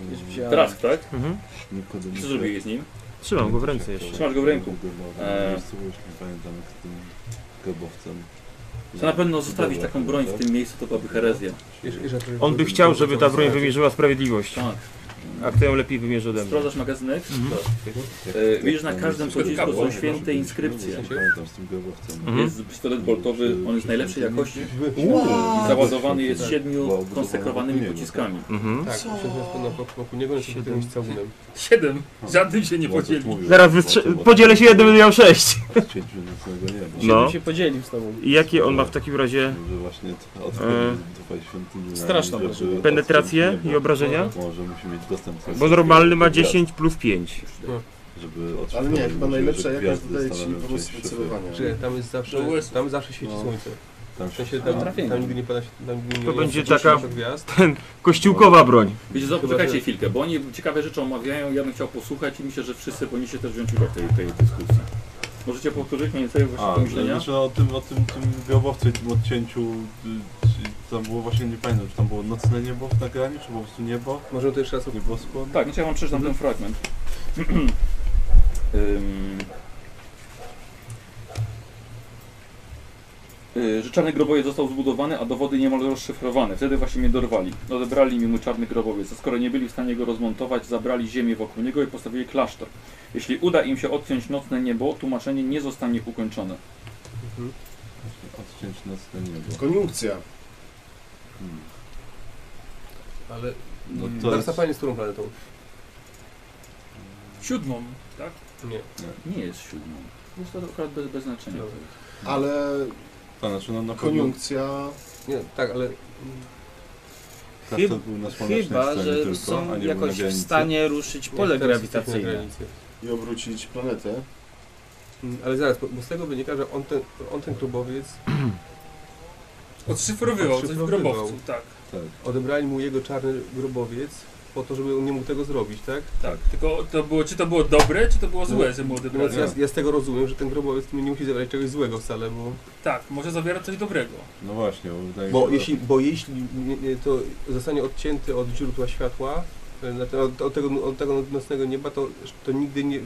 [SPEAKER 5] Gdzieś
[SPEAKER 8] mm,
[SPEAKER 5] wziąłem.
[SPEAKER 1] Teraz, tak?
[SPEAKER 4] Mhm.
[SPEAKER 8] Nikodemisza.
[SPEAKER 1] Co zrobiłeś z nim?
[SPEAKER 4] Trzymam go w ręce jeszcze.
[SPEAKER 1] Trzymasz go w ręku. Eee.
[SPEAKER 8] Eee. Nie pamiętam jak z tym grobowcem.
[SPEAKER 1] Że na pewno zostawić taką broń w tym miejscu, to byłaby herezja.
[SPEAKER 10] Jeszcze- jeszcze-
[SPEAKER 4] On by chciał, żeby ta broń wymierzyła sprawiedliwość.
[SPEAKER 1] Tak.
[SPEAKER 4] A kto ją lepiej wymierzy ode mnie?
[SPEAKER 1] Sprawdzasz magazynek?
[SPEAKER 2] Mhm.
[SPEAKER 8] E,
[SPEAKER 1] widzisz, na każdym
[SPEAKER 2] pocisku
[SPEAKER 1] są święte inskrypcje.
[SPEAKER 8] Nie pamiętam z tym grobowcem.
[SPEAKER 4] Mhm.
[SPEAKER 1] Jest pistolet boltowy, on jest najlepszej jakości. I
[SPEAKER 8] Uuu.
[SPEAKER 1] załadowany jest siedmiu konsekrowanymi pociskami.
[SPEAKER 4] Mhm.
[SPEAKER 10] Tak, się na pewno wokół- wokół niego, jeszcze
[SPEAKER 4] Siedem.
[SPEAKER 10] jakimś całunem.
[SPEAKER 2] Siedem. Żadnym się nie
[SPEAKER 8] Bo coś
[SPEAKER 2] podzieli.
[SPEAKER 8] mówił.
[SPEAKER 4] Zaraz
[SPEAKER 8] O tym, o
[SPEAKER 4] wystrze-
[SPEAKER 8] tym.
[SPEAKER 4] podzielę się jednym, będę miał sześć.
[SPEAKER 8] Cięciu nocnego nieba.
[SPEAKER 4] No.
[SPEAKER 5] Siedem się podzielił z tobą.
[SPEAKER 4] I jakie on ma w takim razie
[SPEAKER 8] Może właśnie
[SPEAKER 4] E,
[SPEAKER 8] odpalić świątynię.
[SPEAKER 5] straszną
[SPEAKER 8] żeby
[SPEAKER 5] wrażenie.
[SPEAKER 8] odciąć
[SPEAKER 4] penetrację
[SPEAKER 8] niebo.
[SPEAKER 4] i obrażenia?
[SPEAKER 8] tak, Może musi mieć dostęp do
[SPEAKER 4] Bo normalny ma 10 plus 5.
[SPEAKER 8] Żeby
[SPEAKER 3] Ale
[SPEAKER 8] odczytywać,
[SPEAKER 3] nie, chyba
[SPEAKER 8] że
[SPEAKER 3] najlepsza
[SPEAKER 8] gwiazdy
[SPEAKER 3] jakaś dodaje ci
[SPEAKER 8] stanowią
[SPEAKER 3] po prostu
[SPEAKER 8] część
[SPEAKER 3] wycelowania.
[SPEAKER 10] Że tam jest zawsze,
[SPEAKER 2] Do łez.
[SPEAKER 10] tam zawsze świeci
[SPEAKER 3] No.
[SPEAKER 10] słońce.
[SPEAKER 8] Tam
[SPEAKER 10] W
[SPEAKER 8] się
[SPEAKER 10] sensie
[SPEAKER 5] No,
[SPEAKER 10] tam,
[SPEAKER 5] trafienie.
[SPEAKER 10] tam nigdy nie pada, tam nigdy nie
[SPEAKER 4] To
[SPEAKER 10] jest
[SPEAKER 4] będzie
[SPEAKER 10] 10
[SPEAKER 4] taka-
[SPEAKER 10] gwiazd.
[SPEAKER 4] Kościółkowa broń.
[SPEAKER 1] Wiecie, co, poczekajcie chwilkę, bo oni ciekawe rzeczy omawiają, ja bym chciał posłuchać i myślę, że wszyscy powinniście też wziąć udział w tej, tej dyskusji. Możecie powtórzyć mniej więcej właśnie
[SPEAKER 8] A,
[SPEAKER 1] pomyślenia?
[SPEAKER 8] znaczy o tym, o tym, tym grobowcu i tym odcięciu, y, czy tam było właśnie, nie pamiętam, czy tam było nocne niebo w nagraniu, czy po prostu niebo,
[SPEAKER 10] Możemy to jeszcze raz
[SPEAKER 8] niebo skłon.
[SPEAKER 1] Tak, więc ja wam przeczytam ten fragment. (clears throat) Ym, y, Że czarny grobowiec został zbudowany, a dowody niemal rozszyfrowane. Wtedy właśnie mnie dorwali. Odebrali mi mój czarny grobowiec. A skoro nie byli w stanie go rozmontować, zabrali ziemię wokół niego i postawili klasztor. Jeśli uda im się odciąć nocne niebo, tłumaczenie nie zostanie ukończone.
[SPEAKER 8] Odcięć nocne niebo.
[SPEAKER 3] Koniunkcja.
[SPEAKER 8] Hmm.
[SPEAKER 10] Ale
[SPEAKER 8] No
[SPEAKER 10] mm,
[SPEAKER 8] to
[SPEAKER 10] Dark
[SPEAKER 8] jest-
[SPEAKER 10] Safari z którą planetą?
[SPEAKER 2] Siódmą, tak?
[SPEAKER 10] Nie.
[SPEAKER 1] Nie jest siódmą. Jest to akurat bez, bez znaczenia.
[SPEAKER 10] Dobra.
[SPEAKER 3] Ale
[SPEAKER 8] A, znaczy no na pewno
[SPEAKER 3] koniunkcja...
[SPEAKER 10] Nie, tak, ale...
[SPEAKER 8] klasztor był na słonecznej
[SPEAKER 5] Chyba,
[SPEAKER 8] scenie
[SPEAKER 5] że
[SPEAKER 8] tylko, a
[SPEAKER 5] są
[SPEAKER 8] nie był na
[SPEAKER 5] jakoś w
[SPEAKER 8] granicy.
[SPEAKER 5] stanie ruszyć pole
[SPEAKER 10] jak teraz jesteśmy na
[SPEAKER 5] grawitacyjne.
[SPEAKER 10] granicy.
[SPEAKER 3] i obrócić planetę.
[SPEAKER 10] Mm, Ale zaraz, bo, bo z tego wynika, że on ten, on ten grobowiec
[SPEAKER 2] Odszyfrowywał, coś w
[SPEAKER 10] Odszyfrowywał.
[SPEAKER 2] grobowcu, tak.
[SPEAKER 10] Odebrali mu jego czarny grobowiec po to, żeby on nie mógł tego zrobić, tak?
[SPEAKER 2] Tak, tylko to było, czy to było dobre, czy to było złe, że mu
[SPEAKER 10] Więc
[SPEAKER 2] odebrali?
[SPEAKER 10] ja, ja z tego rozumiem, że ten grobowiec mi nie musi zawierać czegoś złego wcale, bo,
[SPEAKER 2] Tak, może zawiera coś dobrego.
[SPEAKER 8] No właśnie, bo wydaje mi się,
[SPEAKER 10] bo
[SPEAKER 8] że-
[SPEAKER 10] jeśli, bo jeśli nie, nie, to zostanie odcięty od źródła światła, e, znaczy od, od, tego, od tego nocnego nieba, to, to nigdy nie,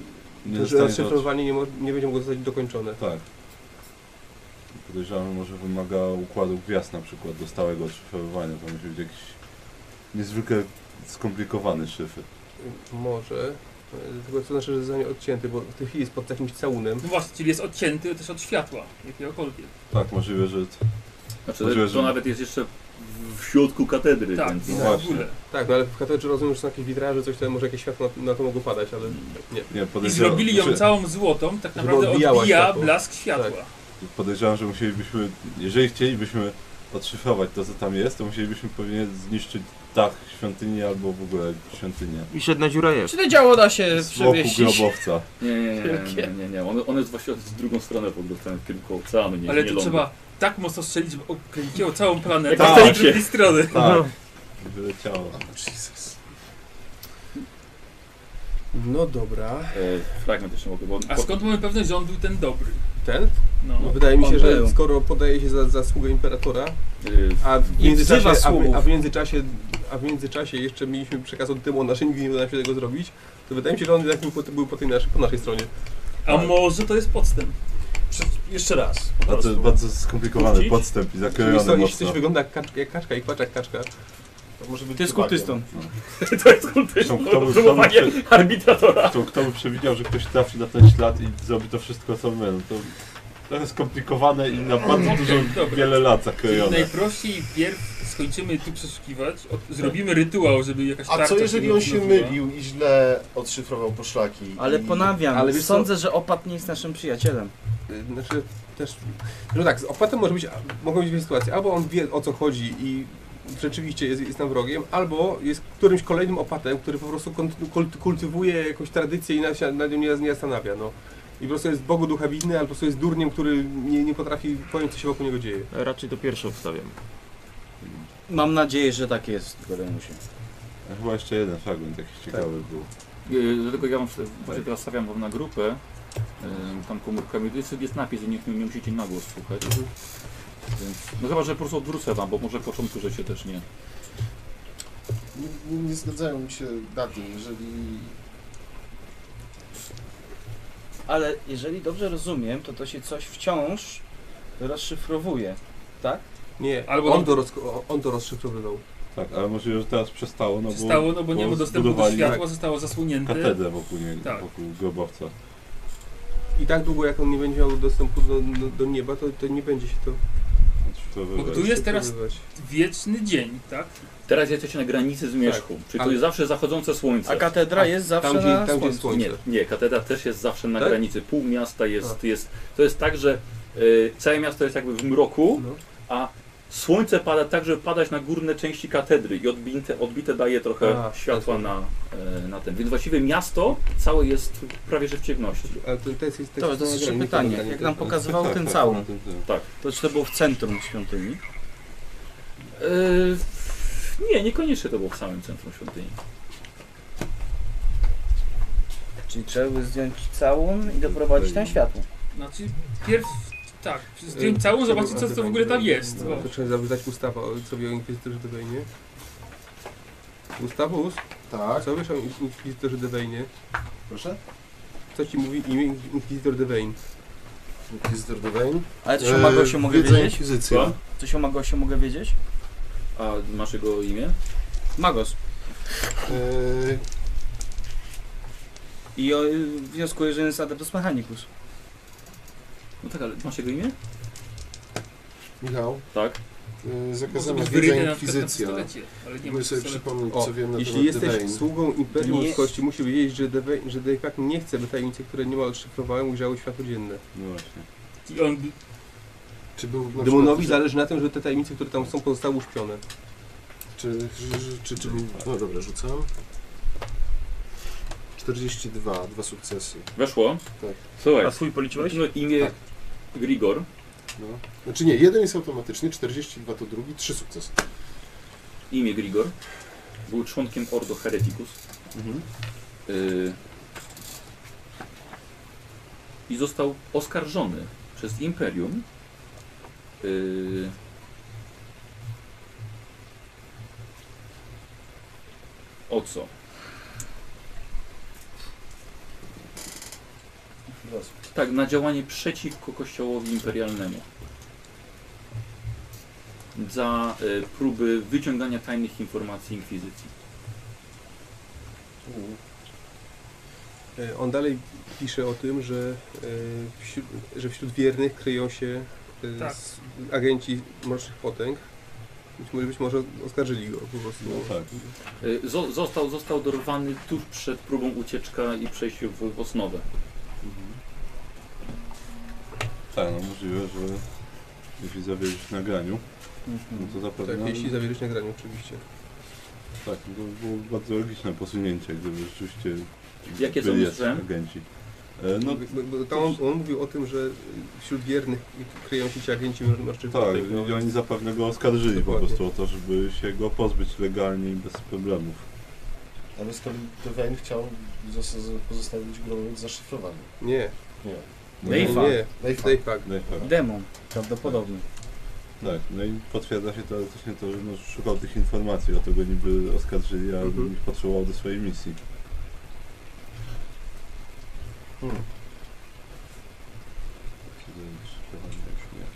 [SPEAKER 8] nie
[SPEAKER 10] to,
[SPEAKER 8] dostanie
[SPEAKER 10] że
[SPEAKER 8] to-
[SPEAKER 10] rozszyfrowanie nie, mo- nie będzie mogło zostać dokończone.
[SPEAKER 8] Tak. Podejrzewam, może wymaga układu gwiazd na przykład do stałego odszyfrowywania. To musi być jakiś niezwykle skomplikowany szyfr.
[SPEAKER 10] Może. E, Tylko to znaczy, że zostanie odcięty, bo w tej chwili jest pod jakimś całunem.
[SPEAKER 2] No właśnie, czyli jest odcięty też od światła, jakiegokolwiek.
[SPEAKER 8] Tak, możliwe, że...
[SPEAKER 1] Znaczy,
[SPEAKER 8] Możliwe,
[SPEAKER 1] to
[SPEAKER 8] że-
[SPEAKER 1] nawet jest jeszcze w- w środku katedry,
[SPEAKER 2] Tak,
[SPEAKER 1] więc...
[SPEAKER 2] i
[SPEAKER 8] no
[SPEAKER 2] tak w
[SPEAKER 8] właśnie.
[SPEAKER 2] ogóle.
[SPEAKER 10] Tak, no ale w katedrze rozumiem, że są jakieś witraże, coś tam, może jakieś światło na, na to mogło padać, ale
[SPEAKER 8] Nie,
[SPEAKER 2] I
[SPEAKER 8] podejrzewam,
[SPEAKER 2] zrobili ją
[SPEAKER 8] znaczy,
[SPEAKER 2] całą złotą, tak
[SPEAKER 10] Żeby
[SPEAKER 2] naprawdę
[SPEAKER 10] odbijała
[SPEAKER 2] odbija
[SPEAKER 10] światło.
[SPEAKER 2] blask światła.
[SPEAKER 8] Podejrzewam, że musielibyśmy... Jeżeli chcielibyśmy odszyfrować to, co tam jest, to musielibyśmy pewnie zniszczyć dach świątyni albo w ogóle świątynię.
[SPEAKER 4] Już jedna dziura jest.
[SPEAKER 5] Czy to działo da się
[SPEAKER 8] Z boku
[SPEAKER 5] przewieźć?
[SPEAKER 8] grobowca.
[SPEAKER 1] Nie, nie, nie,
[SPEAKER 5] Wielkie.
[SPEAKER 1] nie, nie. On, on jest właśnie z drugą stronę po prostu, w kierunku oceanu, nie,
[SPEAKER 2] Ale
[SPEAKER 1] nie
[SPEAKER 2] tu
[SPEAKER 1] lądu.
[SPEAKER 2] trzeba tak mocno strzelić, żeby okręciło całą planetę
[SPEAKER 1] Jak
[SPEAKER 2] z tej
[SPEAKER 1] tak.
[SPEAKER 2] drugiej strony.
[SPEAKER 8] Tak, wyleciało.
[SPEAKER 3] Jesus.
[SPEAKER 10] No dobra.
[SPEAKER 1] E, fragment jeszcze mogę, bo...
[SPEAKER 2] A skąd mamy pewność, że on był ten dobry?
[SPEAKER 10] Ten?
[SPEAKER 2] No.
[SPEAKER 10] No, wydaje mi się,
[SPEAKER 5] on
[SPEAKER 10] że
[SPEAKER 5] był.
[SPEAKER 10] skoro podaje się za zasługę imperatora,
[SPEAKER 1] E,
[SPEAKER 10] a w
[SPEAKER 5] Nie
[SPEAKER 10] międzyczasie,
[SPEAKER 5] wzywa
[SPEAKER 10] a, w-
[SPEAKER 5] sługów.
[SPEAKER 10] a w międzyczasie, a w międzyczasie jeszcze mieliśmy przekaz od Dymona, że nigdy nie uda nam się tego zrobić, to wydaje mi się, że on jednak był po, był po tej naszej, po naszej stronie.
[SPEAKER 2] A może to jest podstęp?
[SPEAKER 6] Przed- Jeszcze raz. po
[SPEAKER 8] A to jest
[SPEAKER 6] prostu.
[SPEAKER 8] bardzo skomplikowany
[SPEAKER 6] Puścić?
[SPEAKER 8] podstęp i
[SPEAKER 10] Czyli
[SPEAKER 8] zakrojony
[SPEAKER 10] co, jeśli coś
[SPEAKER 8] mocno.
[SPEAKER 10] wygląda jak kaczka, jak kaczka i płacz jak kaczka,
[SPEAKER 6] To może być
[SPEAKER 5] Ty jest
[SPEAKER 6] dywagiem.
[SPEAKER 5] kultystą.
[SPEAKER 1] to jest kultyczne
[SPEAKER 2] No,
[SPEAKER 8] Zresztą kto by-
[SPEAKER 1] rozumowanie
[SPEAKER 8] kto by
[SPEAKER 1] arbitratora.
[SPEAKER 8] To kto by przewidział, że ktoś trafi na ten ślad i zrobi to wszystko co my? No to trochę skomplikowane i na bardzo
[SPEAKER 2] Okej,
[SPEAKER 8] dużo,
[SPEAKER 2] dobra.
[SPEAKER 8] wiele lat
[SPEAKER 2] Czyli
[SPEAKER 8] zakrojone.
[SPEAKER 2] najprościej pierw skończymy tu przeszukiwać, od, zrobimy rytuał, żeby jakaś
[SPEAKER 6] A
[SPEAKER 2] tarcza
[SPEAKER 6] co jeżeli on się
[SPEAKER 2] odnowiła.
[SPEAKER 6] mylił i źle odszyfrował poszlaki?
[SPEAKER 5] Ale
[SPEAKER 6] i...
[SPEAKER 5] ponawiam,
[SPEAKER 10] Ale wiesz co?
[SPEAKER 5] sądzę, że opat nie jest naszym przyjacielem.
[SPEAKER 10] Y, Znaczy też. No tak, z opłatem może być, mogą być dwie sytuacje. Albo on wie o co chodzi i rzeczywiście jest, jest nam wrogiem, albo jest którymś kolejnym opatem, który po prostu kontynu- kult, kultywuje jakąś tradycję i na, się na nią nie, nie zastanawia. No. I po prostu jest Bogu ducha winny, albo po prostu jest durniem, który nie, nie potrafi pojąć, co się wokół niego dzieje.
[SPEAKER 4] Raczej to pierwsze obstawiam.
[SPEAKER 5] Mam nadzieję, że tak jest, Goremusie.
[SPEAKER 8] A Chyba jeszcze jeden fragment jakiś ciekawy był.
[SPEAKER 1] E, Dlatego ja wam wst- właśnie teraz stawiam wam na grupę, e, tam komórkami, jest, jest napis i niech nie musicie na głos słuchać. Więc, no chyba, że po prostu odwrócę wam, bo może w początku, że się też nie...
[SPEAKER 3] Nie, nie, nie zgadzają mi się daty, jeżeli...
[SPEAKER 5] Ale jeżeli dobrze rozumiem, to to się coś wciąż rozszyfrowuje.
[SPEAKER 10] Nie,
[SPEAKER 2] Albo
[SPEAKER 10] on,
[SPEAKER 2] na-
[SPEAKER 10] to rozko- on to rozszyfrowywał.
[SPEAKER 8] Tak, ale możliwe, że teraz przestało, no bo
[SPEAKER 2] Stało, no bo nie
[SPEAKER 8] bo
[SPEAKER 2] było dostępu do
[SPEAKER 8] zbudowali
[SPEAKER 2] światła, zostało zasłonięte.
[SPEAKER 8] katedrę wokół, nie,
[SPEAKER 2] Tak.
[SPEAKER 8] wokół grobowca.
[SPEAKER 10] I tak długo jak on nie będzie miał dostępu do, do, do nieba, to, to nie będzie się to
[SPEAKER 2] Bo
[SPEAKER 8] odszyfrowywać.
[SPEAKER 2] tu jest teraz
[SPEAKER 10] rozszyfrowywać.
[SPEAKER 2] wieczny dzień, tak?
[SPEAKER 1] Teraz jesteście na granicy zmierzchu, czyli tu
[SPEAKER 10] Ale-
[SPEAKER 1] jest zawsze zachodzące słońce.
[SPEAKER 5] A katedra
[SPEAKER 10] A,
[SPEAKER 5] jest zawsze
[SPEAKER 10] Tam, gdzie,
[SPEAKER 5] na
[SPEAKER 10] tam, gdzie jest
[SPEAKER 5] słońcu.
[SPEAKER 10] słońce.
[SPEAKER 1] Nie, nie, katedra też jest zawsze na
[SPEAKER 10] Tak?
[SPEAKER 1] granicy. Pół miasta jest, jest. To jest tak, że y, całe miasto jest jakby w mroku,
[SPEAKER 10] No.
[SPEAKER 1] a słońce pada tak, żeby padać na górne części katedry i odbite, odbite daje trochę
[SPEAKER 10] A,
[SPEAKER 1] światła na, e, na ten. Więc właściwie miasto całe jest prawie że w ciemności.
[SPEAKER 10] Ale to, to jest, to jest,
[SPEAKER 5] To jest jeszcze
[SPEAKER 10] nagranie, nie
[SPEAKER 5] pytanie.
[SPEAKER 10] nagranie,
[SPEAKER 5] Jak
[SPEAKER 10] to-
[SPEAKER 5] nam pokazywał ten całą,
[SPEAKER 8] Ten, ten.
[SPEAKER 5] to czy to było w centrum świątyni?
[SPEAKER 1] E, nie, niekoniecznie to było w samym centrum świątyni.
[SPEAKER 5] Czyli trzeba by zdjąć całą i doprowadzić tam światło.
[SPEAKER 2] Znaczy, pierw, tak, zdjąć całą, zobaczyć co to w ogóle tam jest.
[SPEAKER 10] No,
[SPEAKER 2] O.
[SPEAKER 10] to trzeba zapytać Gustawa, o- co wie o Inkwizytorze Dewejnie. Gustawus,
[SPEAKER 6] Tak,
[SPEAKER 10] co wiesz o In- Inkwizytorze Dewejnie?
[SPEAKER 6] proszę.
[SPEAKER 10] Co ci mówi imię In- Inkwizytor Dewein?
[SPEAKER 6] Inquisitor Devane.
[SPEAKER 5] Ale coś o
[SPEAKER 10] Eee,
[SPEAKER 5] Magosie mogę wiedzieć?
[SPEAKER 6] E, Inkwizycja.
[SPEAKER 5] Coś o Magosie mogę wiedzieć?
[SPEAKER 1] A masz jego imię?
[SPEAKER 5] Magos.
[SPEAKER 6] Eee,
[SPEAKER 5] I o, wnioskuję, że jest Adeptus Mechanicus.
[SPEAKER 1] No tak, ale masz jego imię?
[SPEAKER 6] Michał,
[SPEAKER 1] Tak.
[SPEAKER 6] eee,
[SPEAKER 2] Może
[SPEAKER 6] zakazana
[SPEAKER 2] być
[SPEAKER 6] wiedza
[SPEAKER 2] wyryte na przykład na
[SPEAKER 6] inkwizycja.
[SPEAKER 2] (laughs) pistolecie, ale nie ma
[SPEAKER 6] Próbuję sobie
[SPEAKER 2] pistoletu.
[SPEAKER 6] przypomnieć,
[SPEAKER 10] O,
[SPEAKER 6] co wiem na
[SPEAKER 10] Jeśli
[SPEAKER 6] temat
[SPEAKER 10] jesteś
[SPEAKER 6] Devane.
[SPEAKER 10] sługą Imperium
[SPEAKER 5] Nie.
[SPEAKER 10] Ludzkości, musisz wiedzieć, że, Dewein, że Dewak nie chce, by tajemnice, które nie ma odszyfrowałem, ujrzały światło dzienne.
[SPEAKER 8] No właśnie.
[SPEAKER 2] I on
[SPEAKER 6] Czy był na przykład-
[SPEAKER 10] Demonowi
[SPEAKER 6] że-
[SPEAKER 10] zależy na tym, żeby te tajemnice, które tam są, pozostały uśpione.
[SPEAKER 6] Czy, czy, czy, czy, czy był... No dobra, rzucam. 42, dwa sukcesy.
[SPEAKER 1] Weszło.
[SPEAKER 6] Tak.
[SPEAKER 1] Słuchaj,
[SPEAKER 10] Tak.
[SPEAKER 4] A swój policzyłeś?
[SPEAKER 1] no imię Grigor.
[SPEAKER 3] No. Znaczy nie, jeden jest automatycznie, 42 to drugi, trzy sukcesy.
[SPEAKER 1] Imię Grigor. Był członkiem Ordo Hereticus. Y, I został oskarżony przez Imperium y, o co? Tak, na działanie przeciwko Kościołowi Imperialnemu. Za y, próby wyciągania tajnych informacji Inkwizycji.
[SPEAKER 10] E, On dalej pisze o tym, że, e, wśród, że wśród wiernych kryją się e,
[SPEAKER 2] Tak.
[SPEAKER 10] s- agenci mrocznych potęg. Być może, być może oskarżyli go po prostu.
[SPEAKER 8] No tak.
[SPEAKER 1] Y, zo- Został, został dorwany tuż przed próbą ucieczka i przejściu w, w osnowę.
[SPEAKER 8] Tak, no możliwe, że jeśli zawiedzieć w nagraniu,
[SPEAKER 2] Mhm.
[SPEAKER 8] no to zapewne...
[SPEAKER 10] Tak, jeśli zawiedziesz nagranie oczywiście.
[SPEAKER 8] Tak, to było bardzo logiczne posunięcie, gdyby rzeczywiście
[SPEAKER 1] Jakie są
[SPEAKER 8] byli jacyś
[SPEAKER 1] jeszcze?
[SPEAKER 8] agenci. E, No
[SPEAKER 10] No, bo, bo tam on, on mówił o tym, że wśród wiernych kryją się ci agenci mrocznych
[SPEAKER 8] tak,
[SPEAKER 10] potęg.
[SPEAKER 8] i oni zapewne go oskarżyli
[SPEAKER 10] Dokładnie.
[SPEAKER 8] po prostu o to, żeby się go pozbyć legalnie i bez problemów.
[SPEAKER 3] Ale skoro Devane chciał zas- pozostawić grobowiec zaszyfrowany.
[SPEAKER 10] Nie,
[SPEAKER 3] Nie.
[SPEAKER 8] No i,
[SPEAKER 5] Dave-
[SPEAKER 10] nie,
[SPEAKER 3] Dave,
[SPEAKER 10] Dave Hag.
[SPEAKER 8] no i tak,
[SPEAKER 5] Demon, prawdopodobnie.
[SPEAKER 8] tak, no i potwierdza się teoretycznie to, że no, szukał tych informacji, o to go niby oskarżyli, a
[SPEAKER 10] Mhm.
[SPEAKER 8] ich potrzebował do swojej misji.
[SPEAKER 3] Hmm.
[SPEAKER 8] Kiedy szykowanie już nie.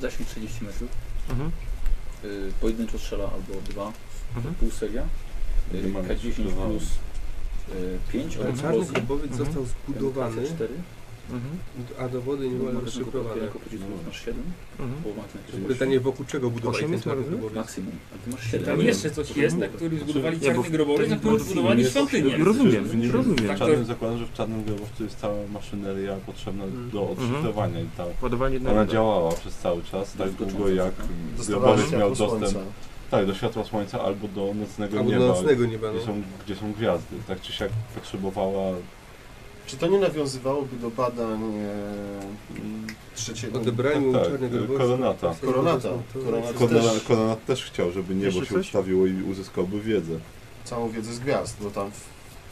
[SPEAKER 1] Zasięg 30 metrów.
[SPEAKER 4] Mhm.
[SPEAKER 1] Y, Pojedynczo strzela albo dwa.
[SPEAKER 4] Mhm.
[SPEAKER 1] Pół seria. Y,
[SPEAKER 8] Nie mamy
[SPEAKER 1] K10
[SPEAKER 8] szykowania.
[SPEAKER 1] plus y, 5
[SPEAKER 10] Ale
[SPEAKER 1] od
[SPEAKER 10] czarny
[SPEAKER 1] Mrozu.
[SPEAKER 10] grobowiec
[SPEAKER 4] Mhm.
[SPEAKER 10] został zbudowany,
[SPEAKER 1] K4.
[SPEAKER 4] Mhm.
[SPEAKER 10] a dowody nie
[SPEAKER 5] No,
[SPEAKER 10] były rozszyfrowane.
[SPEAKER 1] Jako pocisków masz 7,
[SPEAKER 4] Mhm.
[SPEAKER 1] bo Max na
[SPEAKER 8] Czyli-
[SPEAKER 10] Pytanie wokół czego budowali
[SPEAKER 4] Osiem
[SPEAKER 10] ten
[SPEAKER 4] jest
[SPEAKER 10] czarny
[SPEAKER 4] nagrodzony?
[SPEAKER 10] grobowiec?
[SPEAKER 5] Tak.
[SPEAKER 1] maksimum. A ty masz
[SPEAKER 2] Tam
[SPEAKER 1] 7.
[SPEAKER 2] jeszcze coś jest, na którym zbudowali
[SPEAKER 4] Nie, bo
[SPEAKER 2] czarny
[SPEAKER 4] w-
[SPEAKER 2] grobowiec, na którym
[SPEAKER 4] w-
[SPEAKER 2] zbudowali
[SPEAKER 4] jest-
[SPEAKER 2] świątynię.
[SPEAKER 4] Rozumiem,
[SPEAKER 8] W nim-
[SPEAKER 4] rozumiem.
[SPEAKER 8] W czarnym zakładam, że w czarnym grobowcu jest cała maszyneria potrzebna
[SPEAKER 10] Mhm.
[SPEAKER 8] do odszyfrowania i ta
[SPEAKER 4] Ładowanie na
[SPEAKER 8] Ona działała przez cały czas, tak długo jak
[SPEAKER 3] Dostawała
[SPEAKER 8] grobowiec miał
[SPEAKER 3] światło
[SPEAKER 8] dostęp
[SPEAKER 3] słońca.
[SPEAKER 8] tak, do światła słońca albo do nocnego
[SPEAKER 10] Albo
[SPEAKER 8] nieba,
[SPEAKER 10] do nocnego nieba.
[SPEAKER 8] Gdzie,
[SPEAKER 10] No.
[SPEAKER 8] są, gdzie są gwiazdy. Tak czy siak potrzebowała
[SPEAKER 3] Czy to nie nawiązywałoby do badań e, trzeciego?
[SPEAKER 10] Odebranie mu
[SPEAKER 8] tak,
[SPEAKER 10] czarnego
[SPEAKER 8] e,
[SPEAKER 10] grobowiec.
[SPEAKER 8] koronata.
[SPEAKER 3] Koronata.
[SPEAKER 6] No
[SPEAKER 10] To-
[SPEAKER 3] Koronata
[SPEAKER 8] Konrad,
[SPEAKER 3] też
[SPEAKER 8] Konrad też chciał, żeby niebo
[SPEAKER 4] Jeszcze
[SPEAKER 8] się
[SPEAKER 4] coś?
[SPEAKER 8] ustawiło i uzyskałby wiedzę.
[SPEAKER 3] całą wiedzę z gwiazd, bo tam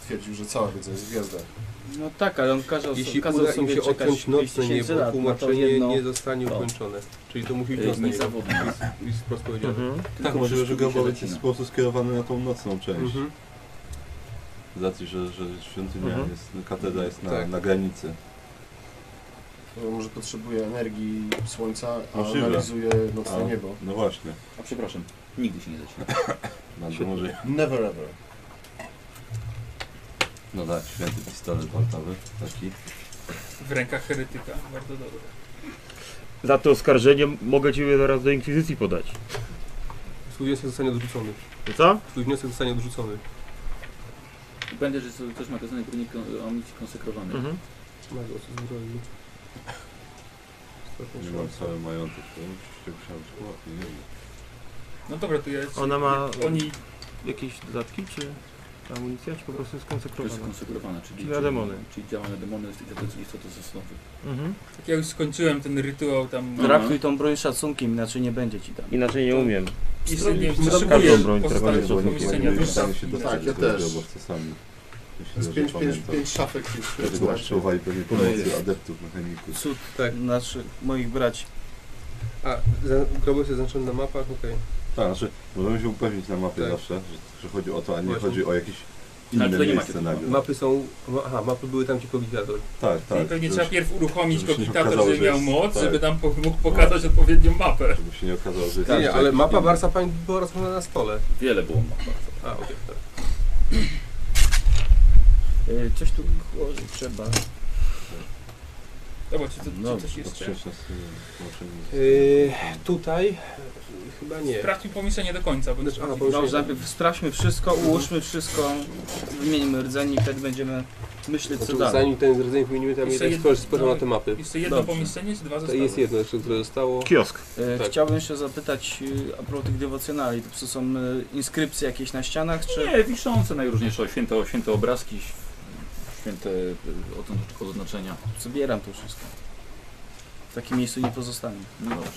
[SPEAKER 3] twierdził, że cała wiedza jest w gwiazdach.
[SPEAKER 5] No tak, ale on kazał,
[SPEAKER 10] Jeśli
[SPEAKER 5] kazał
[SPEAKER 10] uda im
[SPEAKER 5] sobie
[SPEAKER 10] się
[SPEAKER 5] czekać
[SPEAKER 10] odciąć
[SPEAKER 5] 5
[SPEAKER 10] nocne
[SPEAKER 5] 000
[SPEAKER 10] niebo,
[SPEAKER 5] lat na to
[SPEAKER 10] tłumaczenie
[SPEAKER 5] jedno...
[SPEAKER 10] nie zostanie
[SPEAKER 5] to.
[SPEAKER 10] ukończone. Czyli to musi być
[SPEAKER 1] Jest
[SPEAKER 10] nocne niebo.
[SPEAKER 1] niezawodny.
[SPEAKER 10] Jest, jest wprost powiedziane.
[SPEAKER 4] Mhm.
[SPEAKER 8] Tak,
[SPEAKER 1] Tylko
[SPEAKER 8] możliwe,
[SPEAKER 1] wszystko
[SPEAKER 8] że
[SPEAKER 1] się
[SPEAKER 8] grobowiec
[SPEAKER 1] zacina.
[SPEAKER 8] jest po prostu skierowany na tą nocną część.
[SPEAKER 10] Mhm.
[SPEAKER 8] Z racji, że, że świątynia
[SPEAKER 4] Mhm.
[SPEAKER 8] jest, katedra jest na,
[SPEAKER 10] Tak.
[SPEAKER 8] na granicy.
[SPEAKER 3] No, Może potrzebuje energii słońca, a
[SPEAKER 8] Możliwe.
[SPEAKER 3] analizuje nocne
[SPEAKER 8] A.
[SPEAKER 3] niebo.
[SPEAKER 8] No właśnie,
[SPEAKER 1] A przepraszam, nigdy się nie zacina.
[SPEAKER 8] bardzo może.
[SPEAKER 3] Never ever.
[SPEAKER 8] No tak, święty pistolet waltowy, taki.
[SPEAKER 2] W rękach heretyka, bardzo dobre.
[SPEAKER 4] Za to oskarżenie mogę cię zaraz do inkwizycji podać.
[SPEAKER 10] Twój wniosek zostanie odrzucony.
[SPEAKER 4] Co?
[SPEAKER 10] Twój wniosek zostanie odrzucony.
[SPEAKER 1] Będę, że są też magazyny broni kon- amunicji konsekrowanej.
[SPEAKER 4] Mhm.
[SPEAKER 10] Ma głos zbroi.
[SPEAKER 8] Nie mam cały majątek, to oczywiście musiałem spłatnie, nie wiem.
[SPEAKER 2] No dobra, to ja jeszcze...
[SPEAKER 4] Ona ma-
[SPEAKER 2] Oni...
[SPEAKER 4] Jakieś dodatki, czy amunicja, czy po prostu jest
[SPEAKER 1] To jest
[SPEAKER 4] konsekrowana?
[SPEAKER 1] konsekrowana, czyli,
[SPEAKER 4] Czyli na demony.
[SPEAKER 1] Czyli działa na demony, jest istoty- istoty zasnowy.
[SPEAKER 4] Mhm.
[SPEAKER 2] Jak ja już skończyłem ten rytuał tam...
[SPEAKER 1] Dobra.
[SPEAKER 5] Traktuj tą broń szacunkiem, inaczej nie będzie ci tam.
[SPEAKER 4] Inaczej nie umiem.
[SPEAKER 2] I sobie
[SPEAKER 8] Każdą
[SPEAKER 2] przeszukuję
[SPEAKER 4] broń
[SPEAKER 2] pozostałe
[SPEAKER 4] trzeba mieć
[SPEAKER 2] pomieszczenia
[SPEAKER 8] Nie
[SPEAKER 2] do
[SPEAKER 8] w stanie się
[SPEAKER 2] szafki.
[SPEAKER 8] dostać
[SPEAKER 3] ja
[SPEAKER 8] do tego
[SPEAKER 3] też.
[SPEAKER 8] grobowca sami.
[SPEAKER 3] To jest
[SPEAKER 8] Myślę, że
[SPEAKER 3] 5, 5,
[SPEAKER 8] pamiętam.
[SPEAKER 3] 5 szafek. pięć-
[SPEAKER 8] Dlatego
[SPEAKER 3] pięć-
[SPEAKER 8] potrzebowali pewnie pomocy adeptów mechaników.
[SPEAKER 5] Cud
[SPEAKER 10] Tak.
[SPEAKER 5] naszych, moich braci.
[SPEAKER 10] A, grobowiec jest zaznaczony na mapach? Okej.
[SPEAKER 8] Tak, znaczy możemy się upewnić na mapie
[SPEAKER 10] Tak.
[SPEAKER 8] zawsze, że, że chodzi o to, a nie
[SPEAKER 10] Właśnie.
[SPEAKER 8] chodzi o jakieś
[SPEAKER 1] Ale
[SPEAKER 8] inne
[SPEAKER 1] tutaj nie
[SPEAKER 8] miejsce
[SPEAKER 1] macie
[SPEAKER 8] nagle.
[SPEAKER 10] Mapy są... ma- Aha, mapy były tam, gdzie kogitator.
[SPEAKER 8] Tak,
[SPEAKER 2] no I
[SPEAKER 8] tak.
[SPEAKER 2] pewnie
[SPEAKER 8] żeby
[SPEAKER 2] trzeba
[SPEAKER 8] się-
[SPEAKER 2] pierw uruchomić
[SPEAKER 8] żeby się nie
[SPEAKER 2] kogitator,
[SPEAKER 8] okazało,
[SPEAKER 2] żeby
[SPEAKER 8] że
[SPEAKER 2] miał
[SPEAKER 8] jest-
[SPEAKER 2] moc,
[SPEAKER 8] tak.
[SPEAKER 2] żeby tam po- mógł pokazać odpowiednią mapę.
[SPEAKER 8] Żeby się nie okazało, że jest
[SPEAKER 10] Nie, nie,
[SPEAKER 8] jeszcze
[SPEAKER 10] ale
[SPEAKER 8] jakiś
[SPEAKER 10] mapa
[SPEAKER 8] inny.
[SPEAKER 10] Barsa Pań była rozłożona na stole.
[SPEAKER 1] Wiele było map.
[SPEAKER 10] A, okej, tak.
[SPEAKER 5] Y, Coś tu ułożyć trzeba.
[SPEAKER 2] Dobra, czy, to,
[SPEAKER 8] No,
[SPEAKER 2] czy coś jeszcze?
[SPEAKER 8] odświeżne z- z-
[SPEAKER 10] Yy, tutaj... e, Chyba nie.
[SPEAKER 2] Sprawdźmy pomieszczenie do końca, bo...
[SPEAKER 10] Znaczy, a, bo-
[SPEAKER 5] Dobrze, najpierw sprawdźmy wszystko, ułóżmy wszystko, wymieńmy rdzeni i wtedy będziemy myśleć co
[SPEAKER 10] Znaczy,
[SPEAKER 5] dalej.
[SPEAKER 10] zanim ten rdzeń wymienimy, tam
[SPEAKER 2] Jeszcze
[SPEAKER 10] jeszcze
[SPEAKER 2] jedno-
[SPEAKER 10] tak spojrzę spojrzę na te mapy.
[SPEAKER 2] Jeszcze jedno
[SPEAKER 5] Dobrze.
[SPEAKER 2] pomieszczenie, czy dwa
[SPEAKER 10] To
[SPEAKER 2] zostały?
[SPEAKER 10] jest jedno jeszcze, które zostało.
[SPEAKER 4] Kiosk.
[SPEAKER 5] Y,
[SPEAKER 10] tak.
[SPEAKER 5] Chciałbym jeszcze zapytać y, a propos tych dewocjonali, to czy są
[SPEAKER 4] Tak.
[SPEAKER 5] y, inskrypcje jakieś na ścianach, czy...
[SPEAKER 1] Nie, wiszące najróżniejsze święto, święte obrazki, ś- święte y, odn- oznaczenia.
[SPEAKER 5] Zbieram to wszystko. W takim miejscu nie pozostanę.
[SPEAKER 1] No
[SPEAKER 4] (laughs)
[SPEAKER 1] dobrze.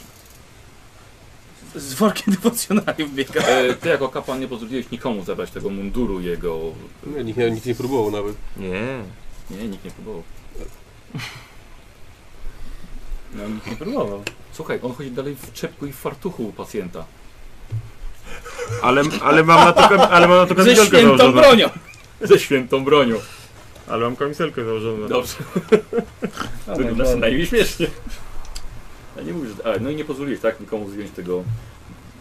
[SPEAKER 5] Z workiem (laughs) depocjonariów biega.
[SPEAKER 1] E, ty jako kapłan nie pozwoliłeś nikomu zabrać tego munduru jego.
[SPEAKER 10] Nie, No, nikt, nikt nie próbował nawet.
[SPEAKER 4] Nie.
[SPEAKER 1] Nie, nikt nie próbował.
[SPEAKER 5] No nikt nie próbował.
[SPEAKER 1] Słuchaj, on chodzi dalej w czepku i w fartuchu u pacjenta.
[SPEAKER 4] Ale, ale mam na to, kam- ale mam na
[SPEAKER 5] Ze
[SPEAKER 4] to kamizelkę
[SPEAKER 5] świętą
[SPEAKER 4] założoną.
[SPEAKER 5] bronią!
[SPEAKER 1] Ze świętą bronią.
[SPEAKER 4] Ale mam kamizelkę założoną.
[SPEAKER 1] Dobrze. Wygląda co najmniej śmiesznie. Ja nie mówisz, a, no i nie pozwoliłeś tak nikomu zdjąć tego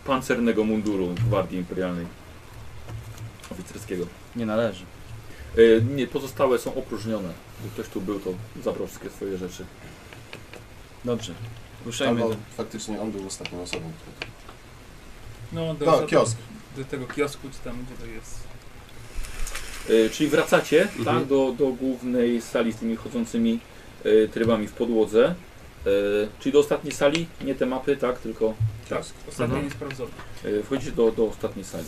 [SPEAKER 1] pancernego munduru Gwardii Imperialnej. Oficerskiego.
[SPEAKER 5] Nie należy.
[SPEAKER 1] E, nie, pozostałe są opróżnione. Gdy ktoś tu był, to zabrał wszystkie swoje rzeczy.
[SPEAKER 5] Dobrze. Ruszajmy.
[SPEAKER 3] Albo
[SPEAKER 5] do-
[SPEAKER 3] faktycznie on był ostatnią osobą, która
[SPEAKER 2] No, do,
[SPEAKER 3] No,
[SPEAKER 2] do-
[SPEAKER 3] kiosk.
[SPEAKER 2] do tego kiosku, czy tam gdzie to jest.
[SPEAKER 1] E, czyli wracacie
[SPEAKER 10] Mhm.
[SPEAKER 1] tak, do, do głównej sali z tymi chodzącymi e, trybami w podłodze. E, czyli do ostatniej sali, nie te mapy, tak, tylko
[SPEAKER 2] Tak, ostatnio
[SPEAKER 4] Mhm.
[SPEAKER 2] nie sprawdzono.
[SPEAKER 1] E, Wchodzicie do, do ostatniej sali.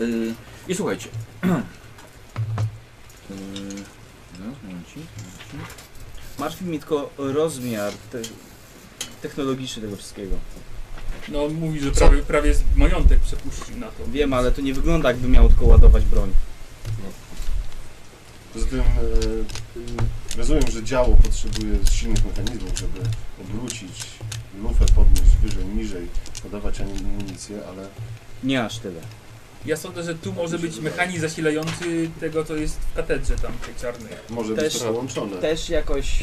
[SPEAKER 1] Y, I słuchajcie. (clears throat) Y, no, momencik, momencik.
[SPEAKER 5] Martwi mi tylko rozmiar te... technologiczny tego wszystkiego.
[SPEAKER 2] No on mówi, że prawie, prawie z- majątek przepuścił na to.
[SPEAKER 5] Wiem, ale to nie wygląda jakby miał tylko ładować broń.
[SPEAKER 3] Poza tym e, y, rozumiem, że działo potrzebuje silnych mechanizmów, żeby obrócić lufę, podnieść wyżej, niżej, podawać amunicję, ale
[SPEAKER 5] Nie aż tyle.
[SPEAKER 2] Ja sądzę, że tu może być mechanizm zasilający tego, co jest w katedrze tam tej czarnej.
[SPEAKER 3] może
[SPEAKER 5] Też-
[SPEAKER 3] być to połączone.
[SPEAKER 5] Też jakoś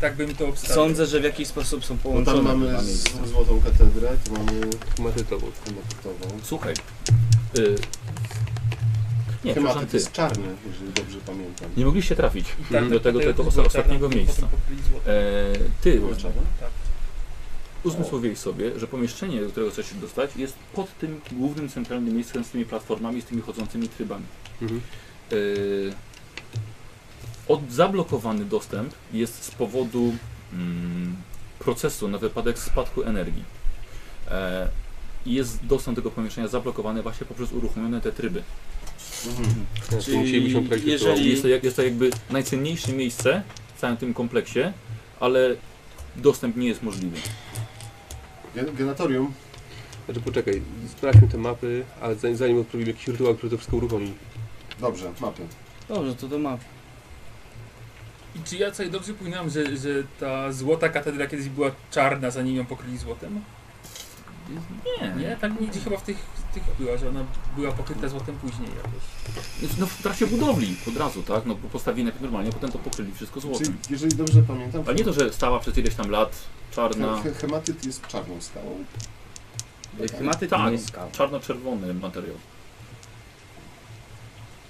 [SPEAKER 2] Tak bym to obstawił.
[SPEAKER 5] sądzę, że w jakiś sposób są
[SPEAKER 3] Bo
[SPEAKER 5] połączone.
[SPEAKER 3] tam
[SPEAKER 5] dwa
[SPEAKER 3] mamy z,
[SPEAKER 5] miejsca.
[SPEAKER 3] złotą katedrę, tu mamy
[SPEAKER 10] Matytową.
[SPEAKER 3] hematową.
[SPEAKER 1] Słuchaj. y, Nie, przepraszam,
[SPEAKER 3] Hematyt
[SPEAKER 1] ty.
[SPEAKER 3] jest czarny, jeżeli dobrze pamiętam.
[SPEAKER 1] Nie mogliście trafić
[SPEAKER 2] I tak
[SPEAKER 1] do tego,
[SPEAKER 2] to-
[SPEAKER 1] tego osta-
[SPEAKER 2] to było czarne,
[SPEAKER 1] ostatniego
[SPEAKER 2] potem
[SPEAKER 1] miejsca.
[SPEAKER 2] pokryli złotem.
[SPEAKER 1] E, Ty
[SPEAKER 3] Było czarne?
[SPEAKER 1] uzmysłowiłeś sobie, że pomieszczenie, do którego chcesz się dostać, jest pod tym głównym centralnym miejscem z tymi platformami, z tymi chodzącymi trybami.
[SPEAKER 10] Mhm.
[SPEAKER 1] Y, od zablokowany dostęp jest z powodu mm, procesu na wypadek spadku energii. E, i jest dostęp do tego pomieszczenia zablokowany właśnie poprzez uruchomione te tryby.
[SPEAKER 3] Mhm.
[SPEAKER 5] Czyli
[SPEAKER 10] Musielibyśmy praktykować.
[SPEAKER 5] jeżeli-
[SPEAKER 1] Czyli jest to, jak, jest to jakby najcenniejsze miejsce w całym tym kompleksie, ale dostęp nie jest możliwy.
[SPEAKER 3] Gen- Genatorium,
[SPEAKER 10] Znaczy poczekaj, sprawdźmy te mapy, ale zanim, zanim odprowadzimy jakiś rytuał, który to wszystko uruchomi.
[SPEAKER 3] dobrze, mapy.
[SPEAKER 5] Dobrze, to do map.
[SPEAKER 2] I czy ja sobie dobrze pamiętam, że, że ta złota katedra kiedyś była czarna, zanim ją pokryli złotem?
[SPEAKER 1] Nie,
[SPEAKER 2] Nie, tak nigdzie chyba w tych, w tych była, że ona była pokryta złotem później jakoś.
[SPEAKER 1] No w trakcie budowli od razu, tak? No bo postawili najpierw normalnie, potem to pokryli wszystko
[SPEAKER 3] Czyli,
[SPEAKER 1] złotem.
[SPEAKER 3] jeżeli dobrze pamiętam, no,
[SPEAKER 1] Ale nie to, że stała przez ileś tam lat czarna,
[SPEAKER 3] he- hematyt jest czarną skałą. No,
[SPEAKER 5] Klimaty
[SPEAKER 1] Tak.
[SPEAKER 5] nie jest skał.
[SPEAKER 1] czarno-czerwony materiał.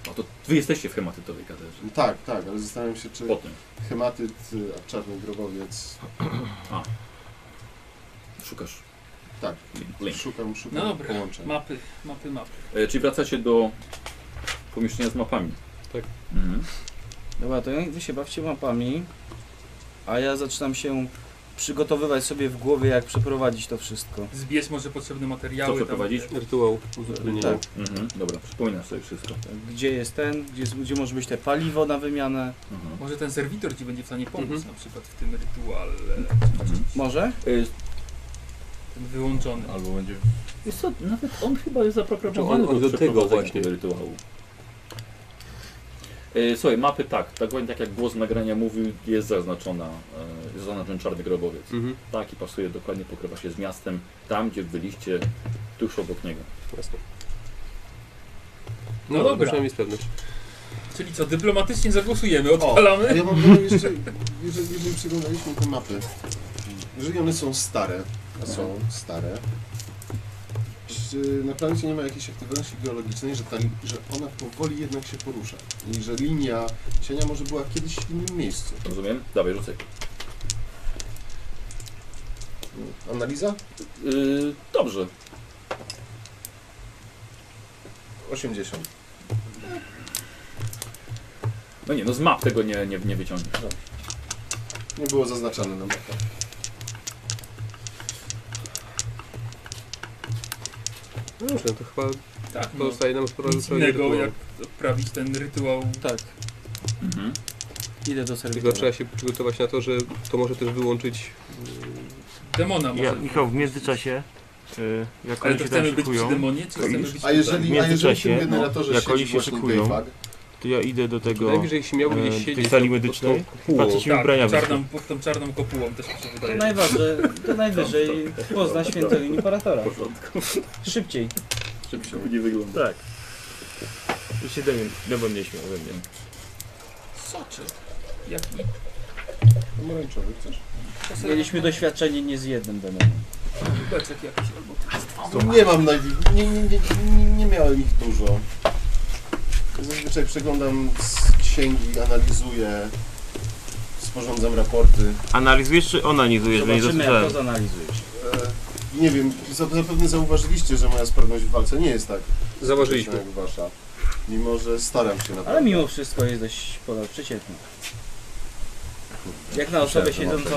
[SPEAKER 1] No to wy jesteście w hematytowej kaderze.
[SPEAKER 3] Tak, tak, ale zastanawiam się, czy
[SPEAKER 1] Potem.
[SPEAKER 3] hematyt, y, a czarny grobowiec...
[SPEAKER 1] Szukasz.
[SPEAKER 3] Tak.
[SPEAKER 1] Link.
[SPEAKER 3] Szukam, szukam
[SPEAKER 2] No dobra,
[SPEAKER 3] połączeń.
[SPEAKER 2] mapy, mapy, mapy.
[SPEAKER 1] E, czyli wracacie do pomieszczenia z mapami.
[SPEAKER 10] Tak.
[SPEAKER 1] Mhm.
[SPEAKER 5] Dobra, to wy się bawcie mapami, a ja zaczynam się przygotowywać sobie w głowie, jak przeprowadzić to wszystko.
[SPEAKER 2] Zbierz może potrzebne materiały.
[SPEAKER 1] Co przeprowadzić?
[SPEAKER 2] Tam,
[SPEAKER 10] Rytuał uzupełnienia.
[SPEAKER 5] Tak.
[SPEAKER 1] Mhm. Dobra, przypominasz sobie wszystko.
[SPEAKER 5] Gdzie jest ten, gdzie, jest, gdzie może być te paliwo na wymianę?
[SPEAKER 1] Mhm.
[SPEAKER 2] może ten serwitor ci będzie w stanie pomóc
[SPEAKER 10] Mhm.
[SPEAKER 2] na przykład w tym rytuale.
[SPEAKER 1] Mhm.
[SPEAKER 5] Może?
[SPEAKER 1] E,
[SPEAKER 2] Ten wyłączony.
[SPEAKER 8] Albo będzie
[SPEAKER 1] Wiesz co, nawet on chyba jest
[SPEAKER 10] On-
[SPEAKER 1] zaprogramowany
[SPEAKER 10] Znaczy, on do tego
[SPEAKER 1] przeprowadzenia
[SPEAKER 10] właśnie.
[SPEAKER 1] tego rytuału. E, Słuchaj, mapy tak, tak właśnie tak jak głos nagrania mówił, jest zaznaczona, e, jest zaznaczony czarny grobowiec.
[SPEAKER 10] Mhm,
[SPEAKER 1] Tak i pasuje dokładnie, pokrywa się z miastem, tam gdzie byliście, tuż obok niego.
[SPEAKER 10] jasne.
[SPEAKER 2] No
[SPEAKER 10] No,
[SPEAKER 2] dobra.
[SPEAKER 10] dobra. Przynajmniej jest pewność.
[SPEAKER 2] Czyli co, dyplomatycznie zagłosujemy,
[SPEAKER 3] a
[SPEAKER 2] odpalamy?
[SPEAKER 3] ja mam do niej jeszcze, jeżeli, jeżeli przeglądaliśmy te mapy, jeżeli one są stare, a są stare, czy na planecie nie ma jakiejś aktywności geologicznej, że, ta, że ona powoli jednak się porusza i że linia cienia może była kiedyś w innym miejscu?
[SPEAKER 1] Rozumiem? Dawaj, rzucaj.
[SPEAKER 3] Analiza?
[SPEAKER 1] Yy, dobrze.
[SPEAKER 3] 80.
[SPEAKER 1] No nie, no z map tego nie, nie, nie wyciągniesz.
[SPEAKER 3] Nie było zaznaczane na mapach.
[SPEAKER 10] No dobrze, no to chyba
[SPEAKER 2] Tak, no.
[SPEAKER 10] pozostaje nam sporo
[SPEAKER 2] Nic innego jak odprawić ten rytuał
[SPEAKER 5] Tak.
[SPEAKER 1] Mhm.
[SPEAKER 5] Idę do
[SPEAKER 10] Tylko
[SPEAKER 5] serwitora.
[SPEAKER 10] trzeba się przygotować na to, że to może też wyłączyć
[SPEAKER 2] Demona może.
[SPEAKER 4] Ja, Michał, w międzyczasie, y, jak
[SPEAKER 2] Ale
[SPEAKER 4] oni
[SPEAKER 2] to
[SPEAKER 4] się tam
[SPEAKER 2] chcemy być przy
[SPEAKER 4] szykują,
[SPEAKER 2] demonie, czy chcemy być
[SPEAKER 3] A jeżeli, a jeżeli w tym
[SPEAKER 4] międzyczasie,
[SPEAKER 3] generatorze
[SPEAKER 4] jak oni
[SPEAKER 3] siedzi
[SPEAKER 4] się
[SPEAKER 3] właśnie
[SPEAKER 4] szykują,
[SPEAKER 3] Daypag,
[SPEAKER 4] to ja idę do tego,
[SPEAKER 10] Wydaje mi się, że jeśli
[SPEAKER 4] e,
[SPEAKER 10] miałby gdzieś
[SPEAKER 4] do tej
[SPEAKER 10] siedzieć...
[SPEAKER 4] sali
[SPEAKER 10] to- to-
[SPEAKER 4] medycznej?
[SPEAKER 10] to-
[SPEAKER 4] patrzeć im ubrania
[SPEAKER 2] tak,
[SPEAKER 4] wysokie.
[SPEAKER 2] czarną, pod tą czarną kopułą też mi się
[SPEAKER 5] To
[SPEAKER 2] wydaje.
[SPEAKER 5] najważniejsze, to najwyżej pozna świętego imperatora. Szybciej.
[SPEAKER 1] Żeby się nie wygląda.
[SPEAKER 4] Tak. I się demon, demon nie śmiał we mnie.
[SPEAKER 2] Soczy. Jak
[SPEAKER 3] Pomarańczowy chcesz?
[SPEAKER 5] Mieliśmy doświadczenie nie z jednym demonem.
[SPEAKER 2] kubeczek jakiś albo...
[SPEAKER 3] Nie mam najwi- nie, nie, nie, nie, nie miałem ich dużo. Zazwyczaj przeglądam z księgi, analizuję, sporządzam raporty.
[SPEAKER 4] Analizujesz czy analizujesz, bo nie
[SPEAKER 5] Zobaczymy jak to
[SPEAKER 4] zasłyszałem.
[SPEAKER 5] zanalizujesz.
[SPEAKER 3] E, nie wiem, za- zapewne zauważyliście, że moja sprawność w walce nie jest tak
[SPEAKER 10] Zauważyliśmy.
[SPEAKER 3] jak wasza. Mimo, że staram się naprawdę.
[SPEAKER 5] Ale mimo wszystko jest dość ponad przeciętny. Jak na osobę siedzącą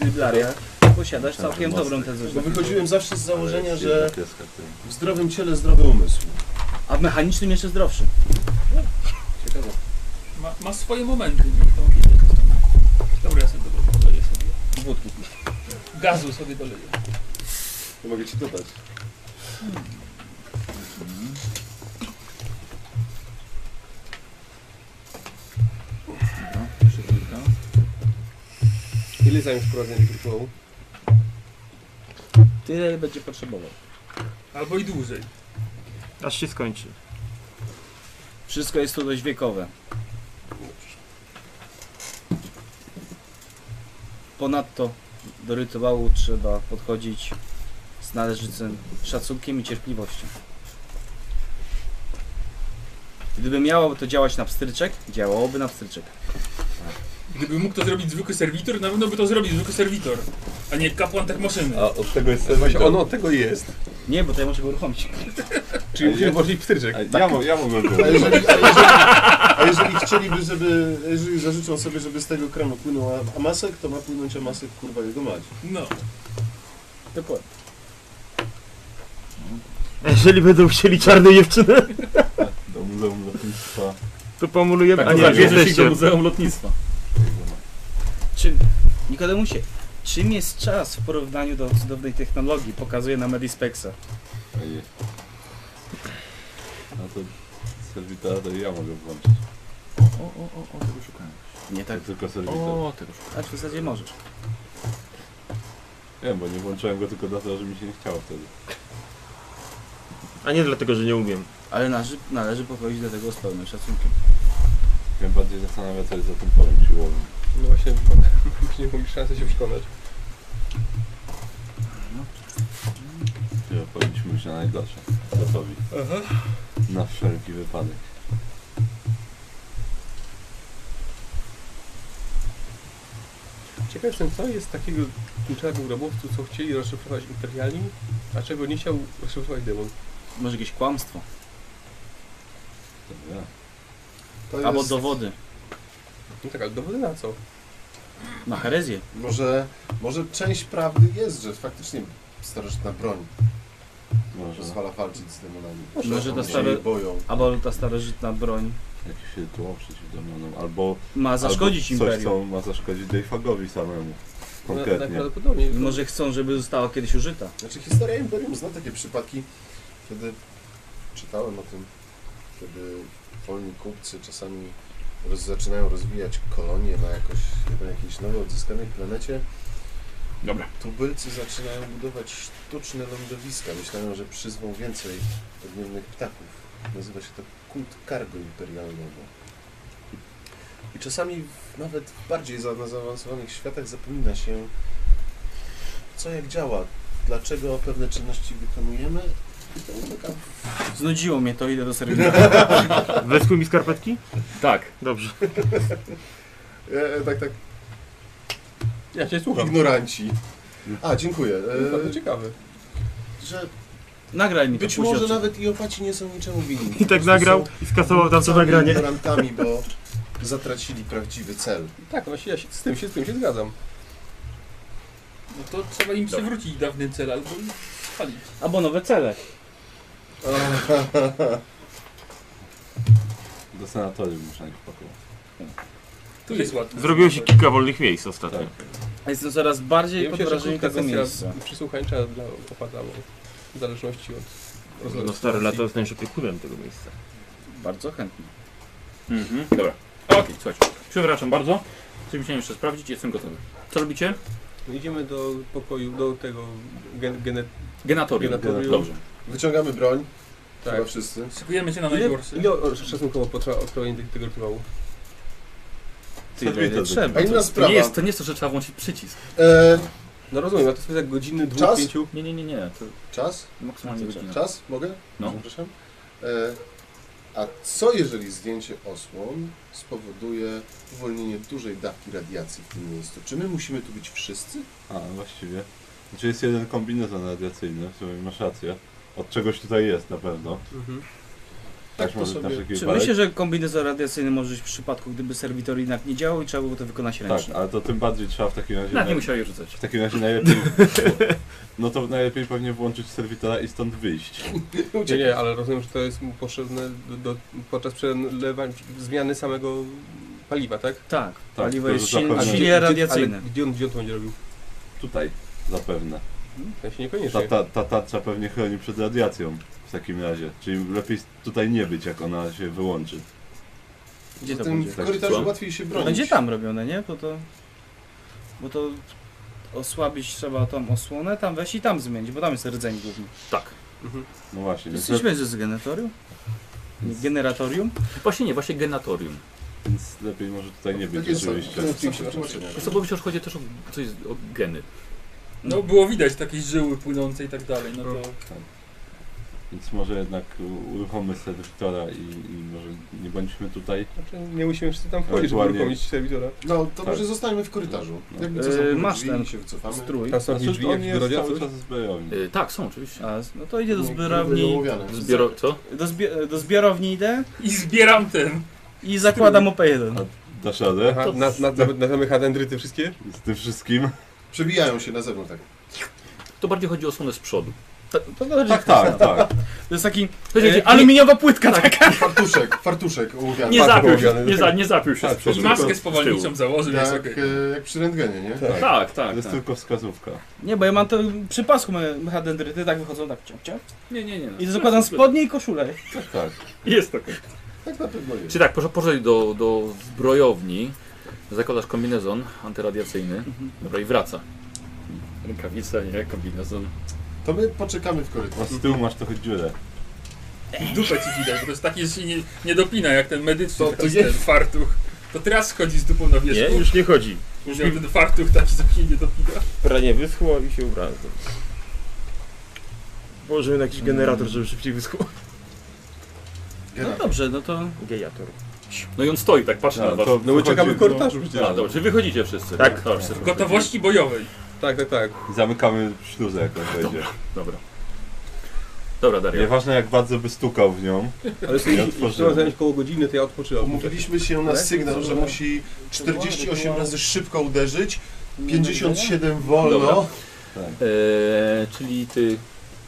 [SPEAKER 5] w librariach posiadasz całkiem dobrą tezę.
[SPEAKER 3] Bo wychodziłem zawsze z założenia, że
[SPEAKER 8] Jedna pieska, ty.
[SPEAKER 3] w zdrowym ciele zdrowy umysł.
[SPEAKER 5] A w mechanicznym jeszcze zdrowszy.
[SPEAKER 3] Ciekawe.
[SPEAKER 2] Ma, ma swoje momenty, nie? To widzę, to tam- Dobra, ja sobie dobra, doleję sobie.
[SPEAKER 5] Wódki.
[SPEAKER 2] Gazu sobie doleję.
[SPEAKER 3] To mogę ci dodać.
[SPEAKER 10] Ile zająć prowadzenie rytuału?
[SPEAKER 5] Tyle będzie potrzebował.
[SPEAKER 2] Albo i dłużej.
[SPEAKER 4] Aż się skończy.
[SPEAKER 5] Wszystko jest tu dość wiekowe. Ponadto do rytuału trzeba podchodzić z należytym szacunkiem i cierpliwością. Gdyby miało to działać na pstryczek, działałoby na pstryczek.
[SPEAKER 2] Gdyby mógł to zrobić zwykły serwitor, na pewno by to zrobił zwykły serwitor, a nie kapłan tak maszyny.
[SPEAKER 8] A od tego jest
[SPEAKER 10] Właśnie
[SPEAKER 8] serwitor.
[SPEAKER 10] ono od tego jest.
[SPEAKER 5] Nie, bo to ja muszę go uruchomić.
[SPEAKER 10] Czyli musimy włożyć pstryczek.
[SPEAKER 5] Tak,
[SPEAKER 8] A Ja, mo- ja mogłem go.
[SPEAKER 3] A jeżeli, a jeżeli, a jeżeli chcieliby, żeby, jeżeli zażyczą sobie, żeby z tego kranu płynął a- amasek, to ma płynąć amasek, kurwa, jego mać.
[SPEAKER 2] No.
[SPEAKER 5] Dokładnie.
[SPEAKER 4] A Jeżeli będą chcieli czarne dziewczyny,
[SPEAKER 8] Do Muzeum Lotnictwa.
[SPEAKER 4] to pomulujemy,
[SPEAKER 1] Tak,
[SPEAKER 4] a
[SPEAKER 1] to
[SPEAKER 4] nie, wy
[SPEAKER 1] zabierzesz ich do
[SPEAKER 4] jesteście.
[SPEAKER 1] Muzeum Lotnictwa.
[SPEAKER 5] Czym, Nikodemusie, czym jest czas w porównaniu do cudownej technologii? Pokazuję na Medispexa.
[SPEAKER 8] Ojej. No to serwitora to ja mogę włączyć.
[SPEAKER 6] O, o, o, o, tego szukałem.
[SPEAKER 5] Nie
[SPEAKER 8] To
[SPEAKER 5] tak.
[SPEAKER 8] tylko serwitor.
[SPEAKER 6] O, tego szukałem.
[SPEAKER 5] A w zasadzie możesz.
[SPEAKER 8] Wiem, bo nie włączyłem go tylko dlatego, że mi się nie chciało wtedy.
[SPEAKER 4] A nie dlatego, że nie umiem.
[SPEAKER 5] Ale należy, należy podchodzić do tego z pełnym szacunkiem.
[SPEAKER 8] Wiem bardziej zastanawia, co jest za tym polem siłowym.
[SPEAKER 10] No właśnie, (laughs) musimy mieć szansę się przekonać.
[SPEAKER 8] Chyba powinniśmy być na najgorsze. Gotowi.
[SPEAKER 2] Aha.
[SPEAKER 8] Na wszelki wypadek.
[SPEAKER 10] Ciekaw jestem, co jest takiego kluczowego grobowcu, co chcieli rozszyfrować imperialni, a czego nie chciał rozszyfrować demon.
[SPEAKER 5] Może jakieś kłamstwo.
[SPEAKER 8] To ja.
[SPEAKER 3] To jest,
[SPEAKER 5] Albo dowody.
[SPEAKER 10] No tak, ale dowody na co?
[SPEAKER 5] Na herezję.
[SPEAKER 3] Może, może część prawdy jest, że faktycznie starożytna broń
[SPEAKER 8] Może
[SPEAKER 3] pozwala walczyć z demonami.
[SPEAKER 5] Może ta
[SPEAKER 3] Oni się
[SPEAKER 5] stare-
[SPEAKER 3] jej boją.
[SPEAKER 5] Albo ta starożytna broń
[SPEAKER 8] jakiś się tło przeciw demonom. Albo,
[SPEAKER 5] ma zaszkodzić
[SPEAKER 8] albo coś,
[SPEAKER 5] imperium. No, tak,
[SPEAKER 8] co ma zaszkodzić Dejfagowi samemu.
[SPEAKER 10] Na,
[SPEAKER 8] Konkretnie.
[SPEAKER 10] najprawdopodobniej. to-
[SPEAKER 5] Może chcą, żeby została kiedyś użyta.
[SPEAKER 3] Znaczy historia Imperium zna takie przypadki, kiedy czytałem o tym, kiedy wolni kupcy czasami roz, zaczynają rozwijać kolonie na, jakoś, na jakiejś nowo odzyskanej planecie.
[SPEAKER 1] Dobra.
[SPEAKER 3] Tubylcy zaczynają budować sztuczne lądowiska. Myślałem, że przyzwą więcej odmiennych ptaków. Nazywa się to kult cargo imperialnego. I czasami w, nawet w bardziej za, na zaawansowanych światach zapomina się, co jak działa, dlaczego pewne czynności wykonujemy. I to taka
[SPEAKER 5] Znudziło mnie to, idę do serwitora.
[SPEAKER 4] Weskły mi skarpetki?
[SPEAKER 1] Tak.
[SPEAKER 4] Dobrze.
[SPEAKER 3] E, e, tak, tak.
[SPEAKER 10] Ja cię słucham.
[SPEAKER 3] Ignoranci. A, dziękuję.
[SPEAKER 10] No, to
[SPEAKER 3] E,
[SPEAKER 10] ciekawe.
[SPEAKER 3] że
[SPEAKER 5] Nagraj mi to
[SPEAKER 3] być
[SPEAKER 5] później
[SPEAKER 3] może
[SPEAKER 5] odcinek.
[SPEAKER 3] nawet i opaci nie są niczemu winni.
[SPEAKER 4] I
[SPEAKER 3] Po
[SPEAKER 4] tak
[SPEAKER 3] prostu
[SPEAKER 4] nagrał
[SPEAKER 3] są
[SPEAKER 4] i skasował tam co
[SPEAKER 3] sami
[SPEAKER 4] nagranie.
[SPEAKER 3] Ignorantami, bo zatracili prawdziwy cel.
[SPEAKER 10] Tak, właśnie ja się, z tym się, z tym się zgadzam.
[SPEAKER 2] No to trzeba im przywrócić dawny cel albo i spalić.
[SPEAKER 5] Albo nowe cele. no.
[SPEAKER 8] Do sanatorium muszę ich pakować.
[SPEAKER 2] Tu jest ładnie.
[SPEAKER 4] Zrobiło się kilka wolnych miejsc ostatnio.
[SPEAKER 5] A Jestem coraz bardziej
[SPEAKER 10] Ja
[SPEAKER 5] pod
[SPEAKER 10] myślę, że
[SPEAKER 5] wrażeniem
[SPEAKER 10] krótka
[SPEAKER 5] tego
[SPEAKER 10] sesja
[SPEAKER 5] miejsca.
[SPEAKER 10] przysłuchańcza dla opata, bo w zależności od
[SPEAKER 4] No stary, lato zostaniesz opiekunem tego miejsca.
[SPEAKER 5] Bardzo chętnie.
[SPEAKER 1] Mhm, dobra. Okej, słuchajcie. Przepraszam bardzo. Coś musiałem jeszcze sprawdzić, jestem gotowy. Co robicie?
[SPEAKER 10] Idziemy do pokoju, do tego gen, genet...
[SPEAKER 1] Genatorium.
[SPEAKER 10] Genatorium.
[SPEAKER 1] Dobrze.
[SPEAKER 3] Wyciągamy broń,
[SPEAKER 10] Tak.
[SPEAKER 3] chyba wszyscy.
[SPEAKER 2] Szykujemy się na
[SPEAKER 10] Ile,
[SPEAKER 2] najgorsze.
[SPEAKER 10] ile o- szacunkowo potrzeba odprawienia tych- tego rytuału?
[SPEAKER 5] Tyle, ile
[SPEAKER 8] Odbite,
[SPEAKER 5] no trzeba.
[SPEAKER 3] A inna
[SPEAKER 1] To
[SPEAKER 3] sprawa.
[SPEAKER 1] nie, jest, to nie jest to, że trzeba włączyć przycisk.
[SPEAKER 3] E,
[SPEAKER 10] No rozumiem, a to jest tak godziny, dwóch,
[SPEAKER 3] Czas?
[SPEAKER 10] pięciu.
[SPEAKER 1] Nie, nie, nie, nie. To
[SPEAKER 3] czas?
[SPEAKER 1] maksymalnie godzina.
[SPEAKER 3] Czas? Mogę?
[SPEAKER 1] No.
[SPEAKER 3] Przepraszam. E, a co jeżeli zdjęcie osłon spowoduje uwolnienie dużej dawki radiacji w tym miejscu? Czy my musimy tu być wszyscy?
[SPEAKER 8] A, właściwie. Znaczy jest jeden kombinezon radiacyjny, w sumie masz rację. Od czegoś tutaj jest na pewno.
[SPEAKER 10] Mhm. (laughs)
[SPEAKER 3] Tak, to
[SPEAKER 8] może być na
[SPEAKER 3] sobie-
[SPEAKER 8] wszelki
[SPEAKER 5] Czy
[SPEAKER 8] wypadek.
[SPEAKER 5] myślę, że kombinezon radiacyjny może być w przypadku, gdyby serwitor jednak nie działał i trzeba było to wykonać ręcznie?
[SPEAKER 8] Tak, ale to tym bardziej trzeba w takim razie...
[SPEAKER 1] Nawet No, nie
[SPEAKER 8] naj-
[SPEAKER 1] musiałem jej rzucać.
[SPEAKER 8] W takim razie najlepiej... No to najlepiej pewnie włączyć serwitora i stąd wyjść.
[SPEAKER 10] Nie, nie, ale rozumiem, że to jest mu potrzebne do, do, podczas przelewań, zmiany samego paliwa, tak?
[SPEAKER 5] Tak, paliwo
[SPEAKER 8] to
[SPEAKER 5] jest
[SPEAKER 8] już
[SPEAKER 5] silnie,
[SPEAKER 8] zapewne.
[SPEAKER 5] silnie radiacyjne.
[SPEAKER 10] Ale gdzie on, gdzie on to będzie robił?
[SPEAKER 8] Tutaj, zapewne.
[SPEAKER 10] W sensie
[SPEAKER 8] Ta,
[SPEAKER 4] No
[SPEAKER 10] niekoniecznie.
[SPEAKER 4] tak.
[SPEAKER 8] ta, ta tarcza pewnie chroni przed radiacją w takim razie. Czyli lepiej tutaj nie być, jak ona się wyłączy.
[SPEAKER 5] Gdzie to
[SPEAKER 3] Zatem
[SPEAKER 5] będzie?
[SPEAKER 3] w
[SPEAKER 8] Tak,
[SPEAKER 3] korytarzu
[SPEAKER 8] co?
[SPEAKER 3] łatwiej się bronić.
[SPEAKER 5] Będzie tam robione, nie? Bo to... Bo to osłabić trzeba tą osłonę, tam weź i tam zmienić, bo tam jest rdzeń główny.
[SPEAKER 8] No właśnie, więc, le-
[SPEAKER 5] Jesteśmy z generatorium? Nie, Generatorium?
[SPEAKER 1] Właśnie nie, właśnie genatorium.
[SPEAKER 8] więc lepiej może tutaj nie być
[SPEAKER 3] Takie są-
[SPEAKER 8] oczywiście.
[SPEAKER 3] takie są przetłumaczenia.
[SPEAKER 1] Wiesz co, bo przecież chodzi też o, coś, o geny.
[SPEAKER 2] No było widać takie żyły płynące i tak dalej, no to...
[SPEAKER 8] Więc może jednak u- uruchommy serwitora i, i może nie bądźmy tutaj.
[SPEAKER 10] Znaczy, nie musimy wszyscy tam wchodzić, żeby
[SPEAKER 8] Ewentualnie-
[SPEAKER 10] uruchomić serwitora.
[SPEAKER 3] No, to
[SPEAKER 8] Tak.
[SPEAKER 3] może zostańmy w korytarzu.
[SPEAKER 8] No.
[SPEAKER 3] Jakby co,
[SPEAKER 5] Yy,
[SPEAKER 3] zamknę
[SPEAKER 5] masz
[SPEAKER 3] drzwi
[SPEAKER 5] ten
[SPEAKER 3] i się wycofamy.
[SPEAKER 5] Strój.
[SPEAKER 10] Tam są
[SPEAKER 8] Znaczy,
[SPEAKER 10] jakieś drzwi,
[SPEAKER 8] on
[SPEAKER 10] jakieś
[SPEAKER 8] jest cały
[SPEAKER 10] rodzice.
[SPEAKER 8] czas zbrojowni.
[SPEAKER 1] Y, tak, są oczywiście.
[SPEAKER 5] A, no to idzie do
[SPEAKER 3] Nie,
[SPEAKER 5] zbiorowni...
[SPEAKER 3] ołowiane.
[SPEAKER 1] Zbioro... co?
[SPEAKER 5] Do, zbi- do zbiorowni idę
[SPEAKER 2] I zbieram ten.
[SPEAKER 5] i zakładam OP1.
[SPEAKER 8] Dasz radę?
[SPEAKER 10] Aha, na, na, na, na same hadendryty wszystkie?
[SPEAKER 8] Z tym wszystkim? Tak,
[SPEAKER 3] Przebijają się na zewnątrz tak.
[SPEAKER 1] To bardziej chodzi o osłonę z przodu.
[SPEAKER 5] To, to, to,
[SPEAKER 8] Tak, tak, tak.
[SPEAKER 5] to jest taki
[SPEAKER 1] Chodzi,
[SPEAKER 5] e,
[SPEAKER 1] nie,
[SPEAKER 5] aluminiowa płytka taka.
[SPEAKER 3] Fartuszek, fartuszek Tak, ołowiany.
[SPEAKER 1] nie
[SPEAKER 10] Patrz,
[SPEAKER 1] zapił się,
[SPEAKER 10] ołowiany.
[SPEAKER 1] nie, za, nie zapił się z
[SPEAKER 8] Tak,
[SPEAKER 1] przodu.
[SPEAKER 2] I
[SPEAKER 8] tylko
[SPEAKER 2] maskę
[SPEAKER 1] z
[SPEAKER 2] spowalniczą
[SPEAKER 1] tyłu.
[SPEAKER 2] założył, jest
[SPEAKER 3] jak,
[SPEAKER 2] okej.
[SPEAKER 3] e, jak przy rentgenie, nie?
[SPEAKER 1] Tak, tak, tak.
[SPEAKER 8] To jest tylko wskazówka.
[SPEAKER 5] Nie, bo ja mam to przy pasku me- mechadendryty, tak wychodzą, tak ciąg, ciąg.
[SPEAKER 1] Nie, nie, nie. no.
[SPEAKER 5] I zakładam spodnie i koszulę.
[SPEAKER 8] Tak, tak.
[SPEAKER 1] Jest okej.
[SPEAKER 3] Tak na pewno jest.
[SPEAKER 1] Czy tak, proszę poszedł do, do zbrojowni, zakładasz kombinezon antyradiacyjny, dobra i wraca. Rękawica, nie, kombinezon.
[SPEAKER 3] To my poczekamy w
[SPEAKER 8] A
[SPEAKER 3] korytarzu.
[SPEAKER 8] z tyłu masz trochę dziurę.
[SPEAKER 2] I dupę ci widać, bo to jest taki, że się nie, nie dopina jak ten medyczny,
[SPEAKER 3] To-
[SPEAKER 2] to,
[SPEAKER 3] to
[SPEAKER 2] ten
[SPEAKER 3] jest-
[SPEAKER 2] fartuch. To teraz schodzi z dupą na
[SPEAKER 4] Nie,
[SPEAKER 2] wierzchu,
[SPEAKER 4] już nie chodzi.
[SPEAKER 2] już miał ten fartuch taki, że się nie dopina.
[SPEAKER 4] Pranie wyschło i się ubrałem. Położymy na jakiś generator, żeby szybciej wyschło.
[SPEAKER 5] No
[SPEAKER 3] Generator.
[SPEAKER 5] dobrze, no to
[SPEAKER 4] Generator.
[SPEAKER 1] No i on stoi, tak patrzy na was.
[SPEAKER 8] to
[SPEAKER 10] No my czekamy w
[SPEAKER 8] wychodzi-
[SPEAKER 10] korytarzu
[SPEAKER 8] no.
[SPEAKER 10] przecież.
[SPEAKER 1] A, dobrze, czyli wychodzicie wszyscy.
[SPEAKER 4] Tak.
[SPEAKER 1] Dobra, wszyscy
[SPEAKER 2] W
[SPEAKER 1] wychodzicie.
[SPEAKER 2] gotowości bojowej.
[SPEAKER 10] Tak, tak, tak.
[SPEAKER 8] I zamykamy śluzę, jak on wejdzie.
[SPEAKER 1] Dobra. Dobra, Daria.
[SPEAKER 8] Nieważne jak bardzo by stukał w nią.
[SPEAKER 10] Ale
[SPEAKER 8] Nie
[SPEAKER 10] jeśli
[SPEAKER 8] otworzyłem.
[SPEAKER 10] trzeba zająć koło godziny, to ja odpoczywam.
[SPEAKER 3] Umówiliśmy się na sygnał, że musi 48 razy szybko uderzyć,
[SPEAKER 5] no
[SPEAKER 3] 57 wolno.
[SPEAKER 1] Dobra. Eee, czyli ty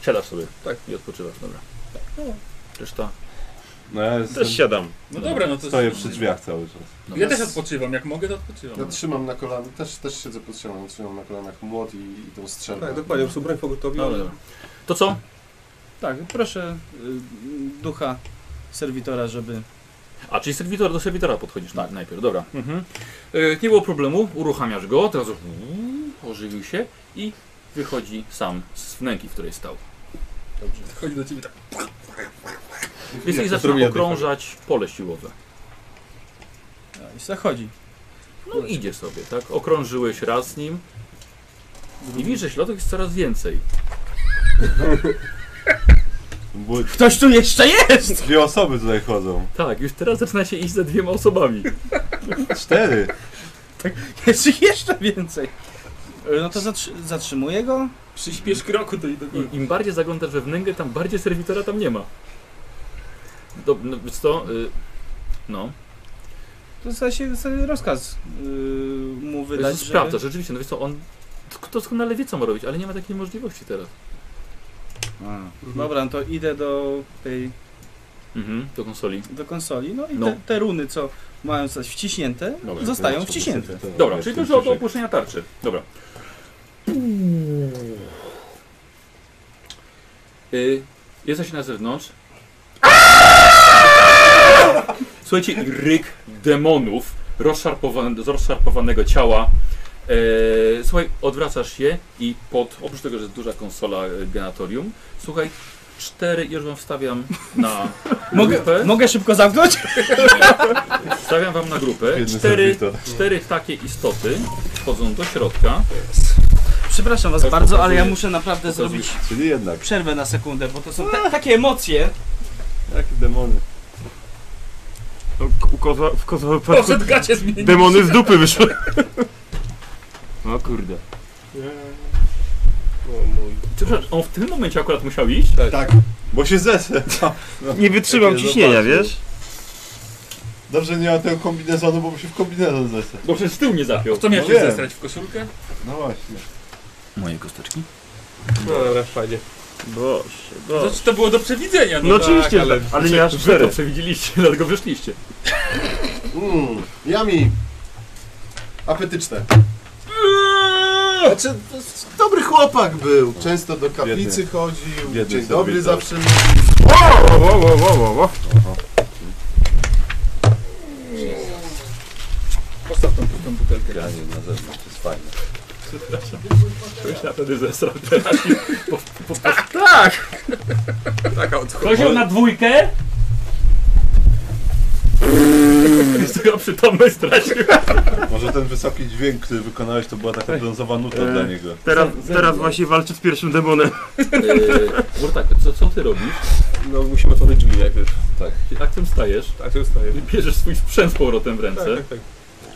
[SPEAKER 1] siadasz sobie
[SPEAKER 10] Tak.
[SPEAKER 1] i odpoczywasz, dobra. Reszta.
[SPEAKER 8] No ja jestem,
[SPEAKER 4] Też siadam.
[SPEAKER 2] No dobra, no to...
[SPEAKER 8] stoję przy drzwiach cały czas.
[SPEAKER 2] Ja też odpoczywam, jak mogę to odpoczywam.
[SPEAKER 3] Ja trzymam na kolanach, też, też siedzę pod ścianą, trzymam na kolanach młot i, i tą strzelbę.
[SPEAKER 10] Tak, dokładnie, po prostu broń
[SPEAKER 8] No,
[SPEAKER 10] pogotowi.
[SPEAKER 1] No, Dobra, dobra. To co?
[SPEAKER 5] tak, proszę y, ducha serwitora, żeby...
[SPEAKER 1] A, czyli serwitor do serwitora podchodzisz tak. najpierw, dobra. Mhm. E, nie było problemu, uruchamiasz go, teraz uuu, ożywił się i wychodzi sam z wnęki, w której stał.
[SPEAKER 2] Chodzi do ciebie tak.
[SPEAKER 1] Więc i zaczyna
[SPEAKER 10] zrobię,
[SPEAKER 1] okrążać pole siłowe.
[SPEAKER 5] A, I zachodzi.
[SPEAKER 1] No idzie sobie, tak? Okrążyłeś raz nim i widzisz, że śladów jest coraz więcej.
[SPEAKER 8] Bo
[SPEAKER 5] Ktoś tu jeszcze jest! (laughs)
[SPEAKER 8] (laughs) dwie osoby tutaj chodzą.
[SPEAKER 1] Tak, już teraz zaczyna się iść za dwiema osobami.
[SPEAKER 8] Cztery.
[SPEAKER 5] Jest ich jeszcze więcej. Y, No to zatrzy- zatrzymuję go.
[SPEAKER 2] Przyspiesz kroku do i do góry.
[SPEAKER 1] I, Im bardziej zaglądasz we wnękę, tam bardziej serwitora tam nie ma. Dob- no, wiesz co? Y, no.
[SPEAKER 5] To w sensie sobie rozkaz y, mu wydać,
[SPEAKER 1] Sprawdza,
[SPEAKER 5] żeby...
[SPEAKER 1] rzeczywiście, no wiesz co, on dosk- doskonale wie, co ma robić, ale nie ma takiej możliwości teraz.
[SPEAKER 5] A, Dobra, no to idę do tej
[SPEAKER 1] Mhm, do konsoli.
[SPEAKER 5] do konsoli, no i
[SPEAKER 1] No.
[SPEAKER 5] Te, te runy, co mają coś wciśnięte,
[SPEAKER 1] Dobra,
[SPEAKER 5] zostają wciśnięte.
[SPEAKER 1] Dobra, czyli dużo do opuszczenia tarczy. Dobra. Y, jesteś na zewnątrz. (laughs) Słuchajcie, ryk demonów rozszarpowane, z rozszarpowanego ciała. E, słuchaj, odwracasz się i pod, oprócz tego, że jest duża konsola e, genatorium, słuchaj, cztery, już wam wstawiam na grupę.
[SPEAKER 5] Mogę, mogę szybko zamknąć? (laughs)
[SPEAKER 1] Wstawiam wam na grupę.
[SPEAKER 8] Biedny
[SPEAKER 1] Cztery,
[SPEAKER 8] serwitor.
[SPEAKER 1] cztery takie istoty wchodzą do środka.
[SPEAKER 5] Przepraszam was
[SPEAKER 1] Tak,
[SPEAKER 5] bardzo, ale ja
[SPEAKER 1] pokazuję.
[SPEAKER 5] muszę naprawdę
[SPEAKER 1] Pokazuję.
[SPEAKER 5] zrobić
[SPEAKER 8] Czyli jednak,
[SPEAKER 5] przerwę na sekundę, bo to są ta- takie emocje.
[SPEAKER 8] jakie demony.
[SPEAKER 4] No, k- u koza, w kozowym parku
[SPEAKER 2] Poszedł gacie zmienić.
[SPEAKER 4] demony z dupy wyszły. No kurde.
[SPEAKER 3] O mój.
[SPEAKER 1] Przepraszam, on w tym momencie akurat musiał iść?
[SPEAKER 8] Tak. Bo się zesę.
[SPEAKER 4] Nie wytrzymam
[SPEAKER 8] Takie
[SPEAKER 4] ciśnienia,
[SPEAKER 8] zobaczmy.
[SPEAKER 4] wiesz?
[SPEAKER 8] Dobrze, że nie mam tego kombinezonu, bo by się w kombinezon zesę.
[SPEAKER 1] Bo przecież tył nie zapiął.
[SPEAKER 2] To miałeś
[SPEAKER 8] No wiem.
[SPEAKER 2] zesrać w koszulkę?
[SPEAKER 8] No właśnie.
[SPEAKER 1] Moje kosteczki.
[SPEAKER 10] No dobra, fajnie.
[SPEAKER 4] Boże,
[SPEAKER 2] To,
[SPEAKER 4] boże.
[SPEAKER 2] Znaczy, to było do przewidzenia, no,
[SPEAKER 4] No
[SPEAKER 2] tak,
[SPEAKER 4] oczywiście,
[SPEAKER 2] ale...
[SPEAKER 4] ale, ale nie aż
[SPEAKER 1] Wy to
[SPEAKER 4] cztery.
[SPEAKER 1] przewidzieliście, (laughs) dlatego wyszliście.
[SPEAKER 3] Mmm, yummy. Apetyczne. Znaczy, to jest dobry chłopak był. Często do kaplicy
[SPEAKER 8] Biedny.
[SPEAKER 3] chodził.
[SPEAKER 8] Biedny
[SPEAKER 3] Dzień dobry tak.
[SPEAKER 8] serwitor.
[SPEAKER 3] zawsze.
[SPEAKER 4] Wo, wo, wo, wo, wo, wo.
[SPEAKER 2] Postaw tą pustą butelkę.
[SPEAKER 8] Granie na zewnątrz jest fajne.
[SPEAKER 1] To już na wtedy zesrał teraz.
[SPEAKER 10] Taka odchodzi.
[SPEAKER 2] Kozioł na dwójkę?
[SPEAKER 1] Jego przytomność stracił.
[SPEAKER 8] Może ten wysoki dźwięk, który wykonałeś, to była taka brązowa nuta
[SPEAKER 4] Ej.
[SPEAKER 8] dla niego.
[SPEAKER 4] Teraz, teraz właśnie walczę z pierwszym demonem.
[SPEAKER 1] Eee, Burtak, co, co ty robisz?
[SPEAKER 10] No musimy otworzyć drzwi najpierw.
[SPEAKER 1] Aktem stajesz,
[SPEAKER 10] Tak, się ustaje.
[SPEAKER 1] bierzesz swój sprzęt z powrotem w ręce.
[SPEAKER 10] Tak, tak, tak.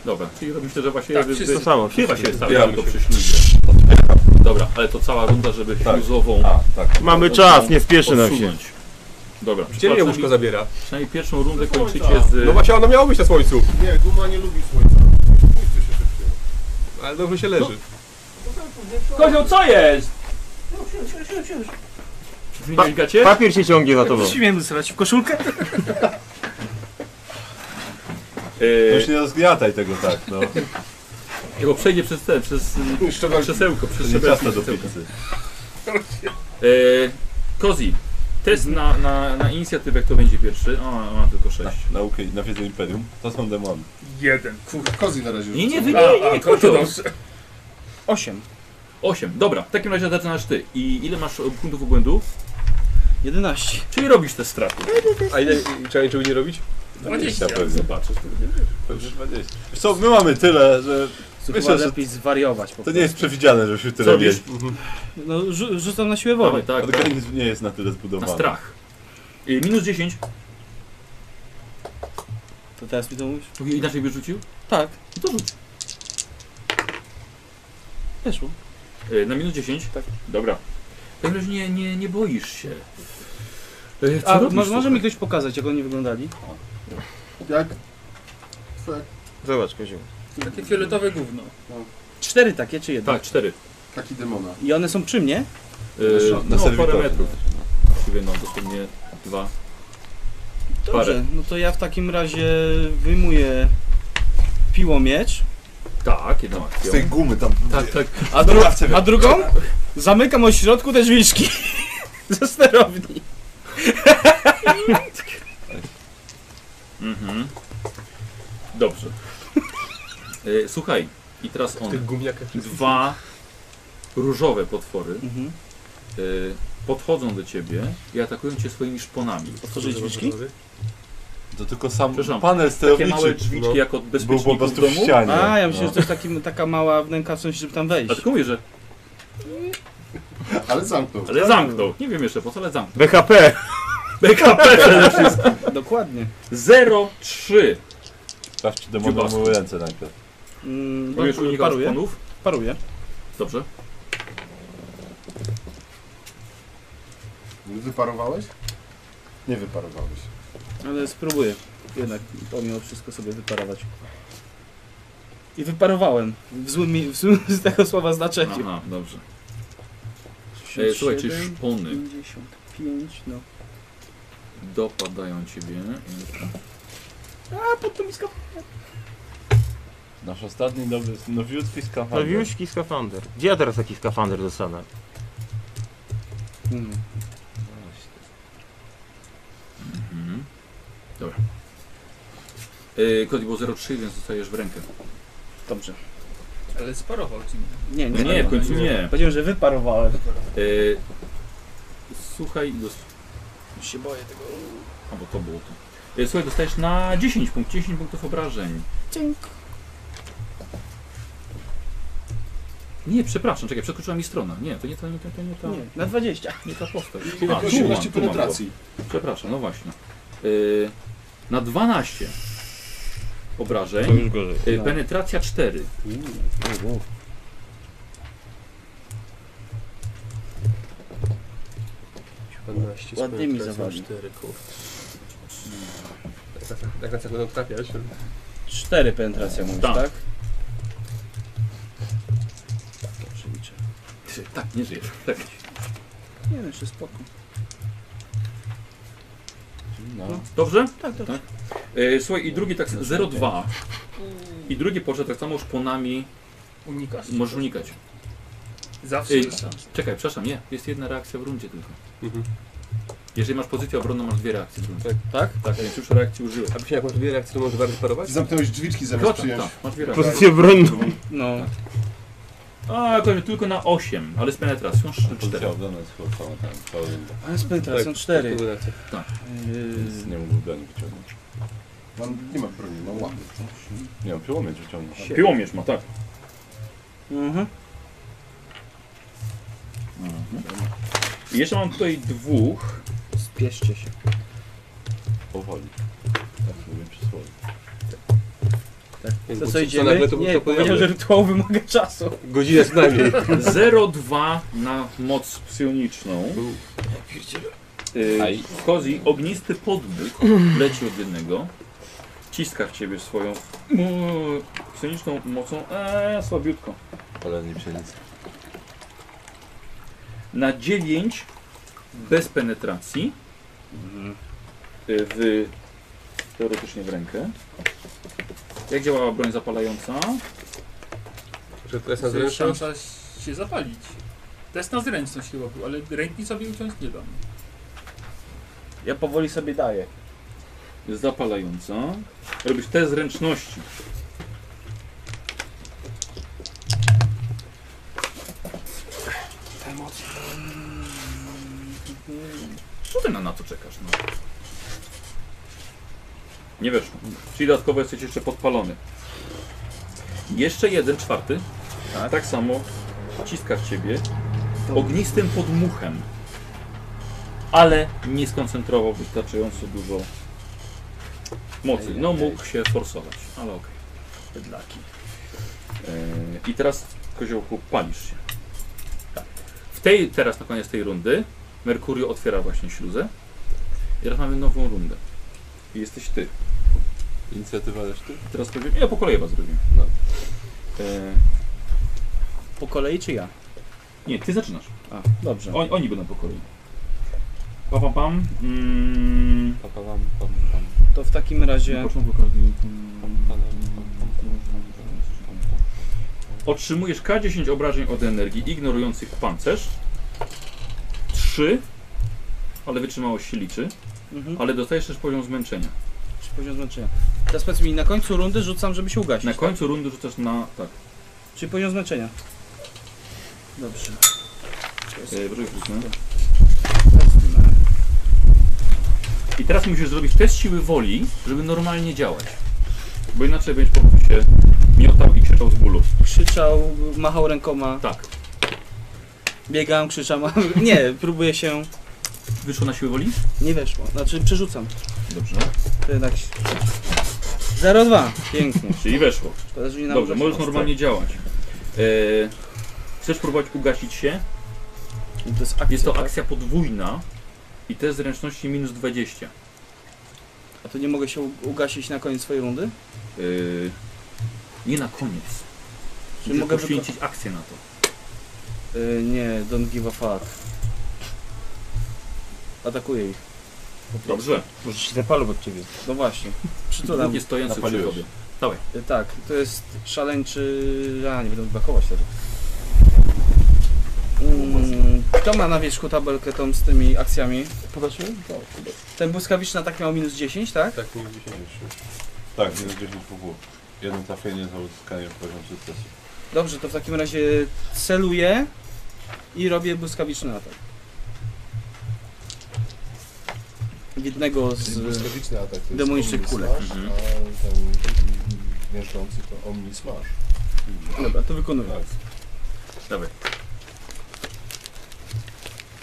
[SPEAKER 1] Dobra, czyli robisz to, że właśnie...
[SPEAKER 2] Tak,
[SPEAKER 1] wy-
[SPEAKER 2] wszystko
[SPEAKER 1] wy-
[SPEAKER 4] samo,
[SPEAKER 1] Chyba się stało,
[SPEAKER 10] Zbieramy
[SPEAKER 1] to
[SPEAKER 10] się.
[SPEAKER 1] przyślizgę. Dobra, ale to cała runda, żeby
[SPEAKER 8] Tak.
[SPEAKER 1] śluzową
[SPEAKER 8] A, tak.
[SPEAKER 4] Mamy czas, nie spieszy nam się.
[SPEAKER 1] odsunąć. Dobra,
[SPEAKER 10] Gdzie mnie łóżko zabiera?
[SPEAKER 1] przynajmniej pierwszą rundę kończycie z... e,
[SPEAKER 10] No właśnie, ono miało być na słońcu.
[SPEAKER 3] Nie, guma nie lubi słońca. Pójdźcie się szybciej.
[SPEAKER 10] Ale dobrze się leży.
[SPEAKER 2] Kozioł, co jest?
[SPEAKER 1] Zmieniłeś gacie?
[SPEAKER 4] Papier się ciągnie za
[SPEAKER 1] No.
[SPEAKER 4] tobą.
[SPEAKER 5] Musimy zrać w koszulkę.
[SPEAKER 8] No
[SPEAKER 1] Eee,
[SPEAKER 8] już nie rozgniataj tego tak, no.
[SPEAKER 1] Jego przejdzie przez ten, przez y, krzesełko,
[SPEAKER 8] To
[SPEAKER 1] przez
[SPEAKER 8] nie ciasto do
[SPEAKER 1] krzesełko.
[SPEAKER 8] pizzy.
[SPEAKER 1] Eee, Kozi, test na, na, na inicjatywę, kto będzie pierwszy. O, ma tylko sześć.
[SPEAKER 8] Naukę na wiedzę Imperium. To są demony.
[SPEAKER 2] Jeden.
[SPEAKER 3] Kurwa, kozy na razie
[SPEAKER 1] Nie, nie,
[SPEAKER 3] rzucę.
[SPEAKER 1] wy nie, nie,
[SPEAKER 2] to, to
[SPEAKER 1] kozioł.
[SPEAKER 2] dobrze.
[SPEAKER 5] Osiem.
[SPEAKER 1] Osiem, dobra, w takim razie zaczynasz ty. I ile masz e, punktów obłędu?
[SPEAKER 5] 11.
[SPEAKER 1] Czyli robisz te straty.
[SPEAKER 10] A ile trzeba niczego nie robić?
[SPEAKER 8] No
[SPEAKER 2] Dwadzieścia.
[SPEAKER 8] pewnie.
[SPEAKER 1] Zobaczysz.
[SPEAKER 8] Pewnie 20. Wiesz Co, my mamy tyle, że
[SPEAKER 5] Słuchaj,
[SPEAKER 8] Myślę, że
[SPEAKER 5] lepiej zwariować po
[SPEAKER 8] to
[SPEAKER 5] prostu.
[SPEAKER 8] nie jest przewidziane, żebyśmy
[SPEAKER 1] Co
[SPEAKER 8] tyle
[SPEAKER 1] robisz?
[SPEAKER 8] mieli.
[SPEAKER 5] No, rzu rzucam na siłę
[SPEAKER 1] Dawaj,
[SPEAKER 5] woli.
[SPEAKER 1] tak, tak.
[SPEAKER 8] Organizm nie jest na tyle
[SPEAKER 1] Na
[SPEAKER 8] zbudowany.
[SPEAKER 1] strach. Y, Minus 10.
[SPEAKER 5] To teraz mi to mówisz?
[SPEAKER 1] To Inaczej byś rzucił?
[SPEAKER 5] Tak,
[SPEAKER 1] No To rzuć.
[SPEAKER 5] weszło.
[SPEAKER 1] Y, Na minus 10?
[SPEAKER 5] Tak.
[SPEAKER 1] Dobra. W takim razie nie, nie, nie boisz się. Y, Co
[SPEAKER 5] A,
[SPEAKER 1] robisz
[SPEAKER 5] mo może
[SPEAKER 1] tutaj?
[SPEAKER 5] mi ktoś pokazać, jak oni wyglądali?
[SPEAKER 3] Jak? Twoja
[SPEAKER 4] Zobacz, kozioł.
[SPEAKER 2] Takie fioletowe gówno.
[SPEAKER 5] Cztery takie, czy jedno?
[SPEAKER 1] Tak, cztery.
[SPEAKER 3] kaki demona.
[SPEAKER 5] I one są przy mnie?
[SPEAKER 1] Yy,
[SPEAKER 8] Na
[SPEAKER 1] no,
[SPEAKER 8] serwitorze.
[SPEAKER 1] parę metrów. Właściwie no, dosłownie dwa.
[SPEAKER 5] Dobrze,
[SPEAKER 1] Parę.
[SPEAKER 5] no to ja w takim razie wyjmuję piłomiecz,
[SPEAKER 1] Tak, jedną akcją.
[SPEAKER 8] Z tej gumy tam.
[SPEAKER 1] Tak, tak.
[SPEAKER 5] a, dru a drugą zamykam o środku te drzwiczki (laughs) ze sterowni.
[SPEAKER 1] Mhm. Dobrze. Yy, słuchaj, i teraz on.
[SPEAKER 10] Tych gumiakach.
[SPEAKER 1] Dwa różowe potwory
[SPEAKER 5] Mhm.
[SPEAKER 1] yy, podchodzą do ciebie i atakują cię swoimi szponami.
[SPEAKER 5] Otworzyć drzwiczki?
[SPEAKER 8] To tylko sam
[SPEAKER 1] Przepraszam,
[SPEAKER 8] panel
[SPEAKER 1] Takie małe
[SPEAKER 8] sterowniczy
[SPEAKER 1] drzwiczki
[SPEAKER 8] no,
[SPEAKER 1] jak od
[SPEAKER 8] był po
[SPEAKER 1] bezpieczników
[SPEAKER 8] prostu
[SPEAKER 1] w
[SPEAKER 8] w
[SPEAKER 1] domu.
[SPEAKER 8] ścianie.
[SPEAKER 5] A, ja myślę,
[SPEAKER 8] No.
[SPEAKER 5] że to jest taki, taka mała wnęka w sensie, żeby tam
[SPEAKER 1] A
[SPEAKER 5] wejść.
[SPEAKER 1] tylko mówię, że
[SPEAKER 3] Ale zamknął.
[SPEAKER 1] ale zamknął. Nie wiem jeszcze po co, ale zamknął.
[SPEAKER 4] BHP!
[SPEAKER 1] BKP przede wszystkim.
[SPEAKER 5] Dokładnie.
[SPEAKER 1] 0,3.
[SPEAKER 8] Sprawdź, czy demony
[SPEAKER 1] Dziubasku.
[SPEAKER 8] mają ręce najpierw.
[SPEAKER 5] Mm,
[SPEAKER 1] Mówisz unikać
[SPEAKER 5] paruję,
[SPEAKER 1] szponów?
[SPEAKER 5] paruję.
[SPEAKER 1] Dobrze.
[SPEAKER 3] Wyparowałeś? Nie wyparowałeś.
[SPEAKER 5] Ale spróbuję. Jednak pomimo wszystko sobie wyparować. I wyparowałem. W złym, mi- w złym (laughs) z tego słowa znaczeniu.
[SPEAKER 1] Aha, dobrze. E, słuchaj, czyli szpony.
[SPEAKER 5] 55, no.
[SPEAKER 1] Dopadają ciebie. I-
[SPEAKER 8] Nasz ostatni dobry, nowiutki skafander.
[SPEAKER 4] Nowiuszki skafander. Gdzie ja teraz taki skafander dostanę?
[SPEAKER 5] Hmm.
[SPEAKER 1] Mhm. Dobra. Yy, kod było 03, więc dostajesz w rękę.
[SPEAKER 5] Dobrze.
[SPEAKER 2] Ale sparował ci mnie.
[SPEAKER 5] Nie, nie.
[SPEAKER 1] Nie, w końcu nie.
[SPEAKER 5] Powiedziałem, że wyparowałem.
[SPEAKER 1] Yy, słuchaj, dos-
[SPEAKER 5] Się boję tego.
[SPEAKER 1] A bo to było to. E, Słuchaj, dostajesz na 10 punktów, 10 punktów obrażeń. Cink. Nie, przepraszam, czekaj, przeskoczyła mi strona. Nie, to nie ta, nie ta, to nie ta,
[SPEAKER 5] Nie, na 20.
[SPEAKER 1] nie ta postać. A, tu mam,
[SPEAKER 3] 18
[SPEAKER 1] tu mam go.
[SPEAKER 3] penetracji.
[SPEAKER 1] Przepraszam, no właśnie. Y, na 12
[SPEAKER 4] To
[SPEAKER 1] obrażeń,
[SPEAKER 4] już gorzej.
[SPEAKER 1] y, penetracja 4.
[SPEAKER 5] Ładnie mi zaważy.
[SPEAKER 10] Tak na sekundę trafiasz.
[SPEAKER 5] Cztery penetracja mówisz,
[SPEAKER 1] Tak.
[SPEAKER 5] tak? Tak. Dobrze liczę.
[SPEAKER 1] Ty, Tak, nie żyjesz. Tak.
[SPEAKER 5] Nie no, jeszcze spoko.
[SPEAKER 8] No,
[SPEAKER 1] Dobrze?
[SPEAKER 5] Tak, dobrze.
[SPEAKER 1] Y, słuchaj, i drugi tak 0,2. I drugi poszedł tak samo już po nami.
[SPEAKER 2] Unikasz?
[SPEAKER 1] Możesz unikać.
[SPEAKER 2] Zawsze.
[SPEAKER 1] Ej. Czekaj, przepraszam, nie. Jest jedna reakcja w rundzie tylko.
[SPEAKER 10] Mhm.
[SPEAKER 1] Jeżeli masz pozycję obronną, masz dwie reakcje w rundzie.
[SPEAKER 5] Tak?
[SPEAKER 1] Tak, więc już reakcji użyłeś.
[SPEAKER 10] A się jak masz dwie reakcje, to możesz bardzo parować?
[SPEAKER 3] Zamknąłeś drzwiczki zamiast
[SPEAKER 1] Chyba
[SPEAKER 3] przyjąć.
[SPEAKER 1] tak, masz dwie reakcje.
[SPEAKER 4] Pozycję obronną.
[SPEAKER 5] No.
[SPEAKER 1] A, to tylko na 8, ale z penetracją 4.
[SPEAKER 8] Chciał do nas chyba całą tam, całą rundę.
[SPEAKER 5] Ale z
[SPEAKER 10] Tak.
[SPEAKER 5] penetracją cztery. Yy,
[SPEAKER 8] Nic nie mógł broni wyciągnąć.
[SPEAKER 3] Mam, nie mam broni, mam łapy.
[SPEAKER 8] Nie wiem, piłomieć wyciągnął.
[SPEAKER 1] Piłomierz ma, tak.
[SPEAKER 5] Mhm.
[SPEAKER 1] I jeszcze mam tutaj dwóch.
[SPEAKER 5] Spieszcie się.
[SPEAKER 8] Powoli. Tak mówię przysłowie.
[SPEAKER 5] To
[SPEAKER 10] Co,
[SPEAKER 5] co
[SPEAKER 10] co
[SPEAKER 5] idziemy?
[SPEAKER 10] nagle to-
[SPEAKER 5] nie,
[SPEAKER 10] to
[SPEAKER 5] powiedział, że rytuał wymaga czasu.
[SPEAKER 10] Godzinę co najmniej.
[SPEAKER 1] 0,2 na moc psioniczną. Yy, Kozi, ognisty podmuch leci od jednego. Ciska w ciebie swoją mm, psioniczną mocą. Eee, słabiutko.
[SPEAKER 8] Ale nie psienicy.
[SPEAKER 1] na 9 bez penetracji Y, w teoretycznie w rękę. Jak działała broń zapalająca?
[SPEAKER 10] Że to jest na
[SPEAKER 2] Jest
[SPEAKER 10] zręczność.
[SPEAKER 2] szansa się zapalić. Test na zręczność chyba był, ale ręki sobie uciąć nie dam.
[SPEAKER 5] Ja powoli sobie daję.
[SPEAKER 1] Zapalająca. Robisz test zręczności. Co ty na, na to czekasz? No? Nie weszło. Czyli dodatkowo jesteś jeszcze podpalony. Jeszcze jeden, czwarty. Tak, samo ciska w ciebie. Ognistym podmuchem. Ale nie skoncentrował wystarczająco dużo mocy. No mógł się forsować, ale okej. Bydlaki. Yy, I teraz, koziołku, palisz się. Tak. W tej, teraz na koniec tej rundy Merkurio otwiera właśnie śluzę. I teraz mamy nową rundę. I jesteś ty.
[SPEAKER 8] Inicjatywa reszty?
[SPEAKER 1] Teraz powiem, ja po kolei was zrobię.
[SPEAKER 8] No.
[SPEAKER 1] E,
[SPEAKER 5] Po kolei czy ja?
[SPEAKER 1] nie, ty zaczynasz.
[SPEAKER 5] A, dobrze.
[SPEAKER 1] Oni, oni będą po kolei. Pa, pa, pam. Mm,
[SPEAKER 8] Pa, pa, pam, pam, pam,
[SPEAKER 5] To w takim
[SPEAKER 1] na
[SPEAKER 5] razie
[SPEAKER 1] początku okazji.
[SPEAKER 8] pam, pam, pam, pam, pam, pam, pam, pam.
[SPEAKER 1] Otrzymujesz K10 obrażeń od energii ignorujących pancerz. 3, ale wytrzymałość się liczy.
[SPEAKER 5] mhm.
[SPEAKER 1] Ale dostajesz też poziom zmęczenia.
[SPEAKER 5] Czy poziom zmęczenia. Teraz powiedz mi, na końcu rundy rzucam, żeby się ugasić.
[SPEAKER 1] Na końcu rundy rzucasz na. Tak.
[SPEAKER 5] Czy poziom zmęczenia? Dobrze.
[SPEAKER 1] E, wróć, wróć, no.
[SPEAKER 5] Wezmę.
[SPEAKER 1] I teraz musisz zrobić test siły woli, żeby normalnie działać. Bo inaczej będziesz po prostu się miotał i krzyczał z bólu.
[SPEAKER 5] Krzyczał, machał rękoma,
[SPEAKER 1] Tak.
[SPEAKER 5] biegam, krzyczam. (laughs) Nie, próbuję się.
[SPEAKER 1] Wyszło na siłę woli?
[SPEAKER 5] Nie weszło. Znaczy przerzucam.
[SPEAKER 1] Dobrze.
[SPEAKER 5] To jednak. 0,2. Pięknie.
[SPEAKER 1] Czyli Znaczy weszło.
[SPEAKER 5] Szkoda, że nie na
[SPEAKER 1] Dobrze,
[SPEAKER 5] ugasz.
[SPEAKER 1] możesz normalnie działać. E, chcesz próbować ugasić się?
[SPEAKER 5] I To jest akcja.
[SPEAKER 1] Jest to
[SPEAKER 5] tak?
[SPEAKER 1] akcja podwójna i test zręczności minus 20.
[SPEAKER 5] A to nie mogę się u- ugasić na koniec swojej rundy?
[SPEAKER 1] Yy, nie na koniec.
[SPEAKER 5] Czy
[SPEAKER 1] Musisz
[SPEAKER 5] mogę
[SPEAKER 1] mogę
[SPEAKER 5] wyko-
[SPEAKER 1] poświęcić akcję na to.
[SPEAKER 5] Y, nie, don't give a fuck. Atakuję ich.
[SPEAKER 1] Dobrze.
[SPEAKER 4] Może się zapalą od ciebie.
[SPEAKER 5] No właśnie. Czy to tam?
[SPEAKER 1] Drugi stojący przy
[SPEAKER 8] Napaliłeś.
[SPEAKER 1] tobie.
[SPEAKER 5] y, Tak, to jest szaleńczy... A, nie będę wybakować tego. Mm, Kto ma na wierzchu tabelkę tą z tymi akcjami?
[SPEAKER 10] Podać
[SPEAKER 5] Ten błyskawiczny atak miał minus 10, tak?
[SPEAKER 10] Tak, minus 10.
[SPEAKER 8] Tak, minus 10 PW. Jedno trafienie za uzyskanie poziom sukcesu.
[SPEAKER 5] Dobrze, to w takim razie celuję i robię błyskawiczny atak. W Jednego z...
[SPEAKER 3] Czyli błyskawiczny atak. tak to jest
[SPEAKER 5] demonicznych
[SPEAKER 3] Omni
[SPEAKER 5] kulek.
[SPEAKER 3] Smash,
[SPEAKER 1] Mhm.
[SPEAKER 3] A ten miażdżący to Omni Smash.
[SPEAKER 5] Dobra, to wykonuję.
[SPEAKER 3] Tak.
[SPEAKER 1] Dawaj.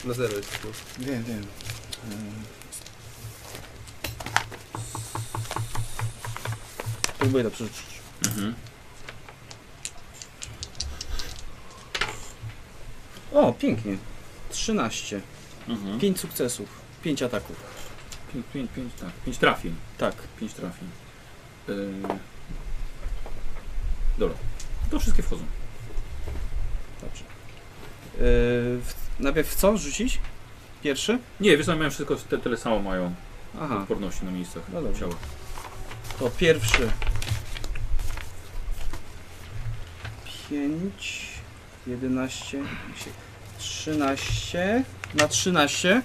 [SPEAKER 10] Na zero jest plus.
[SPEAKER 5] Wiem, wiem. Próbuję to przerzucić.
[SPEAKER 1] Mhm.
[SPEAKER 5] O, pięknie. 13.
[SPEAKER 1] Mhm.
[SPEAKER 5] 5 sukcesów. 5 ataków.
[SPEAKER 1] Pięć, pięć, pięć, tak. Pięć trafień.
[SPEAKER 5] Tak.
[SPEAKER 1] Pięć trafień. Yy... Dobra. To wszystkie wchodzą.
[SPEAKER 5] Dobrze. Yy, w, najpierw w co rzucić? Pierwszy?
[SPEAKER 1] Nie, wiesz, one mają wszystko, te, tyle samo mają
[SPEAKER 5] Aha,
[SPEAKER 1] odporności na miejscach
[SPEAKER 5] No dobra.
[SPEAKER 1] ciała.
[SPEAKER 5] to pierwszy. 5, 11, 13. Na 13.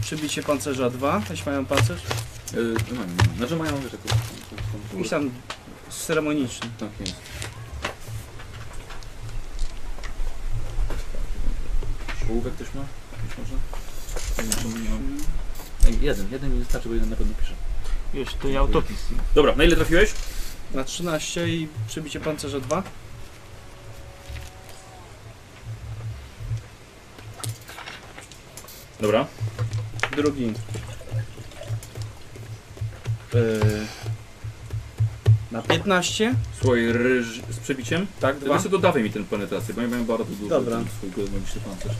[SPEAKER 5] Przybicie pancerza 2. Jeśli mają pancerz.
[SPEAKER 1] Yy, no, mają, mają. Znaczy mają, wiesz, taką...
[SPEAKER 5] Jakiś tam ceremoniczny.
[SPEAKER 1] Tak jest. Ołówek też ma? Być może? Nie wiem, czemu nie mam. Ej, Jeden, jeden mi wystarczy, bo jeden na pewno pisze.
[SPEAKER 4] Wiesz, to ja autopis.
[SPEAKER 1] Dobra, na ile trafiłeś?
[SPEAKER 5] Na 13 i przybicie pancerza 2.
[SPEAKER 1] Dobra.
[SPEAKER 5] Drugi. Yy, na 15.
[SPEAKER 1] Słuchaj, ryż z przebiciem.
[SPEAKER 5] Tak,
[SPEAKER 1] Dwa.
[SPEAKER 5] dwa.
[SPEAKER 1] Właśnie dodawaj mi ten penetrację, bo ja miałem bardzo dużo
[SPEAKER 5] Dobra.
[SPEAKER 1] ten swój magiczny pancerz.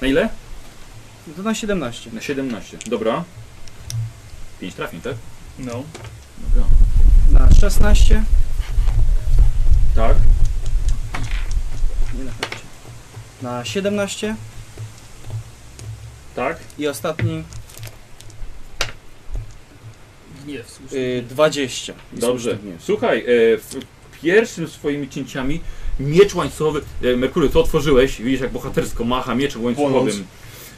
[SPEAKER 1] Na ile?
[SPEAKER 5] To na 17.
[SPEAKER 1] Na 17. Dobra. 5 trafień, tak?
[SPEAKER 2] No.
[SPEAKER 1] Dobra.
[SPEAKER 5] Na 16.
[SPEAKER 1] Tak.
[SPEAKER 5] Nie na 15. Na 17.
[SPEAKER 1] Tak.
[SPEAKER 5] I ostatni.
[SPEAKER 2] Gniew, słusznie.
[SPEAKER 5] Yy, 20. I
[SPEAKER 1] Dobrze.
[SPEAKER 5] słuszny wniósł.
[SPEAKER 1] Słuchaj, e, w pierwszym swoimi cięciami miecz łańcowy, e, Merkury, to otworzyłeś, widzisz jak bohatersko macha mieczem łańcowym.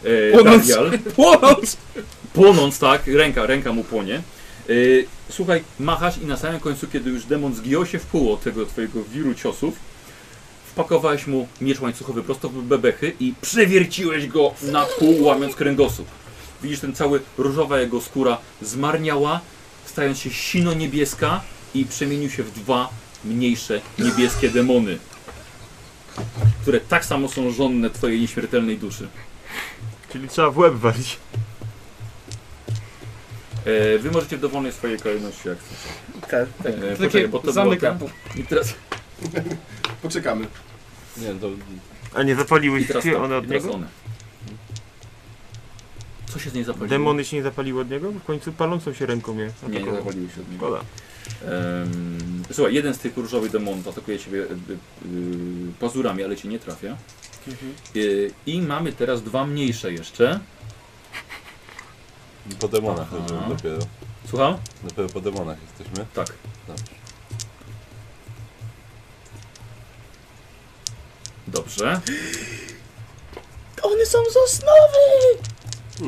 [SPEAKER 1] E,
[SPEAKER 5] Płonąc.
[SPEAKER 1] Darial. (laughs)
[SPEAKER 5] Płonąc!
[SPEAKER 1] Płonąc, tak, ręka, ręka mu płonie. Yy, słuchaj, machasz i na samym końcu, kiedy już demon zgiął się w pół od tego twojego wiru ciosów, wpakowałeś mu miecz łańcuchowy prosto w bebechy i przewierciłeś go na pół, łamiąc kręgosłup. Widzisz, ten cały różowa jego skóra zmarniała, stając się sino-niebieska i przemienił się w dwa mniejsze niebieskie demony, które tak samo są żonne twojej nieśmiertelnej duszy.
[SPEAKER 4] Czyli trzeba w łeb walić.
[SPEAKER 1] E, wy możecie w dowolnej swojej kolejności akcji.
[SPEAKER 5] Tak, tak.
[SPEAKER 1] E, poczekaj,
[SPEAKER 5] Takie
[SPEAKER 1] bo to
[SPEAKER 5] zamykam.
[SPEAKER 1] było tak. I teraz,
[SPEAKER 3] Poczekamy.
[SPEAKER 8] Nie, do,
[SPEAKER 4] A nie
[SPEAKER 1] i
[SPEAKER 4] zapaliłeś
[SPEAKER 1] teraz,
[SPEAKER 4] się
[SPEAKER 1] tak,
[SPEAKER 4] one
[SPEAKER 1] i
[SPEAKER 4] od
[SPEAKER 1] teraz
[SPEAKER 4] niego?
[SPEAKER 1] one. Co się z niej zapaliło?
[SPEAKER 4] Demony się nie zapaliły od niego? W końcu palącą się ręką mnie
[SPEAKER 1] Nie, nie
[SPEAKER 4] atakował.
[SPEAKER 1] zapaliły się od niego.
[SPEAKER 4] Szkoda.
[SPEAKER 1] Em, słuchaj, jeden z tych różowych demonów atakuje ciebie y, y, y, pazurami, ale cię nie trafia.
[SPEAKER 5] Mhm.
[SPEAKER 1] Y, I mamy teraz dwa mniejsze jeszcze.
[SPEAKER 8] po demonach
[SPEAKER 1] Aha.
[SPEAKER 8] chodzimy dopiero.
[SPEAKER 1] Słucham?
[SPEAKER 8] Dopiero po demonach jesteśmy.
[SPEAKER 1] Tak.
[SPEAKER 8] Dobrze.
[SPEAKER 1] Dobrze.
[SPEAKER 5] One są zasnął!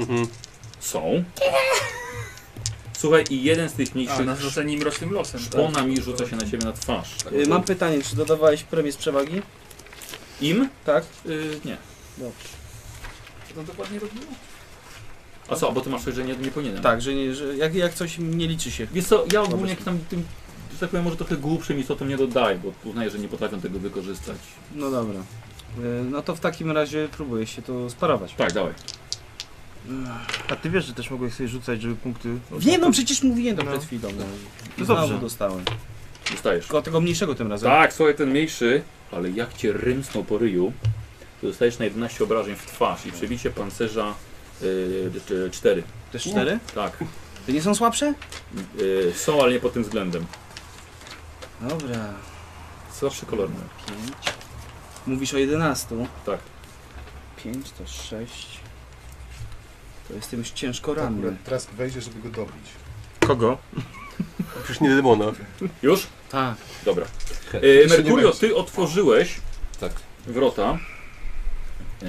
[SPEAKER 10] Mhm.
[SPEAKER 1] Są. Słuchaj, i jeden z tych
[SPEAKER 2] A, na
[SPEAKER 1] mniejszych
[SPEAKER 2] zrzucenie mrocznym losem.
[SPEAKER 1] szponami rzuca się na ciebie na twarz.
[SPEAKER 5] Y, Mam pytanie, czy dodawałeś premię z przewagi?
[SPEAKER 1] Im?
[SPEAKER 5] Tak.
[SPEAKER 1] Y, nie.
[SPEAKER 5] Dobrze.
[SPEAKER 2] To dokładnie robiło.
[SPEAKER 1] A co, bo ty masz coś, że nie, nie powinienem.
[SPEAKER 5] Tak, że, nie, że jak, jak coś nie liczy się.
[SPEAKER 1] Wiesz co, ja ogólnie jak tam tym, że tak powiem, może trochę głupszym istotom nie dodaję, bo uznaję, że nie potrafią tego wykorzystać.
[SPEAKER 5] No dobra. Y, No to w takim razie próbuję się to sparować.
[SPEAKER 1] Tak, dawaj.
[SPEAKER 4] A ty wiesz, że też mogłeś sobie rzucać, żeby punkty...
[SPEAKER 5] Nie no, przecież mówiłem to
[SPEAKER 4] No.
[SPEAKER 5] przed chwilą. No.
[SPEAKER 4] To
[SPEAKER 5] Znowu
[SPEAKER 4] dobrze.
[SPEAKER 5] dostałem.
[SPEAKER 1] Dostajesz.
[SPEAKER 5] Tylko tego mniejszego tym razem.
[SPEAKER 1] Tak, słuchaj, ten mniejszy, ale jak cię rymsnął po ryju, to dostajesz na 11 obrażeń w twarz i przebicie pancerza y, 4.
[SPEAKER 5] Te cztery?
[SPEAKER 1] Tak.
[SPEAKER 5] To nie są słabsze?
[SPEAKER 1] Y, są, ale nie pod tym względem.
[SPEAKER 5] Dobra.
[SPEAKER 1] Zawsze kolorne.
[SPEAKER 5] Pięć. Mówisz o jedenastu.
[SPEAKER 1] Tak.
[SPEAKER 5] Pięć to sześć. To jestem już ciężko ranny.
[SPEAKER 3] Akurat Trask wejdzie, żeby go dobić.
[SPEAKER 4] Kogo?
[SPEAKER 10] Przecież nie demona.
[SPEAKER 1] Już?
[SPEAKER 5] Tak.
[SPEAKER 1] Dobra. E,
[SPEAKER 3] Tak, Jeszcze nie
[SPEAKER 1] Merkurio,
[SPEAKER 3] będzie.
[SPEAKER 1] ty otworzyłeś
[SPEAKER 8] Tak.
[SPEAKER 1] wrota. E,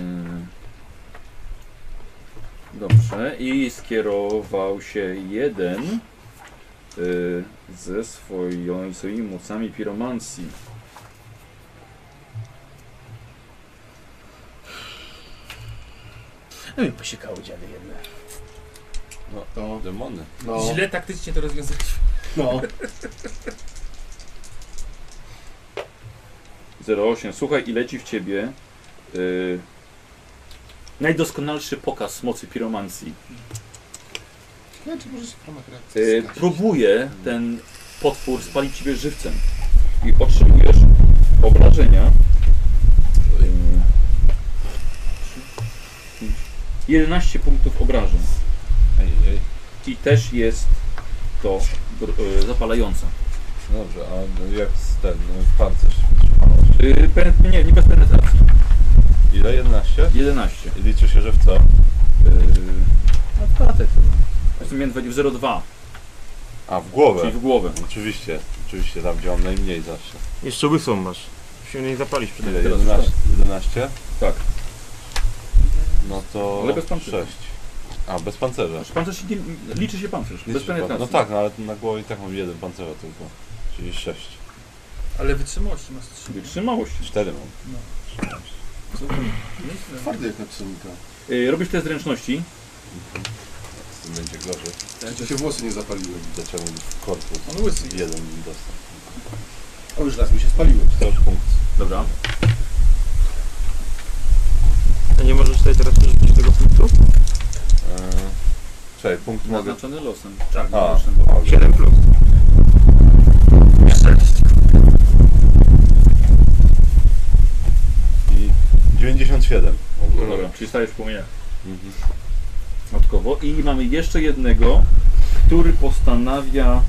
[SPEAKER 1] Dobrze. I skierował się jeden e, ze swoją, swoimi mocami piromancji.
[SPEAKER 5] No mi posiekało dziady jedne.
[SPEAKER 3] To,
[SPEAKER 8] Demony.
[SPEAKER 3] no,
[SPEAKER 2] Źle taktycznie to rozwiązaliśmy.
[SPEAKER 3] no.
[SPEAKER 1] 08. Słuchaj, i leci w ciebie e, najdoskonalszy pokaz mocy piromancji.
[SPEAKER 3] Ja, czy może się w ramach reakcji
[SPEAKER 8] Y,
[SPEAKER 1] E,
[SPEAKER 3] skakać?
[SPEAKER 1] próbuje ten potwór spalić ciebie żywcem i otrzymujesz obrażenia. Y, E, 11 punktów obrażeń.
[SPEAKER 8] Ej, ej.
[SPEAKER 1] I też jest to gr- e, zapalająca.
[SPEAKER 8] Dobrze, a no jak z ten y, pancerz wytrzymałość?
[SPEAKER 1] E, pen- Nie, nie bez penetracji.
[SPEAKER 8] Ile? 11?
[SPEAKER 1] 11.
[SPEAKER 8] I liczy się, że w co?
[SPEAKER 1] Yy, no klatek. W sumie 0,2,
[SPEAKER 8] A, w
[SPEAKER 1] czyli
[SPEAKER 8] głowę.
[SPEAKER 1] w głowę.
[SPEAKER 8] Oczywiście, oczywiście, tam gdzie mam najmniej zawsze.
[SPEAKER 4] Jeszcze łysą masz. Musimy jej zapalić przed
[SPEAKER 8] Ile?
[SPEAKER 1] teraz
[SPEAKER 8] 11? 11?
[SPEAKER 1] Tak.
[SPEAKER 8] No to
[SPEAKER 1] Ale bez pancerza.
[SPEAKER 8] 6. A, bez pancerza.
[SPEAKER 1] Znaczy pancerz nie, liczy się pancerz, bez
[SPEAKER 8] Liczy się pan-
[SPEAKER 1] penetracji.
[SPEAKER 8] No tak, no, ale na głowie i tak mam jeden pancerza tylko. Czyli 6.
[SPEAKER 2] Ale wytrzymałości masz trzy.
[SPEAKER 1] Wytrzymałość.
[SPEAKER 8] 4 mam.
[SPEAKER 1] No.
[SPEAKER 2] Myślę.
[SPEAKER 3] Twardy jak na psionika.
[SPEAKER 1] Yy, robisz test zręczności.
[SPEAKER 8] Z tym będzie gorzej.
[SPEAKER 3] Czy się włosy nie zapaliły?
[SPEAKER 8] Dlaczego w korpus?
[SPEAKER 2] On łysy.
[SPEAKER 8] Jeden mi dostał.
[SPEAKER 3] O, już raz mi się spaliły.
[SPEAKER 8] To już punkt.
[SPEAKER 1] Dobra.
[SPEAKER 4] A nie możesz tutaj teraz przerzucić tego punktu?
[SPEAKER 8] Eee, Czekaj, punkt mogę...
[SPEAKER 1] Naznaczony losem. Tak,
[SPEAKER 8] A,
[SPEAKER 1] losem.
[SPEAKER 8] mogę.
[SPEAKER 4] 7 plus.
[SPEAKER 8] I 97.
[SPEAKER 1] No Dobra, Mhm. czyli stajesz w płomieniach matkowo. I mamy jeszcze jednego, który postanawia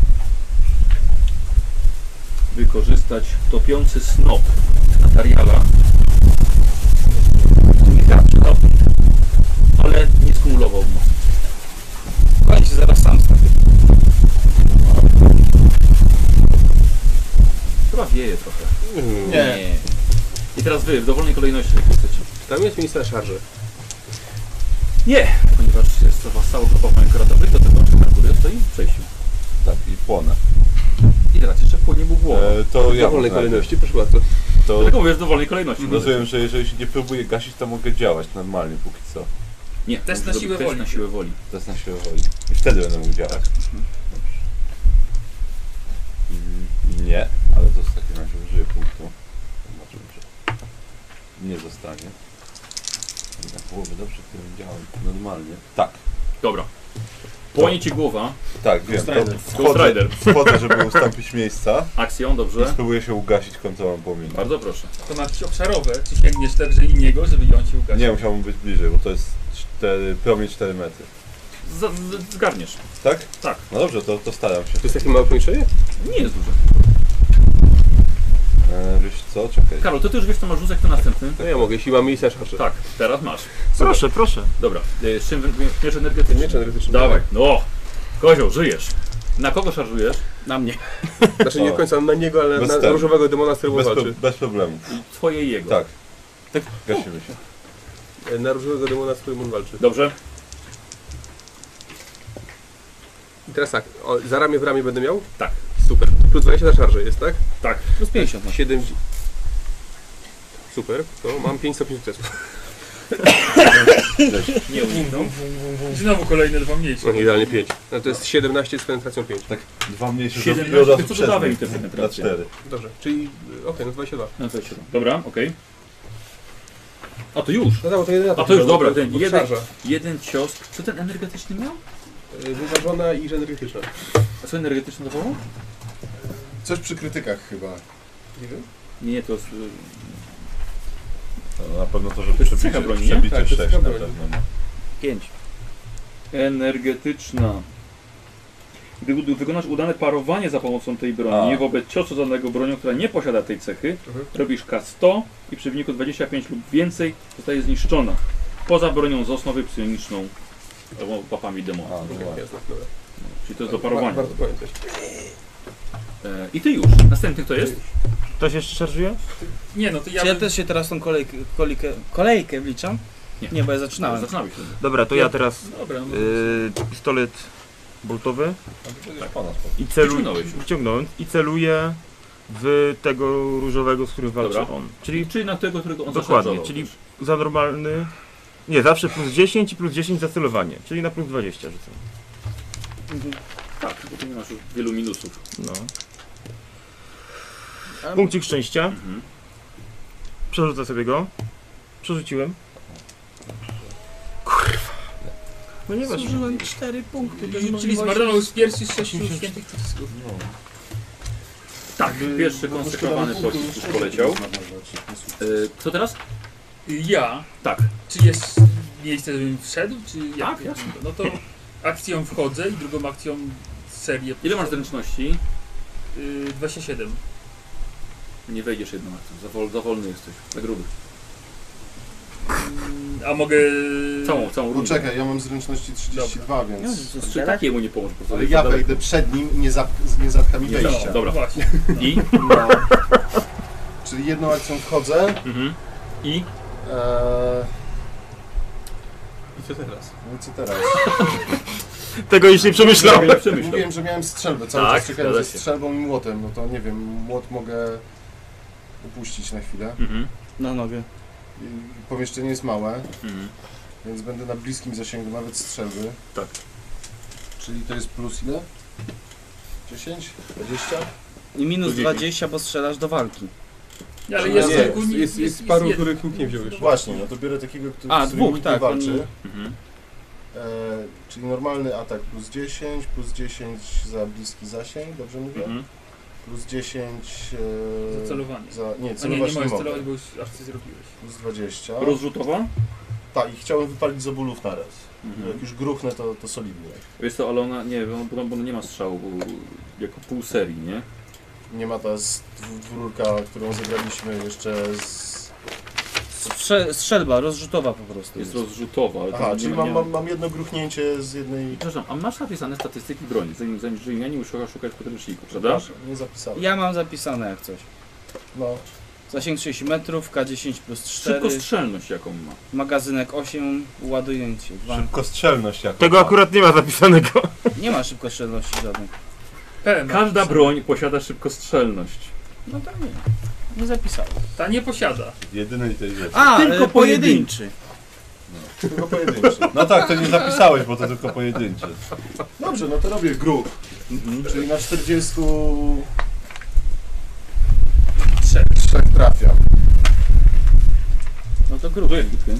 [SPEAKER 1] wykorzystać topiący snop Natariala. Nie zawsze dobry, Ale nie skumulował mocy.
[SPEAKER 5] Koń się zaraz sam stawię.
[SPEAKER 1] Chyba wieje trochę.
[SPEAKER 5] Nie.
[SPEAKER 1] I teraz wy, w dowolnej kolejności, jak chcecie.
[SPEAKER 10] Czy tam jest miejsce na szarże?
[SPEAKER 1] Nie! Ponieważ jest to was cała grupa majekratowych, to tylko Merkurio stoi w przejściu.
[SPEAKER 8] Tak, i płonę.
[SPEAKER 1] I teraz jeszcze płynie mu głowa.
[SPEAKER 8] Eee, to
[SPEAKER 10] W
[SPEAKER 8] ja
[SPEAKER 10] dowolnej
[SPEAKER 8] mam
[SPEAKER 10] kolejności, proszę bardzo.
[SPEAKER 8] To
[SPEAKER 1] Dlatego mówię, w dowolnej kolejności.
[SPEAKER 8] rozumiem, że jeżeli się nie próbuję gasić, to mogę działać normalnie póki co.
[SPEAKER 1] Nie,
[SPEAKER 2] Test
[SPEAKER 1] możesz zrobić
[SPEAKER 2] na siłę
[SPEAKER 1] test
[SPEAKER 2] woli.
[SPEAKER 1] na siłę woli.
[SPEAKER 8] To jest na siłę woli. I wtedy będę mógł działać. Mm, Nie, ale to w takim razie użyję punktu. Zobaczymy, że nie zostanie. Na połowę dobrze, którym działam normalnie. Tak,
[SPEAKER 1] Dobra. Płonie ci głowa.
[SPEAKER 8] tak, wiem. To
[SPEAKER 3] Rider.
[SPEAKER 1] Ghost
[SPEAKER 8] wchodzę,
[SPEAKER 1] Rider.
[SPEAKER 8] wchodzę, żeby ustąpić
[SPEAKER 1] (laughs)
[SPEAKER 8] miejsca
[SPEAKER 1] Akcją,
[SPEAKER 8] i
[SPEAKER 1] dobrze?
[SPEAKER 8] spróbuję się ugasić kontrolą płomienia.
[SPEAKER 1] Bardzo proszę.
[SPEAKER 2] To ma być obszarowe. Czy sięgniesz także i niego, żeby ją ci ugasić?
[SPEAKER 8] Nie, musiałbym być bliżej, bo to jest 4, promień 4 metry.
[SPEAKER 1] Z- z- zgarniesz.
[SPEAKER 8] Tak?
[SPEAKER 1] Tak.
[SPEAKER 8] No dobrze, to, to staram się.
[SPEAKER 10] To jest takie małe pomieszczenie?
[SPEAKER 1] Nie jest duże.
[SPEAKER 8] E, wiesz co, czekaj.
[SPEAKER 1] Karol, to ty już wiesz, co masz rzucać, to następny.
[SPEAKER 10] No ja mogę, jeśli mam miejsce na szarże.
[SPEAKER 1] Tak, teraz masz.
[SPEAKER 4] Proszę, proszę.
[SPEAKER 1] Dobra. Y, Z czym wy- miecz energetyczny?
[SPEAKER 10] Miecz energetyczny.
[SPEAKER 1] Dawaj. No. Kozioł, żyjesz. Na kogo szarżujesz?
[SPEAKER 5] (laughs) Na mnie.
[SPEAKER 10] Znaczy nie do końca na niego, ale
[SPEAKER 8] Bez
[SPEAKER 10] na
[SPEAKER 8] ten.
[SPEAKER 10] różowego demona, z którym on
[SPEAKER 8] Bez,
[SPEAKER 10] walczy.
[SPEAKER 8] pro, bez problemu.
[SPEAKER 1] Twoje i jego.
[SPEAKER 8] Tak.
[SPEAKER 5] Tak.
[SPEAKER 8] Gasimy się.
[SPEAKER 10] E, Na różowego demona, z którym on walczy.
[SPEAKER 1] Dobrze?
[SPEAKER 10] I teraz tak, o, za ramię w ramię będę miał?
[SPEAKER 1] Tak.
[SPEAKER 10] Super. Plus 20 na szarże jest, tak?
[SPEAKER 1] Tak.
[SPEAKER 5] Plus 50 masz.
[SPEAKER 10] 7... Super, to mam 5 stopni sukcesu.
[SPEAKER 1] Nie uniknął.
[SPEAKER 2] Znowu kolejne dwa mniejsze.
[SPEAKER 10] No, idealnie 5. No to jest 17 z penetracją 5.
[SPEAKER 8] Tak, dwa mniejsze
[SPEAKER 1] Siedemnaście,
[SPEAKER 8] zrobię i od razu
[SPEAKER 1] to co
[SPEAKER 8] przez
[SPEAKER 1] dodawaj
[SPEAKER 8] nie.
[SPEAKER 1] im te penetracje.
[SPEAKER 8] Na cztery.
[SPEAKER 10] Dobrze, czyli e, okej, no 22.
[SPEAKER 1] No to się Dobra, okej. A to już.
[SPEAKER 10] No dobra, to jeden
[SPEAKER 1] A
[SPEAKER 10] atak.
[SPEAKER 1] to już
[SPEAKER 10] Bo-
[SPEAKER 1] dobra,
[SPEAKER 10] bo-
[SPEAKER 1] ten
[SPEAKER 10] bo
[SPEAKER 1] jeden,
[SPEAKER 10] szarża.
[SPEAKER 1] jeden cios. Co ten energetyczny miał?
[SPEAKER 10] E, Wyważona i energetyczna.
[SPEAKER 1] A co energetyczne to było?
[SPEAKER 3] Coś przy krytykach chyba. Nie wiem.
[SPEAKER 1] Nie, nie, to jest... y,
[SPEAKER 8] No, na pewno to, że
[SPEAKER 1] To jest
[SPEAKER 8] przebicie,
[SPEAKER 1] cecha broni, nie?
[SPEAKER 8] przebicie
[SPEAKER 10] Tak, to jest
[SPEAKER 8] 6 na
[SPEAKER 10] cecha broni.
[SPEAKER 8] pewno. no. ma.
[SPEAKER 5] 5.
[SPEAKER 1] Energetyczna. Gdy u- wykonasz udane parowanie za pomocą tej broni
[SPEAKER 8] A.
[SPEAKER 1] wobec ciosu danego bronią, która nie posiada tej cechy,
[SPEAKER 10] Mhm.
[SPEAKER 1] robisz K100 i przy wyniku 25 lub więcej zostaje zniszczona. Poza bronią z osnowy psioniczną Albo papami demona.
[SPEAKER 6] A, no
[SPEAKER 1] No.
[SPEAKER 6] właśnie.
[SPEAKER 10] Jasne, dobra.
[SPEAKER 1] Czyli to jest do parowania.
[SPEAKER 10] Warto pamiętać.
[SPEAKER 1] E, I ty już. Następny kto jest?
[SPEAKER 4] Ktoś jeszcze szarżuje?
[SPEAKER 2] Nie no, to ja,
[SPEAKER 5] Czy ja
[SPEAKER 2] bym-
[SPEAKER 5] też się teraz tą kolejkę, kolejkę, kolejkę wliczam?
[SPEAKER 1] Nie.
[SPEAKER 5] Nie. bo ja zaczynałem.
[SPEAKER 1] Zaczynałeś. się.
[SPEAKER 4] Dobra, to ja teraz
[SPEAKER 2] Dobra, no.
[SPEAKER 4] y, pistolet boltowy
[SPEAKER 6] Tak. Pana
[SPEAKER 4] i celuję.
[SPEAKER 1] Wyciągnąłeś już.
[SPEAKER 4] Wyciągnąłem i celuję w tego różowego, z którym walczy
[SPEAKER 1] Dobra.
[SPEAKER 4] on. Czyli
[SPEAKER 1] Czyli, czyli na tego, którego on
[SPEAKER 4] dokładnie,
[SPEAKER 1] zaszarżował.
[SPEAKER 4] czyli za normalny. Nie, zawsze plus 10 i plus 10 za celowanie, czyli na plus 20 rzucam.
[SPEAKER 1] Tak, bo tu nie masz już wielu minusów.
[SPEAKER 4] No. Punkcik szczęścia,
[SPEAKER 1] Mhm.
[SPEAKER 4] przerzucę sobie go. Przerzuciłem. Kurwa. No nie ważne.
[SPEAKER 5] Zużyłem 4 punkty. bez
[SPEAKER 2] Czyli
[SPEAKER 5] możliwości-
[SPEAKER 2] zmarnował z pierwszych sześciu świętych cytysków.
[SPEAKER 1] Tak, pierwszy konsekrowany pocisk już poleciał. E, Kto teraz?
[SPEAKER 2] Ja.
[SPEAKER 1] Tak.
[SPEAKER 2] Czy jest miejsce, żebym wszedł? Czy jak?
[SPEAKER 1] Tak, jasne.
[SPEAKER 2] No to akcją wchodzę i drugą akcją serię.
[SPEAKER 1] Ile masz zręczności?
[SPEAKER 2] Y, 27.
[SPEAKER 1] Nie wejdziesz jedną akcją, za, wol, za wolny jesteś, za gruby.
[SPEAKER 2] Mm, A mogę...
[SPEAKER 1] Całą, całą
[SPEAKER 3] No
[SPEAKER 1] rundę.
[SPEAKER 3] czekaj, ja mam zręczności 32,
[SPEAKER 5] Ja
[SPEAKER 3] więc...
[SPEAKER 5] rzucę
[SPEAKER 1] Czy
[SPEAKER 5] no, strzelać?
[SPEAKER 1] takiemu nie pomoże po prostu.
[SPEAKER 3] Ale ja wejdę przed nim i nie, zap, nie zatka mi
[SPEAKER 1] Nie,
[SPEAKER 3] wejścia.
[SPEAKER 1] no, dobra.
[SPEAKER 2] Właśnie.
[SPEAKER 1] (laughs) I?
[SPEAKER 3] No. Czyli jedną akcją wchodzę.
[SPEAKER 1] Mhm. I?
[SPEAKER 3] Eee,
[SPEAKER 10] I co teraz?
[SPEAKER 3] no i co teraz?
[SPEAKER 4] Tego już nie przemyślałem.
[SPEAKER 1] Ja przemyślał.
[SPEAKER 3] Mówiłem, że miałem strzelbę. Cały
[SPEAKER 1] Tak,
[SPEAKER 3] czas czekałem ze
[SPEAKER 1] zgadza się.
[SPEAKER 3] strzelbą i młotem. No to nie wiem, młot mogę upuścić na chwilę.
[SPEAKER 1] Mhm.
[SPEAKER 5] Na nogę.
[SPEAKER 3] I Pomieszczenie jest małe,
[SPEAKER 1] Mhm.
[SPEAKER 3] więc będę na bliskim zasięgu nawet strzelby.
[SPEAKER 1] Tak.
[SPEAKER 3] Czyli to jest plus ile? 10? 20?
[SPEAKER 5] I minus
[SPEAKER 1] Tu 10.
[SPEAKER 5] 20, bo strzelasz do walki.
[SPEAKER 2] Ale
[SPEAKER 3] Nie,
[SPEAKER 2] jest,
[SPEAKER 3] nie,
[SPEAKER 2] kilku-
[SPEAKER 10] Jest, jest, jest paru,
[SPEAKER 2] jeden.
[SPEAKER 10] których nikt nie wziął jeszcze.
[SPEAKER 3] Właśnie, no to biorę takiego, który,
[SPEAKER 5] A,
[SPEAKER 3] z którym
[SPEAKER 5] dwóch,
[SPEAKER 3] nikt nie
[SPEAKER 5] tak,
[SPEAKER 3] walczy.
[SPEAKER 5] oni-
[SPEAKER 1] Mhm.
[SPEAKER 3] E, czyli normalny atak plus 10, plus 10 za bliski zasięg, dobrze mówię?
[SPEAKER 1] Mhm.
[SPEAKER 3] Plus 10 e,
[SPEAKER 2] Za celowanie.
[SPEAKER 3] za nie,
[SPEAKER 2] A nie, nie
[SPEAKER 3] celować nie,
[SPEAKER 2] możesz
[SPEAKER 3] mogę.
[SPEAKER 2] celować, bo już akcję zrobiłeś.
[SPEAKER 3] Plus 20.
[SPEAKER 1] Rozrzutowa?
[SPEAKER 3] Tak, i chciałem wypalić z obulów naraz.
[SPEAKER 1] Mhm.
[SPEAKER 3] Jak już gruchnę, to, to solidnie.
[SPEAKER 1] Wiesz co, ale ona, nie, bo on, bo on nie ma strzału bo- jako pół serii, nie?
[SPEAKER 3] Nie ma ta z dwu- dwururka, którą zebraliśmy jeszcze z...
[SPEAKER 5] Strze strzelba, rozrzutowa po prostu.
[SPEAKER 1] Jest
[SPEAKER 5] Jest
[SPEAKER 1] rozrzutowa, ale
[SPEAKER 3] Aha,
[SPEAKER 1] to
[SPEAKER 3] czyli
[SPEAKER 1] nie,
[SPEAKER 3] mam,
[SPEAKER 1] nie...
[SPEAKER 3] mam, mam jedno gruchnięcie z jednej...
[SPEAKER 1] Przepraszam, a masz napisane statystyki broni, zanim zanim Rzymianin szuka szukać w podręczniku, prawda?
[SPEAKER 3] Przepraszam, nie zapisałem.
[SPEAKER 5] Ja mam zapisane jak coś.
[SPEAKER 3] No,
[SPEAKER 5] Zasięg 60 metrów, K10 plus 4,
[SPEAKER 1] Szybko strzelność jaką ma.
[SPEAKER 5] magazynek 8, ładujęcie 2.
[SPEAKER 8] Szybkostrzelność jako. tak.
[SPEAKER 4] Tego akurat nie ma zapisanego.
[SPEAKER 5] Nie ma szybkostrzelności żadnych.
[SPEAKER 2] PM.
[SPEAKER 1] Każda broń posiada szybkostrzelność.
[SPEAKER 5] No tak nie. Nie zapisałem.
[SPEAKER 2] Ta nie posiada.
[SPEAKER 8] Jedyny inteligentny.
[SPEAKER 5] A,
[SPEAKER 1] Tylko
[SPEAKER 5] e, pojedynczy.
[SPEAKER 3] tylko pojedynczy.
[SPEAKER 8] No tak, to nie zapisałeś, bo to tylko pojedyncze.
[SPEAKER 3] Dobrze, no to robię gruch. Czyli na 40...
[SPEAKER 2] Trzech.
[SPEAKER 3] Trzech trafiam.
[SPEAKER 5] No to grubo.
[SPEAKER 1] bitwy.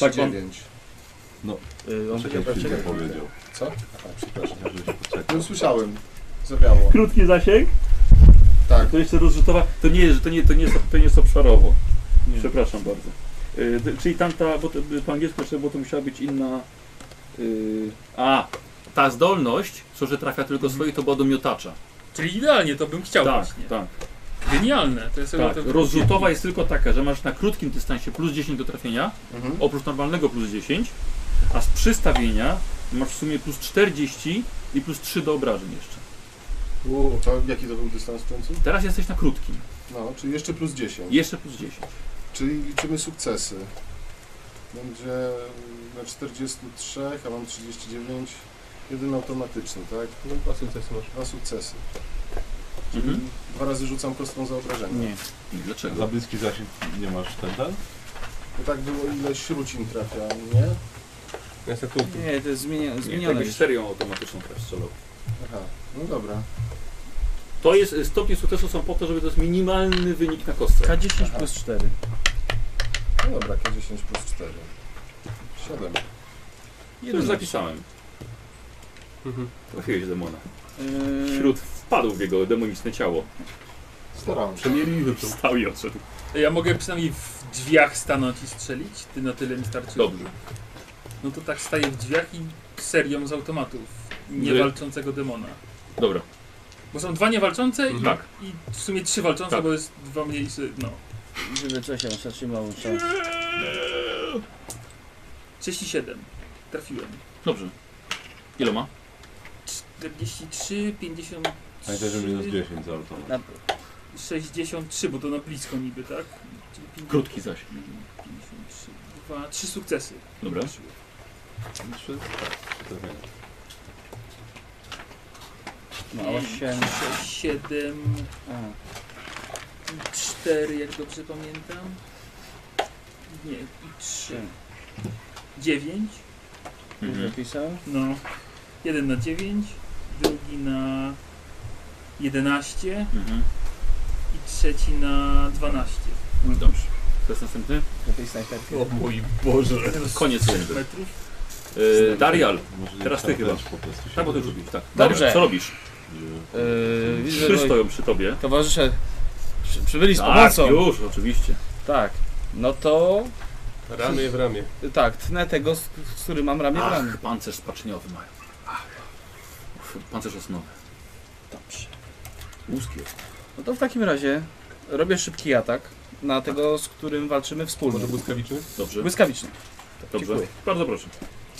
[SPEAKER 3] Tak 39.
[SPEAKER 5] Y, on powiedział,
[SPEAKER 8] Czekaj, chwilkę
[SPEAKER 5] czekaj.
[SPEAKER 8] powiedział.
[SPEAKER 3] Co?
[SPEAKER 8] A, przepraszam, żeby się poczekał.
[SPEAKER 3] No słyszałem. Zawiało.
[SPEAKER 1] Krótki zasięg?
[SPEAKER 3] Tak.
[SPEAKER 1] To jeszcze rozrzutowa. To nie jest, to nie, to nie jest, to nie jest obszarowo.
[SPEAKER 5] Nie.
[SPEAKER 1] Przepraszam bardzo. Y, d- czyli tamta, bo to, y, po angielsku jeszcze, bo to musiała być inna. y, a, ta zdolność, co że trafia tylko swoje, to była do miotacza.
[SPEAKER 2] Czyli idealnie to bym chciał
[SPEAKER 1] tak,
[SPEAKER 2] właśnie.
[SPEAKER 1] tak,
[SPEAKER 2] Genialne. To jest
[SPEAKER 1] tak. Rozrzutowa jest tylko taka, że masz na krótkim dystansie plus 10 do trafienia,
[SPEAKER 3] Mhm.
[SPEAKER 1] oprócz normalnego plus 10, a z przystawienia masz w sumie plus 40 i plus 3 do obrażeń jeszcze.
[SPEAKER 3] U, to jaki to był dystans w końcu?
[SPEAKER 1] Teraz jesteś na krótkim.
[SPEAKER 3] No, czyli jeszcze plus 10.
[SPEAKER 1] Jeszcze plus 10.
[SPEAKER 3] Czyli liczymy sukcesy. Będzie mm, na 43, a mam 39. Jeden automatyczny, tak?
[SPEAKER 10] No dwa sukcesy masz.
[SPEAKER 3] Dwa sukcesy. Czyli
[SPEAKER 1] Mhm.
[SPEAKER 3] dwa razy rzucam prostą za obrażenie.
[SPEAKER 5] Nie.
[SPEAKER 1] Dlaczego?
[SPEAKER 8] Za bliski zasięg nie masz ten ten?
[SPEAKER 3] Bo tak było ile śrucin trafia, nie?
[SPEAKER 10] Ja jestem tu.
[SPEAKER 5] Nie, to jest zmienia,
[SPEAKER 1] Nie,
[SPEAKER 5] zmienione.
[SPEAKER 1] tak
[SPEAKER 5] jest.
[SPEAKER 1] być serią automatyczną też strzelał.
[SPEAKER 3] Aha, no dobra.
[SPEAKER 1] To jest, stopnie sukcesu są po to, żeby to jest minimalny wynik na kostce.
[SPEAKER 5] K10
[SPEAKER 3] Aha.
[SPEAKER 5] plus 4.
[SPEAKER 3] No dobra, K10 plus 4. 7.
[SPEAKER 1] To już zapisałem.
[SPEAKER 10] Mhm.
[SPEAKER 1] Trafiłeś demona.
[SPEAKER 5] Yy,
[SPEAKER 1] Wśród wpadł w jego demoniczne ciało.
[SPEAKER 3] Starałem się.
[SPEAKER 10] Przemieli i wypluł.
[SPEAKER 1] Wstał i odszedł.
[SPEAKER 2] Ja mogę przynajmniej w drzwiach stanąć i strzelić? Ty na tyle mi starczy.
[SPEAKER 1] Dobrze.
[SPEAKER 2] No to tak staję w drzwiach i serią z automatów.
[SPEAKER 1] Wy-
[SPEAKER 2] Niewalczącego demona.
[SPEAKER 1] Dobra.
[SPEAKER 2] Bo są dwa niewalczące i,
[SPEAKER 1] Mhm. Tak.
[SPEAKER 2] i w sumie trzy walczące,
[SPEAKER 1] Tak.
[SPEAKER 2] bo jest dwa mniejsze. No.
[SPEAKER 5] Żeby coś się zatrzymało. co?
[SPEAKER 2] 37. Trafiłem.
[SPEAKER 1] Dobrze. Ile ma?
[SPEAKER 2] 43, 50.
[SPEAKER 6] Pamiętaj, że minus 10 za auto.
[SPEAKER 5] Na,
[SPEAKER 2] 63, bo to na blisko niby, tak? Czyli 50,
[SPEAKER 1] Krótki zaś.
[SPEAKER 2] 53, 2, 3 sukcesy.
[SPEAKER 1] Dobra.
[SPEAKER 2] Poszły.
[SPEAKER 6] Trzy? Tak, trzy trafienia.
[SPEAKER 5] na
[SPEAKER 1] Mhm.
[SPEAKER 5] 8.
[SPEAKER 2] 6, 7,
[SPEAKER 5] no, A,
[SPEAKER 2] 4, jak dobrze pamiętam. Nie, i 3.
[SPEAKER 5] trzy.
[SPEAKER 1] Hmm.
[SPEAKER 2] 9.
[SPEAKER 5] Już
[SPEAKER 1] Mhm.
[SPEAKER 5] zapisałem.
[SPEAKER 2] No. Jeden na 9, drugi na 11
[SPEAKER 1] Mhm.
[SPEAKER 2] i trzeci na 12.
[SPEAKER 1] Dobrze. To jest następny?
[SPEAKER 5] Do tej snajperki.
[SPEAKER 1] mój Boże. Koniec rundy. Yy, Darial.
[SPEAKER 6] Może
[SPEAKER 1] Teraz
[SPEAKER 6] tam
[SPEAKER 1] ty chyba.
[SPEAKER 6] też po prostu się
[SPEAKER 1] Tak, bo ty już
[SPEAKER 6] wyrzuci.
[SPEAKER 1] robisz. Tak.
[SPEAKER 5] Dobrze.
[SPEAKER 1] Darial, co robisz?
[SPEAKER 5] Yy, widzę,
[SPEAKER 1] Trzy
[SPEAKER 5] że moi
[SPEAKER 1] stoją przy tobie.
[SPEAKER 5] towarzysze przy, przybyli z
[SPEAKER 1] Tak,
[SPEAKER 5] pomocą.
[SPEAKER 1] już, oczywiście.
[SPEAKER 5] Tak. No to
[SPEAKER 10] Ramię w ramię.
[SPEAKER 5] tak, tnę tego, z, z którym mam ramię w ramię.
[SPEAKER 1] Ach, pancerz spaczniowy mają. Ach. Pancerz osnowy.
[SPEAKER 5] Dobrze.
[SPEAKER 1] Łuski
[SPEAKER 5] No to w takim razie robię szybki atak na tego, z którym walczymy wspólnie.
[SPEAKER 10] Może błyskawiczny?
[SPEAKER 1] Dobrze,
[SPEAKER 5] Błyskawiczny.
[SPEAKER 1] dobrze.
[SPEAKER 5] dziękuję.
[SPEAKER 1] Bardzo proszę.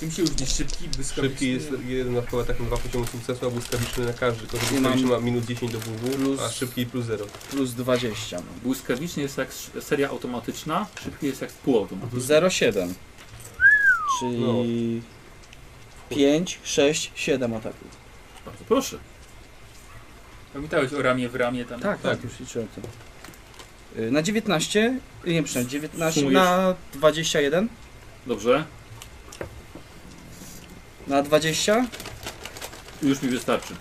[SPEAKER 2] Czym się różni szybki, błyskawiczny?
[SPEAKER 10] Szybki jest jeden na przykład tak na dwa poziomy sukcesu, a błyskawiczny na każdy. Tylko że
[SPEAKER 5] I mam-
[SPEAKER 10] błyskawiczny ma minus 10 do WW,
[SPEAKER 5] Plus-
[SPEAKER 10] a szybki plus 0.
[SPEAKER 5] Plus 20.
[SPEAKER 1] Błyskawicznie jest jak s- seria automatyczna, szybki jest jak półautomat.
[SPEAKER 5] 0,7. Czyli 5, 6, 7 ataków.
[SPEAKER 1] Bardzo proszę.
[SPEAKER 2] Pamiętałeś o ramię w ramię tam?
[SPEAKER 5] Tak, tak, już liczyłem to. Y, Na 19, y, nie przepraszam, 19,
[SPEAKER 1] Sumujesz.
[SPEAKER 5] na 21,
[SPEAKER 1] Dobrze,
[SPEAKER 5] na 20,
[SPEAKER 1] już mi wystarczy.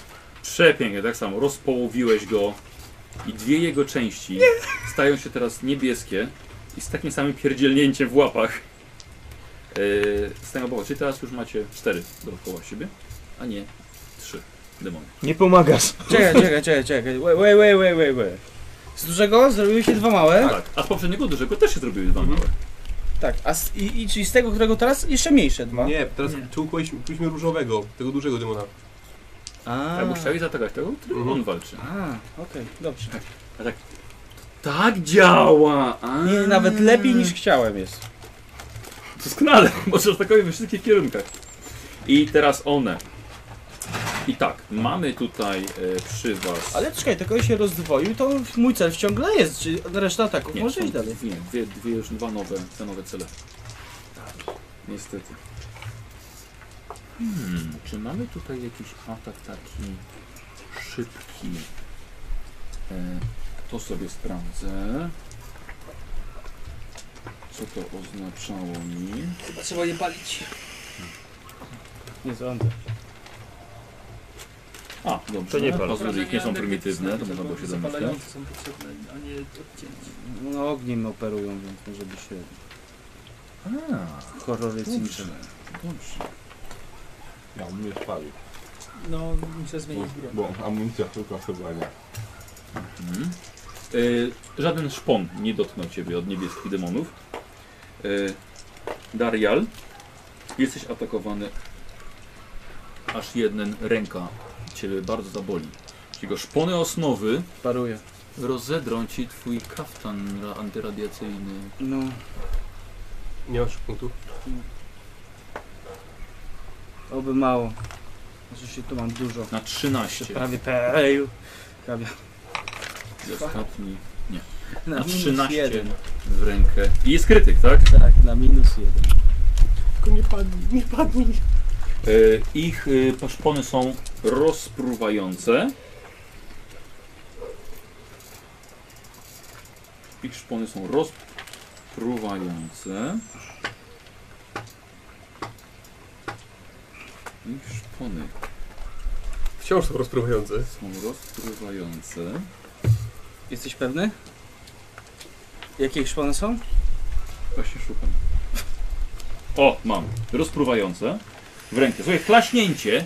[SPEAKER 1] Przepięknie, tak samo. Rozpołowiłeś go i dwie jego części stają się teraz niebieskie i z takim samym pierdzielnięciem w łapach yy, stają obok. Czyli teraz już macie cztery dookoła siebie, a nie trzy demony.
[SPEAKER 4] Nie pomagasz.
[SPEAKER 5] Czekaj, czekaj, czekaj, czekaj. Wait, wait, wait, wait, wait, wait. Z dużego zrobiły się dwa małe.
[SPEAKER 1] Tak, a z poprzedniego dużego też się zrobiły dwa małe.
[SPEAKER 5] Tak, a z, i, i czyli z tego, którego teraz jeszcze mniejsze dwa.
[SPEAKER 10] Nie, teraz
[SPEAKER 2] Nie.
[SPEAKER 10] czuliśmy czuliśmy różowego, tego dużego demona.
[SPEAKER 5] A,
[SPEAKER 1] Jakby chciałeś zaatakować tego, który
[SPEAKER 10] Mhm.
[SPEAKER 1] on walczy.
[SPEAKER 5] a okej, dobrze.
[SPEAKER 1] Tak działa! A.
[SPEAKER 5] Nie, nawet lepiej niż chciałem jest.
[SPEAKER 1] Doskonale, (laughs) możesz atakować we wszystkich kierunkach. I teraz one. I tak, mamy tutaj e, przy was...
[SPEAKER 5] Ale czekaj, tylko się rozdwoił, to mój cel ciągle jest, czyli reszta ataków
[SPEAKER 1] Nie,
[SPEAKER 5] może
[SPEAKER 1] są
[SPEAKER 5] iść dalej.
[SPEAKER 1] Dwie, dwie, dwie już dwa nowe, te nowe cele. Niestety. Hmm, czy mamy tutaj jakiś atak taki szybki? E, to sobie sprawdzę. Co to oznaczało mi?
[SPEAKER 2] Chyba trzeba je palić.
[SPEAKER 5] Nie sądzę.
[SPEAKER 1] A, dobrze.
[SPEAKER 4] To nie pal.
[SPEAKER 1] Pozwól, że ich nie są prymitywne, to można było się domyślać.
[SPEAKER 2] Zapalające są potrzebne, a nie odcięcie.
[SPEAKER 5] No ogniem operują, więc może by się
[SPEAKER 1] A,
[SPEAKER 5] horrory
[SPEAKER 1] dobrze.
[SPEAKER 5] cinczyły.
[SPEAKER 1] Dobrze.
[SPEAKER 6] Ja bym mnie spalił.
[SPEAKER 2] No, muszę zmienić broń.
[SPEAKER 6] Bo amunicja tylko chyba nie.
[SPEAKER 1] Mhm. Y, żaden szpon nie dotknął ciebie od niebieskich demonów. Y, Darial, jesteś atakowany aż jeden ręka ciebie bardzo zaboli. Jego szpony osnowy
[SPEAKER 5] Paruję.
[SPEAKER 1] rozedrą ci twój kaftan ra- antyradiacyjny.
[SPEAKER 5] No,
[SPEAKER 10] Nie masz punktów.
[SPEAKER 5] oby mało. Oczywiście tu mam dużo.
[SPEAKER 1] Na 13.
[SPEAKER 5] Prawie peju. Prawie.
[SPEAKER 1] Jest Ostatni.
[SPEAKER 5] Na
[SPEAKER 1] Na
[SPEAKER 5] minus
[SPEAKER 1] 13
[SPEAKER 5] jeden.
[SPEAKER 1] w rękę. I jest krytyk, tak?
[SPEAKER 5] Tak, na minus jeden.
[SPEAKER 10] Tylko nie padnij, nie padnij.
[SPEAKER 1] Y, Ich y, szpony są rozpruwające. Ich szpony są rozpruwające. Ich szpony
[SPEAKER 10] Wciąż są rozpruwające.
[SPEAKER 1] są rozpruwające.
[SPEAKER 5] Jesteś pewny? Jakie ich szpony są?
[SPEAKER 1] Właśnie szukam. O, mam. Rozpruwające. W rękę. Słuchaj, klaśnięcie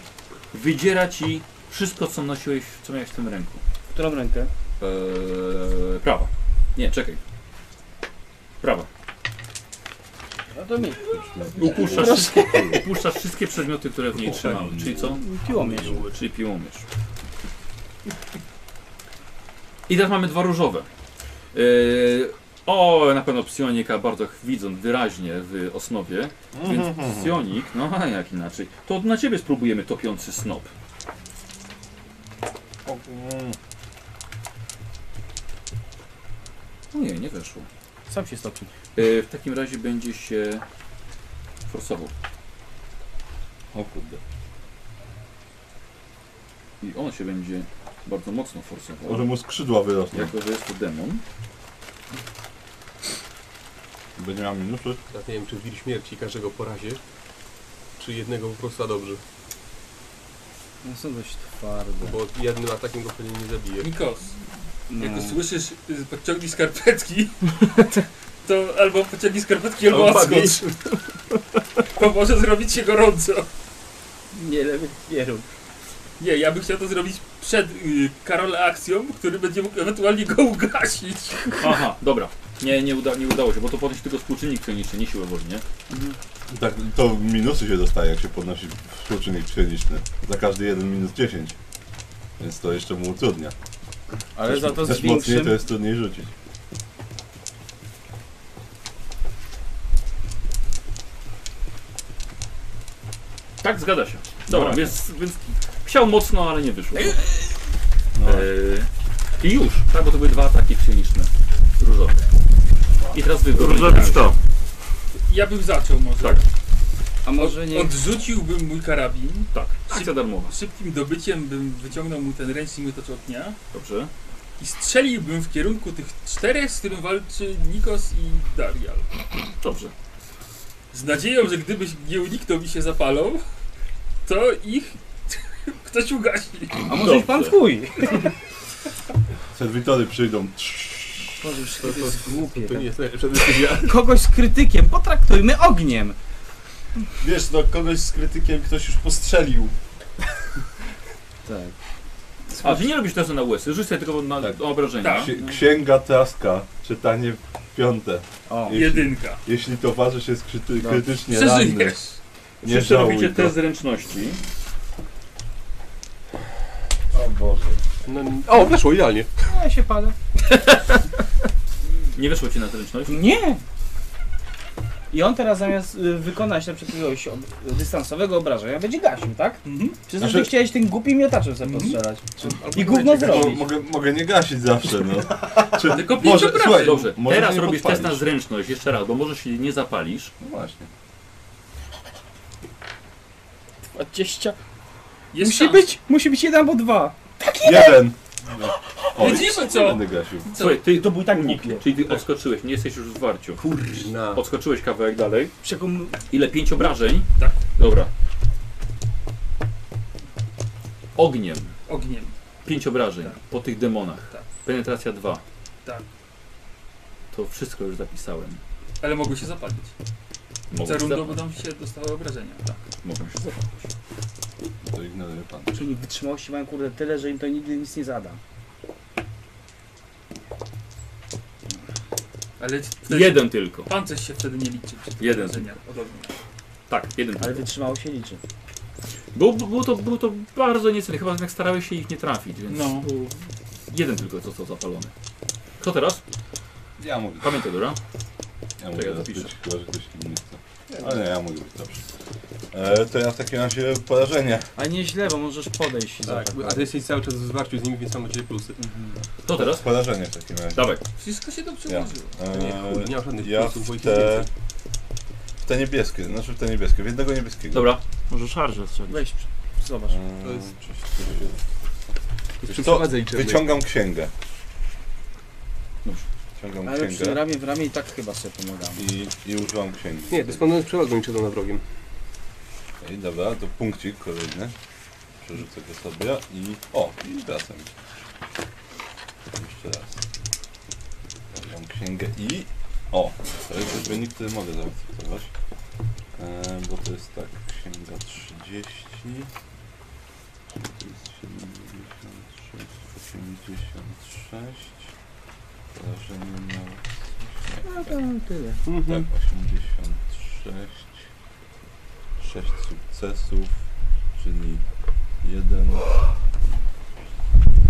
[SPEAKER 1] wydziera ci wszystko, co nosiłeś, co miałeś w tym ręku.
[SPEAKER 5] W którą rękę?
[SPEAKER 1] Eee, prawa. Nie, czekaj. Prawa.
[SPEAKER 5] No to mi.
[SPEAKER 1] Upuszczasz, upuszczasz wszystkie przedmioty, które w niej trzymały. Czyli co?
[SPEAKER 5] Piłomierz.
[SPEAKER 1] Czyli piłomierz. I teraz mamy dwa różowe. Eee, O, na pewno psionika bardzo widzą wyraźnie w osnowie, więc psionik, no (laughs) a jak inaczej. To na ciebie spróbujemy topiący snop.
[SPEAKER 6] O, mm,
[SPEAKER 1] No nie, nie weszło.
[SPEAKER 5] Sam się stopił.
[SPEAKER 1] E, w takim razie będzie się forsował.
[SPEAKER 6] O kurde.
[SPEAKER 1] I on się będzie bardzo mocno forsował.
[SPEAKER 8] Może mu skrzydła wyrosną.
[SPEAKER 1] Jako, że jest to demon.
[SPEAKER 8] Będzie miał minusy.
[SPEAKER 10] Ja nie wiem, czy wir śmierci każdego porazie, czy jednego po prostu za dobrze.
[SPEAKER 5] No są dość twarde.
[SPEAKER 10] Bo jednym atakiem go pewnie nie zabije.
[SPEAKER 2] Nikos,
[SPEAKER 5] No.
[SPEAKER 2] jak usłyszysz y, podciągnij skarpetki, (laughs) to albo podciągnij skarpetki, albo
[SPEAKER 10] Albo
[SPEAKER 2] odskocz. Bo może zrobić się gorąco.
[SPEAKER 5] Nie, lewy, nie rób.
[SPEAKER 2] Nie, ja bym chciał to zrobić przed y, Karol akcją, który będzie mógł ewentualnie go ugasić.
[SPEAKER 1] Aha, dobra. Nie, nie, uda, nie udało się, bo to podnieść tylko współczynnik psioniczny, nie siłę woli, nie?
[SPEAKER 8] Tak, to minusy się dostaje, jak się podnosi współczynnik psioniczny. Za każdy jeden minus 10. Więc to jeszcze mu utrudnia.
[SPEAKER 5] Ale za to z
[SPEAKER 8] Też mocniej
[SPEAKER 5] większym...
[SPEAKER 8] to jest trudniej rzucić.
[SPEAKER 1] Tak, zgadza się. Dobra,
[SPEAKER 8] No.
[SPEAKER 1] więc, więc chciał mocno, ale nie wyszło.
[SPEAKER 8] No.
[SPEAKER 1] E, I już, tak, bo to były dwa ataki psioniczne. Różowe. I teraz wy
[SPEAKER 4] Zrobić to.
[SPEAKER 2] Ja bym zaczął może.
[SPEAKER 1] Tak.
[SPEAKER 5] A może nie...
[SPEAKER 2] Odrzuciłbym mój karabin.
[SPEAKER 1] Tak, akcja darmowa.
[SPEAKER 2] Szybkim dobyciem bym wyciągnął mu ten ręczny miotacz ognia
[SPEAKER 1] Dobrze.
[SPEAKER 2] i strzeliłbym w kierunku tych czterech, z którym walczy Nikos i Darial.
[SPEAKER 1] Dobrze.
[SPEAKER 2] Z nadzieją, że gdyby nie uniknął i się zapalą, to ich (laughs) ktoś ugasi.
[SPEAKER 5] A może ich pan
[SPEAKER 1] Dobrze.
[SPEAKER 5] w chuj?
[SPEAKER 8] Serwitory przyjdą. Trz,
[SPEAKER 5] Boże, już to jest głupie.
[SPEAKER 10] To nie jest najlepsza decyzja.
[SPEAKER 5] Kogoś z krytykiem potraktujmy ogniem.
[SPEAKER 6] Wiesz, no kogoś z krytykiem ktoś już postrzelił.
[SPEAKER 5] Tak.
[SPEAKER 1] A ty nie robisz testu na łysy, rzuć sobie tylko na
[SPEAKER 8] Tak.
[SPEAKER 1] obrażenia.
[SPEAKER 2] Tak.
[SPEAKER 8] Ksi- Księga Traska, czytanie piąte.
[SPEAKER 5] O.
[SPEAKER 8] Jeśli-
[SPEAKER 2] Jedynka.
[SPEAKER 8] Jeśli towarzysz jest kryty,
[SPEAKER 5] No.
[SPEAKER 8] krytycznie ranny,
[SPEAKER 2] Przeżyjesz.
[SPEAKER 8] nie
[SPEAKER 1] Wszyscy robicie
[SPEAKER 8] żałuj to.
[SPEAKER 1] test zręczności.
[SPEAKER 6] O Boże.
[SPEAKER 10] No, o, weszło idealnie.
[SPEAKER 5] No, Ja się palę.
[SPEAKER 1] Nie wyszło ci na zręczność?
[SPEAKER 5] Nie! I on teraz zamiast y, wykonać na przykład jakiegoś ob- dystansowego obrażenia, będzie gasił, tak?
[SPEAKER 2] Mhm.
[SPEAKER 5] Czy znaczy...
[SPEAKER 8] Znaczy-
[SPEAKER 5] że chciałeś tym głupim miotaczem sobie
[SPEAKER 2] Mhm.
[SPEAKER 5] postrzelać?
[SPEAKER 10] Albo
[SPEAKER 5] I gówno
[SPEAKER 10] będzie-
[SPEAKER 8] Mo-
[SPEAKER 5] zrobić.
[SPEAKER 8] mogę, mogę nie gasić zawsze, no.
[SPEAKER 5] (laughs)
[SPEAKER 8] Czy,
[SPEAKER 2] Tylko pięć
[SPEAKER 8] może,
[SPEAKER 2] obrażeń.
[SPEAKER 8] słuchaj,
[SPEAKER 1] Dobrze,
[SPEAKER 8] może
[SPEAKER 1] teraz
[SPEAKER 8] nie
[SPEAKER 1] robisz
[SPEAKER 8] podpalić.
[SPEAKER 1] test na zręczność, jeszcze raz, bo może się nie zapalisz.
[SPEAKER 8] No właśnie.
[SPEAKER 5] 20.
[SPEAKER 2] Jest
[SPEAKER 5] musi być, musi być jeden albo dwa.
[SPEAKER 8] Jeden! No. Oj,
[SPEAKER 2] Widzimy
[SPEAKER 8] nie
[SPEAKER 2] co?
[SPEAKER 8] będę gasił.
[SPEAKER 1] Słuchaj, ty
[SPEAKER 5] To był tak
[SPEAKER 1] unik,
[SPEAKER 5] głupie.
[SPEAKER 1] czyli ty odskoczyłeś, nie jesteś już w zwarciu.
[SPEAKER 10] Na.
[SPEAKER 1] Odskoczyłeś kawałek dalej.
[SPEAKER 5] Przekom...
[SPEAKER 1] Ile? Pięć obrażeń?
[SPEAKER 2] Tak.
[SPEAKER 1] Dobra. Ogniem.
[SPEAKER 2] Ogniem.
[SPEAKER 1] Pięć obrażeń
[SPEAKER 2] Tak.
[SPEAKER 1] po tych demonach.
[SPEAKER 2] Tak.
[SPEAKER 1] Penetracja 2.
[SPEAKER 2] Tak.
[SPEAKER 1] To wszystko już zapisałem.
[SPEAKER 2] Ale mogły się zapalić.
[SPEAKER 1] Mogą
[SPEAKER 2] Za
[SPEAKER 1] się
[SPEAKER 2] rundą
[SPEAKER 1] zap-
[SPEAKER 2] będą się dostały obrażenia. Tak.
[SPEAKER 1] Mogą się zapalić.
[SPEAKER 8] To ignoruję pan.
[SPEAKER 5] Czyli wytrzymałości mają kurde tyle, że im to nigdy nic nie zada.
[SPEAKER 2] Ale wtedy
[SPEAKER 1] Jeden tylko.
[SPEAKER 2] pan coś się wtedy nie liczy. przy tych
[SPEAKER 1] Jeden.
[SPEAKER 2] obrażeniach od ognia.
[SPEAKER 1] Tak, jeden
[SPEAKER 5] Ale
[SPEAKER 1] tylko.
[SPEAKER 5] wytrzymało się liczy.
[SPEAKER 1] Było, było, to, było to bardzo niecenne, chyba jednak starałeś się ich nie trafić, więc
[SPEAKER 2] No.
[SPEAKER 1] było jeden tylko co został zapalony. Co teraz?
[SPEAKER 8] Ja mogę,
[SPEAKER 1] Pamiętaj, dobra?
[SPEAKER 8] ja mogę
[SPEAKER 1] ja
[SPEAKER 8] teraz
[SPEAKER 1] zapiszę.
[SPEAKER 8] być, chyba że ktoś inny chce. Ale nie, ja mogę być dobrze. E, to ja w takim razie porażenie.
[SPEAKER 5] A nieźle, bo możesz podejść i
[SPEAKER 10] Tak,
[SPEAKER 5] zaatakować.
[SPEAKER 10] a ty jesteś cały czas w zwarciu z nimi, więc samo ciebie plusy.
[SPEAKER 5] Mhm.
[SPEAKER 1] To teraz?
[SPEAKER 8] Porażenie w takim razie.
[SPEAKER 1] Dawaj.
[SPEAKER 2] Wszystko się dobrze
[SPEAKER 8] Ja.
[SPEAKER 2] ułożyło.
[SPEAKER 8] E,
[SPEAKER 10] Nie, chuj, nie mam żadnych
[SPEAKER 8] ja
[SPEAKER 10] plusów, bo ich
[SPEAKER 8] w
[SPEAKER 10] jest
[SPEAKER 8] te,
[SPEAKER 10] więcej.
[SPEAKER 8] w te niebieskie, znaczy w te niebieskie, w jednego niebieskiego.
[SPEAKER 1] Dobra.
[SPEAKER 4] Może szarże strzelić.
[SPEAKER 5] Weź, zobacz.
[SPEAKER 8] E,
[SPEAKER 10] To jest-
[SPEAKER 8] czy- czy-
[SPEAKER 10] Jest
[SPEAKER 8] Wiesz
[SPEAKER 10] przy
[SPEAKER 8] co,
[SPEAKER 10] przewadze liczebnej.
[SPEAKER 8] Wyciągam księgę.
[SPEAKER 1] Dobrze.
[SPEAKER 8] Wyciągam
[SPEAKER 5] Ale przy
[SPEAKER 8] księgę
[SPEAKER 5] ramię w ramię i tak chyba sobie pomagamy.
[SPEAKER 8] i, i używam księgi.
[SPEAKER 10] Nie, dysponując przewagą liczebną nad wrogiem.
[SPEAKER 8] I dobra, to punkcik kolejny. Przerzucę go sobie i... O, i wracam. Jeszcze raz. Używam księgę i... O, to jest już wynik, który mogę zaakceptować. E, bo to jest tak, księga 30... To jest 76, 86... Porażenie miało...
[SPEAKER 5] No to tyle.
[SPEAKER 8] Tak, 86. 6 sukcesów, czyli jeden.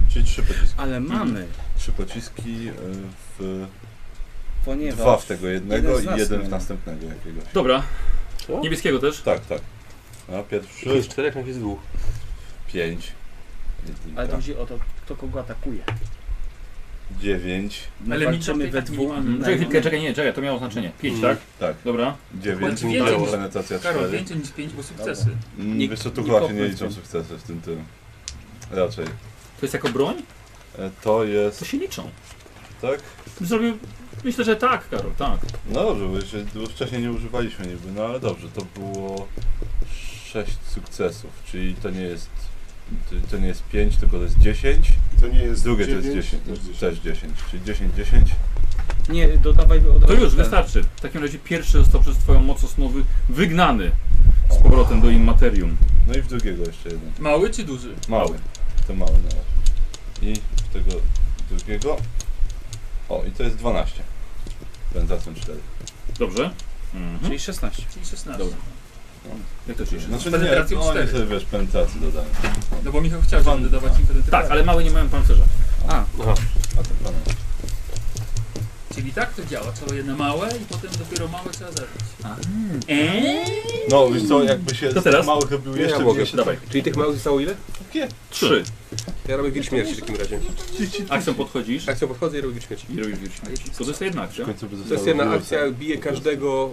[SPEAKER 8] Czyli trzy pociski.
[SPEAKER 1] Mm.
[SPEAKER 5] Ale mamy.
[SPEAKER 8] Trzy pociski e, w
[SPEAKER 5] ponieważ...
[SPEAKER 8] Dwa w tego jednego
[SPEAKER 5] jeden z
[SPEAKER 8] i
[SPEAKER 5] nas
[SPEAKER 8] jeden
[SPEAKER 5] nie
[SPEAKER 8] w
[SPEAKER 5] ma.
[SPEAKER 8] następnego jakiegoś.
[SPEAKER 1] Dobra.
[SPEAKER 8] Co?
[SPEAKER 1] Niebieskiego też?
[SPEAKER 8] Tak, tak. A pierwszy.
[SPEAKER 12] To jest czterech, jak jest dwóch.
[SPEAKER 8] Pięć.
[SPEAKER 5] Ale to
[SPEAKER 8] Jedynka.
[SPEAKER 5] chodzi o to, kto kogo atakuje.
[SPEAKER 8] Dziewięć.
[SPEAKER 2] No
[SPEAKER 5] My
[SPEAKER 1] mi-
[SPEAKER 5] walczymy we
[SPEAKER 1] tak
[SPEAKER 5] dwóch.
[SPEAKER 1] minimalnie.
[SPEAKER 5] na
[SPEAKER 1] Czekaj, chwilkę,
[SPEAKER 5] jednym.
[SPEAKER 1] czekaj, nie, czekaj, to miało znaczenie. Pięć, tak?
[SPEAKER 8] Tak.
[SPEAKER 1] Dobra.
[SPEAKER 8] Dziewięć.
[SPEAKER 2] Bądź więcej niż-
[SPEAKER 8] Penetracja
[SPEAKER 2] Karol,
[SPEAKER 8] cztery.
[SPEAKER 2] więcej niż 5 było sukcesy.
[SPEAKER 8] Mm,
[SPEAKER 5] Nie-
[SPEAKER 8] Wiesz co, tu
[SPEAKER 5] nie
[SPEAKER 8] chyba się
[SPEAKER 5] kopnę
[SPEAKER 8] nie
[SPEAKER 5] w
[SPEAKER 8] liczą
[SPEAKER 5] tym.
[SPEAKER 8] sukcesy w tym tym. Raczej.
[SPEAKER 1] To jest jako broń?
[SPEAKER 8] E, To
[SPEAKER 1] To
[SPEAKER 8] jest...
[SPEAKER 1] się liczą.
[SPEAKER 8] tak?
[SPEAKER 1] Zrobił... Myślę, że tak, Karol, tak.
[SPEAKER 8] No dobrze, bo jeszcze bo wcześniej nie używaliśmy niby, no ale dobrze, to było sześć sukcesów, czyli to nie jest... to- To nie jest 5, tylko to jest 10.
[SPEAKER 3] To nie jest
[SPEAKER 8] Drugie to jest
[SPEAKER 3] dziewięć,
[SPEAKER 8] 10,
[SPEAKER 3] też dziesięć.
[SPEAKER 8] też 10, czyli 10, 10.
[SPEAKER 5] Nie, dodawaj od
[SPEAKER 1] To
[SPEAKER 2] Tak,
[SPEAKER 5] razu
[SPEAKER 1] już
[SPEAKER 5] ten.
[SPEAKER 1] wystarczy. W takim razie pierwszy został przez twoją moc osnowy wygnany z powrotem do immaterium.
[SPEAKER 8] No i w drugiego jeszcze jeden.
[SPEAKER 2] Mały czy duży?
[SPEAKER 8] Mały. To mały na razie. I w tego drugiego. O, i to jest 12. Penzacją 4.
[SPEAKER 1] Dobrze? Mhm.
[SPEAKER 5] Czyli 16.
[SPEAKER 2] Czyli 16.
[SPEAKER 1] Dobra. Ja też jeszcze.
[SPEAKER 8] Znaczy
[SPEAKER 2] Penetracją
[SPEAKER 8] nie, oni
[SPEAKER 2] cztery.
[SPEAKER 8] sobie wiesz, penetrację dodają.
[SPEAKER 2] No bo Michał chciał, żeby dodawać im penetrację.
[SPEAKER 1] Tak, ale małe nie mają pancerza.
[SPEAKER 5] A,
[SPEAKER 8] A to pana.
[SPEAKER 2] Czyli tak to działa. Trzeba jedno małe i potem dopiero małe trzeba E? zabić.
[SPEAKER 8] No wiesz co, jakby się
[SPEAKER 1] To teraz?
[SPEAKER 8] z małych robił
[SPEAKER 10] Nie,
[SPEAKER 8] jeszcze
[SPEAKER 10] ja mogę.
[SPEAKER 8] mniejszy,
[SPEAKER 1] Dawaj.
[SPEAKER 10] Czyli tych małych zostało ile?
[SPEAKER 8] Takie?
[SPEAKER 1] Trzy.
[SPEAKER 10] Ja robię wir śmierci w takim razie.
[SPEAKER 1] Akcją podchodzisz
[SPEAKER 10] Akcja podchodzę i robię wir śmierci.
[SPEAKER 1] i robisz wiersz. To jest jedna akcja.
[SPEAKER 8] W końcu by
[SPEAKER 10] To jest
[SPEAKER 8] zostało
[SPEAKER 10] jedna
[SPEAKER 8] wiele,
[SPEAKER 10] akcja, bije każdego,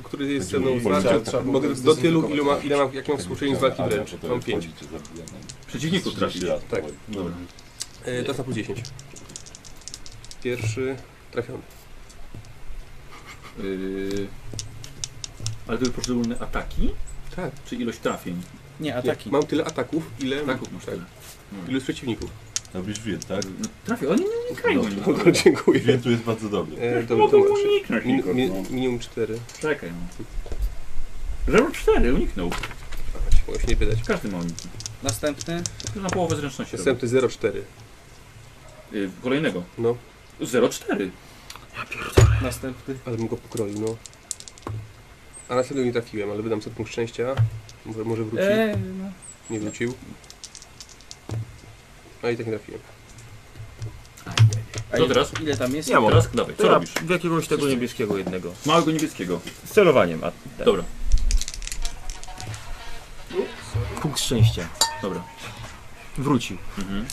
[SPEAKER 10] y, który jest ze mną w
[SPEAKER 8] Będzie
[SPEAKER 10] walce.
[SPEAKER 8] musiał-
[SPEAKER 3] Trzeba było
[SPEAKER 10] Mogę Tak. do tylu, ilu ma, ile mam, jak mam
[SPEAKER 8] tak,
[SPEAKER 10] współczynnik z walki
[SPEAKER 8] ale
[SPEAKER 10] wręcz.
[SPEAKER 8] to
[SPEAKER 10] Mam
[SPEAKER 8] jak
[SPEAKER 10] 5.
[SPEAKER 8] wchodzi, to zabija, no.
[SPEAKER 1] Przeciwników trafisz.
[SPEAKER 8] 30 lat.
[SPEAKER 10] Tak.
[SPEAKER 1] Dobra.
[SPEAKER 10] E, to jest na plus 10. Pierwszy trafiony.
[SPEAKER 1] Yy, ale to były poszczególne ataki?
[SPEAKER 10] Tak.
[SPEAKER 1] Czy ilość trafień?
[SPEAKER 5] nie, ataki.
[SPEAKER 10] Mam tyle ataków, ile
[SPEAKER 1] Ataków masz
[SPEAKER 10] tak.
[SPEAKER 1] tyle.
[SPEAKER 10] Ilu jest przeciwników. (laughs)
[SPEAKER 8] Robisz wir, tak?
[SPEAKER 1] No, trafię, oni nie unikają.
[SPEAKER 8] Dobrze.
[SPEAKER 1] No,
[SPEAKER 10] Dobra, dziękuję.
[SPEAKER 8] Wir tu jest bardzo dobry.
[SPEAKER 10] E,
[SPEAKER 1] to
[SPEAKER 10] dobra, to
[SPEAKER 1] mogą
[SPEAKER 10] masz.
[SPEAKER 1] uniknąć
[SPEAKER 10] Min,
[SPEAKER 1] nikogo.
[SPEAKER 10] mi,
[SPEAKER 1] No,
[SPEAKER 10] minimum 4.
[SPEAKER 1] czekaj. No. 04 uniknął.
[SPEAKER 10] Mogę się nie pytać.
[SPEAKER 1] Każdy ma uniknąć.
[SPEAKER 5] Następny.
[SPEAKER 1] Na połowę zręczności. robi.
[SPEAKER 10] Następny 0,4.
[SPEAKER 1] Yy, kolejnego.
[SPEAKER 10] No,
[SPEAKER 1] 04.
[SPEAKER 5] Następny.
[SPEAKER 10] ale bym go pokroił, no. A na następny nie trafiłem, ale wydam sobie punkt szczęścia. Może, może wróci.
[SPEAKER 5] E, no.
[SPEAKER 10] Nie wrócił. A i tak nie trafiłem.
[SPEAKER 5] A
[SPEAKER 1] Co
[SPEAKER 5] ile-
[SPEAKER 1] teraz?
[SPEAKER 5] Ile tam jest?
[SPEAKER 4] Ja mogę.
[SPEAKER 1] Teraz dawaj,
[SPEAKER 4] To
[SPEAKER 1] co
[SPEAKER 4] ja
[SPEAKER 1] robisz?
[SPEAKER 4] w jakiegoś tego niebieskiego jednego.
[SPEAKER 1] Małego niebieskiego.
[SPEAKER 4] Z celowaniem, a ten.
[SPEAKER 1] Dobra,
[SPEAKER 4] Punkt szczęścia.
[SPEAKER 1] dobra.
[SPEAKER 4] Wrócił.
[SPEAKER 1] Mhm.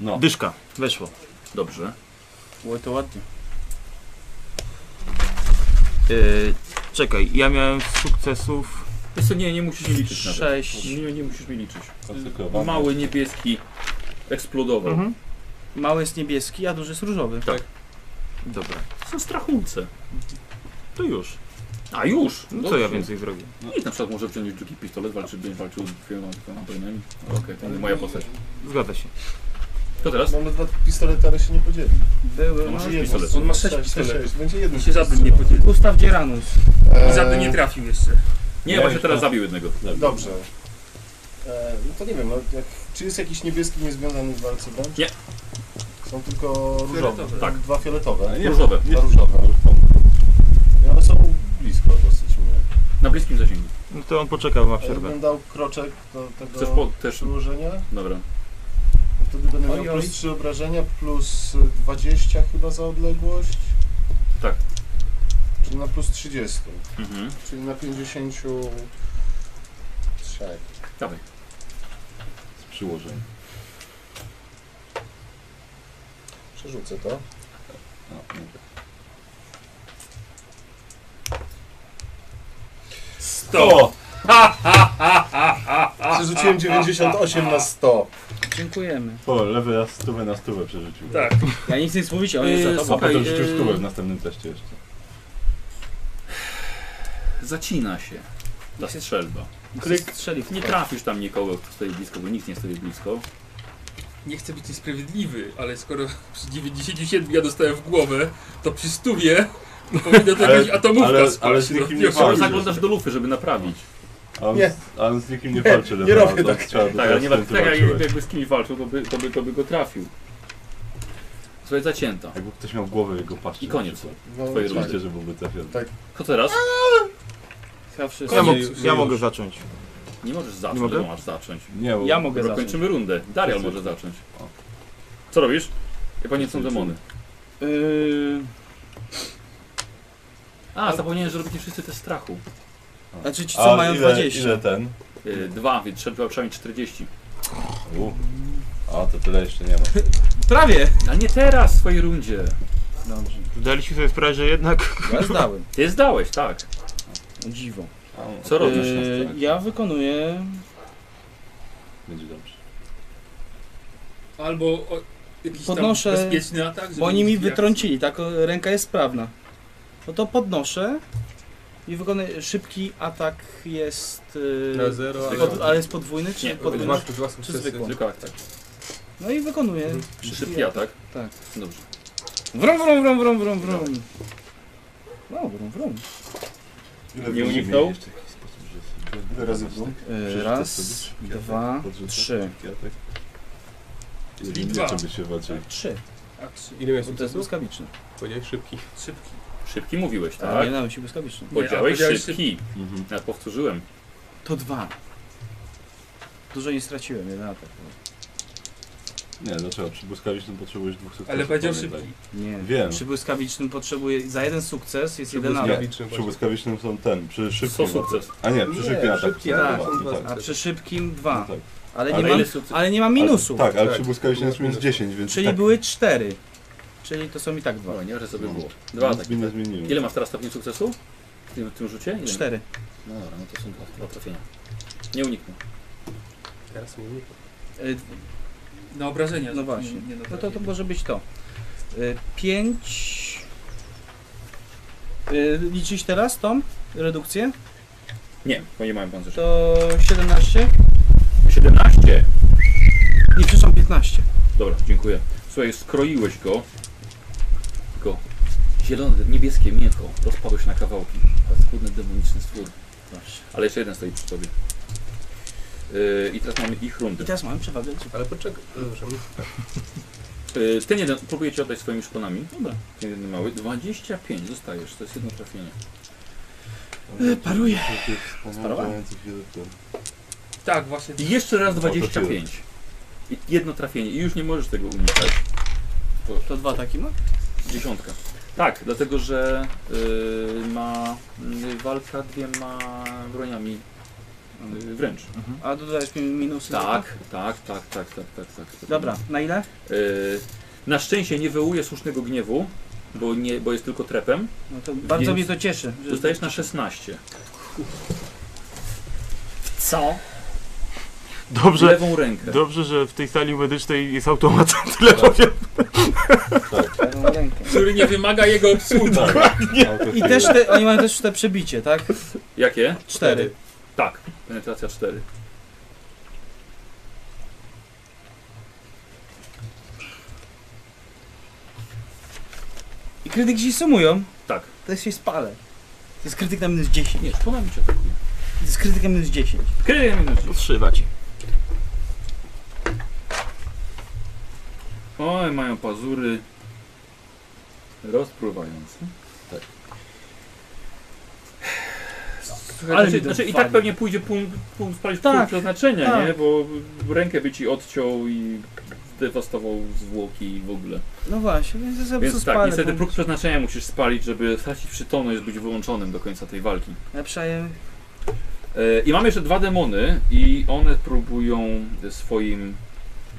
[SPEAKER 8] No.
[SPEAKER 4] Dyszka. Weszło.
[SPEAKER 1] Dobrze.
[SPEAKER 5] Oj, to ładnie. E,
[SPEAKER 4] Yy, czekaj, ja miałem sukcesów
[SPEAKER 1] Wiesz co, nie, nie musisz mi liczyć na to.
[SPEAKER 4] 6.
[SPEAKER 1] Nie, nie musisz mi liczyć.
[SPEAKER 8] Konsekrowany.
[SPEAKER 1] Mały niebieski eksplodował.
[SPEAKER 4] Mhm.
[SPEAKER 5] Mały jest niebieski, a duży jest różowy.
[SPEAKER 4] Dobra.
[SPEAKER 1] Są strachunce. To już. A już!
[SPEAKER 4] No co
[SPEAKER 1] Dobrze.
[SPEAKER 4] ja więcej zrobię?
[SPEAKER 1] Nic, na przykład może wziąć drugi pistolet, walczy, będzie walczył z dwiema dwiema broniami. Okej, to nie moja postać.
[SPEAKER 4] Zgadza się.
[SPEAKER 1] To teraz?
[SPEAKER 3] Mamy No, dwa pistolety, ale się nie podzieli.
[SPEAKER 5] Były, no.
[SPEAKER 1] Może
[SPEAKER 3] Jeden
[SPEAKER 1] pistolet.
[SPEAKER 3] strzał,
[SPEAKER 2] On ma sześć
[SPEAKER 3] sześć,
[SPEAKER 2] pistoletów.
[SPEAKER 3] sześć. Będzie jeden. E,
[SPEAKER 2] I się żaden nie podzielił.
[SPEAKER 5] Gustaw Dzieranus.
[SPEAKER 2] I żaden nie trafił jeszcze.
[SPEAKER 1] Nie,
[SPEAKER 8] Nie,
[SPEAKER 1] właśnie
[SPEAKER 8] już
[SPEAKER 1] teraz
[SPEAKER 8] to-
[SPEAKER 1] zabił jednego.
[SPEAKER 3] Dobrze. E, no to nie wiem, no, jak, czy jest jakiś niebieski niezwiązany w walce wręcz?
[SPEAKER 1] Nie.
[SPEAKER 3] Są tylko różowe.
[SPEAKER 2] Fioletowe.
[SPEAKER 1] Tak.
[SPEAKER 3] Dwa fioletowe.
[SPEAKER 8] Nie,
[SPEAKER 1] Różowe.
[SPEAKER 8] nie,
[SPEAKER 3] Dwa różowe. I one są blisko dosyć mnie.
[SPEAKER 1] Na bliskim zasięgu.
[SPEAKER 4] No to on poczekał, ma
[SPEAKER 3] Ja
[SPEAKER 4] przerwę.
[SPEAKER 3] bym dał kroczek do
[SPEAKER 1] Chcesz
[SPEAKER 3] tego
[SPEAKER 1] po, też...
[SPEAKER 3] przyłożenia.
[SPEAKER 1] Dobra.
[SPEAKER 3] No Wtedy będę miał
[SPEAKER 5] Oj, oj.
[SPEAKER 3] plus 3 obrażenia, plus y, 20 chyba za odległość.
[SPEAKER 1] Tak.
[SPEAKER 3] Czyli na plus 30.
[SPEAKER 1] Mhm.
[SPEAKER 3] Czyli na 53.
[SPEAKER 1] Dawaj.
[SPEAKER 8] Z przyłożeniem.
[SPEAKER 3] Przerzucę to.
[SPEAKER 8] No, no.
[SPEAKER 1] 100!
[SPEAKER 3] Przerzuciłem 98 na 100.
[SPEAKER 5] Dziękujemy.
[SPEAKER 8] O, lewy raz stówę na stówę przerzucił.
[SPEAKER 2] Tak.
[SPEAKER 5] Ja nic nie mówicie, on jest
[SPEAKER 1] Yy,
[SPEAKER 5] za
[SPEAKER 8] A
[SPEAKER 5] tobą.
[SPEAKER 1] Słuchaj,
[SPEAKER 8] potem rzucił
[SPEAKER 1] yy,
[SPEAKER 8] stówę w następnym teście jeszcze.
[SPEAKER 1] Zacina się ta strzelba.
[SPEAKER 5] Kryk. Strzelił.
[SPEAKER 1] Nie trafisz tam nikogo, kto stoi blisko, bo nikt nie stoi blisko.
[SPEAKER 2] Nie chcę być niesprawiedliwy, ale skoro (laughs) przy 97 ja dostałem w głowę, to przy stówie powinno to
[SPEAKER 8] Ale-
[SPEAKER 2] być atomówka
[SPEAKER 8] ale-
[SPEAKER 2] spadać,
[SPEAKER 8] ale z
[SPEAKER 2] no,
[SPEAKER 8] nikim
[SPEAKER 2] nie
[SPEAKER 8] nie
[SPEAKER 2] wiem.
[SPEAKER 1] Ale
[SPEAKER 8] Fajnie.
[SPEAKER 1] zaglądasz do lufy, żeby naprawić.
[SPEAKER 8] A on,
[SPEAKER 3] Nie.
[SPEAKER 8] a on z nikim nie walczy,
[SPEAKER 3] nie
[SPEAKER 8] lewy raz,
[SPEAKER 3] robię
[SPEAKER 8] on
[SPEAKER 3] tak.
[SPEAKER 8] trzeba
[SPEAKER 1] Tak, ale nie ma,
[SPEAKER 8] dostać,
[SPEAKER 1] tak jak,
[SPEAKER 8] zobaczyłeś.
[SPEAKER 1] jakby z kimś walczył, to by, to by, to by go trafił. Słuchaj, zacięta.
[SPEAKER 8] Jakby ktoś miał głowę w jego paszczy.
[SPEAKER 1] I koniec.
[SPEAKER 3] No,
[SPEAKER 1] Twoje
[SPEAKER 3] tak.
[SPEAKER 8] Oczywiście, że byłby trafiony.
[SPEAKER 3] Tak.
[SPEAKER 1] Co teraz?
[SPEAKER 5] Chyba wszystko.
[SPEAKER 4] Ja, mog,
[SPEAKER 5] Żyj-
[SPEAKER 4] ja mogę zacząć.
[SPEAKER 1] Nie możesz zacząć,
[SPEAKER 4] Nie mogę?
[SPEAKER 1] bo masz zacząć.
[SPEAKER 8] Nie, bo
[SPEAKER 5] Ja mogę
[SPEAKER 1] Dobra,
[SPEAKER 5] zacząć.
[SPEAKER 1] kończymy rundę. Darial
[SPEAKER 8] Wszyscy.
[SPEAKER 1] może zacząć.
[SPEAKER 8] O.
[SPEAKER 1] Co robisz? Ja panie są demony.
[SPEAKER 5] Yy,
[SPEAKER 1] A, zapomniałem, że robicie wszyscy te strachu.
[SPEAKER 5] znaczy ci,
[SPEAKER 8] A
[SPEAKER 5] co mają
[SPEAKER 8] ile,
[SPEAKER 5] 20.
[SPEAKER 8] Ile ten?
[SPEAKER 1] Yy, dwa, więc trzeba przynajmniej 40.
[SPEAKER 8] U. A to tyle jeszcze nie ma.
[SPEAKER 5] Prawie!
[SPEAKER 1] A nie teraz w swojej rundzie.
[SPEAKER 5] Dobrze.
[SPEAKER 4] Zdaliśmy sobie sprawę, że jednak (laughs)
[SPEAKER 5] Ja zdałem.
[SPEAKER 1] Ty zdałeś, tak.
[SPEAKER 5] O Dziwo.
[SPEAKER 8] A, no,
[SPEAKER 1] Co robisz?
[SPEAKER 5] Yy, ja wykonuję
[SPEAKER 8] Będzie dobrze.
[SPEAKER 2] Albo o, jakiś
[SPEAKER 5] Podnoszę-
[SPEAKER 2] tam bezpieczny atak. żeby
[SPEAKER 5] Bo oni mi
[SPEAKER 2] zbijać.
[SPEAKER 5] wytrącili, tak? o, Ręka jest sprawna. No to podnoszę i wykonuję szybki atak jest. Yy,
[SPEAKER 10] Na zero, ale-
[SPEAKER 5] pod, ale jest podwójny czy
[SPEAKER 1] Nie,
[SPEAKER 5] podwójny?
[SPEAKER 10] Masz tu własny
[SPEAKER 5] Czy
[SPEAKER 10] wszyscy.
[SPEAKER 5] zwykły?
[SPEAKER 1] Zwykła tak.
[SPEAKER 5] No i wykonuję szybki,
[SPEAKER 1] Szybki atak.
[SPEAKER 5] Tak.
[SPEAKER 1] Dobrze.
[SPEAKER 5] Wrum, wrum, wrum, wrum, wrum, wrum. No, wrum, wrum.
[SPEAKER 1] Nie uniknął?
[SPEAKER 8] Jeszcze jakiś sposób, że sobie-
[SPEAKER 3] Ile razy było?
[SPEAKER 5] Yy,
[SPEAKER 8] Przeczytaj
[SPEAKER 5] raz,
[SPEAKER 8] sobie szybki
[SPEAKER 5] dwa,
[SPEAKER 8] atak, podrzucę
[SPEAKER 5] trzy.
[SPEAKER 8] szybki atak.
[SPEAKER 2] Czyli
[SPEAKER 8] Nie,
[SPEAKER 2] dwa.
[SPEAKER 8] czy by się walczyli.
[SPEAKER 5] Tak, Trzy.
[SPEAKER 2] A, trzy.
[SPEAKER 10] Ile miałeś
[SPEAKER 5] Bo to jest
[SPEAKER 10] sukcesów?
[SPEAKER 5] błyskawiczny.
[SPEAKER 10] Powiedziałeś szybki.
[SPEAKER 2] Szybki.
[SPEAKER 1] Szybki mówiłeś,
[SPEAKER 5] Tak. Ale
[SPEAKER 1] tak?
[SPEAKER 5] nie dałem się błyskawiczny.
[SPEAKER 2] Nie, a
[SPEAKER 1] Powiedziałeś
[SPEAKER 2] powiedziałeś
[SPEAKER 1] szybki.
[SPEAKER 8] Mhm.
[SPEAKER 1] Ja powtórzyłem.
[SPEAKER 5] To dwa. Dużo nie straciłem, jeden atak.
[SPEAKER 8] Nie, dlaczego? Przy błyskawicznym potrzebujesz dwóch sukcesów.
[SPEAKER 2] Ale powiedział
[SPEAKER 8] pamiętaj.
[SPEAKER 2] szybki.
[SPEAKER 5] Nie.
[SPEAKER 8] Wiem.
[SPEAKER 5] Przy błyskawicznym potrzebuję za jeden sukces, jest jeden atak.
[SPEAKER 8] błyskawicznym Przy
[SPEAKER 10] Błyskawiczny właśnie.
[SPEAKER 8] błyskawicznym są ten, przy
[SPEAKER 1] Co
[SPEAKER 8] szybkim.
[SPEAKER 1] sukces.
[SPEAKER 8] A nie, przy
[SPEAKER 10] Nie,
[SPEAKER 8] szybkim atak.
[SPEAKER 10] szybki
[SPEAKER 5] atak
[SPEAKER 8] tak,
[SPEAKER 10] są dwa
[SPEAKER 8] tak,
[SPEAKER 5] A przy szybkim dwa.
[SPEAKER 8] tak.
[SPEAKER 5] Ale nie
[SPEAKER 1] Ale
[SPEAKER 5] mam,
[SPEAKER 1] ile sukces?
[SPEAKER 5] ale nie mam minusu.
[SPEAKER 8] Tak, ale
[SPEAKER 10] Tak.
[SPEAKER 8] przy błyskawicznym jest minus 10, więc
[SPEAKER 5] Czyli
[SPEAKER 8] tak,
[SPEAKER 5] były cztery. Czyli to są i tak dwa.
[SPEAKER 1] No, nie, że sobie
[SPEAKER 8] No.
[SPEAKER 1] było. Dwa
[SPEAKER 8] nic
[SPEAKER 1] ataki.
[SPEAKER 8] by nie zmieniło.
[SPEAKER 1] Ile masz teraz stopni sukcesu? W tym, w tym rzucie? Ile?
[SPEAKER 5] Cztery.
[SPEAKER 1] No dobra, no to są dwa, dwa trafienia. Nie uniknę.
[SPEAKER 10] Teraz nie unikam.
[SPEAKER 5] Y,
[SPEAKER 2] Na obrażenia.
[SPEAKER 5] No właśnie.
[SPEAKER 2] Nie, na
[SPEAKER 5] No to, to
[SPEAKER 2] trafienie.
[SPEAKER 5] może być to. Y, Pięć. Y, Liczyć teraz tą redukcję?
[SPEAKER 1] Nie, bo nie mają pancerza.
[SPEAKER 5] To 17?
[SPEAKER 1] 17!
[SPEAKER 5] Nie, przepraszam, 15.
[SPEAKER 1] Dobra, dziękuję. Słuchaj, skroiłeś go. Go. Zielone, niebieskie mięcho rozpadło się na kawałki. Paskudny, demoniczny stwór. Ale jeszcze jeden stoi przy tobie. Yy, I teraz mamy ich
[SPEAKER 5] I
[SPEAKER 1] rundę.
[SPEAKER 5] teraz mam przewagę.
[SPEAKER 10] Ale poczekaj, przepraszam.
[SPEAKER 1] Yy, ten jeden próbuje cię oddać swoimi szponami. Dobra. Ten jeden mały. 25 zostajesz, to jest jedno trafienie.
[SPEAKER 5] Y, Paruję.
[SPEAKER 2] Tak, właśnie.
[SPEAKER 1] I jeszcze raz
[SPEAKER 8] No to
[SPEAKER 1] 25. I jedno trafienie. I już nie możesz tego unikać.
[SPEAKER 5] To dwa taki ma?
[SPEAKER 1] Dziesiątka. Tak, dlatego że yy, ma yy, walka dwiema broniami yy, wręcz.
[SPEAKER 5] A dodajesz mi minusy? za to?
[SPEAKER 1] Tak, tak, tak, tak, tak, tak, tak.
[SPEAKER 5] Dobra, na ile?
[SPEAKER 1] Yy, na szczęście nie wywołuje słusznego gniewu, bo, nie, bo jest tylko trepem.
[SPEAKER 5] No to bardzo
[SPEAKER 1] Więc-
[SPEAKER 5] mnie to cieszy. że-
[SPEAKER 1] Zostajesz na 16.
[SPEAKER 5] Co?
[SPEAKER 1] W
[SPEAKER 4] dobrze,
[SPEAKER 1] lewą rękę.
[SPEAKER 4] dobrze, że w tej sali medycznej jest automat. (laughs) Tyle powiem.
[SPEAKER 5] Lewą rękę.
[SPEAKER 2] Który nie wymaga jego
[SPEAKER 1] (laughs)
[SPEAKER 2] obsługi.
[SPEAKER 8] Tak. No,
[SPEAKER 5] I też te, oni mają też te przebicie, tak?
[SPEAKER 1] Jakie?
[SPEAKER 5] Cztery.
[SPEAKER 1] Tak, penetracja 4.
[SPEAKER 5] I krytyk się sumują,
[SPEAKER 1] Tak.
[SPEAKER 5] to ja się spalę. To jest krytyk na minus 10.
[SPEAKER 1] Nie, szpona mi cię atakuje.
[SPEAKER 5] To jest krytyk na minus 10.
[SPEAKER 1] Kryje minus 10.
[SPEAKER 4] Trzymać.
[SPEAKER 1] Oj, mają pazury rozpruwające.
[SPEAKER 2] Słuchaj,
[SPEAKER 1] Ale
[SPEAKER 2] to się-
[SPEAKER 1] znaczy, i tak pewnie pójdzie punkt, punkt spalić
[SPEAKER 5] Tak,
[SPEAKER 1] punkt przeznaczenia,
[SPEAKER 5] tak.
[SPEAKER 1] nie? Bo rękę by ci odciął i zdewastował zwłoki i w ogóle.
[SPEAKER 5] No właśnie, więc ja sobie po
[SPEAKER 1] Więc
[SPEAKER 5] prostu
[SPEAKER 1] tak,
[SPEAKER 5] spalę. no.
[SPEAKER 1] niestety
[SPEAKER 5] bo-
[SPEAKER 1] próg przeznaczenia musisz spalić, żeby stracić przytomność, być wyłączonym do końca tej walki.
[SPEAKER 5] Ja przeję.
[SPEAKER 1] E, I mamy jeszcze dwa demony i one próbują swoim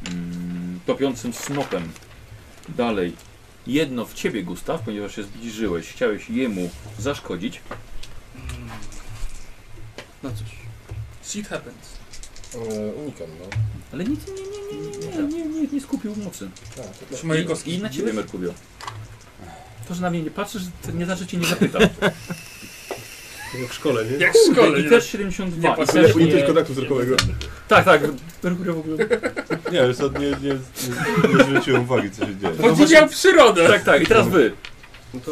[SPEAKER 1] mm, topiącym snopem dalej. Jedno w ciebie, Gustaw, ponieważ się zbliżyłeś, chciałeś jemu zaszkodzić.
[SPEAKER 5] No cóż.
[SPEAKER 2] Shit happens.
[SPEAKER 3] E, unikam, no.
[SPEAKER 1] Ale nic nie, nie, nie, nie, nie, nie, nie skupił mocy.
[SPEAKER 3] Tak, to
[SPEAKER 2] Trzymaj
[SPEAKER 1] I,
[SPEAKER 2] Tak. kostki.
[SPEAKER 1] I na ciebie, Merkurio. To, że na mnie nie patrzysz, to nie znaczy, że cię nie
[SPEAKER 2] (laughs)
[SPEAKER 1] zapytam.
[SPEAKER 10] Jak w szkole, nie?
[SPEAKER 2] Jak w szkole.
[SPEAKER 1] I
[SPEAKER 2] nie?
[SPEAKER 1] też 72.
[SPEAKER 2] Nie
[SPEAKER 1] i
[SPEAKER 2] patrzę,
[SPEAKER 1] też
[SPEAKER 10] Uniknąć
[SPEAKER 1] nie-
[SPEAKER 10] kontaktu wzrokowego.
[SPEAKER 1] Tak, tak. Merkurio w ogóle.
[SPEAKER 8] Nie, już nie, nie, nie, nie zwróciłem uwagi, co się dzieje.
[SPEAKER 2] Podziwiał przyrodę.
[SPEAKER 1] Tak, tak. I teraz wy.
[SPEAKER 10] No to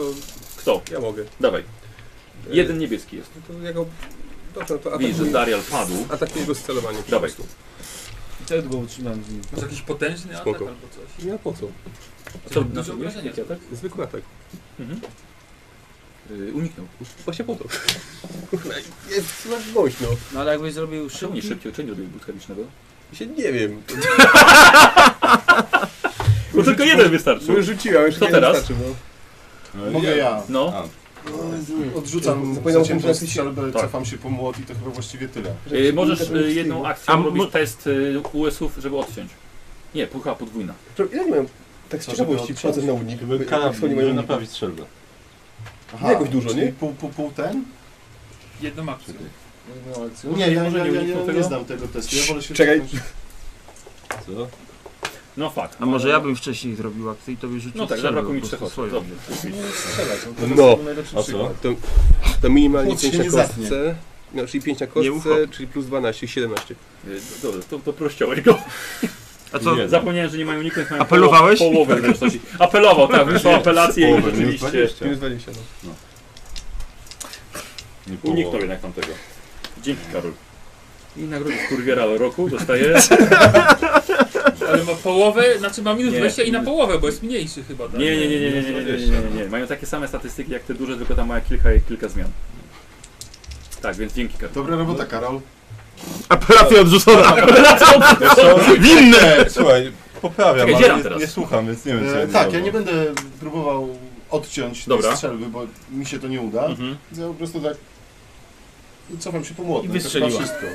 [SPEAKER 1] Kto?
[SPEAKER 10] ja mogę.
[SPEAKER 1] Dawaj.
[SPEAKER 10] E,
[SPEAKER 1] Jeden niebieski jest.
[SPEAKER 10] No to ja go... Dobrze, no to
[SPEAKER 1] Widzisz, że
[SPEAKER 10] atakuję,
[SPEAKER 1] Darial padł.
[SPEAKER 10] atakuję go z celowaniem. po
[SPEAKER 1] Dawaj.
[SPEAKER 10] prostu.
[SPEAKER 5] I tak długo utrzymałem z nim.
[SPEAKER 2] Masz jakiś potężny atak
[SPEAKER 10] Spoko.
[SPEAKER 2] albo coś.
[SPEAKER 10] Nie, a po co?
[SPEAKER 1] Co,
[SPEAKER 2] Dużo
[SPEAKER 1] na sobie?
[SPEAKER 2] obrażenia.
[SPEAKER 1] tak?
[SPEAKER 10] Zwykły atak.
[SPEAKER 1] Mhm. Yy, uniknął.
[SPEAKER 10] Właśnie po to. Kurwa, Jest masz głośno.
[SPEAKER 5] No ale jakbyś zrobił
[SPEAKER 1] Czemu nie
[SPEAKER 5] szybki.
[SPEAKER 1] szybciej? Czemu nie robił błyskawicznego?
[SPEAKER 10] Ja Się nie wiem.
[SPEAKER 4] No
[SPEAKER 1] Bo tylko jeden wystarczył.
[SPEAKER 10] Bo już rzuciłem, już
[SPEAKER 1] Co
[SPEAKER 10] jeden
[SPEAKER 1] teraz?
[SPEAKER 10] starczy, no.
[SPEAKER 3] Mogę ja.
[SPEAKER 1] No,
[SPEAKER 8] A,
[SPEAKER 3] Odrzucam
[SPEAKER 10] Zapomniałem
[SPEAKER 3] zaciętą
[SPEAKER 10] włączyć się.
[SPEAKER 3] strzelbę,
[SPEAKER 1] Tak.
[SPEAKER 3] cofam się po młot i to chyba właściwie tyle.
[SPEAKER 1] e, możesz e, jedną
[SPEAKER 4] A
[SPEAKER 1] akcją
[SPEAKER 4] mo-
[SPEAKER 1] robić test e, US-ów, żeby odciąć. Nie, pucha podwójna.
[SPEAKER 10] Przepraszam, Ile nie miałem tak z ciekawości,
[SPEAKER 8] odciąć.
[SPEAKER 10] wchodzę na unik,
[SPEAKER 8] żeby
[SPEAKER 10] jak- jak
[SPEAKER 8] kanał
[SPEAKER 10] wchodzi moja
[SPEAKER 8] nie
[SPEAKER 10] unika.
[SPEAKER 8] naprawić strzelbę.
[SPEAKER 10] No jakoś dużo,
[SPEAKER 3] czyli
[SPEAKER 10] nie?
[SPEAKER 3] Pół, pół, pół ten?
[SPEAKER 2] Jedną akcją.
[SPEAKER 3] Jedną akcją. Nie, ja,
[SPEAKER 1] Może
[SPEAKER 3] ja,
[SPEAKER 1] nie
[SPEAKER 3] ja, ja,
[SPEAKER 1] uniknął
[SPEAKER 3] nie
[SPEAKER 1] tego?
[SPEAKER 3] znam tego testu. Ja wolę się
[SPEAKER 10] Czekaj.
[SPEAKER 3] cofnąć.
[SPEAKER 8] Co?
[SPEAKER 1] No fakt.
[SPEAKER 4] A może ja bym wcześniej zrobił akcję i tobie rzucił
[SPEAKER 1] No tak,
[SPEAKER 4] strzelbę
[SPEAKER 1] zabrakło mi
[SPEAKER 4] po prostu
[SPEAKER 1] trzech oczek.
[SPEAKER 4] swoją.
[SPEAKER 1] Dobrze.
[SPEAKER 3] Strzelać, to
[SPEAKER 10] No.
[SPEAKER 3] jest najlepszy
[SPEAKER 8] A co?
[SPEAKER 3] przykład.
[SPEAKER 10] To, to minimalnie
[SPEAKER 3] Chłód się
[SPEAKER 10] 5 na
[SPEAKER 3] nie
[SPEAKER 10] kostce, no, czyli 5 na
[SPEAKER 4] Nie uchop.
[SPEAKER 10] kostce, czyli plus 12, 17.
[SPEAKER 1] E, Dobrze, to, to prościałeś go.
[SPEAKER 4] A co?
[SPEAKER 8] Nie.
[SPEAKER 1] (laughs) Zapomniałem, że nie mają uniknąć. mają
[SPEAKER 4] Apelowałeś?
[SPEAKER 1] połowę- Połowę zręczności. Apelował,
[SPEAKER 4] (laughs)
[SPEAKER 1] tak, wyszła apelacja i
[SPEAKER 8] Połowę, minus
[SPEAKER 1] rzeczywiście
[SPEAKER 8] 20.
[SPEAKER 10] Minus 20, no.
[SPEAKER 8] Nie połowę.
[SPEAKER 1] uniknął (laughs) jednak tamtego. Dzięki Karol. I nagrodę kurwiera roku dostaje. (laughs)
[SPEAKER 2] Ale ma połowę, znaczy ma minus
[SPEAKER 1] Nie.
[SPEAKER 2] 20 i na połowę, bo jest mniejszy chyba. Tak?
[SPEAKER 1] Nie, nie, nie, nie, nie, nie, nie, nie, nie, nie, nie. Mają takie same statystyki jak te duże, tylko tam ma kilka, kilka zmian. Tak, więc dzięki Karol.
[SPEAKER 3] Dobra
[SPEAKER 10] No.
[SPEAKER 3] robota, Karol.
[SPEAKER 4] Apelacja odrzucona!
[SPEAKER 8] Winny! Słuchaj, poprawiam,
[SPEAKER 1] Czekaj, dzielam
[SPEAKER 8] ale nie,
[SPEAKER 1] teraz.
[SPEAKER 8] nie słucham, więc nie wiem co
[SPEAKER 3] E,
[SPEAKER 8] będę
[SPEAKER 3] tak, ja nie
[SPEAKER 8] robił.
[SPEAKER 3] będę próbował odciąć
[SPEAKER 1] Dobra.
[SPEAKER 3] tej strzelby, bo mi się to nie uda.
[SPEAKER 1] Mhm.
[SPEAKER 3] Ja po prostu tak cofam się po
[SPEAKER 5] I
[SPEAKER 3] młotem. to chyba
[SPEAKER 5] wystrzeliła.
[SPEAKER 3] wszystko.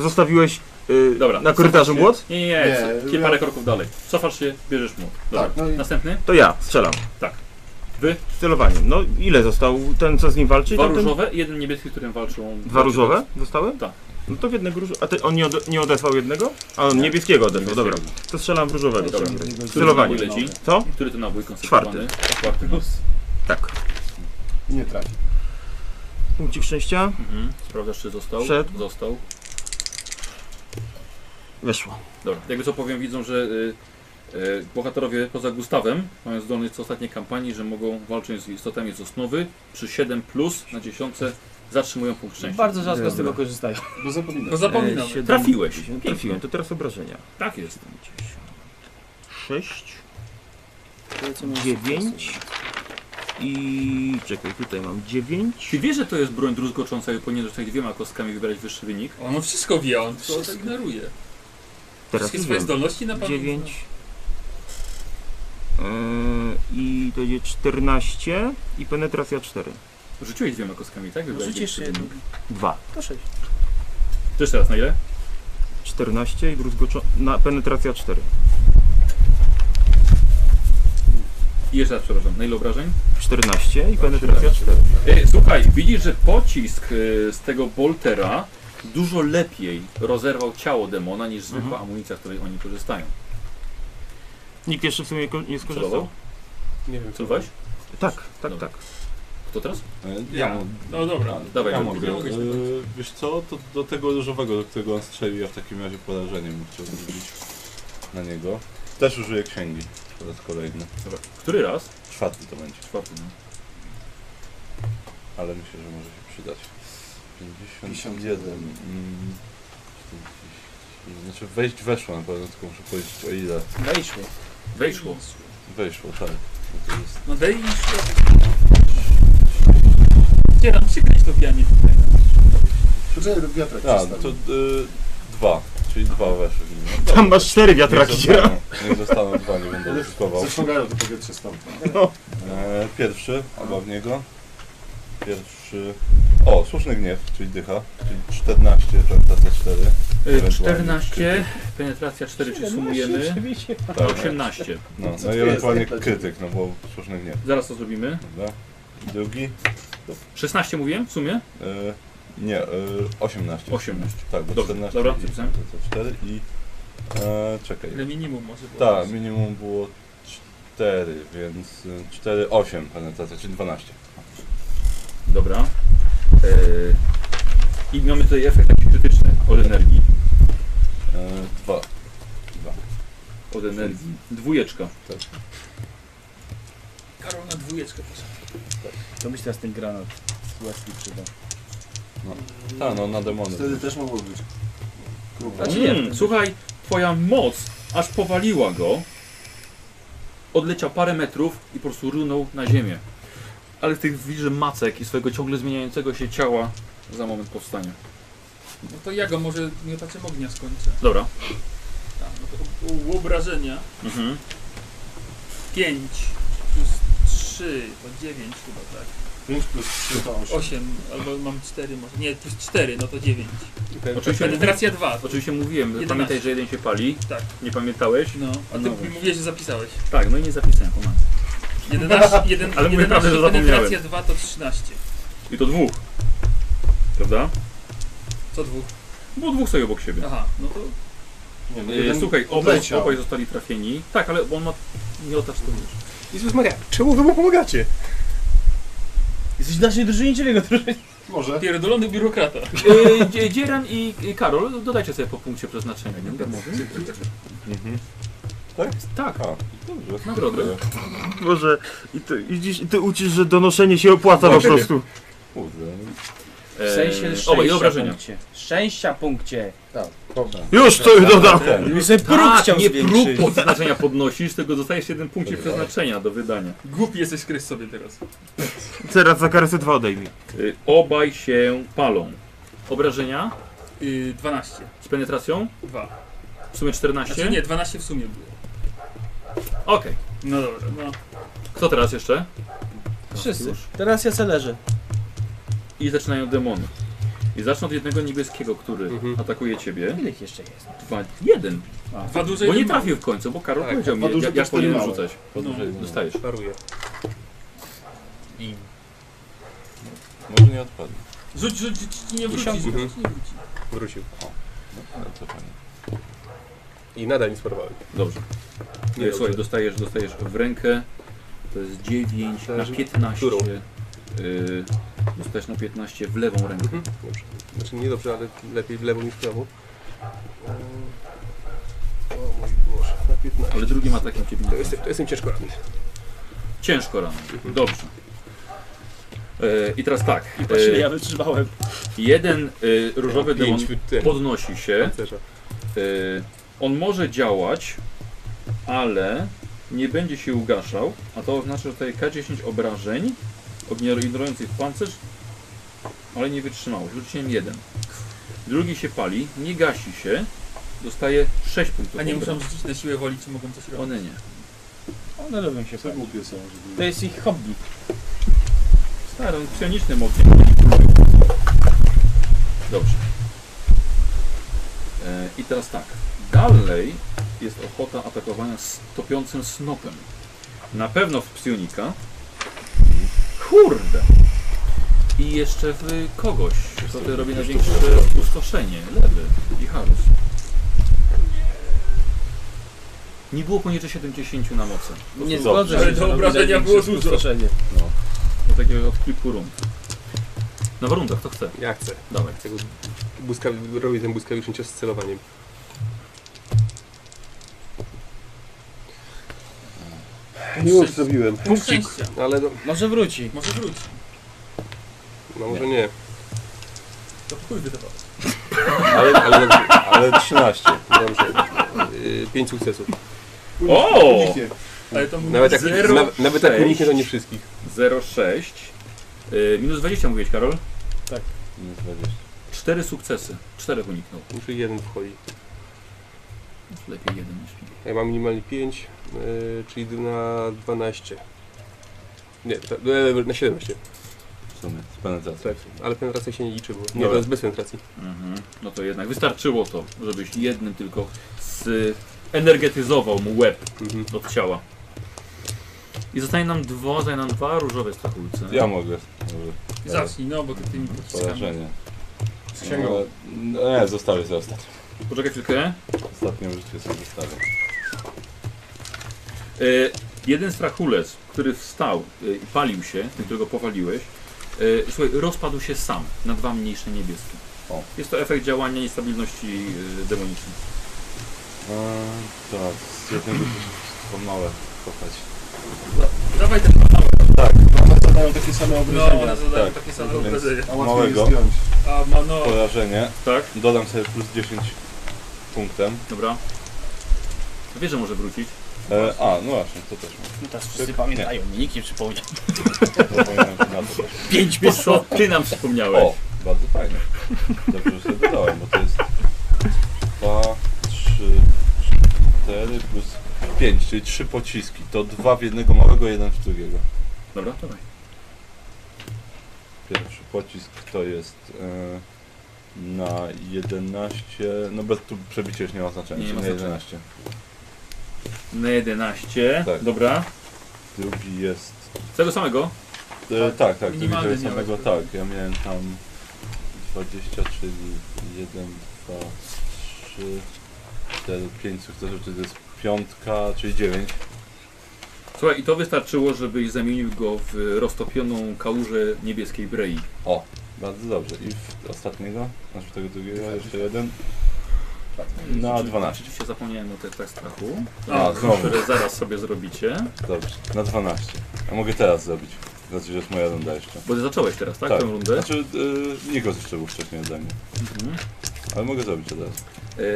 [SPEAKER 4] Zostawiłeś y,
[SPEAKER 1] Dobra.
[SPEAKER 4] na korytarzu
[SPEAKER 1] Cofasz się.
[SPEAKER 4] młot?
[SPEAKER 1] Nie, nie, nie.
[SPEAKER 3] Nie,
[SPEAKER 1] Kilka
[SPEAKER 3] ja-
[SPEAKER 1] parę kroków dalej. Cofasz się, bierzesz mu. Dobra.
[SPEAKER 3] Tak, no i
[SPEAKER 1] Następny?
[SPEAKER 4] To ja strzelam.
[SPEAKER 1] Tak. Wy?
[SPEAKER 4] Celowaniem. No ile został ten, co z nim walczy?
[SPEAKER 1] Dwa
[SPEAKER 4] Tamten?
[SPEAKER 1] różowe i jeden niebieski, którym walczą.
[SPEAKER 4] Dwa różowe zostały?
[SPEAKER 1] Tak.
[SPEAKER 4] No to w jednego różu. A ty, on nie, ode, nie odesłał jednego? A on niebieskiego odesłał, dobra. To strzelam w różowego.
[SPEAKER 1] Dobra.
[SPEAKER 4] Dobra.
[SPEAKER 1] Który to nabój
[SPEAKER 4] Celowanie.
[SPEAKER 1] leci?
[SPEAKER 4] Co?
[SPEAKER 1] Który to nabój koncentrowany? Czwarty. nos.
[SPEAKER 4] Tak.
[SPEAKER 3] nie trafi.
[SPEAKER 4] Punkcik szczęścia.
[SPEAKER 1] Mhm. Sprawdzasz, czy został?
[SPEAKER 4] Wszedł.
[SPEAKER 1] Został.
[SPEAKER 4] Weszło.
[SPEAKER 1] Dobra, jakby co powiem, widzą, że y, y, bohaterowie poza Gustawem mają zdolność z ostatniej kampanii, że mogą walczyć z istotami z osnowy przy 7 plus na dziesiątce zatrzymują punkt szczęścia.
[SPEAKER 5] Bardzo rzadko z tego korzystają.
[SPEAKER 3] Bo zapominam.
[SPEAKER 2] Bo zapominam.
[SPEAKER 4] E, siedem-
[SPEAKER 1] Trafiłeś.
[SPEAKER 4] Trafiłem, to teraz obrażenia.
[SPEAKER 1] Tak jest.
[SPEAKER 4] 6, 9 i czekaj, tutaj mam 9.
[SPEAKER 1] Czy wiesz, że to jest broń druzgocząca i powinieneś tutaj dwiema kostkami wybrać wyższy wynik?
[SPEAKER 2] On wszystko wie, on wszystko to ignoruje.
[SPEAKER 4] Teraz
[SPEAKER 2] Wszystkie
[SPEAKER 4] już
[SPEAKER 2] swoje
[SPEAKER 4] wiem.
[SPEAKER 2] zdolności na pamięć.
[SPEAKER 4] 9 E, i to będzie 14 i penetracja 4.
[SPEAKER 1] Rzuciłeś dwiema kostkami, tak? Wybrałeś
[SPEAKER 5] Rzucisz
[SPEAKER 1] wyższy
[SPEAKER 5] No, jedną.
[SPEAKER 1] wynik.
[SPEAKER 4] Dwa.
[SPEAKER 5] To sześć.
[SPEAKER 1] Też teraz na ile?
[SPEAKER 4] 14 i druzgoczo... na penetracja 4.
[SPEAKER 1] I jeszcze raz, przepraszam, na ile obrażeń?
[SPEAKER 4] 14 i penetracja 4.
[SPEAKER 1] E, Słuchaj, widzisz, że pocisk e, z tego boltera dużo lepiej rozerwał ciało demona niż zwykła
[SPEAKER 4] Mhm.
[SPEAKER 1] amunicja, z której oni korzystają.
[SPEAKER 4] Nikt jeszcze w sumie ko- nie skorzystał.
[SPEAKER 1] Celował?
[SPEAKER 10] Nie wiem.
[SPEAKER 1] Celowałeś?
[SPEAKER 4] Tak, tak,
[SPEAKER 1] Dobra.
[SPEAKER 4] tak.
[SPEAKER 1] Kto teraz?
[SPEAKER 8] E,
[SPEAKER 2] Ja.
[SPEAKER 8] mam-
[SPEAKER 2] No dobra.
[SPEAKER 1] Dawaj,
[SPEAKER 8] ja
[SPEAKER 1] Jurek,
[SPEAKER 8] mogę.
[SPEAKER 2] ja mogę się
[SPEAKER 8] E, wiesz co, to do tego różowego, do którego on strzelił, ja w takim razie porażeniem chciałbym rzucić na niego. Też użyję księgi. Po raz kolejny.
[SPEAKER 1] Który raz?
[SPEAKER 8] Czwarty to będzie,
[SPEAKER 1] Czwarty. No.
[SPEAKER 8] ale myślę, że może się przydać. 51.
[SPEAKER 3] 51.
[SPEAKER 8] Mm, 40. Znaczy wejść weszło na pewno, tylko muszę powiedzieć o ile.
[SPEAKER 5] Wejszło.
[SPEAKER 1] Wejszło.
[SPEAKER 8] Wejszło, tak. To jest
[SPEAKER 2] No daj i Dzielam się kręć to pianie.
[SPEAKER 3] Poczekaj, wiatrak
[SPEAKER 8] A, no
[SPEAKER 3] przestań.
[SPEAKER 8] to y, dwa, czyli dwa weszły. No,
[SPEAKER 4] Tam masz 4
[SPEAKER 8] niech
[SPEAKER 4] wiatraki.
[SPEAKER 8] zostaną, niech zostaną dwa, nie będę ryzykował.
[SPEAKER 3] Zaciągają to powietrze stąd.
[SPEAKER 8] E, pierwszy, oba w niego. Pierwszy, o, słuszny gniew, czyli dycha, czyli 14, prawda, 4.
[SPEAKER 1] Y,
[SPEAKER 8] Ewentualnie
[SPEAKER 1] 14, penetracja 4, czy sumujemy? Tak,
[SPEAKER 5] Oczywiście.
[SPEAKER 1] To 18.
[SPEAKER 8] Tak. No,
[SPEAKER 3] Co
[SPEAKER 8] no
[SPEAKER 3] to
[SPEAKER 8] i
[SPEAKER 3] jest?
[SPEAKER 8] ewentualnie krytyk, no bo słuszny gniew,
[SPEAKER 1] Zaraz to zrobimy.
[SPEAKER 8] prawda. Drugi,
[SPEAKER 1] 16 mówiłem w sumie?
[SPEAKER 8] e, nie, e, 18.
[SPEAKER 1] 18.
[SPEAKER 8] Tak, bo
[SPEAKER 1] Dobrze,
[SPEAKER 8] 14
[SPEAKER 1] dobra,
[SPEAKER 8] i
[SPEAKER 1] zapisałem.
[SPEAKER 8] 4 i, e, czekaj,
[SPEAKER 2] Ile minimum może było?
[SPEAKER 8] Tak, minimum było 4, więc 4, 8 penetracja, czyli 12.
[SPEAKER 1] Dobra. Y, I mamy tutaj efekt taki krytyczny od energii.
[SPEAKER 8] E, 2.
[SPEAKER 1] Od energii. Dwójeczka.
[SPEAKER 2] Karol na dwójeczkę poszedł.
[SPEAKER 5] To byś teraz ten granat z łaski przydał.
[SPEAKER 1] Eee,
[SPEAKER 8] Tak, no na demony.
[SPEAKER 3] Wtedy też mogło być. Grubo.
[SPEAKER 5] Znaczy nie,
[SPEAKER 1] Mm, słuchaj, twoja moc aż powaliła go. Odleciał parę metrów i po prostu runął na ziemię. Ale ty widzisz macek i swojego ciągle zmieniającego się ciała za moment powstanie.
[SPEAKER 2] No to ja go może miotaczem ognia skończę.
[SPEAKER 1] Dobra.
[SPEAKER 2] Tak, no to u- u- obrażenia.
[SPEAKER 1] Mhm.
[SPEAKER 2] 5 plus 3, bo 9 chyba, tak?
[SPEAKER 3] 5 plus 3 to 8.
[SPEAKER 2] 8, albo mam 4 może. Nie, plus 4, no to 9.
[SPEAKER 1] Oczywiście,
[SPEAKER 2] Penetracja 2, to
[SPEAKER 1] oczywiście mówiłem,
[SPEAKER 2] 11.
[SPEAKER 1] pamiętaj, że jeden się pali.
[SPEAKER 2] Tak.
[SPEAKER 1] Nie pamiętałeś?
[SPEAKER 2] no, a ty
[SPEAKER 1] No
[SPEAKER 2] mi
[SPEAKER 1] właśnie.
[SPEAKER 2] mówiłeś, że zapisałeś.
[SPEAKER 1] Tak, no i nie zapisałem komand. (laughs)
[SPEAKER 2] 11, 1,
[SPEAKER 1] Ale mówię
[SPEAKER 2] 11
[SPEAKER 1] naprawdę, że zapomniałem.
[SPEAKER 2] penetracja 2 to 13.
[SPEAKER 1] I to dwóch. Prawda?
[SPEAKER 2] Co dwóch?
[SPEAKER 1] Było dwóch sobie obok siebie.
[SPEAKER 2] Aha, no to
[SPEAKER 3] Nie, no
[SPEAKER 1] E,
[SPEAKER 3] jeden
[SPEAKER 1] Słuchaj, obaj,
[SPEAKER 3] odleciał.
[SPEAKER 1] obaj zostali trafieni. Tak, ale on ma... Nie otacz to wiesz.
[SPEAKER 10] Jezus Maria, czemu wy mu pomagacie?
[SPEAKER 5] Jesteś w naszej drużynie, czy w jego drużynie?
[SPEAKER 3] Może.
[SPEAKER 2] pierdolony biurokrata.
[SPEAKER 1] E, Dzie- Dzieran i i Karol, dodajcie sobie po punkcie przeznaczenia. Nie darmowy.
[SPEAKER 8] Mhm.
[SPEAKER 1] Tak,
[SPEAKER 8] A, dobrze.
[SPEAKER 1] nagrodę.
[SPEAKER 4] Boże, i ty, i dziś, i ty uczysz, że donoszenie się opłaca po prostu.
[SPEAKER 8] Kurde. no,
[SPEAKER 5] W sensie szczęścia
[SPEAKER 1] E, Obaj obrażenia.
[SPEAKER 5] punkcie. Szczęścia punkcie.
[SPEAKER 4] Już to już dodam.
[SPEAKER 8] Ten.
[SPEAKER 5] Już sobie próg
[SPEAKER 1] Tak,
[SPEAKER 5] chciał
[SPEAKER 1] nie
[SPEAKER 5] zwiększyć.
[SPEAKER 1] próg podznaczenia podnosisz, tylko dostajesz jeden punkcie przeznaczenia do wydania.
[SPEAKER 2] Głupi jesteś, kryś sobie teraz.
[SPEAKER 4] Teraz za karę se dwa odejmij.
[SPEAKER 1] Y, Obaj się palą. Obrażenia
[SPEAKER 2] Yy, 12,
[SPEAKER 1] z penetracją,
[SPEAKER 2] 2.
[SPEAKER 1] w sumie 14.
[SPEAKER 2] Znaczy nie, 12 w sumie było.
[SPEAKER 1] Okej.
[SPEAKER 2] No dobra, no.
[SPEAKER 1] Kto teraz jeszcze?
[SPEAKER 5] Wszyscy.
[SPEAKER 1] Już.
[SPEAKER 5] Teraz ja se leżę.
[SPEAKER 1] I zaczynają demony. I zaczną od jednego niebieskiego, który
[SPEAKER 2] Mhm.
[SPEAKER 1] atakuje ciebie.
[SPEAKER 5] Ile ich jeszcze jest?
[SPEAKER 1] Dwa, jeden.
[SPEAKER 2] Dwa duże
[SPEAKER 1] Bo nie
[SPEAKER 2] jeden mały.
[SPEAKER 1] trafił w końcu, bo Karol
[SPEAKER 10] Tak,
[SPEAKER 1] powiedział mi,
[SPEAKER 3] dwa duże
[SPEAKER 1] jak,
[SPEAKER 3] to
[SPEAKER 1] jak
[SPEAKER 3] cztery
[SPEAKER 1] powinien
[SPEAKER 3] małe.
[SPEAKER 1] rzucać.
[SPEAKER 2] No.
[SPEAKER 1] Dostajesz.
[SPEAKER 10] Paruję.
[SPEAKER 8] Może nie odpadnie.
[SPEAKER 2] Rzuć, rzuć, rzuć, nie wróci,
[SPEAKER 8] Dziesiątki.
[SPEAKER 2] rzuć, nie wróci.
[SPEAKER 10] Wrócił.
[SPEAKER 8] Ale co fajnie.
[SPEAKER 10] I nadal nie sparowały.
[SPEAKER 1] Dobrze.
[SPEAKER 10] Nie,
[SPEAKER 1] Nie, Słuchaj, dostajesz, dostajesz w rękę. To jest 9 na
[SPEAKER 10] Zależy,
[SPEAKER 1] 15.
[SPEAKER 10] którą.
[SPEAKER 1] Y, dostajesz na 15 w lewą rękę.
[SPEAKER 10] Mhm. Dobrze. Znaczy nie dobrze, ale lepiej w lewo niż w prawo. O mój Boże, na 15.
[SPEAKER 1] Ale drugim atakiem ciebie
[SPEAKER 10] To
[SPEAKER 1] nie trafi.
[SPEAKER 10] jestem, to jestem ciężko ranny.
[SPEAKER 1] Ciężko rano. Dobrze. E, I teraz tak. E,
[SPEAKER 5] Właśnie ja wytrzymałem.
[SPEAKER 1] jeden e, różowy demon
[SPEAKER 10] Pięć wśród tym.
[SPEAKER 1] podnosi się.
[SPEAKER 10] pancerza.
[SPEAKER 1] E, on może działać, ale nie będzie się ugaszał. A to oznacza, że tutaj K10 obrażeń od nieignorujących pancerz, ale nie wytrzymałeś. Rzuciłem jeden. Drugi się pali, nie gasi się. Dostaje 6 punktów.
[SPEAKER 2] A nie
[SPEAKER 1] obrażeń.
[SPEAKER 2] muszą rzucić na siłę woli, czy mogą coś robić.
[SPEAKER 1] One nie.
[SPEAKER 5] One lubią się
[SPEAKER 3] Co
[SPEAKER 5] palić.
[SPEAKER 3] głupie są,
[SPEAKER 5] To
[SPEAKER 3] żeby...
[SPEAKER 5] jest ich hobby.
[SPEAKER 1] Starym, psionicznym ogniem. Dobrze. E, I teraz tak. Dalej jest ochota atakowania z topiącym snopem. Na pewno w psionika. Kurde! I jeszcze w kogoś. To ty robi największe pustoszenie. Lewy i Harus. Nie było poniżej 70 na mocy.
[SPEAKER 5] Nie
[SPEAKER 8] są
[SPEAKER 5] zgodzę się.
[SPEAKER 2] dobre. Ale
[SPEAKER 5] że
[SPEAKER 2] do
[SPEAKER 5] robi
[SPEAKER 2] obrażenia
[SPEAKER 5] największe
[SPEAKER 2] było dużo.
[SPEAKER 5] spustoszenie.
[SPEAKER 1] No. Do takiego od kilku rund. Na warunkach, to chce.
[SPEAKER 10] Ja chcę.
[SPEAKER 1] Dawaj.
[SPEAKER 10] Tego błyska... Robię ten błyskawiczny cios z celowaniem. Już zrobiłem.
[SPEAKER 2] Punkt szczęścia.
[SPEAKER 10] Ale no,
[SPEAKER 5] Może wróci.
[SPEAKER 2] Może wróć.
[SPEAKER 10] no może nie.
[SPEAKER 2] To chuj wydawało.
[SPEAKER 8] Ale, ale, ale 13.
[SPEAKER 10] Dobrze. Yy, pięć sukcesów.
[SPEAKER 1] O!
[SPEAKER 3] Nikt nie.
[SPEAKER 2] Ale to mówię,
[SPEAKER 10] Nawet jak,
[SPEAKER 1] Zero,
[SPEAKER 10] na, nawet jak
[SPEAKER 1] sześć.
[SPEAKER 10] uniknę, to nie wszystkich.
[SPEAKER 1] 0,6. Y, minus 20 mówiłeś, Karol.
[SPEAKER 8] Minus 20.
[SPEAKER 1] Cztery sukcesy. Czterech uniknął.
[SPEAKER 10] Czyli jeden wchodzi.
[SPEAKER 1] Lepiej jeden niż pięć.
[SPEAKER 10] Ja mam minimalnie 5, yy, czyli na 12. Nie, ta, e, na 17,
[SPEAKER 8] W sumie. Z penetracją.
[SPEAKER 10] tak. Ale penetracja się nie liczy, bo nie,
[SPEAKER 1] Dobra.
[SPEAKER 10] to jest bez penetracji.
[SPEAKER 1] Mhm. No to jednak wystarczyło to, żebyś jednym tylko energetyzował mu łeb
[SPEAKER 10] Mhm.
[SPEAKER 1] od ciała. I zostaje nam dwa, zostaje nam dwa różowe strachulce.
[SPEAKER 8] Ja mogę. Dobra,
[SPEAKER 2] Zacznij, no bo ty tymi pociskami.
[SPEAKER 8] Porażenie.
[SPEAKER 3] Z księgą.
[SPEAKER 8] No, nie, zostawię sobie ostatnią.
[SPEAKER 1] Poczekaj chwilkę.
[SPEAKER 8] Ostatnią życie sobie zostawię.
[SPEAKER 1] Y, jeden strachulec, który wstał y, i palił się, ten, którego powaliłeś, y, słuchaj, rozpadł się sam na dwa mniejsze niebieskie.
[SPEAKER 8] O.
[SPEAKER 1] Jest to efekt działania niestabilności y, demonicznej.
[SPEAKER 8] Eee, tak, z jednego to małe kochać.
[SPEAKER 2] Dawaj ten mały.
[SPEAKER 3] One zadają takie same
[SPEAKER 2] No,
[SPEAKER 3] obrażenia.
[SPEAKER 2] one zadają
[SPEAKER 8] Tak.
[SPEAKER 2] takie same
[SPEAKER 8] Więc-
[SPEAKER 2] obrażenia.
[SPEAKER 3] A łatwiej
[SPEAKER 8] Małego.
[SPEAKER 3] jest zdjąć.
[SPEAKER 2] A ma no,
[SPEAKER 8] Porażenie.
[SPEAKER 1] Tak?
[SPEAKER 8] Dodam sobie plus 10 punktem.
[SPEAKER 1] Dobra. Wie, że może wrócić.
[SPEAKER 8] E, a, no właśnie, to też mam.
[SPEAKER 5] No teraz wszyscy pamiętają, mi nikt nie przypomniał.
[SPEAKER 8] Zapomniałem na to.
[SPEAKER 5] Pięć
[SPEAKER 1] Po co ty nam wspomniałeś?
[SPEAKER 8] O, bardzo fajne. Dobrze, że sobie dodałem, bo to jest 2, 3, 4 plus 5, czyli 3 pociski. To dwa w jednego małego, jeden w drugiego.
[SPEAKER 1] Dobra, dawaj.
[SPEAKER 8] Pierwszy pocisk to jest e, na 11. No bez tu przebicie już nie ma znaczenia.
[SPEAKER 1] Nie, nie
[SPEAKER 8] czyli
[SPEAKER 1] ma
[SPEAKER 8] na
[SPEAKER 1] znaczenia.
[SPEAKER 8] 11.
[SPEAKER 1] Na 11.
[SPEAKER 8] Tak.
[SPEAKER 1] Dobra.
[SPEAKER 8] Drugi jest.
[SPEAKER 1] Tego samego?
[SPEAKER 8] E, tak, tak, drugi
[SPEAKER 2] Minimalny
[SPEAKER 8] to jest
[SPEAKER 2] miałeś,
[SPEAKER 8] samego
[SPEAKER 2] prawda?
[SPEAKER 8] tak. Ja miałem tam 20, czyli 1, 2, 3, 4, 5 sukcesów, czyli to jest piątka, czyli 9.
[SPEAKER 1] Słuchaj, i to wystarczyło, żebyś zamienił go w roztopioną kałużę niebieskiej brei.
[SPEAKER 8] Bardzo dobrze. I w ostatniego, znaczy tego drugiego jeszcze jeden. Na 12.
[SPEAKER 1] Oczywiście zapomniałem o testach strachu,
[SPEAKER 8] A, znowu.
[SPEAKER 1] które zaraz sobie zrobicie.
[SPEAKER 8] Dobrze. Na 12. A mogę teraz zrobić. Znaczy, że jest moja runda jeszcze.
[SPEAKER 1] Bo ty zacząłeś teraz, tak?
[SPEAKER 8] Tak.
[SPEAKER 1] Tę rundę.
[SPEAKER 8] Znaczy, yy, Nikos jeszcze był wcześniej ode mnie.
[SPEAKER 1] Mhm.
[SPEAKER 8] Ale mogę zrobić od razu.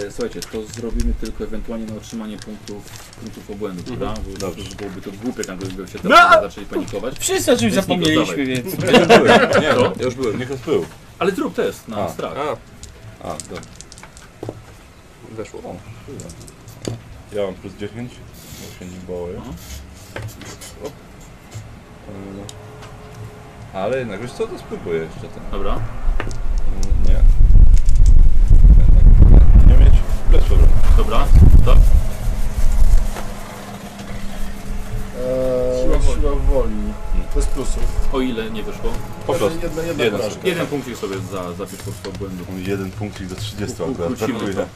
[SPEAKER 1] E, słuchajcie, to zrobimy tylko ewentualnie na otrzymanie punktów, punktów obłędu,
[SPEAKER 2] Mhm.
[SPEAKER 1] prawda? Bo
[SPEAKER 8] Dobrze.
[SPEAKER 1] już byłoby to głupie, tam gdyby się
[SPEAKER 2] No!
[SPEAKER 1] teraz zaczęli panikować.
[SPEAKER 5] Wszyscy o czymś
[SPEAKER 1] Więc Nikos,
[SPEAKER 5] zapomnieliśmy, więc...
[SPEAKER 8] Ja już byłem. Nie,
[SPEAKER 1] Co?
[SPEAKER 8] ja już byłem. Nikos był.
[SPEAKER 1] Ale zrób test na
[SPEAKER 8] A.
[SPEAKER 1] strach.
[SPEAKER 10] A,
[SPEAKER 8] A, dobrze.
[SPEAKER 10] weszło.
[SPEAKER 8] O, dobra. Ja mam plus 10. Bo się nie boję.
[SPEAKER 1] Mhm.
[SPEAKER 8] O. Yy, Ale jednak, wiesz co, to spróbuję jeszcze ten.
[SPEAKER 1] Dobra.
[SPEAKER 8] Nie. Jednak Nie mieć? Bez problemu.
[SPEAKER 1] Dobra, stop.
[SPEAKER 3] Eee,
[SPEAKER 2] Siła
[SPEAKER 3] siła,
[SPEAKER 2] woli.
[SPEAKER 3] woli. Bez plusów.
[SPEAKER 1] O ile nie wyszło?
[SPEAKER 8] Po prostu.
[SPEAKER 3] Jedna, jedna,
[SPEAKER 8] Jeden
[SPEAKER 3] jedna porażka.
[SPEAKER 1] Jeden punkcik sobie za, zapisz po prostu obłędu.
[SPEAKER 8] Jeden punkcik do 30
[SPEAKER 1] U-
[SPEAKER 8] akurat.
[SPEAKER 1] ukrócimy
[SPEAKER 8] brakuje.
[SPEAKER 1] to.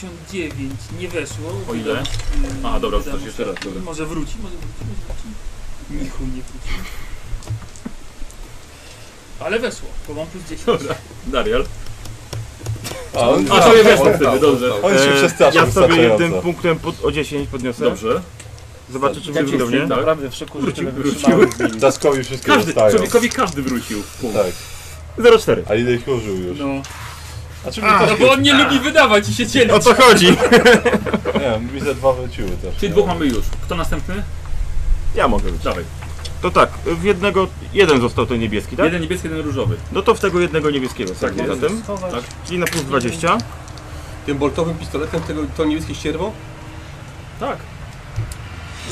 [SPEAKER 2] 59, nie weszło. Mm,
[SPEAKER 1] O ile?
[SPEAKER 2] Wydam-
[SPEAKER 1] A, dobra,
[SPEAKER 2] wydam
[SPEAKER 1] rzucasz jeszcze raz, dobra.
[SPEAKER 2] Może wróci, może wróci, może wróci. Nichu nie wróci. Ale weszło, bo mam plus 10.
[SPEAKER 1] Dobra. Darial.
[SPEAKER 8] A, on,
[SPEAKER 1] A, tobie weszło wtedy, dobrze.
[SPEAKER 8] on się
[SPEAKER 4] E,
[SPEAKER 8] przestraszył
[SPEAKER 4] Ja sobie
[SPEAKER 8] wystarczająco.
[SPEAKER 4] jednym punktem pod, o 10 podniosę.
[SPEAKER 1] Dobrze.
[SPEAKER 4] Zobaczę, czy
[SPEAKER 5] Ja
[SPEAKER 4] wróci do mnie.
[SPEAKER 1] tak?
[SPEAKER 5] naprawdę w szoku, że
[SPEAKER 1] Wrócił,
[SPEAKER 5] tyle
[SPEAKER 1] wrócił.
[SPEAKER 5] wytrzymałem z nim.
[SPEAKER 8] Daskowi wszystkie
[SPEAKER 1] Każdy,
[SPEAKER 8] zostają.
[SPEAKER 1] człowiekowi każdy wrócił punkt.
[SPEAKER 8] Tak.
[SPEAKER 4] 0,4.
[SPEAKER 8] A ile ich użył już?
[SPEAKER 2] No.
[SPEAKER 8] A czy mi to
[SPEAKER 2] no bo on nie lubi wydawać i się dzielić.
[SPEAKER 4] O co chodzi?
[SPEAKER 8] Nie, mi ze dwa wróciły też.
[SPEAKER 1] Czyli
[SPEAKER 8] no.
[SPEAKER 1] dwóch mamy już. Kto następny?
[SPEAKER 4] Ja mogę być.
[SPEAKER 1] Dawaj.
[SPEAKER 4] To tak, w jednego, jeden został ten niebieski, tak?
[SPEAKER 1] Jeden niebieski, jeden różowy.
[SPEAKER 4] No to w tego jednego niebieskiego
[SPEAKER 1] Tak,
[SPEAKER 4] sobie
[SPEAKER 1] jest.
[SPEAKER 4] zatem,
[SPEAKER 5] Schować.
[SPEAKER 1] Tak.
[SPEAKER 4] czyli na plus 20.
[SPEAKER 10] Tym boltowym pistoletem tego, to niebieskie ścierwo?
[SPEAKER 1] Tak.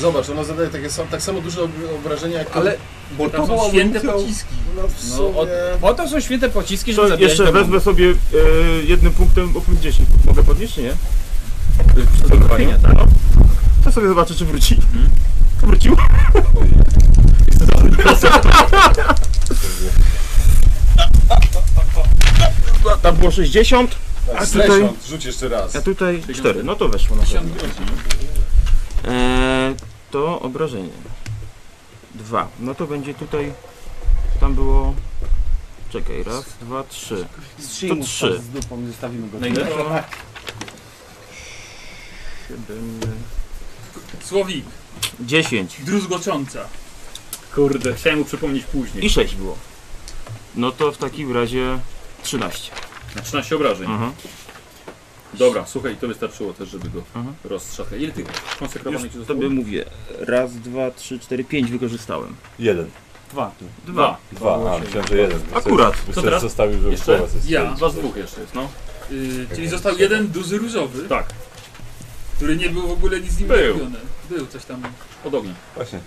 [SPEAKER 3] Zobacz, ona zadaje takie sam, tak samo duże ob- obrażenia jak
[SPEAKER 10] Ale
[SPEAKER 2] Tam
[SPEAKER 10] boltową
[SPEAKER 2] są święte
[SPEAKER 10] amunicją...
[SPEAKER 2] pociski.
[SPEAKER 3] No, w
[SPEAKER 5] No,
[SPEAKER 3] sumie...
[SPEAKER 5] od, po to są święte pociski, żeby
[SPEAKER 4] To
[SPEAKER 5] zabijać
[SPEAKER 4] jeszcze
[SPEAKER 5] demony.
[SPEAKER 4] wezmę sobie e, jednym punktem o plus 10. Mogę podnieść, czy nie? No.
[SPEAKER 1] Fajnie, tak.
[SPEAKER 4] To sobie zobaczę, czy wróci. Wrócił. Tam było 60,
[SPEAKER 3] tak,
[SPEAKER 4] a
[SPEAKER 3] zlesiąc,
[SPEAKER 4] tutaj-
[SPEAKER 3] rzuć jeszcze raz.
[SPEAKER 4] a tutaj 4. No to weszło na pewno. E, to obrażenie. 2. No to będzie tutaj... Tam było... Czekaj, raz, dwa, trzy.
[SPEAKER 5] Strzyj mu
[SPEAKER 4] trzy.
[SPEAKER 5] pas z dupą i zostawimy go.
[SPEAKER 1] Na ile?
[SPEAKER 4] Siedem...
[SPEAKER 2] Słowik,
[SPEAKER 4] 10.
[SPEAKER 2] druzgocząca.
[SPEAKER 1] Kurde, chciałem mu przypomnieć później.
[SPEAKER 4] I 6 było. No to w takim razie 13.
[SPEAKER 1] Na 13 obrażeń.
[SPEAKER 4] Mhm.
[SPEAKER 1] Dobra, słuchaj, to wystarczyło też, żeby go
[SPEAKER 4] Mhm.
[SPEAKER 1] rozstrzachać. Ile tych konsekrowanych ci
[SPEAKER 4] Już
[SPEAKER 1] zostało?
[SPEAKER 4] tobie mówię. Raz, dwa, trzy, cztery, pięć wykorzystałem.
[SPEAKER 8] Jeden.
[SPEAKER 5] Dwa.
[SPEAKER 1] Dwa.
[SPEAKER 8] Dwa, a myślałem, że jeden.
[SPEAKER 4] Akurat.
[SPEAKER 1] Co
[SPEAKER 8] Co
[SPEAKER 1] teraz?
[SPEAKER 8] teraz? zostawił, żeby
[SPEAKER 1] Jeszcze?
[SPEAKER 8] połowę zostawić.
[SPEAKER 2] Ja.
[SPEAKER 1] Dwa z dwóch jeszcze jest, no.
[SPEAKER 2] Yy, czyli został jeden duży różowy,
[SPEAKER 1] Tak,
[SPEAKER 2] który nie był w ogóle nic z nim
[SPEAKER 1] Był.
[SPEAKER 2] robione. Był coś tam.
[SPEAKER 1] od ognia.
[SPEAKER 8] Właśnie.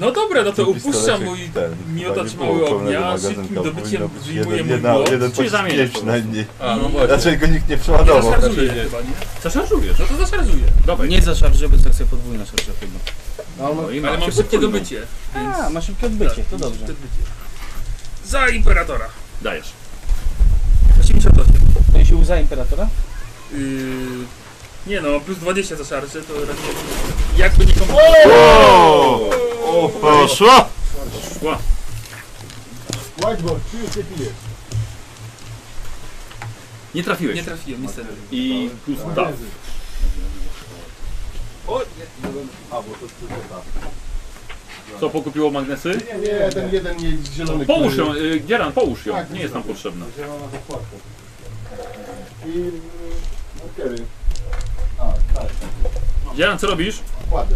[SPEAKER 2] No dobra, no to
[SPEAKER 8] Ten
[SPEAKER 2] upuszczam
[SPEAKER 8] pistolecik,
[SPEAKER 2] mój
[SPEAKER 8] ten,
[SPEAKER 2] miotacz
[SPEAKER 8] chyba nie było
[SPEAKER 2] mały
[SPEAKER 8] pełnego
[SPEAKER 2] ognia,
[SPEAKER 8] magazynka,
[SPEAKER 2] szybkim
[SPEAKER 8] powinno
[SPEAKER 2] dobyciem
[SPEAKER 8] być
[SPEAKER 2] wyjmuję
[SPEAKER 8] jeden,
[SPEAKER 2] mój
[SPEAKER 8] jeden,
[SPEAKER 2] młot.
[SPEAKER 8] jeden
[SPEAKER 1] Czyli zamieniasz
[SPEAKER 8] pocisk
[SPEAKER 1] po
[SPEAKER 8] przynajmniej.
[SPEAKER 2] A, no właśnie.
[SPEAKER 8] Raczej go nikt nie
[SPEAKER 2] Ja
[SPEAKER 8] przeładował.
[SPEAKER 2] zaszarżuję chyba, nie?
[SPEAKER 1] Zaszarżujesz,
[SPEAKER 2] No to zaszarżuję.
[SPEAKER 1] dawaj.
[SPEAKER 5] Nie za szarżę, bo to tak sobie podwójna szarża chyba.
[SPEAKER 3] A ona-
[SPEAKER 1] No i
[SPEAKER 2] Ale mam
[SPEAKER 1] się
[SPEAKER 2] szybkie
[SPEAKER 1] podwójną.
[SPEAKER 2] dobycie.
[SPEAKER 5] A, ma szybkie odbycie, to
[SPEAKER 2] mam
[SPEAKER 5] dobrze.
[SPEAKER 2] szybkie dobycie. Za imperatora.
[SPEAKER 1] Dajesz.
[SPEAKER 2] 88.
[SPEAKER 5] To się łza imperatora?
[SPEAKER 2] Yy, nie no, plus 20 za szarże, to raczej jakby nie komu...
[SPEAKER 4] O! Poszło!
[SPEAKER 1] Szła.
[SPEAKER 3] Whiteboard, ty już nie
[SPEAKER 1] Nie
[SPEAKER 3] pijesz.
[SPEAKER 2] Nie
[SPEAKER 1] trafiłeś.
[SPEAKER 2] trafiłem, niestety.
[SPEAKER 1] I plus tak. Co pokupiło magnesy?
[SPEAKER 3] Nie, nie, ten jeden nie zielony.
[SPEAKER 1] Połóż
[SPEAKER 3] który-
[SPEAKER 1] ją, y, Gieran, połóż ją.
[SPEAKER 3] Tak,
[SPEAKER 1] Nie jest nam potrzebna.
[SPEAKER 3] Zielona dokładka. I... y, Okej, tak.
[SPEAKER 1] Gieran, co robisz?
[SPEAKER 3] kładę.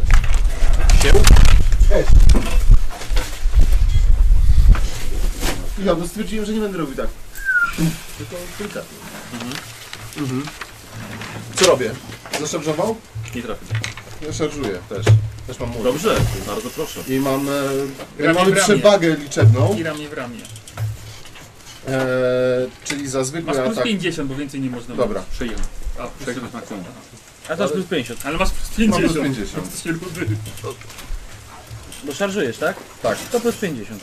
[SPEAKER 3] Sieł? Ja bo stwierdziłem, że nie będę robił tak. Mhm. Tylko delikatnie. Co robię? Zaszarżował?
[SPEAKER 1] Nie trafił.
[SPEAKER 3] Ja szarżuję też. Też mam mój.
[SPEAKER 1] Dobrze, bardzo proszę.
[SPEAKER 3] I mam, e,
[SPEAKER 2] Ramię w
[SPEAKER 3] mamy
[SPEAKER 2] ramię.
[SPEAKER 3] przewagę liczebną,
[SPEAKER 2] I ramię w ramię.
[SPEAKER 3] e, czyli za zwykły
[SPEAKER 2] Masz plus
[SPEAKER 3] atak.
[SPEAKER 2] 50, bo więcej nie można.
[SPEAKER 3] No tak. Dobra,
[SPEAKER 1] Przyjemnie.
[SPEAKER 2] A, plus
[SPEAKER 1] Przegrać na końcu.
[SPEAKER 5] A teraz plus 50,
[SPEAKER 2] Ale masz plus
[SPEAKER 3] mam plus
[SPEAKER 2] 50.
[SPEAKER 3] 50.
[SPEAKER 2] Jesteś rudy.
[SPEAKER 5] bo szarżujesz, tak?
[SPEAKER 3] Tak.
[SPEAKER 5] To plus 50.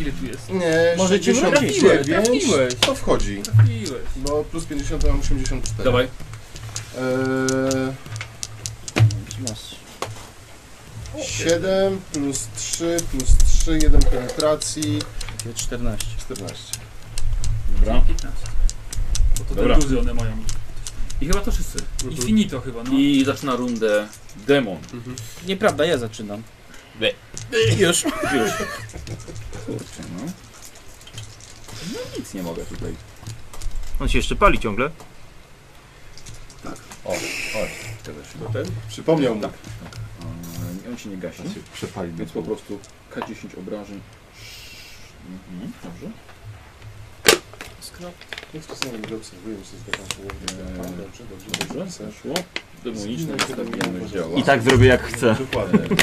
[SPEAKER 2] Ile tu jest?
[SPEAKER 3] Nie,
[SPEAKER 5] Może cię
[SPEAKER 3] 69,
[SPEAKER 2] wrócić. Trafiłeś.
[SPEAKER 3] to wchodzi,
[SPEAKER 2] Trafiłeś.
[SPEAKER 3] bo plus 50 to mam 84.
[SPEAKER 1] Dawaj.
[SPEAKER 3] E, 7 plus 3 plus 3, 1 penetracji,
[SPEAKER 5] 14.
[SPEAKER 3] 14.
[SPEAKER 1] Dobra.
[SPEAKER 2] 15. Bo No to
[SPEAKER 1] Dobra.
[SPEAKER 2] te duzy one mają.
[SPEAKER 1] I chyba to wszyscy.
[SPEAKER 2] I finito chyba, no.
[SPEAKER 1] I zaczyna rundę demon.
[SPEAKER 5] Nieprawda, ja zaczynam.
[SPEAKER 1] Be.
[SPEAKER 5] Już.
[SPEAKER 1] Już. Kurczę, no. No nic nie mogę tutaj.
[SPEAKER 4] On się jeszcze pali ciągle.
[SPEAKER 3] Przypomniał mu.
[SPEAKER 1] On się nie gasi,
[SPEAKER 6] Teraz się przepali
[SPEAKER 1] więc po prostu K10 obrażeń. Mhm, dobrze.
[SPEAKER 3] Niech czasami go obserwujemy, się zgadzam, że
[SPEAKER 1] Eee,
[SPEAKER 3] Pan, dobrze, dobrze,
[SPEAKER 1] Dobrze,
[SPEAKER 3] dobrze.
[SPEAKER 1] zeszło. Demoniczna stabilność działa.
[SPEAKER 4] I tak zrobię jak chce.
[SPEAKER 3] tak,
[SPEAKER 6] Dokładnie.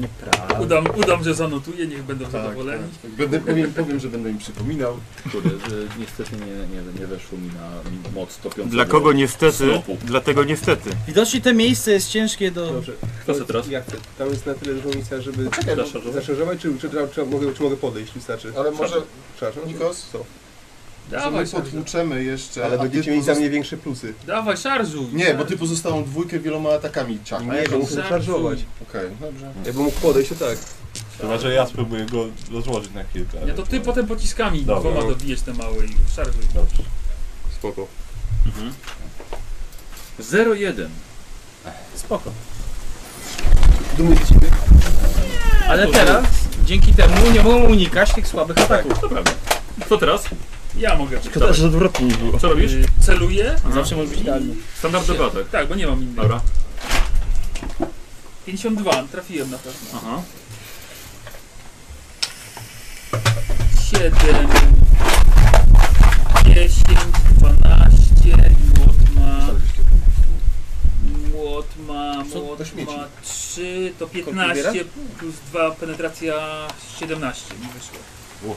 [SPEAKER 5] Nieprawda.
[SPEAKER 2] Udam, udam, że zanotuję, niech będą
[SPEAKER 3] Tak,
[SPEAKER 2] zadowoleni.
[SPEAKER 3] tak. Będę, powiem, powiem, że będę im przypominał.
[SPEAKER 1] Kurde, że niestety nie, nie, nie weszło mi na moc topiącego.
[SPEAKER 4] Dla kogo niestety,
[SPEAKER 1] Snopu.
[SPEAKER 4] dlatego niestety.
[SPEAKER 5] Widocznie to miejsce jest ciężkie do...
[SPEAKER 10] Dobrze.
[SPEAKER 1] Kto chce teraz?
[SPEAKER 10] Jak to? Tam jest na tyle dużo miejsca, żeby
[SPEAKER 1] Zaszarżować?
[SPEAKER 10] zaszarżować, czy, czy, czy, czy, mogę, czy mogę podejść, wystarczy.
[SPEAKER 3] no, Ale może,
[SPEAKER 10] Przepraszam?
[SPEAKER 3] Nikos?
[SPEAKER 10] Co?
[SPEAKER 2] Dawaj,
[SPEAKER 3] my
[SPEAKER 2] szarżuj.
[SPEAKER 3] potłuczemy jeszcze.
[SPEAKER 10] Ale
[SPEAKER 3] a ty
[SPEAKER 10] będziecie mieli za
[SPEAKER 3] pozosta-
[SPEAKER 10] mnie większe plusy.
[SPEAKER 2] Dawaj, szarżuj.
[SPEAKER 3] Nie, bo ty pozostałą dwójkę wieloma atakami ciach.
[SPEAKER 10] Nie, bo muszę
[SPEAKER 2] Szarżuj.
[SPEAKER 10] szarżować.
[SPEAKER 3] Okej, dobrze.
[SPEAKER 10] Ja bym mógł podejść, to tak.
[SPEAKER 6] Chyba,
[SPEAKER 8] Znaczy,
[SPEAKER 6] że ja spróbuję go rozłożyć na kilka.
[SPEAKER 2] Nie, to ty potem pociskami
[SPEAKER 6] Dobra.
[SPEAKER 2] dwoma dobijesz te małe i szarżuj.
[SPEAKER 6] Dobrze.
[SPEAKER 10] Spoko.
[SPEAKER 1] 0-1.
[SPEAKER 5] Spoko.
[SPEAKER 10] Dumny z ciebie?
[SPEAKER 5] Ale teraz, dzięki temu, nie mogą unikać tych słabych ataków.
[SPEAKER 1] Dobra. Kto teraz?
[SPEAKER 2] Ja mogę.
[SPEAKER 1] Dawaj.
[SPEAKER 4] odwrotnie było.
[SPEAKER 1] Co robisz?
[SPEAKER 2] Y, Celuję.
[SPEAKER 5] Zawsze może być idealnie.
[SPEAKER 1] Standardowy atak.
[SPEAKER 2] Tak, bo nie mam innego.
[SPEAKER 1] Dobra.
[SPEAKER 2] 52, trafiłem na pewno.
[SPEAKER 1] Aha.
[SPEAKER 2] 7, 10, 12, młot ma... Młot ma,
[SPEAKER 3] Co? To
[SPEAKER 2] młot
[SPEAKER 3] śmieci.
[SPEAKER 2] ma 3, to 15 plus 2 penetracja 17 mi wyszło.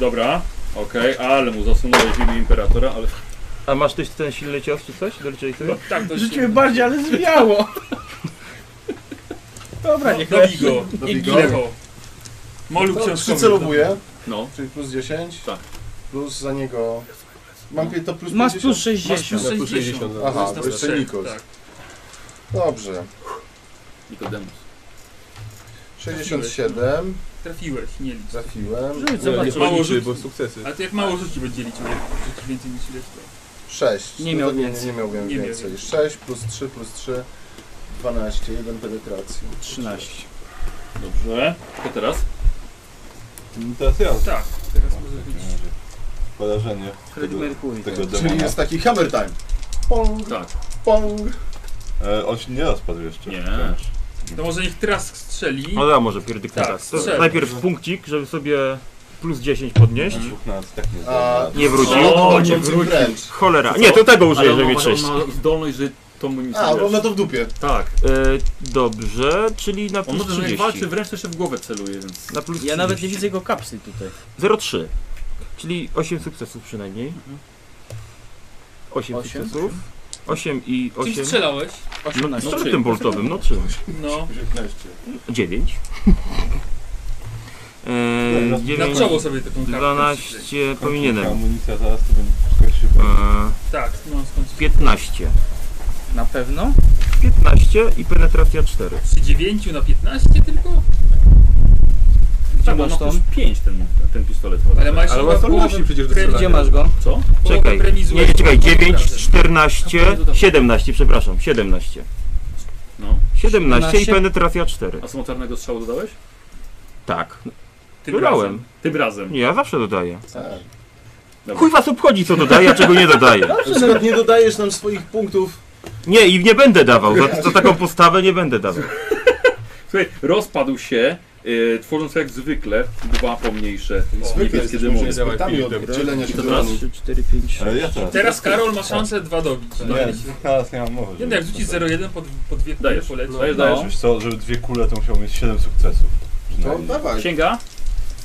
[SPEAKER 1] Dobra. Okej, ale mu zasunąłeś imię imperatora, ale
[SPEAKER 4] A masz też ten silny cios czy coś? Doliczyłeś sobie?
[SPEAKER 2] Tak, to
[SPEAKER 5] Rzuciłem bardziej, ale zwiało. (laughs) Dobra, niech
[SPEAKER 2] Dobij go,
[SPEAKER 3] Dobij go.
[SPEAKER 2] ginę go. Molu
[SPEAKER 3] To
[SPEAKER 2] książkowy.
[SPEAKER 3] Przycelowuję,
[SPEAKER 1] no.
[SPEAKER 3] czyli plus 10.
[SPEAKER 1] Tak.
[SPEAKER 3] Plus za niego. Mam pie- to plus
[SPEAKER 5] no, Masz plus
[SPEAKER 3] 50?
[SPEAKER 5] 60.
[SPEAKER 10] Na plus
[SPEAKER 2] 60.
[SPEAKER 10] 60.
[SPEAKER 3] Aha,
[SPEAKER 10] Aha.
[SPEAKER 3] to jeszcze Nikos.
[SPEAKER 2] Tak.
[SPEAKER 3] Dobrze.
[SPEAKER 1] Nikodemus.
[SPEAKER 3] 67.
[SPEAKER 2] Trafiłeś, nie licz.
[SPEAKER 3] Trafiłem.
[SPEAKER 5] Rzuć,
[SPEAKER 10] Nie,
[SPEAKER 5] zobacz.
[SPEAKER 10] nie
[SPEAKER 2] Mało
[SPEAKER 10] liczy,
[SPEAKER 2] rzuci.
[SPEAKER 10] bo sukcesy.
[SPEAKER 2] Ale to jak mało rzuci będzie liczył, jak rzuci więcej niż ileś to.
[SPEAKER 3] 6.
[SPEAKER 5] Nie miał
[SPEAKER 3] nie,
[SPEAKER 5] więcej.
[SPEAKER 3] nie miałbym
[SPEAKER 2] Nie miał
[SPEAKER 3] więcej.
[SPEAKER 2] więcej.
[SPEAKER 3] 6 plus 3 plus 3. 12. 1 penetracji.
[SPEAKER 5] 13.
[SPEAKER 1] Dobrze. Kto teraz?
[SPEAKER 6] No teraz ja.
[SPEAKER 2] Tak, teraz może być.
[SPEAKER 6] Porażenie
[SPEAKER 5] Freddie Mercury.
[SPEAKER 8] tak.
[SPEAKER 6] tego
[SPEAKER 3] Czyli
[SPEAKER 6] demona.
[SPEAKER 3] jest taki hammer time. Pong,
[SPEAKER 1] Tak.
[SPEAKER 3] pong.
[SPEAKER 6] E, on się nie rozpadł jeszcze.
[SPEAKER 1] Nie.
[SPEAKER 6] wciąż.
[SPEAKER 2] To może niech trask strzeli.
[SPEAKER 4] No da, może pierdyknę
[SPEAKER 2] Tak,
[SPEAKER 4] tak. To
[SPEAKER 2] strzel.
[SPEAKER 4] Najpierw punkcik, żeby sobie plus 10 podnieść.
[SPEAKER 2] Mhm.
[SPEAKER 6] Dwóch nas tak nie
[SPEAKER 3] A,
[SPEAKER 6] zrobił.
[SPEAKER 4] Nie wrócił.
[SPEAKER 1] O,
[SPEAKER 4] O, nie
[SPEAKER 3] wrócił
[SPEAKER 4] wrócił.
[SPEAKER 3] wręcz.
[SPEAKER 4] Cholera. Nie, to tego użyję, żeby
[SPEAKER 1] on,
[SPEAKER 4] mieć 6.
[SPEAKER 1] ma, on ma zdolność, że to mu nic
[SPEAKER 3] A,
[SPEAKER 1] nie
[SPEAKER 3] on
[SPEAKER 1] wiesz.
[SPEAKER 3] ma to w dupie.
[SPEAKER 1] Tak.
[SPEAKER 4] E, dobrze, czyli na
[SPEAKER 1] On
[SPEAKER 4] plus
[SPEAKER 1] może że jak
[SPEAKER 4] 30.
[SPEAKER 1] walczy wręcz to jeszcze w głowę celuje, więc...
[SPEAKER 4] Na plus
[SPEAKER 5] Ja nawet nie
[SPEAKER 4] 30.
[SPEAKER 5] widzę jego kapsy tutaj.
[SPEAKER 4] 0,3. Czyli 8 sukcesów przynajmniej. 8,
[SPEAKER 5] Osiem.
[SPEAKER 4] sukcesów. 8 i
[SPEAKER 2] Czym
[SPEAKER 4] 8.
[SPEAKER 2] strzelałeś?
[SPEAKER 4] No,
[SPEAKER 1] No,
[SPEAKER 4] startem
[SPEAKER 1] czym?
[SPEAKER 4] boltowym, no 3.
[SPEAKER 2] No,
[SPEAKER 4] 9.
[SPEAKER 6] Na
[SPEAKER 4] Eee,
[SPEAKER 2] na
[SPEAKER 4] 9,
[SPEAKER 2] czoło sobie taką kartę. przyklej.
[SPEAKER 4] 12 powinienem.
[SPEAKER 6] Amunicja zaraz to będzie wszystko się
[SPEAKER 4] Eee,
[SPEAKER 2] Tak, no skąd?
[SPEAKER 4] 15.
[SPEAKER 5] Na pewno?
[SPEAKER 4] 15 i penetracja 4.
[SPEAKER 2] Przy 9 na 15 tylko?
[SPEAKER 5] Gdzie
[SPEAKER 1] Tak, on
[SPEAKER 5] masz
[SPEAKER 1] ma
[SPEAKER 5] to?
[SPEAKER 1] plus 5 ten, ten pistolet. tak?
[SPEAKER 2] Ale masz
[SPEAKER 10] Ale masz zdolności przecież do
[SPEAKER 2] Gdzie
[SPEAKER 5] Gdzie
[SPEAKER 10] strzelania.
[SPEAKER 5] masz go?
[SPEAKER 1] Co?
[SPEAKER 4] Czekaj. Nie, nie, czekaj, 9, 14, 17, przepraszam, 17.
[SPEAKER 1] No.
[SPEAKER 4] 17 i
[SPEAKER 5] 17?
[SPEAKER 4] penetracja 4.
[SPEAKER 1] A samotarnego strzału dodałeś?
[SPEAKER 4] Tak,
[SPEAKER 2] Tym
[SPEAKER 4] dodałem.
[SPEAKER 1] Tym razem.
[SPEAKER 4] Nie, ja zawsze dodaję.
[SPEAKER 3] Tak.
[SPEAKER 1] Dobra.
[SPEAKER 4] Chuj was obchodzi, co dodaję, a czego nie dodaję.
[SPEAKER 3] Na przykład nie dodajesz nam swoich punktów.
[SPEAKER 4] Nie, i nie będę dawał. Za, za taką postawę nie będę dawał.
[SPEAKER 1] Słuchaj, rozpadł się, e, tworząc jak zwykle dwa pomniejsze
[SPEAKER 3] Zwykle
[SPEAKER 1] niebieskie
[SPEAKER 3] jesteśmy
[SPEAKER 1] demony.
[SPEAKER 3] już ekspertami od dzielenia się
[SPEAKER 1] I to
[SPEAKER 3] demonów.
[SPEAKER 1] teraz
[SPEAKER 4] 3, 4, 5,
[SPEAKER 8] Ale ja teraz.
[SPEAKER 2] Teraz Karol ma szansę dwa dobić.
[SPEAKER 1] No
[SPEAKER 8] Nie, teraz nie mam mowy.
[SPEAKER 2] Nie
[SPEAKER 8] żeby-
[SPEAKER 2] no, jak rzucić 0-1 pod, pod dwie kule
[SPEAKER 1] Dajesz,
[SPEAKER 2] poleci.
[SPEAKER 1] dajesz,
[SPEAKER 8] No,
[SPEAKER 1] dajesz.
[SPEAKER 8] żebyś co, żeby dwie kule to musiał mieć 7 sukcesów.
[SPEAKER 3] No
[SPEAKER 8] przynajmniej.
[SPEAKER 3] dawaj.
[SPEAKER 1] Księga?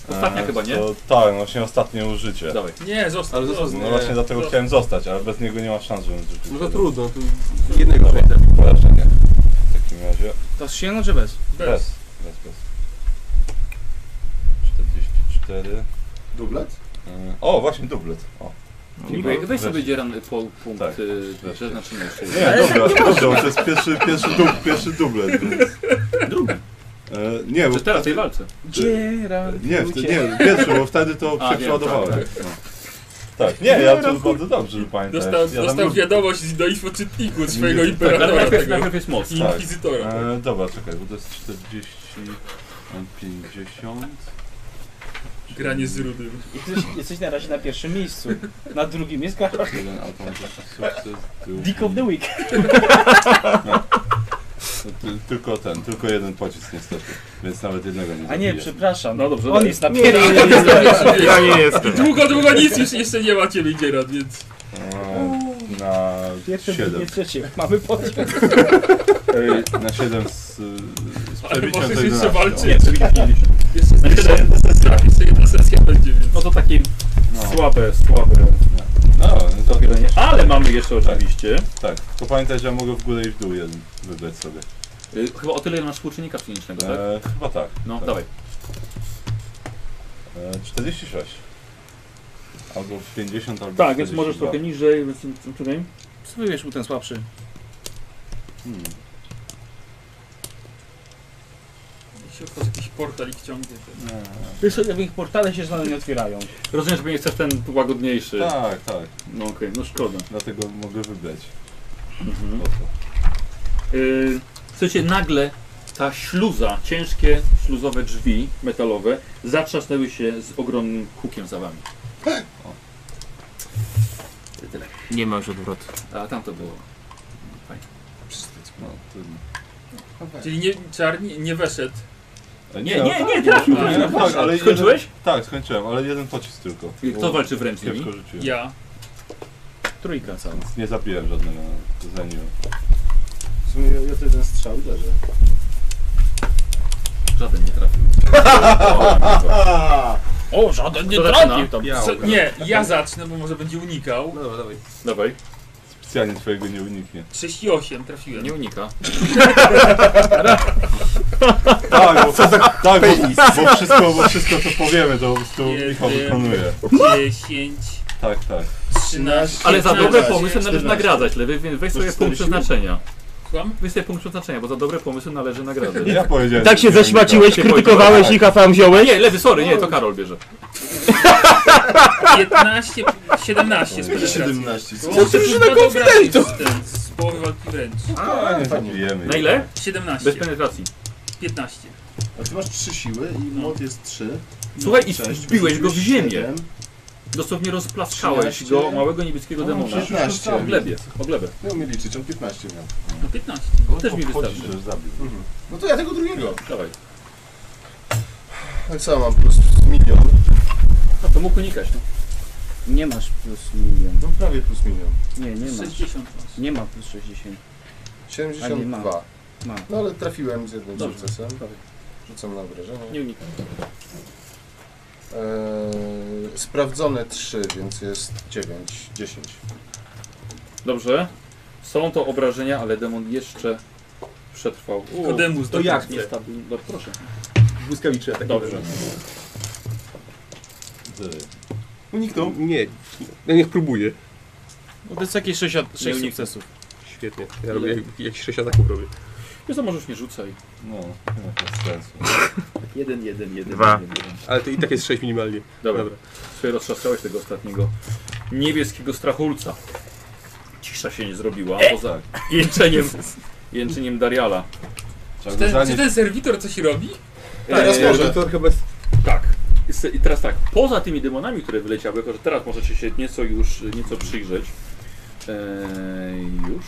[SPEAKER 1] Ostatnia
[SPEAKER 8] E,
[SPEAKER 1] chyba, nie?
[SPEAKER 8] To, tak, właśnie ostatnie użycie.
[SPEAKER 1] Dawaj.
[SPEAKER 2] Nie, zostaw.
[SPEAKER 10] Ale zostaw-
[SPEAKER 2] zostaw.
[SPEAKER 8] No właśnie dlatego
[SPEAKER 2] to-
[SPEAKER 8] chciałem zostać, ale bez niego nie ma szans, żebym rzucił.
[SPEAKER 10] No to
[SPEAKER 8] siedem.
[SPEAKER 10] trudno, tu jednego
[SPEAKER 8] Dobra,
[SPEAKER 10] przejdę.
[SPEAKER 8] proszę, nie. W takim razie
[SPEAKER 5] To z sięgną czy bez?
[SPEAKER 2] Bez.
[SPEAKER 8] bez, bez, bez. 44.
[SPEAKER 3] Dublet?
[SPEAKER 8] E, O, właśnie dublet. O.
[SPEAKER 1] Dziękuję. No. Weź sobie
[SPEAKER 8] Weź.
[SPEAKER 1] dzieran po punkt
[SPEAKER 8] Tak.
[SPEAKER 1] e, przeznaczenia jeszcze.
[SPEAKER 8] Nie, dobra, dobrze, bo to jest pierwszy, pierwszy, dub, pierwszy dublet, więc...
[SPEAKER 1] Drugi.
[SPEAKER 8] E, nie, bo
[SPEAKER 1] Czy teraz w tej walce?
[SPEAKER 5] Dzieran.
[SPEAKER 8] Nie, wtedy, nie, pierwszy, bo wtedy to
[SPEAKER 1] A,
[SPEAKER 8] przeprzeładowałem.
[SPEAKER 1] wiem,
[SPEAKER 8] tak, nie, ja to bardzo dobrze, że pamiętasz.
[SPEAKER 2] No, Dostał,
[SPEAKER 8] ja tam
[SPEAKER 2] dostał
[SPEAKER 8] już-
[SPEAKER 2] wiadomość do infoczytniku od swojego
[SPEAKER 8] Nie,
[SPEAKER 1] Tak, Ale (laughs)
[SPEAKER 2] imperatora
[SPEAKER 1] najpierw,
[SPEAKER 2] tego.
[SPEAKER 1] najpierw jest moc.
[SPEAKER 2] I Inkwizytora. tak.
[SPEAKER 8] E, dobra, czekaj, bo to jest 40, e, 50.
[SPEAKER 2] Granie z rudym.
[SPEAKER 5] Jesteś, jesteś na razie na pierwszym miejscu. Na drugim jest Karol.
[SPEAKER 2] Tak.
[SPEAKER 8] Jeden automatyczny sukces. drugi-
[SPEAKER 5] Dick of the Week.
[SPEAKER 8] No, ty, tylko ten, tylko jeden pocisk niestety, więc nawet jednego nie
[SPEAKER 5] A nie,
[SPEAKER 8] zabiję.
[SPEAKER 5] przepraszam.
[SPEAKER 1] No dobrze,
[SPEAKER 5] On
[SPEAKER 1] daj.
[SPEAKER 5] jest na
[SPEAKER 4] Nie,
[SPEAKER 5] pierwszym.
[SPEAKER 4] ja
[SPEAKER 2] (laughs)
[SPEAKER 4] nie jestem.
[SPEAKER 2] Długo, długo nic już jeszcze nie ma ciebie, Dzieran, więc...
[SPEAKER 8] E, Na
[SPEAKER 5] Pierwsze,
[SPEAKER 8] 7.
[SPEAKER 5] drugie, trzecie. Mamy podział.
[SPEAKER 8] E, Na 7 z, z
[SPEAKER 2] Ale
[SPEAKER 8] przebiciem
[SPEAKER 2] możesz jeszcze
[SPEAKER 8] to 11.
[SPEAKER 2] walczyć. Jeszcze jedna sesja. Tak, Jeszcze jedna sesja będzie, więc...
[SPEAKER 1] No to takie
[SPEAKER 8] No.
[SPEAKER 1] słabe, słabe.
[SPEAKER 8] No, no to,
[SPEAKER 1] Ale mamy jeszcze oczywiście.
[SPEAKER 8] tak, tylko pamiętaj, że ja mogę w górę i w dół jeden wybrać sobie.
[SPEAKER 1] Y, chyba o tyle masz współczynnika klinicznego, tak?
[SPEAKER 8] E, chyba tak.
[SPEAKER 1] No,
[SPEAKER 8] tak.
[SPEAKER 1] dawaj.
[SPEAKER 8] E, 46. Albo 50, albo
[SPEAKER 1] Tak, więc możesz
[SPEAKER 8] 42.
[SPEAKER 1] trochę niżej, więc czekaj.
[SPEAKER 5] Co wybierz mu ten słabszy?
[SPEAKER 8] Hmm.
[SPEAKER 2] Jeśli otworzy jakiś portal i wciągnie ten...
[SPEAKER 5] Wiesz, co, ich portale się żadne nie otwierają.
[SPEAKER 1] Rozumiem, że nie chcesz ten łagodniejszy.
[SPEAKER 8] Tak, tak.
[SPEAKER 1] No okej, no szkoda.
[SPEAKER 8] Dlatego mogę wybrać.
[SPEAKER 1] Mhm.
[SPEAKER 8] Oto.
[SPEAKER 1] Y, słuchajcie, nagle ta śluza, ciężkie śluzowe drzwi metalowe zatrzasnęły się z ogromnym hukiem za wami. To Tyle.
[SPEAKER 4] Nie ma już odwrotu.
[SPEAKER 1] A tam to było.
[SPEAKER 8] No, trudno.
[SPEAKER 2] Czyli nie, czarni nie weszedł.
[SPEAKER 8] E,
[SPEAKER 1] Nie, nie, nie, trafił.
[SPEAKER 8] nie, nie, tak, ale
[SPEAKER 1] Skończyłeś?
[SPEAKER 8] Jeden, tak, skończyłem, ale jeden pocisk tylko.
[SPEAKER 1] I Kto
[SPEAKER 8] Bo
[SPEAKER 1] walczy wręcz z nimi?
[SPEAKER 8] Kiepsko rzuciłem.
[SPEAKER 2] Ja.
[SPEAKER 5] Trójka cała.
[SPEAKER 8] Więc nie zabiłem żadnego, nawet zraniłem.
[SPEAKER 3] W sumie ja, ja to jeden strzał uderzę.
[SPEAKER 1] Żaden nie trafił.
[SPEAKER 5] O, żaden nie
[SPEAKER 1] To
[SPEAKER 5] trafił tam.
[SPEAKER 10] Ja,
[SPEAKER 2] Co, nie, ja zacznę, bo może będzie unikał.
[SPEAKER 10] No dobra, dawaj.
[SPEAKER 1] Dawaj.
[SPEAKER 8] Specjalnie twojego nie uniknie.
[SPEAKER 2] 38 trafiłem.
[SPEAKER 1] Nie unika.
[SPEAKER 8] Tak, bo, tak, bo, bo, wszystko, bo wszystko co powiemy, to po prostu
[SPEAKER 2] Nie
[SPEAKER 8] Michał
[SPEAKER 2] wiem.
[SPEAKER 8] wykonuje.
[SPEAKER 2] 10,
[SPEAKER 8] Tak, tak.
[SPEAKER 2] 13.
[SPEAKER 1] Ale za dobre
[SPEAKER 2] czternaście.
[SPEAKER 1] pomysły należy
[SPEAKER 3] 14.
[SPEAKER 1] nagradzać, Lewy, więc weź sobie punkt
[SPEAKER 3] 47.
[SPEAKER 1] przeznaczenia.
[SPEAKER 2] Słucham?
[SPEAKER 1] Weź sobie punkt przeznaczenia, bo za dobre pomysły należy nagradzać.
[SPEAKER 8] Ja powiedziałem.
[SPEAKER 4] Tak się
[SPEAKER 8] że nie
[SPEAKER 4] zaśmaciłeś,
[SPEAKER 8] unikam.
[SPEAKER 4] krytykowałeś
[SPEAKER 8] Tak.
[SPEAKER 4] i hafam wziąłeś?
[SPEAKER 1] Nie, Lewy, sorry, nie, to Karol bierze.
[SPEAKER 2] 15, 17 z penetracji.
[SPEAKER 3] 17.
[SPEAKER 2] To może być dwa dobra system Z połowy walki wręcz.
[SPEAKER 8] A, nie zabijemy.
[SPEAKER 1] Na ile? Bez
[SPEAKER 2] 17,
[SPEAKER 1] penetracji.
[SPEAKER 2] 15.
[SPEAKER 3] A ty masz 3 siły i mod jest 3.
[SPEAKER 1] Słuchaj, i wbiłeś go w ziemię. Dosłownie rozplaskałeś
[SPEAKER 3] 13.
[SPEAKER 1] go, małego niebieskiego
[SPEAKER 8] No,
[SPEAKER 3] No,
[SPEAKER 1] demona.
[SPEAKER 3] 15.
[SPEAKER 1] O glebie, o glebę.
[SPEAKER 3] Nie umie liczyć, on 15 miał.
[SPEAKER 2] No 15.
[SPEAKER 8] No,
[SPEAKER 1] Też mi
[SPEAKER 8] to
[SPEAKER 1] wystarczy.
[SPEAKER 8] wchodzisz, że zabił.
[SPEAKER 3] No to ja tego drugiego.
[SPEAKER 1] Dawaj.
[SPEAKER 3] Tak samo mam plus milion.
[SPEAKER 1] A to mógł unikać. No.
[SPEAKER 5] Nie masz plus milion.
[SPEAKER 3] No prawie plus milion.
[SPEAKER 5] Nie, nie masz.
[SPEAKER 2] 60
[SPEAKER 5] Nie ma plus 60. A nie ma.
[SPEAKER 3] 72.
[SPEAKER 5] Ma.
[SPEAKER 3] No ale trafiłem z jednym
[SPEAKER 1] Dobrze.
[SPEAKER 3] sukcesem. Rzucam na obrażenie.
[SPEAKER 1] Nie unikaj.
[SPEAKER 3] Eee, sprawdzone 3, więc jest 9, 10.
[SPEAKER 1] Dobrze. Są to obrażenia, ale demon jeszcze przetrwał. U,
[SPEAKER 2] Kodemus do
[SPEAKER 10] to jak
[SPEAKER 2] końca.
[SPEAKER 1] niestabilny. tak No, proszę.
[SPEAKER 10] Błyskawiczy atak.
[SPEAKER 1] Dobrze.
[SPEAKER 8] Zero.
[SPEAKER 10] Uniknął? Nie. Ja niech próbuje.
[SPEAKER 5] No To jest jakieś 6,
[SPEAKER 1] Nie uniknę.
[SPEAKER 5] sukcesów.
[SPEAKER 10] Świetnie. Ja robię jak, jakiś sześć ataków robię.
[SPEAKER 1] Wiesz co, możesz nie rzucaj.
[SPEAKER 8] No, chyba bez sensu.
[SPEAKER 1] Jeden, jeden, jeden.
[SPEAKER 4] Dwa.
[SPEAKER 1] Jeden, jeden.
[SPEAKER 10] Ale to i tak jest 6 minimalnie.
[SPEAKER 1] Dobra.
[SPEAKER 10] Dobra.
[SPEAKER 1] Sobie roztrzaskałeś tego ostatniego niebieskiego strachulca. Cisza się nie zrobiła,
[SPEAKER 10] E!
[SPEAKER 1] poza jęczeniem, jęczeniem Dariala.
[SPEAKER 8] Trzeba
[SPEAKER 2] Czy
[SPEAKER 8] go
[SPEAKER 2] ten, czy
[SPEAKER 8] zanieść.
[SPEAKER 2] ten serwitor coś robi?
[SPEAKER 3] Teraz
[SPEAKER 10] Eee,
[SPEAKER 3] może.
[SPEAKER 10] to chyba jest...
[SPEAKER 1] Tak. Jest- I teraz tak, poza tymi demonami, które wyleciały, jako że teraz możecie się nieco już y, nieco przyjrzeć, Eee, już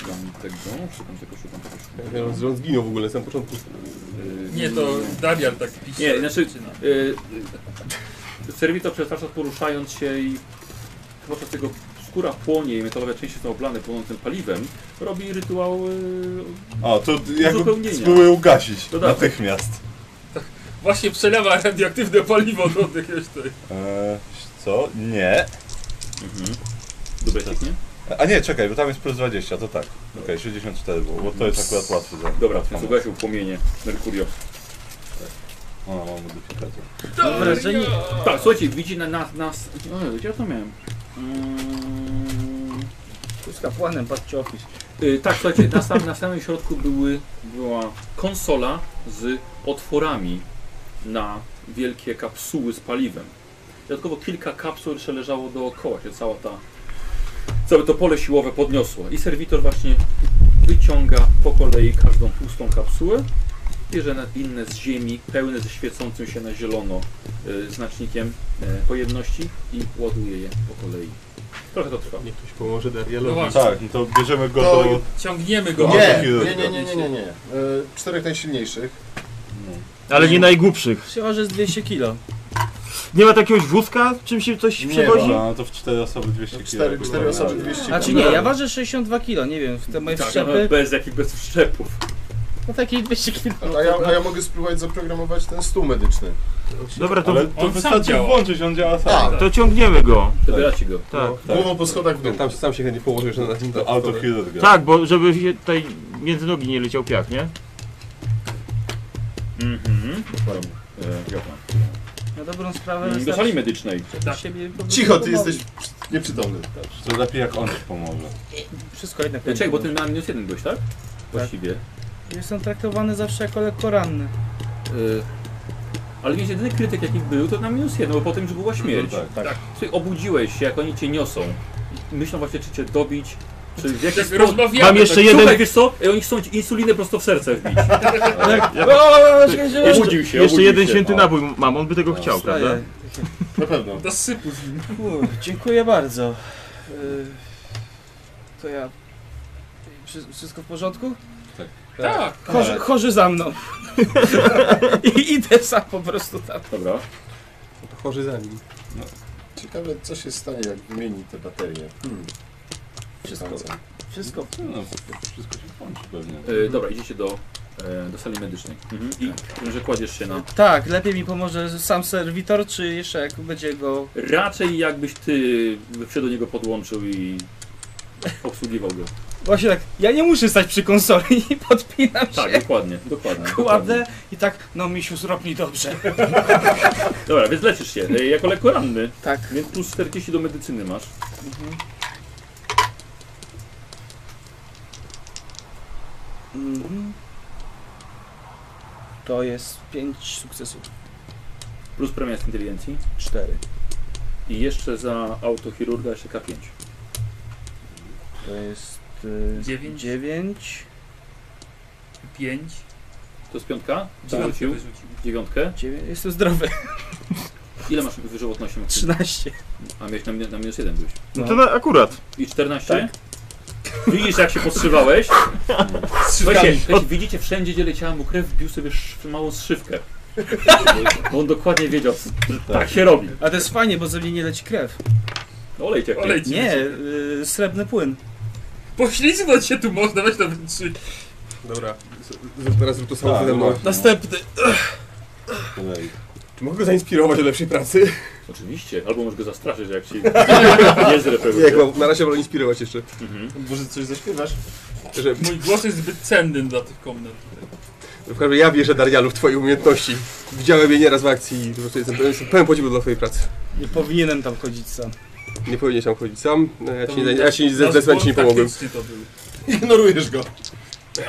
[SPEAKER 1] szukam tego, szukam tego, szukam tego, szukam
[SPEAKER 10] Ja
[SPEAKER 1] tego.
[SPEAKER 10] wiem, że on zginął w ogóle na samym początku.
[SPEAKER 1] Eee,
[SPEAKER 2] Nie, to Darial tak pisze.
[SPEAKER 1] Nie, znaczy-
[SPEAKER 2] Zaczyna.
[SPEAKER 1] Yy,
[SPEAKER 2] no.
[SPEAKER 1] Serwito przetracza poruszając się i podczas tego skóra płonie i metalowe części są oblane płonącym paliwem, robi rytuał yy,
[SPEAKER 8] A, to jak
[SPEAKER 1] Uzupełnienia.
[SPEAKER 8] spróbuję ugasić
[SPEAKER 1] To dawaj.
[SPEAKER 8] natychmiast.
[SPEAKER 2] Właśnie przelewa radioaktywne paliwo do jakiegoś tutaj.
[SPEAKER 8] Eee, co? Nie.
[SPEAKER 1] dubek, tak, nie?
[SPEAKER 8] A nie, czekaj, bo tam jest plus 20, to tak. Okej, 64 było, bo to jest akurat łatwy No. za.
[SPEAKER 1] Dobra,
[SPEAKER 8] łatwa
[SPEAKER 1] więc
[SPEAKER 8] moc.
[SPEAKER 1] ugasił płomienie Merkurio.
[SPEAKER 8] O, mam modyfikator.
[SPEAKER 5] Mam wrażenie,
[SPEAKER 1] Tak, słuchajcie, widzi na nas, nas... O, gdzie ja to miałem? Mm.
[SPEAKER 5] z kapłanem, patrzcie opis.
[SPEAKER 1] Y, tak, słuchajcie, na, sam, na samym środku były, była konsola z otworami na wielkie kapsuły z paliwem. Dodatkowo kilka kapsuł jeszcze leżało dookoła się, cała ta, całe to pole siłowe podniosło. I serwitor właśnie wyciąga po kolei każdą pustą kapsułę, bierze na- inne z ziemi, pełne ze świecącym się na zielono y, znacznikiem y, pojemności i ładuje je po kolei. Trochę to trwa.
[SPEAKER 10] Niech ktoś pomoże
[SPEAKER 2] No
[SPEAKER 10] Darialowi.
[SPEAKER 2] właśnie,
[SPEAKER 8] Tak, no to bierzemy go
[SPEAKER 3] To-
[SPEAKER 8] do...
[SPEAKER 2] ciągniemy go.
[SPEAKER 3] Nie,
[SPEAKER 8] Chirurga.
[SPEAKER 3] nie, nie, nie, nie, nie, nie. E, czterech najsilniejszych.
[SPEAKER 4] Ale nie najgłupszych.
[SPEAKER 5] Siła, że z 200 kilo.
[SPEAKER 4] Nie ma takiego wózka, czym się coś
[SPEAKER 3] Nie
[SPEAKER 4] przewozi?
[SPEAKER 3] ma.
[SPEAKER 8] No to w 4 osoby 200 kg.
[SPEAKER 3] Cztery, cztery osoby 200
[SPEAKER 5] Znaczy nie, ja ważę 62 kilo, nie wiem, te moje
[SPEAKER 1] No,
[SPEAKER 5] wszczepy,
[SPEAKER 1] Bez jakich bez wszczepów.
[SPEAKER 5] no takie 200 kilo.
[SPEAKER 3] A ja, a ja mogę spróbować zaprogramować ten stół medyczny.
[SPEAKER 4] Dobra, to,
[SPEAKER 8] Ale
[SPEAKER 2] On
[SPEAKER 8] to
[SPEAKER 2] sam
[SPEAKER 8] wystarczy
[SPEAKER 2] działa.
[SPEAKER 8] włączyć, on działa sam.
[SPEAKER 3] Tak.
[SPEAKER 4] to ciągniemy go.
[SPEAKER 1] Dobieracie go.
[SPEAKER 4] Tak.
[SPEAKER 3] Głową po schodach w dół.
[SPEAKER 10] Tam się sam się chętnie położysz na tym.
[SPEAKER 8] To autochirurga.
[SPEAKER 4] Tak, bo żeby się tutaj między nogi nie leciał piach, nie?
[SPEAKER 1] Mhm. E, Jopla.
[SPEAKER 5] Na dobrą sprawę,
[SPEAKER 1] Mm, Do sali medycznej.
[SPEAKER 5] do siebie po
[SPEAKER 3] Cicho,
[SPEAKER 5] prostu
[SPEAKER 3] ty jesteś
[SPEAKER 5] pomogli.
[SPEAKER 3] nieprzytomny.
[SPEAKER 8] To lepiej jak on ci pomoże.
[SPEAKER 5] Wszystko jednak.
[SPEAKER 1] E, Czekaj, bo ty na minus jeden byłeś, tak? Właściwie.
[SPEAKER 5] Jestem traktowany zawsze jako lekko ranny.
[SPEAKER 1] E, Ale wiesz, jedyny krytyk jaki był, to na minus jeden, bo po tym, że była śmierć.
[SPEAKER 8] No tak,
[SPEAKER 1] tak. Słuchaj, obudziłeś się, jak oni cię niosą. I Myślą właśnie, czy cię dobić, czy w jakiś
[SPEAKER 2] Tak
[SPEAKER 1] sposób...
[SPEAKER 2] (laughs) rozmawiamy.
[SPEAKER 4] Mam jeszcze
[SPEAKER 2] tak.
[SPEAKER 4] jeden-
[SPEAKER 1] Słuchaj, wiesz co? E, Oni chcą ci insulinę prosto w serce wbić.
[SPEAKER 5] Tak.
[SPEAKER 4] Jeszcze-
[SPEAKER 1] Obudził się,
[SPEAKER 4] Jeszcze
[SPEAKER 1] obudził
[SPEAKER 4] jeden
[SPEAKER 1] się.
[SPEAKER 4] święty napój mam, on by tego chciał, prawda?
[SPEAKER 5] Daję.
[SPEAKER 3] Na
[SPEAKER 1] No,
[SPEAKER 3] pewno.
[SPEAKER 2] Do sypu z nim.
[SPEAKER 5] Uch, dziękuję bardzo. Y, To ja... Wszy- Wszystko w porządku?
[SPEAKER 2] Tak.
[SPEAKER 5] Chorzy, chorzy za mną.
[SPEAKER 1] (laughs)
[SPEAKER 5] I idę sam po prostu tam.
[SPEAKER 1] Dobra.
[SPEAKER 10] Chorzy za nim.
[SPEAKER 3] Ciekawe, co się stanie, jak wymieni te baterie. Hmm.
[SPEAKER 5] Wszystko,
[SPEAKER 3] Ciekawe.
[SPEAKER 5] wszystko.
[SPEAKER 8] No, wszystko się włączy pewnie. Tak,
[SPEAKER 1] E, Dobra, idziecie do, e, do sali medycznej. Mhm. I że kładziesz się na...
[SPEAKER 5] Tak, lepiej mi pomoże sam serwitor, czy jeszcze jak będzie go...
[SPEAKER 1] Raczej jakbyś ty się do niego podłączył i obsługiwał go.
[SPEAKER 5] Właśnie tak, ja nie muszę stać przy konsoli i (laughs) podpinam
[SPEAKER 1] Tak,
[SPEAKER 5] się,
[SPEAKER 1] dokładnie, dokładnie. dokładnie.
[SPEAKER 5] kładę i tak, no misiu, zrób mi dobrze.
[SPEAKER 1] Dobra, więc leczysz się. e, Jako lekko ranny,
[SPEAKER 5] Tak.
[SPEAKER 1] więc plus 40 do medycyny masz.
[SPEAKER 5] Mhm. Mhm. To jest 5 sukcesów.
[SPEAKER 1] Plus premia z inteligencji.
[SPEAKER 5] 4.
[SPEAKER 1] I jeszcze za autochirurga jeszcze K5.
[SPEAKER 5] To jest y,
[SPEAKER 2] Dziewięć.
[SPEAKER 5] 9,
[SPEAKER 2] Pięć.
[SPEAKER 1] To jest piątka?
[SPEAKER 2] Dziewiątkę
[SPEAKER 1] Wyrzucił.
[SPEAKER 2] wyrzucił.
[SPEAKER 1] Dziewiątkę.
[SPEAKER 5] 9 jestem zdrowy. (laughs)
[SPEAKER 1] Ile masz wyżywotności?
[SPEAKER 5] 13.
[SPEAKER 1] A miałeś na, min- na minus jeden byłeś.
[SPEAKER 4] No to na, akurat.
[SPEAKER 1] I 14? Widzisz jak się podszywałeś? Słuchajcie, słuchajcie, widzicie wszędzie gdzie leciała mu krew, wbił sobie sz- małą zszywkę. Bo on dokładnie wiedział, że tak się robi. No,
[SPEAKER 5] A to jest fajnie, bo ze mnie nie leci krew.
[SPEAKER 1] Olejcie.
[SPEAKER 2] Olej ci.
[SPEAKER 5] Nie, y, srebrny płyn.
[SPEAKER 2] Poślizgnąć się tu można, weź tam trzy.
[SPEAKER 10] Dobra, z- z- teraz zrób to samo
[SPEAKER 8] Tak,
[SPEAKER 10] ze mną.
[SPEAKER 8] no.
[SPEAKER 5] Następny.
[SPEAKER 8] Kolej.
[SPEAKER 10] Czy mogę go zainspirować do lepszej pracy?
[SPEAKER 1] Oczywiście. Albo możesz go zastraszyć, jak się nie zreperuje.
[SPEAKER 10] Nie, chyba na razie wolę inspirować jeszcze.
[SPEAKER 1] Mhm.
[SPEAKER 3] Może coś zaśpiewasz?
[SPEAKER 10] Że
[SPEAKER 2] Mój głos jest zbyt cenny dla tych komnat.
[SPEAKER 10] w każdym razie ja wierzę Darialu w twoje umiejętności. Widziałem je nieraz w akcji i po prostu jestem pełen, jestem pełen podziwu dla twojej pracy.
[SPEAKER 5] Nie powinienem tam chodzić sam.
[SPEAKER 10] Nie powinieneś tam chodzić sam, no ja
[SPEAKER 2] To
[SPEAKER 10] ci,
[SPEAKER 2] był-
[SPEAKER 10] ja ci
[SPEAKER 2] Nasz
[SPEAKER 10] zdecydowanie ci nie
[SPEAKER 2] błąd
[SPEAKER 10] pomogłem.
[SPEAKER 2] taktyczny to był.
[SPEAKER 3] Ignorujesz go.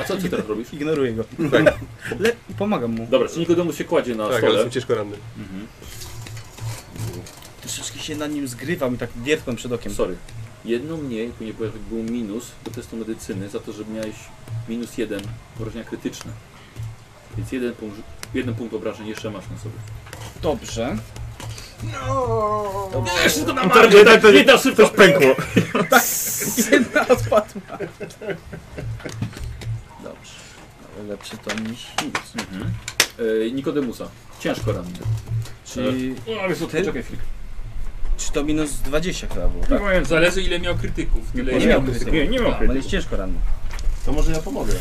[SPEAKER 1] A co ty teraz robisz?
[SPEAKER 5] Ignoruję go.
[SPEAKER 10] Tak.
[SPEAKER 5] Le pomagam mu.
[SPEAKER 1] Dobra, czyli Nikodemus się kładzie na
[SPEAKER 10] Tak, ale
[SPEAKER 1] stole.
[SPEAKER 10] jestem ciężko ranny.
[SPEAKER 1] Mhm.
[SPEAKER 5] Troszeczkę się na nim zgrywam i tak wiertłem przed okiem.
[SPEAKER 1] Sorry. Jedno mniej, ponieważ był minus do testu medycyny za to, że miałeś minus jeden obrażenia krytyczne. Więc jeden punkt, jeden punkt obrażeń jeszcze masz na sobie.
[SPEAKER 5] Dobrze. (laughs)
[SPEAKER 1] Jeszcze to na marnie, tak,
[SPEAKER 4] nie,
[SPEAKER 1] tak szybko.
[SPEAKER 4] Pękło.
[SPEAKER 5] Jedna odpadła. Dobrze. Ale lepsze to niż nic. nie?
[SPEAKER 1] Mhm. E, Nikodemusa. Ciężko ranny.
[SPEAKER 5] Czyli
[SPEAKER 1] O, wiesz co,
[SPEAKER 5] Ty?
[SPEAKER 1] poczekaj chwilkę.
[SPEAKER 5] czy to minus 20 chyba było, tak?
[SPEAKER 1] Tak.
[SPEAKER 2] Zależy ile miał krytyków. Tyle
[SPEAKER 5] Nie
[SPEAKER 2] ile
[SPEAKER 5] miał
[SPEAKER 1] krytyków. Nie, nie miał
[SPEAKER 2] Tak.
[SPEAKER 5] Ale
[SPEAKER 1] krytyków.
[SPEAKER 5] jest ciężko ranny.
[SPEAKER 3] To może ja pomogę.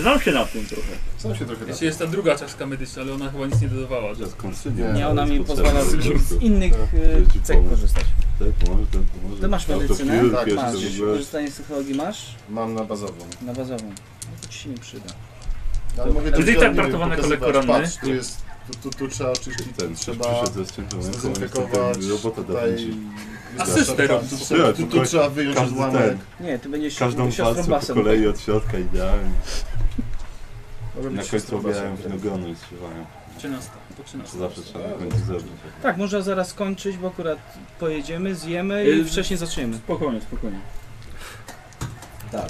[SPEAKER 1] Znam się na tym trochę.
[SPEAKER 3] Sam się trochę
[SPEAKER 2] Jeszcze jest ta druga czaszka medyczna, ale ona chyba nic nie dodawała.
[SPEAKER 8] Że z konsylium.
[SPEAKER 5] Nie, ona mi
[SPEAKER 8] Jest
[SPEAKER 5] pozwala
[SPEAKER 8] potrzebny.
[SPEAKER 5] z z innych
[SPEAKER 3] Tak.
[SPEAKER 5] e,
[SPEAKER 8] Dzieci
[SPEAKER 5] cech
[SPEAKER 8] pomóc.
[SPEAKER 5] korzystać.
[SPEAKER 8] Tak, Ten pomoże, ten pomoże.
[SPEAKER 5] Ty masz medycynę?
[SPEAKER 8] Autopilot,
[SPEAKER 3] Tak,
[SPEAKER 8] wiesz,
[SPEAKER 5] Masz.
[SPEAKER 8] to w ogóle-
[SPEAKER 5] Korzystanie z psychologii masz?
[SPEAKER 3] Mam na bazową.
[SPEAKER 5] Na bazową. No to ci się nie przyda.
[SPEAKER 3] Ale mogę
[SPEAKER 1] Czyli
[SPEAKER 3] dzieciom,
[SPEAKER 1] tak
[SPEAKER 3] nie wiem,
[SPEAKER 1] traktowane
[SPEAKER 3] pokazywać,
[SPEAKER 1] kolekoranny?
[SPEAKER 3] Patrz, tu jest, tu, tu, tu trzeba oczyścić,
[SPEAKER 8] Ten,
[SPEAKER 3] ten,
[SPEAKER 8] trzeba
[SPEAKER 3] trzeba
[SPEAKER 8] przyszedł ze ściętą ręką,
[SPEAKER 3] zdezynfekować,
[SPEAKER 8] niestety robota da
[SPEAKER 3] tutaj...
[SPEAKER 8] będzie.
[SPEAKER 2] Asystę robi.
[SPEAKER 3] Tu, trzeba- tu, tu trzeba wyjąć
[SPEAKER 8] Każdy
[SPEAKER 3] odłamek.
[SPEAKER 8] ten,
[SPEAKER 5] Nie, ty będziesz
[SPEAKER 8] każdą
[SPEAKER 5] siostrą
[SPEAKER 8] palcę po
[SPEAKER 5] basem.
[SPEAKER 8] kolei od środka idealnie.
[SPEAKER 3] Mogę
[SPEAKER 8] Na
[SPEAKER 3] być
[SPEAKER 8] końcu
[SPEAKER 3] strobasem.
[SPEAKER 8] obijają winogronu i strzywają.
[SPEAKER 2] 13. Po
[SPEAKER 8] Co
[SPEAKER 2] 13.
[SPEAKER 8] zawsze trzeba na końcu zrobić.
[SPEAKER 5] Tak, można zaraz skończyć, bo akurat pojedziemy, zjemy i
[SPEAKER 1] Yy,
[SPEAKER 5] wcześniej zaczniemy.
[SPEAKER 1] Spokojnie, spokojnie.
[SPEAKER 5] tak,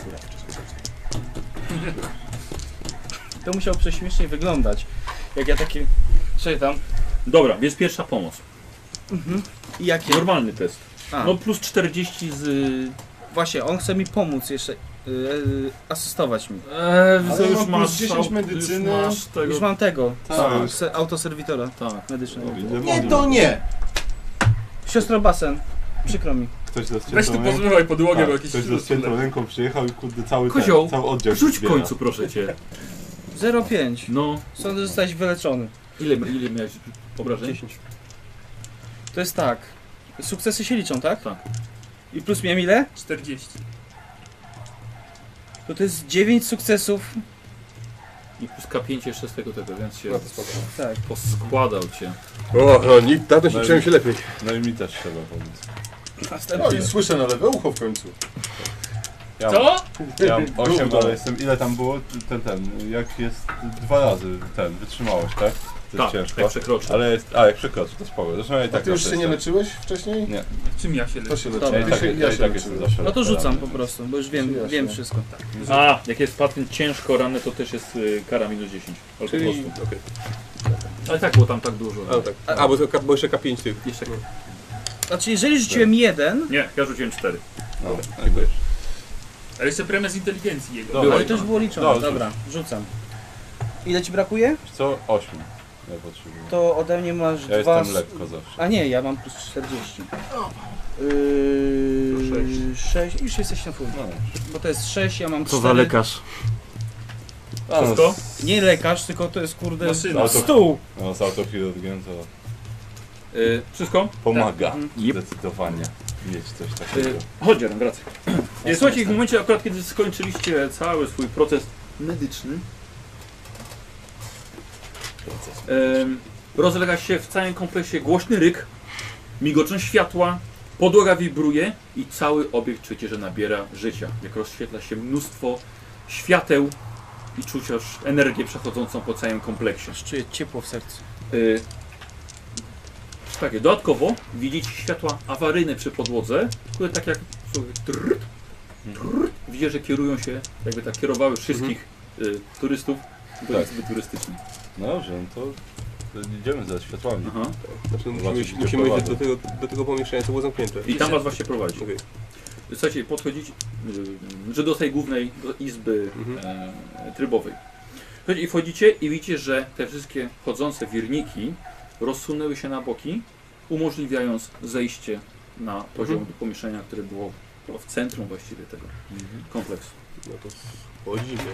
[SPEAKER 5] To musiał prześmiesznie wyglądać. Jak ja takie czytam.
[SPEAKER 1] Dobra, więc pierwsza pomoc.
[SPEAKER 5] I jakie?
[SPEAKER 1] Normalny test.
[SPEAKER 5] A,
[SPEAKER 1] No plus 40 z...
[SPEAKER 5] właśnie, on chce mi pomóc jeszcze, yy, asystować mi.
[SPEAKER 1] Eee,
[SPEAKER 3] Ale mam plus 10 medycyny.
[SPEAKER 1] Już masz tego...
[SPEAKER 5] Już mam tego,
[SPEAKER 8] Tak.
[SPEAKER 5] se- autoserwitora
[SPEAKER 1] Tak.
[SPEAKER 5] medycznego.
[SPEAKER 3] Nie, to nie!
[SPEAKER 5] Siostro Basen, przykro mi.
[SPEAKER 8] Ktoś ze
[SPEAKER 2] Weź
[SPEAKER 8] ściętą
[SPEAKER 2] tu
[SPEAKER 8] ręką.
[SPEAKER 2] pozmywaj podłogę,
[SPEAKER 8] tak,
[SPEAKER 2] bo jakiś
[SPEAKER 8] Ktoś ze
[SPEAKER 2] śluz
[SPEAKER 8] ściętą ręką przyjechał i kurde cały, ten,
[SPEAKER 1] Kozioł,
[SPEAKER 8] cały oddział się
[SPEAKER 1] Rzuć w
[SPEAKER 8] zbiera.
[SPEAKER 1] końcu, proszę cię.
[SPEAKER 5] 05.
[SPEAKER 1] No.
[SPEAKER 5] Sądzę, że zostałeś wyleczony.
[SPEAKER 1] Ile, ile miałeś obrażeń?
[SPEAKER 5] 10. To jest tak. Sukcesy się liczą, tak?
[SPEAKER 1] Tak.
[SPEAKER 5] I plus miałem ile?
[SPEAKER 2] 40.
[SPEAKER 5] To to jest 9 sukcesów.
[SPEAKER 1] I plus K5 jeszcze z tego tego, więc się
[SPEAKER 10] No to spoko.
[SPEAKER 5] Tak.
[SPEAKER 1] poskładał cię.
[SPEAKER 10] O, no nie, dawno się
[SPEAKER 8] No i-
[SPEAKER 10] czułem się lepiej.
[SPEAKER 8] No i mi też trzeba pomóc.
[SPEAKER 3] No i słyszę na lewe ucho w końcu.
[SPEAKER 8] Ja mam-
[SPEAKER 2] Co?
[SPEAKER 8] Ja mam 8,
[SPEAKER 3] Gówno.
[SPEAKER 8] ale jestem. Ile tam było? Ten, ten. Jak jest dwa razy ten, wytrzymałość, tak? To
[SPEAKER 1] Tak,
[SPEAKER 8] jest ciężko.
[SPEAKER 1] jak przekroczy.
[SPEAKER 8] Ale jest. A jak przekroczy, to spoko. Zresztą ja i
[SPEAKER 3] A
[SPEAKER 8] tak
[SPEAKER 3] ty już się
[SPEAKER 8] zawsze
[SPEAKER 3] nie
[SPEAKER 8] jestem-
[SPEAKER 3] leczyłeś wcześniej?
[SPEAKER 2] Czym ja się
[SPEAKER 3] To
[SPEAKER 2] leczę?
[SPEAKER 3] się
[SPEAKER 5] Dobra.
[SPEAKER 8] Ja
[SPEAKER 3] leczyłem.
[SPEAKER 8] i tak,
[SPEAKER 3] Ty się-
[SPEAKER 8] ja
[SPEAKER 3] Ja
[SPEAKER 8] i
[SPEAKER 3] się
[SPEAKER 8] tak jestem
[SPEAKER 3] leczyłem.
[SPEAKER 8] zawsze.
[SPEAKER 5] No to
[SPEAKER 8] lepiej.
[SPEAKER 5] rzucam po prostu, bo już wiem,
[SPEAKER 3] Jasne.
[SPEAKER 5] wiem wszystko.
[SPEAKER 1] A, jak jest pacjent ciężko ranny, to też jest y, kara minus 10. Albo po
[SPEAKER 10] Czyli,
[SPEAKER 1] prostu.
[SPEAKER 10] okej.
[SPEAKER 1] Ale tak było tam tak dużo.
[SPEAKER 10] A, no tak. A, bo, tylko- bo jeszcze K5 tych. No.
[SPEAKER 1] Jeszcze...
[SPEAKER 5] Znaczy, jeżeli rzuciłem jeden,
[SPEAKER 1] Nie, ja rzuciłem 4.
[SPEAKER 8] No, dziękuję.
[SPEAKER 2] Ale jeszcze premia z inteligencji jego.
[SPEAKER 8] Dobra.
[SPEAKER 5] ale to już było liczone.
[SPEAKER 8] Dobra,
[SPEAKER 5] Dobra, rzucam. Ile ci brakuje?
[SPEAKER 8] Wiesz Co? 8. Ja potrzebuję.
[SPEAKER 5] To ode mnie masz
[SPEAKER 8] Ja
[SPEAKER 5] dwa.
[SPEAKER 8] jestem lekko zawsze.
[SPEAKER 5] A nie, ja mam plus 40. Yy, 6. Już jesteś na full.
[SPEAKER 8] No,
[SPEAKER 5] Bo to jest 6, ja mam
[SPEAKER 4] Co
[SPEAKER 5] 4.
[SPEAKER 4] za lekarz?
[SPEAKER 1] Wszystko?
[SPEAKER 5] Nie lekarz, tylko to jest kurde
[SPEAKER 2] Maszyna.
[SPEAKER 8] Auto-
[SPEAKER 5] stół.
[SPEAKER 8] no z autopilotgiem to
[SPEAKER 1] Y, wszystko?
[SPEAKER 5] Tak,
[SPEAKER 8] pomaga.
[SPEAKER 5] mhm.
[SPEAKER 4] Jep.
[SPEAKER 8] Zdecydowanie. Mieć coś takiego.
[SPEAKER 1] Y, chodź, Jan, wracaj. Y, Słuchajcie, w momencie akurat, kiedy skończyliście cały swój proces medyczny, em, rozlega się w całym kompleksie głośny ryk, migoczą światła, podłoga wibruje i cały obiekt czujecie, że nabiera życia. Jak rozświetla się mnóstwo świateł i czuć aż energię przechodzącą po całym kompleksie.
[SPEAKER 5] Aż czuję ciepło w sercu.
[SPEAKER 1] Y, Takie, dodatkowo widzicie światła awaryjne przy podłodze, które tak jak sobie trrr, trrr, widzicie, że kierują się, jakby tak kierowały wszystkich y, turystów, bo
[SPEAKER 8] Tak.
[SPEAKER 1] jest zbyt turystyczny.
[SPEAKER 8] No dobrze, no to, to idziemy za światłami.
[SPEAKER 1] Aha.
[SPEAKER 10] Znaczy, musimy,
[SPEAKER 8] Zobaczyć,
[SPEAKER 10] iść-
[SPEAKER 8] gdzie
[SPEAKER 10] musimy iść
[SPEAKER 8] prowadzą.
[SPEAKER 10] do tego, do tego pomieszczenia, co było zamknięte.
[SPEAKER 1] I tam was właśnie prowadzi.
[SPEAKER 10] Okej.
[SPEAKER 1] Słuchajcie, podchodzicie, y, że do tej głównej do izby
[SPEAKER 10] Mhm.
[SPEAKER 1] e, trybowej. Słuchajcie, i wchodzicie i widzicie, że te wszystkie chodzące wirniki rozsunęły się na boki, umożliwiając zejście na
[SPEAKER 10] Mhm.
[SPEAKER 1] poziom pomieszczenia, które było w centrum właściwie tego kompleksu.
[SPEAKER 10] Mhm. No to chodzimy.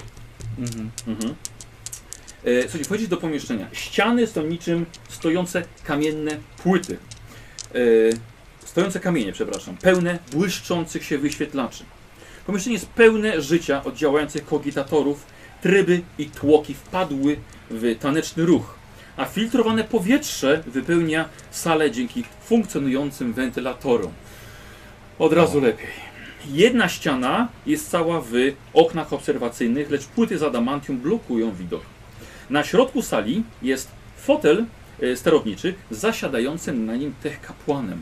[SPEAKER 5] Mhm.
[SPEAKER 1] Mhm. E, Słuchajcie, wchodzicie do pomieszczenia. Ściany są niczym stojące kamienne płyty. E, stojące kamienie, przepraszam. Pełne błyszczących się wyświetlaczy. Pomieszczenie jest pełne życia od działających kogitatorów. Tryby i tłoki wpadły w taneczny ruch. A filtrowane powietrze wypełnia salę dzięki funkcjonującym wentylatorom. Od razu lepiej. Jedna ściana jest cała w oknach obserwacyjnych, lecz płyty z adamantium blokują widok. Na środku sali jest fotel e, sterowniczy z zasiadającym na nim tech kapłanem.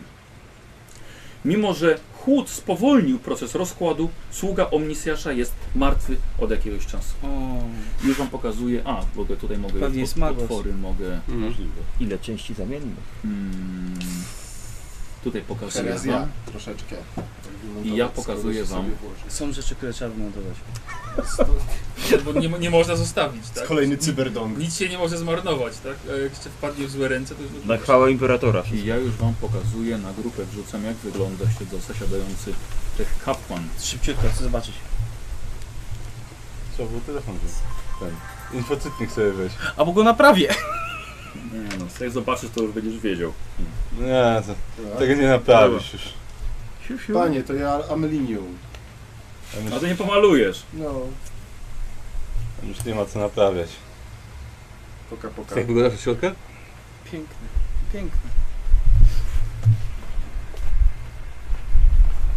[SPEAKER 1] Mimo, że chłód spowolnił proces rozkładu, sługa omnisjasza jest martwy od jakiegoś czasu.
[SPEAKER 5] O,
[SPEAKER 1] Już wam pokazuję. A, w ogóle tutaj mogę.
[SPEAKER 5] Pewnie jest
[SPEAKER 1] pot-
[SPEAKER 5] magos.
[SPEAKER 1] potwory mogę.
[SPEAKER 10] Mhm.
[SPEAKER 4] Ile części zamiennych?
[SPEAKER 1] Mm, Hmm, Tutaj pokazuję
[SPEAKER 3] Teraz ja
[SPEAKER 1] wam
[SPEAKER 3] troszeczkę.
[SPEAKER 1] i ja pokazuję wam.
[SPEAKER 5] Są rzeczy, które trzeba wymontować.
[SPEAKER 2] Bo nie, nie można zostawić, tak?
[SPEAKER 3] Kolejny cyberdong.
[SPEAKER 2] Nic się nie może zmarnować, tak? A Jak się wpadnie w złe ręce, to już...
[SPEAKER 4] Na chwałę imperatora.
[SPEAKER 1] I ja już wam pokazuję na grupę, wrzucam jak wygląda siedzący, siadający tech kapłan.
[SPEAKER 5] Szybciutko, chcę zobaczyć.
[SPEAKER 8] Trzeba było telefon wziąć. Ten. Infocytnik sobie weź.
[SPEAKER 5] A bo go naprawię!
[SPEAKER 1] Nie no, jak zobaczysz to już będziesz wiedział.
[SPEAKER 8] No Nie, to,
[SPEAKER 10] Tak.
[SPEAKER 8] tego nie naprawisz już.
[SPEAKER 1] Siu, siu.
[SPEAKER 3] Panie, to ja Amelinium.
[SPEAKER 8] Tam już,
[SPEAKER 1] A ty nie pomalujesz.
[SPEAKER 3] No,
[SPEAKER 8] tam już nie ma co naprawiać.
[SPEAKER 3] poka, poka.
[SPEAKER 10] Tak.
[SPEAKER 8] Jak wygląda w środka?
[SPEAKER 5] Piękne, piękne.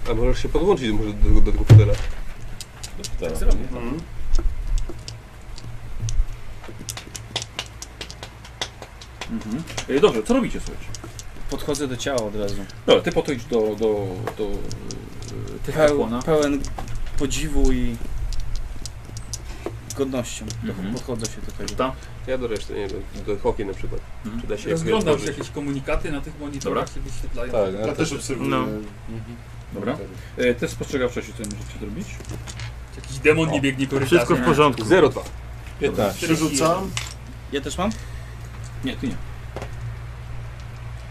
[SPEAKER 10] A możesz się podłączyć może do, do tego fotela.
[SPEAKER 8] Tak.
[SPEAKER 3] Mhm.
[SPEAKER 1] Mhm. E, Dobrze, co robicie, słuchajcie?
[SPEAKER 5] Podchodzę do ciała od razu.
[SPEAKER 1] Dobra, No, ty podejdź do, do, do e, tech kapłana.
[SPEAKER 5] pełen podziwu i godnością.
[SPEAKER 1] Mhm.
[SPEAKER 5] Podchodzę się do tego.
[SPEAKER 1] Tam.
[SPEAKER 10] Ja do reszty, nie wiem, do hockey na przykład.
[SPEAKER 1] Mhm.
[SPEAKER 10] Czy da się
[SPEAKER 2] Rozglądam się,
[SPEAKER 10] otworzyć?
[SPEAKER 2] jakieś komunikaty na tych monitorach
[SPEAKER 1] Dobra.
[SPEAKER 2] się wyświetlają.
[SPEAKER 8] Tak,
[SPEAKER 3] Ja też obserwuję.
[SPEAKER 4] No.
[SPEAKER 1] Dobra. E, Test spostrzegawczości, co możecie zrobić?
[SPEAKER 2] Jakiś demon nie biegnie korytarzem.
[SPEAKER 4] Wszystko w porządku.
[SPEAKER 10] 0,2.
[SPEAKER 8] 15.
[SPEAKER 3] Przerzucam.
[SPEAKER 5] Ja też mam?
[SPEAKER 1] Nie, ty nie.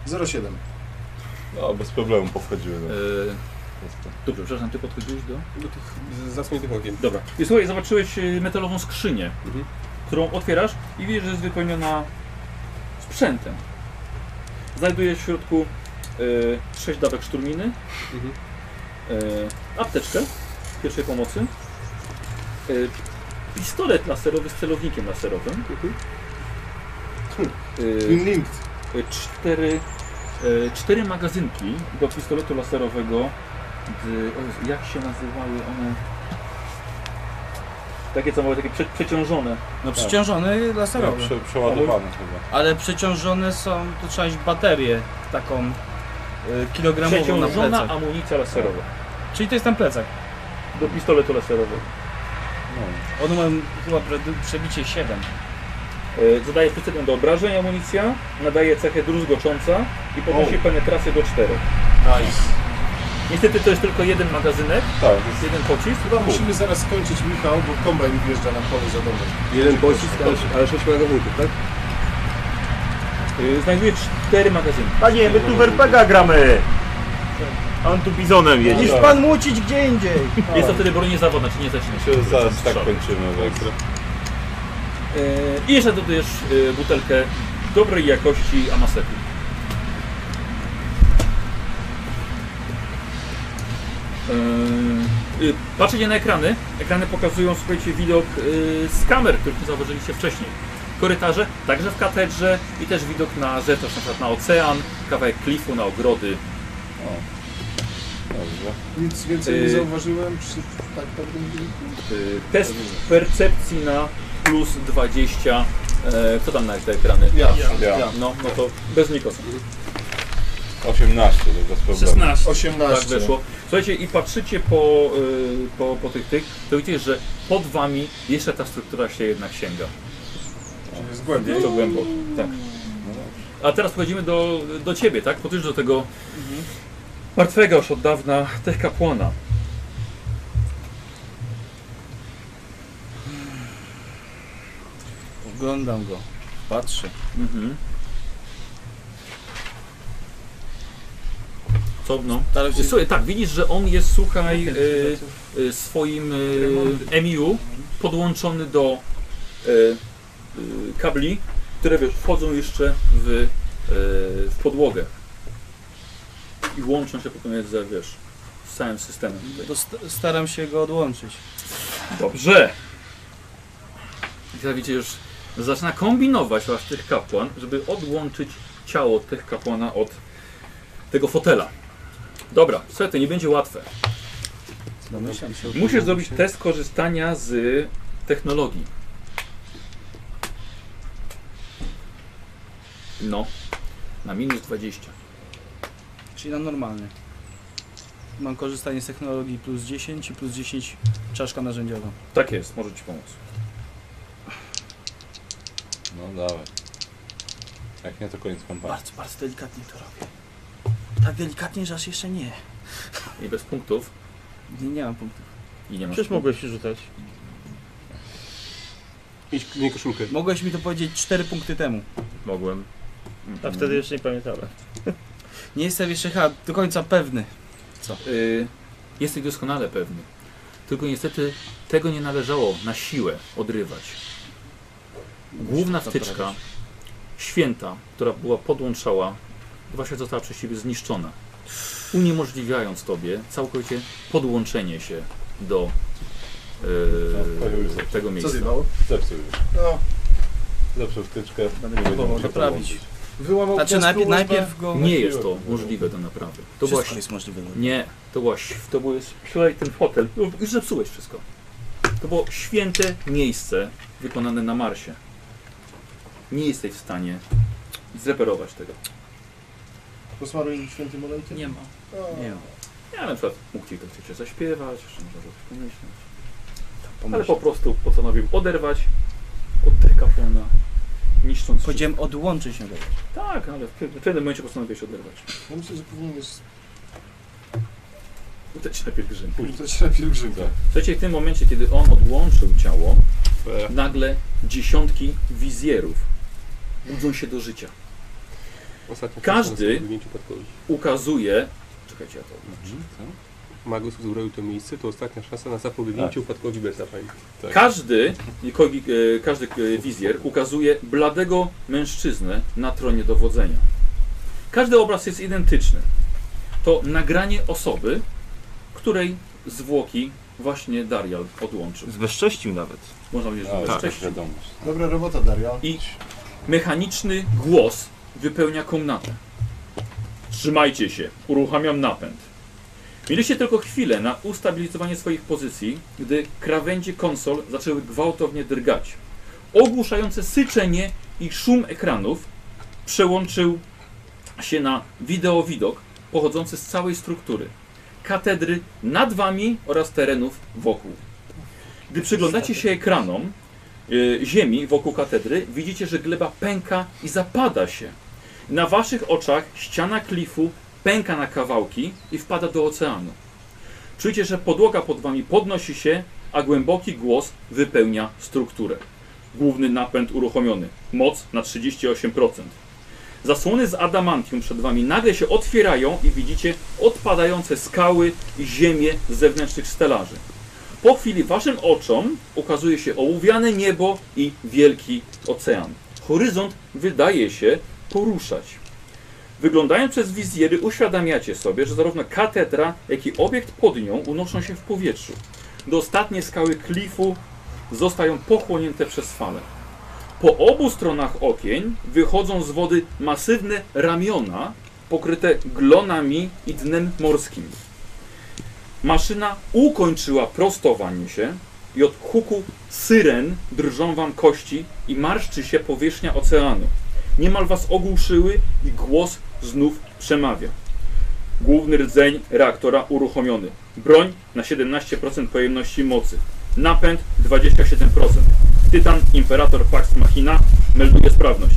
[SPEAKER 1] E,
[SPEAKER 3] 0,7.
[SPEAKER 8] No, bez problemu powchodziły.
[SPEAKER 1] E,
[SPEAKER 8] No.
[SPEAKER 1] dobrze, przepraszam, ty podchodziłeś do...
[SPEAKER 10] Do tych, zasłoń tych okien.
[SPEAKER 1] Dobra. I słuchaj, zobaczyłeś e, metalową skrzynię,
[SPEAKER 10] Mhm.
[SPEAKER 1] którą otwierasz i widzisz, że jest wypełniona sprzętem. Znajdujesz w środku e, sześć dawek szturminy,
[SPEAKER 10] Mhm.
[SPEAKER 1] e, apteczkę pierwszej pomocy, e, pistolet laserowy z celownikiem laserowym,
[SPEAKER 10] Mhm.
[SPEAKER 1] e,
[SPEAKER 3] Twin Linked.
[SPEAKER 1] cztery, e, cztery magazynki do pistoletu laserowego. D- o Jezu, jak się nazywały one? Takie co były takie prze, przeciążone.
[SPEAKER 5] No przeciążony laserowy.
[SPEAKER 8] Prze, przeładowane chyba.
[SPEAKER 5] Ale przeciążone są, to trzeba mieć baterię taką y, kilogramową na
[SPEAKER 1] Przeciążona
[SPEAKER 5] plecach.
[SPEAKER 1] amunicja laserowa.
[SPEAKER 5] Czyli to jest ten plecak.
[SPEAKER 1] Do pistoletu laserowego.
[SPEAKER 5] On ma chyba pre- przebicie 7.
[SPEAKER 1] E, Zadaje plus jeden do obrażeń amunicja, nadaje cechę druzgocząca i podnosi penetrację do czterech.
[SPEAKER 3] Nice.
[SPEAKER 1] Niestety to jest tylko jeden magazynek,
[SPEAKER 8] Tak, to jest
[SPEAKER 1] jeden pocisk.
[SPEAKER 3] Chyba musimy zaraz skończyć Michał, bo kombajn wjeżdża na pole za domem.
[SPEAKER 10] Jeden pocisk, ale, ale 6 magazynków, tak?
[SPEAKER 1] E, Znajduje cztery magazynki.
[SPEAKER 4] Panie, my tu w RPG gramy! On tu bizonem jedzie.
[SPEAKER 5] Niż pan mucić gdzie indziej!
[SPEAKER 1] Jest to wtedy broń niezawodna, czy nie zaczyna się.
[SPEAKER 8] się zaraz tak kończymy. Tak.
[SPEAKER 1] E, I jeszcze dodajesz e, butelkę dobrej jakości Amaseku. E, e, Patrzycie na ekrany. Ekrany pokazują, słuchajcie, widok e, z kamer, których nie zauważyliście wcześniej. Korytarze, także w katedrze i też widok na zewnątrz, na przykład na ocean, kawałek klifu, na ogrody.
[SPEAKER 8] Dobrze.
[SPEAKER 3] Nic więcej nie
[SPEAKER 1] Y-
[SPEAKER 3] zauważyłem przy tak pewnym
[SPEAKER 1] E, Test percepcji na plus 20. E, Kto tam na te ekrany?
[SPEAKER 3] Ja.
[SPEAKER 8] Ja.
[SPEAKER 1] No, no to bez Nikosa.
[SPEAKER 8] 18, to bez problemu.
[SPEAKER 2] 16.
[SPEAKER 3] 18.
[SPEAKER 1] Tak weszło. Słuchajcie, i patrzycie po, y, po, po tych tych, to widzicie, że pod wami jeszcze ta struktura się jednak sięga.
[SPEAKER 3] Jest głębiej.
[SPEAKER 1] Jest to głęboko. Tak. A teraz wchodzimy do, do ciebie, tak? Podróż do tego martwego już od dawna tech kapłana.
[SPEAKER 5] Oglądam go, patrzę.
[SPEAKER 1] Mhm. Co? No.
[SPEAKER 5] Staram się... No
[SPEAKER 1] Słuchaj, tak, widzisz, że on jest, słuchaj, y, y, swoim y, MIU podłączony do y, y, kabli, które wiesz, wchodzą jeszcze w, y, w podłogę i łączą się potem z, wiesz, z całym systemem. Tutaj.
[SPEAKER 5] To st- staram się go odłączyć.
[SPEAKER 1] Dobrze. I teraz widzicie już, zaczyna kombinować wasz tych kapłan, żeby odłączyć ciało tych kapłana od tego fotela. Dobra, słuchaj, to nie będzie łatwe.
[SPEAKER 5] Domyślam się.
[SPEAKER 1] Musisz zrobić test korzystania z technologii. No, na minus 20.
[SPEAKER 5] Czyli na normalny. Mam korzystanie z technologii plus 10 i plus 10 czaszka narzędziowa.
[SPEAKER 1] Tak jest, może ci pomóc.
[SPEAKER 8] No dawaj. Jak nie, to koniec kampanii.
[SPEAKER 5] Bardzo, bardzo delikatnie to robię. Tak delikatnie, że aż jeszcze nie.
[SPEAKER 1] I bez punktów.
[SPEAKER 5] Nie, nie mam punktów.
[SPEAKER 1] I nie ma.
[SPEAKER 4] Przecież mogłeś rzucać.
[SPEAKER 10] Mieć nie koszulkę.
[SPEAKER 5] Mogłeś mi to powiedzieć 4 punkty temu.
[SPEAKER 1] Mogłem. Mhm.
[SPEAKER 4] A wtedy jeszcze nie pamiętałem.
[SPEAKER 5] Nie jestem jeszcze chyba do końca pewny.
[SPEAKER 1] Y, jesteś doskonale pewny. Tylko niestety tego nie należało na siłę odrywać. Główna wtyczka, święta, która była podłączała, właśnie została przez ciebie zniszczona. Uniemożliwiając tobie całkowicie podłączenie się do y, tego
[SPEAKER 3] Co
[SPEAKER 1] miejsca.
[SPEAKER 3] zjebało?
[SPEAKER 8] Zepsuł już.
[SPEAKER 3] No,
[SPEAKER 8] Zepsuł wtyczkę.
[SPEAKER 3] będę miał
[SPEAKER 8] Próbował
[SPEAKER 3] problem.
[SPEAKER 5] naprawić.
[SPEAKER 3] Wyłamał
[SPEAKER 5] Znaczy
[SPEAKER 3] przez
[SPEAKER 5] najpierw,
[SPEAKER 3] USB.
[SPEAKER 5] najpierw go...
[SPEAKER 1] Nie jest to możliwe do naprawy. To była,
[SPEAKER 5] Wszystko jest możliwe. no.
[SPEAKER 1] nie, to była, ś- to był, przylej ten fotel, No, już zepsułeś wszystko. To było święte miejsce wykonane na Marsie. Nie jesteś w stanie zreperować tego.
[SPEAKER 3] Posmaruj świętym olejkiem?
[SPEAKER 2] Nie ma.
[SPEAKER 3] O,
[SPEAKER 5] Nie wiem.
[SPEAKER 1] Ja na przykład mógł ci to chcieć zaśpiewać, jeszcze można było coś pomyśleć. Ale po prostu postanowił oderwać od tych kapłana, niszcząc
[SPEAKER 5] Powiedziałem odłączyć się.
[SPEAKER 1] wszystko. Tak, ale w pe- w pewnym momencie postanowiłeś oderwać.
[SPEAKER 3] Ja myślę, że powinieneś
[SPEAKER 1] Udać się na pielgrzym.
[SPEAKER 3] rzucać na pielgrzymkę.
[SPEAKER 1] Słuchajcie, w tym momencie, kiedy on odłączył ciało, E. nagle dziesiątki wizjerów budzą się do życia.
[SPEAKER 10] Ostatnio
[SPEAKER 1] Każdy-
[SPEAKER 10] Upadkowi.
[SPEAKER 1] Ukazuje. Czekajcie, ja to odłączę.
[SPEAKER 10] Magus uzbroił to miejsce, to ostatnia szansa na zapobiegnięcie upadkowi Bersafaj.
[SPEAKER 1] Każdy, kogi- e, każdy e, wizjer ukazuje bladego mężczyznę na tronie dowodzenia. Każdy obraz jest identyczny. To nagranie osoby, której zwłoki właśnie Darial odłączył.
[SPEAKER 4] Zweszcześcił nawet.
[SPEAKER 1] Można powiedzieć, że
[SPEAKER 8] A,
[SPEAKER 1] tak.
[SPEAKER 8] tak, wiadomość.
[SPEAKER 3] Dobra robota, Daria.
[SPEAKER 1] i mechaniczny głos wypełnia komnatę. Trzymajcie się, uruchamiam napęd. Mieliście tylko chwilę na ustabilizowanie swoich pozycji, gdy krawędzie konsol zaczęły gwałtownie drgać. Ogłuszające syczenie i szum ekranów przełączył się na wideowidok pochodzący z całej struktury. Katedry nad wami oraz terenów wokół. Gdy przyglądacie się ekranom, y, ziemi wokół katedry, widzicie, że gleba pęka i zapada się. Na waszych oczach ściana klifu pęka na kawałki i wpada do oceanu. Czujecie, że podłoga pod wami podnosi się, a głęboki głos wypełnia strukturę. Główny napęd uruchomiony. Moc na 38%. Zasłony z adamantium przed wami nagle się otwierają i widzicie odpadające skały i ziemię z zewnętrznych stelaży. Po chwili waszym oczom ukazuje się ołowiane niebo i wielki ocean. Horyzont wydaje się poruszać. Wyglądając przez wizjery uświadamiacie sobie, że zarówno katedra, jak i obiekt pod nią unoszą się w powietrzu. Do ostatnie skały klifu zostają pochłonięte przez fale. Po obu stronach okień wychodzą z wody masywne ramiona pokryte glonami i dnem morskim. Maszyna ukończyła prostowanie się i od huku syren drżą wam kości i marszczy się powierzchnia oceanu. Niemal was ogłuszyły i głos znów przemawia. Główny rdzeń reaktora uruchomiony. Broń na 17% pojemności mocy. Napęd 27%. Tytan Imperator Pax Machina melduje sprawność.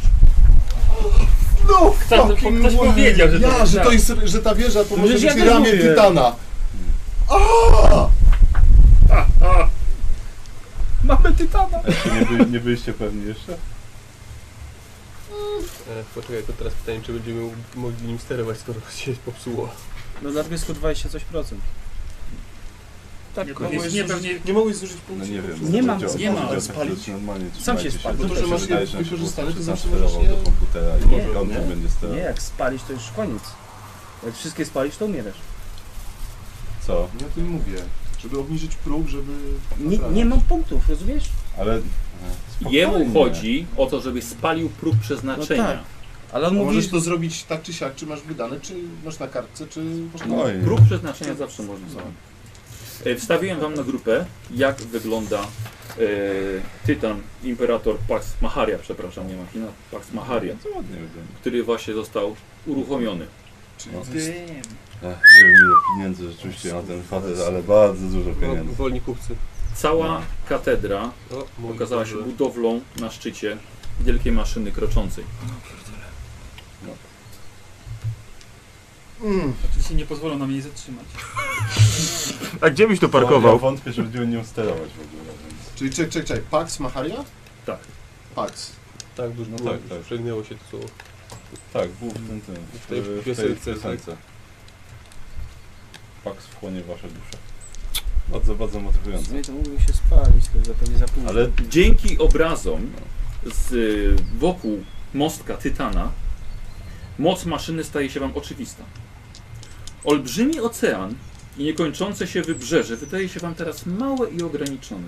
[SPEAKER 3] No
[SPEAKER 2] Ktoś-
[SPEAKER 3] fucking
[SPEAKER 2] ktoś
[SPEAKER 3] way.
[SPEAKER 2] powiedział, że to
[SPEAKER 3] ja,
[SPEAKER 2] jest
[SPEAKER 3] że,
[SPEAKER 2] tak.
[SPEAKER 3] to jest, że ta wieża to może
[SPEAKER 5] Przecież
[SPEAKER 3] być
[SPEAKER 5] ja też
[SPEAKER 3] ramię
[SPEAKER 5] mówię.
[SPEAKER 3] Tytana.
[SPEAKER 5] Mamy tytana!
[SPEAKER 8] A jeszcze nie, by, nie byliście pewni jeszcze?
[SPEAKER 10] E, poczekaj, to teraz pytanie, czy będziemy mogli nim sterować, skoro (laughs) się popsuło.
[SPEAKER 5] No dlatego jest 120 coś procent.
[SPEAKER 2] Tak,
[SPEAKER 5] No
[SPEAKER 3] Nie
[SPEAKER 2] jest
[SPEAKER 3] mogłeś
[SPEAKER 2] niepewnie...
[SPEAKER 3] zużyć- Nie mogłeś zużyć
[SPEAKER 8] No
[SPEAKER 3] punktu.
[SPEAKER 8] nie wiem.
[SPEAKER 5] Nie mam,
[SPEAKER 8] powiedział-
[SPEAKER 2] nie mam.
[SPEAKER 8] powiedział
[SPEAKER 3] Spalić?
[SPEAKER 8] Patryk, normalnie
[SPEAKER 5] Sam się
[SPEAKER 8] trzymajcie
[SPEAKER 5] spalił.
[SPEAKER 3] Bo to, że
[SPEAKER 8] się
[SPEAKER 3] masz
[SPEAKER 8] wydaje,
[SPEAKER 3] je
[SPEAKER 8] że on się
[SPEAKER 3] wykorzystane, to
[SPEAKER 8] przetransferował
[SPEAKER 3] znaczy, że
[SPEAKER 8] do
[SPEAKER 3] masz je-
[SPEAKER 8] komputera i
[SPEAKER 5] Nie,
[SPEAKER 8] może on
[SPEAKER 5] nie.
[SPEAKER 8] tym będzie
[SPEAKER 5] Nie,
[SPEAKER 8] sterował.
[SPEAKER 5] jak spalisz to już koniec. Jak wszystkie spalisz to umierasz.
[SPEAKER 8] Co?
[SPEAKER 3] Ja tym mówię, żeby obniżyć próg, żeby...
[SPEAKER 5] Nie, nie mam punktów, rozumiesz?
[SPEAKER 8] Ale... e, spokojnie.
[SPEAKER 1] Jemu chodzi o to, żebyś spalił próg przeznaczenia.
[SPEAKER 5] No tak. Ale on
[SPEAKER 3] A
[SPEAKER 5] mówi,
[SPEAKER 3] możesz to zrobić tak czy siak, czy masz wydane, czy masz na kartce, czy...
[SPEAKER 8] No i...
[SPEAKER 1] Próg przeznaczenia zawsze można zrobić. E, Wstawiłem wam na grupę, jak wygląda e, Tytan, Imperator Pax Maharia, przepraszam, nie Machina, Pax Maharia,
[SPEAKER 8] Co No ładnie wygląda.
[SPEAKER 1] który właśnie został uruchomiony.
[SPEAKER 3] Czyli
[SPEAKER 8] No.
[SPEAKER 3] to jest-
[SPEAKER 8] Ech, Nie wiem ile pieniędzy rzeczywiście na ten facet, ale bardzo dużo
[SPEAKER 10] No,
[SPEAKER 8] pieniędzy.
[SPEAKER 10] wolni kupcy.
[SPEAKER 1] Cała katedra
[SPEAKER 10] No, moi
[SPEAKER 1] okazała się
[SPEAKER 10] dobrze.
[SPEAKER 1] budowlą na szczycie wielkiej maszyny kroczącej.
[SPEAKER 2] Oczywiście nie pozwolą nam jej zatrzymać.
[SPEAKER 4] A gdzie byś to
[SPEAKER 8] Ja
[SPEAKER 4] parkował?
[SPEAKER 8] wątpię, że będziemy nią sterować w ogóle, więc...
[SPEAKER 3] Czyli czek, czek, czek, Pax Macharia?
[SPEAKER 1] Tak.
[SPEAKER 3] Pax.
[SPEAKER 10] Tak, dużo
[SPEAKER 8] No
[SPEAKER 10] było,
[SPEAKER 8] tak, tak.
[SPEAKER 10] Przewinęło się to słowo.
[SPEAKER 8] Tak, był w tym, tym
[SPEAKER 10] W tej piosence, tak.
[SPEAKER 8] Pax wchłonie wasze dusze. Bardzo, bardzo motywujące.
[SPEAKER 5] No to mógłbym się spalić, to zapewne za późno.
[SPEAKER 8] Ale
[SPEAKER 1] Dzięki obrazom z y, wokół mostka Tytana moc maszyny staje się Wam oczywista. Olbrzymi ocean i niekończące się wybrzeże wydaje się Wam teraz małe i ograniczone.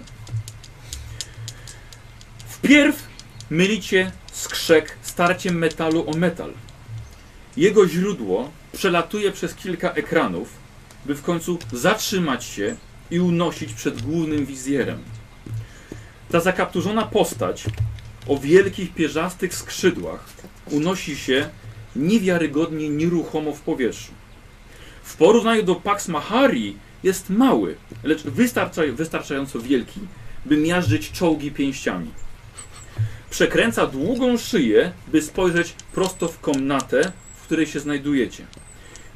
[SPEAKER 1] Wpierw mylicie skrzek starciem metalu o metal. Jego źródło przelatuje przez kilka ekranów, by w końcu zatrzymać się i unosić przed głównym wizjerem. Ta zakapturzona postać o wielkich pierzastych skrzydłach unosi się niewiarygodnie nieruchomo w powietrzu. W porównaniu do Pax Mahari jest mały, lecz wystarcza, wystarczająco wielki, by miażdżyć czołgi pięściami. Przekręca długą szyję, by spojrzeć prosto w komnatę, w której się znajdujecie.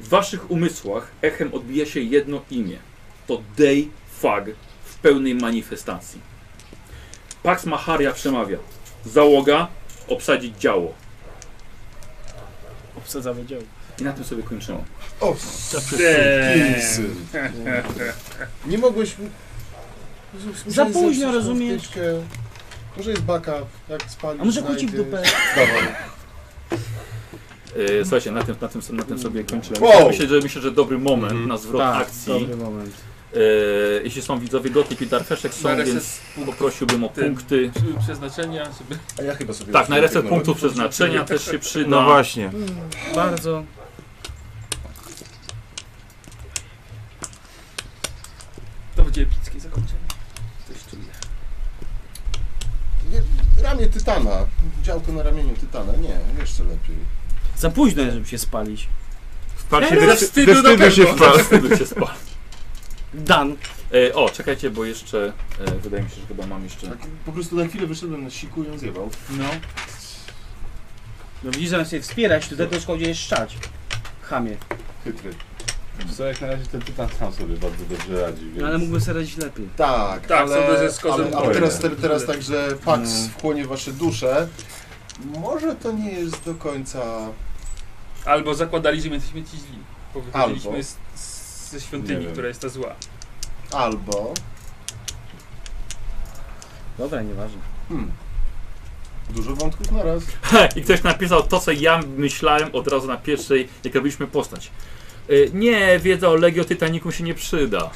[SPEAKER 1] W waszych umysłach echem odbija się jedno imię. To Day Fag w pełnej manifestacji. Pax Macharia przemawia. Załoga obsadzić działo.
[SPEAKER 5] Obsadzamy dział.
[SPEAKER 1] I na tym sobie kończymy.
[SPEAKER 3] O,
[SPEAKER 2] Eee,
[SPEAKER 3] syn. Nie mogłeś...
[SPEAKER 5] Za późno, rozumiesz?
[SPEAKER 3] Może jest baka, jak spali.
[SPEAKER 5] A może kuci w dupę?
[SPEAKER 3] Dawaj.
[SPEAKER 1] Yy, słuchajcie, na tym, na tym, na tym sobie kończymy.
[SPEAKER 3] Wow!
[SPEAKER 1] Myślę, że, myślę, że dobry moment
[SPEAKER 4] Mhm.
[SPEAKER 1] na zwrot akcji.
[SPEAKER 5] dobry moment.
[SPEAKER 1] Yy, jeśli są widzowie Gotlik i Darfeszek są,
[SPEAKER 2] Na reset
[SPEAKER 1] więc poprosiłbym o
[SPEAKER 2] Ten.
[SPEAKER 1] punkty.
[SPEAKER 2] żeby przeznaczenia, żeby...
[SPEAKER 3] A ja chyba sobie...
[SPEAKER 1] Tak, na reset
[SPEAKER 3] technologię.
[SPEAKER 1] punktów przeznaczenia też się przyda.
[SPEAKER 4] No właśnie.
[SPEAKER 5] Bardzo.
[SPEAKER 2] To będzie epickie zakończenie. Coś czuję.
[SPEAKER 3] Nie, Ramię tytana. Działko na ramieniu tytana. Nie, jeszcze lepiej.
[SPEAKER 5] Za późno jest, żeby się spalić.
[SPEAKER 4] Wpadł się,
[SPEAKER 2] Teraz
[SPEAKER 4] do
[SPEAKER 2] wstydu
[SPEAKER 4] do
[SPEAKER 2] na
[SPEAKER 4] wstydu się
[SPEAKER 2] pewno.
[SPEAKER 4] wpadł.
[SPEAKER 1] Wstydu się spal.
[SPEAKER 5] Dan.
[SPEAKER 1] Yy, o, czekajcie, bo jeszcze, yy, wydaje mi się, że chyba mam jeszcze...
[SPEAKER 3] Tak, po prostu na chwilę wyszedłem na siku i ją zjebał.
[SPEAKER 5] No. No widzisz, zamiast się wspierać, to też chodzi je szczać. Chamie.
[SPEAKER 8] chytry. Co jak na razie ten tytan sam sobie bardzo dobrze radzi, więc...
[SPEAKER 5] No, ale mógłby sobie radzić lepiej.
[SPEAKER 3] Tak,
[SPEAKER 2] Tak,
[SPEAKER 3] ale,
[SPEAKER 2] sądzę, że z kozem
[SPEAKER 3] ale, ale
[SPEAKER 8] wojnę.
[SPEAKER 3] teraz, te, teraz także Pax
[SPEAKER 5] No.
[SPEAKER 3] wchłonie wasze dusze. Może to nie jest do końca...
[SPEAKER 2] Albo zakładali, że my jesteśmy ci źli. Bo wychodziliśmy
[SPEAKER 3] Albo.
[SPEAKER 2] z, z, ze
[SPEAKER 8] Nie
[SPEAKER 2] świątyni,
[SPEAKER 8] wiem.
[SPEAKER 2] która jest ta zła.
[SPEAKER 3] Albo...
[SPEAKER 5] Dobra, nieważne.
[SPEAKER 3] Hmm. Dużo wątków na raz.
[SPEAKER 1] Tak, I ktoś napisał to, co ja myślałem od razu na pierwszej, jak robiliśmy postać. Yy, nie, wiedza o Legio Tytaniku się nie przyda.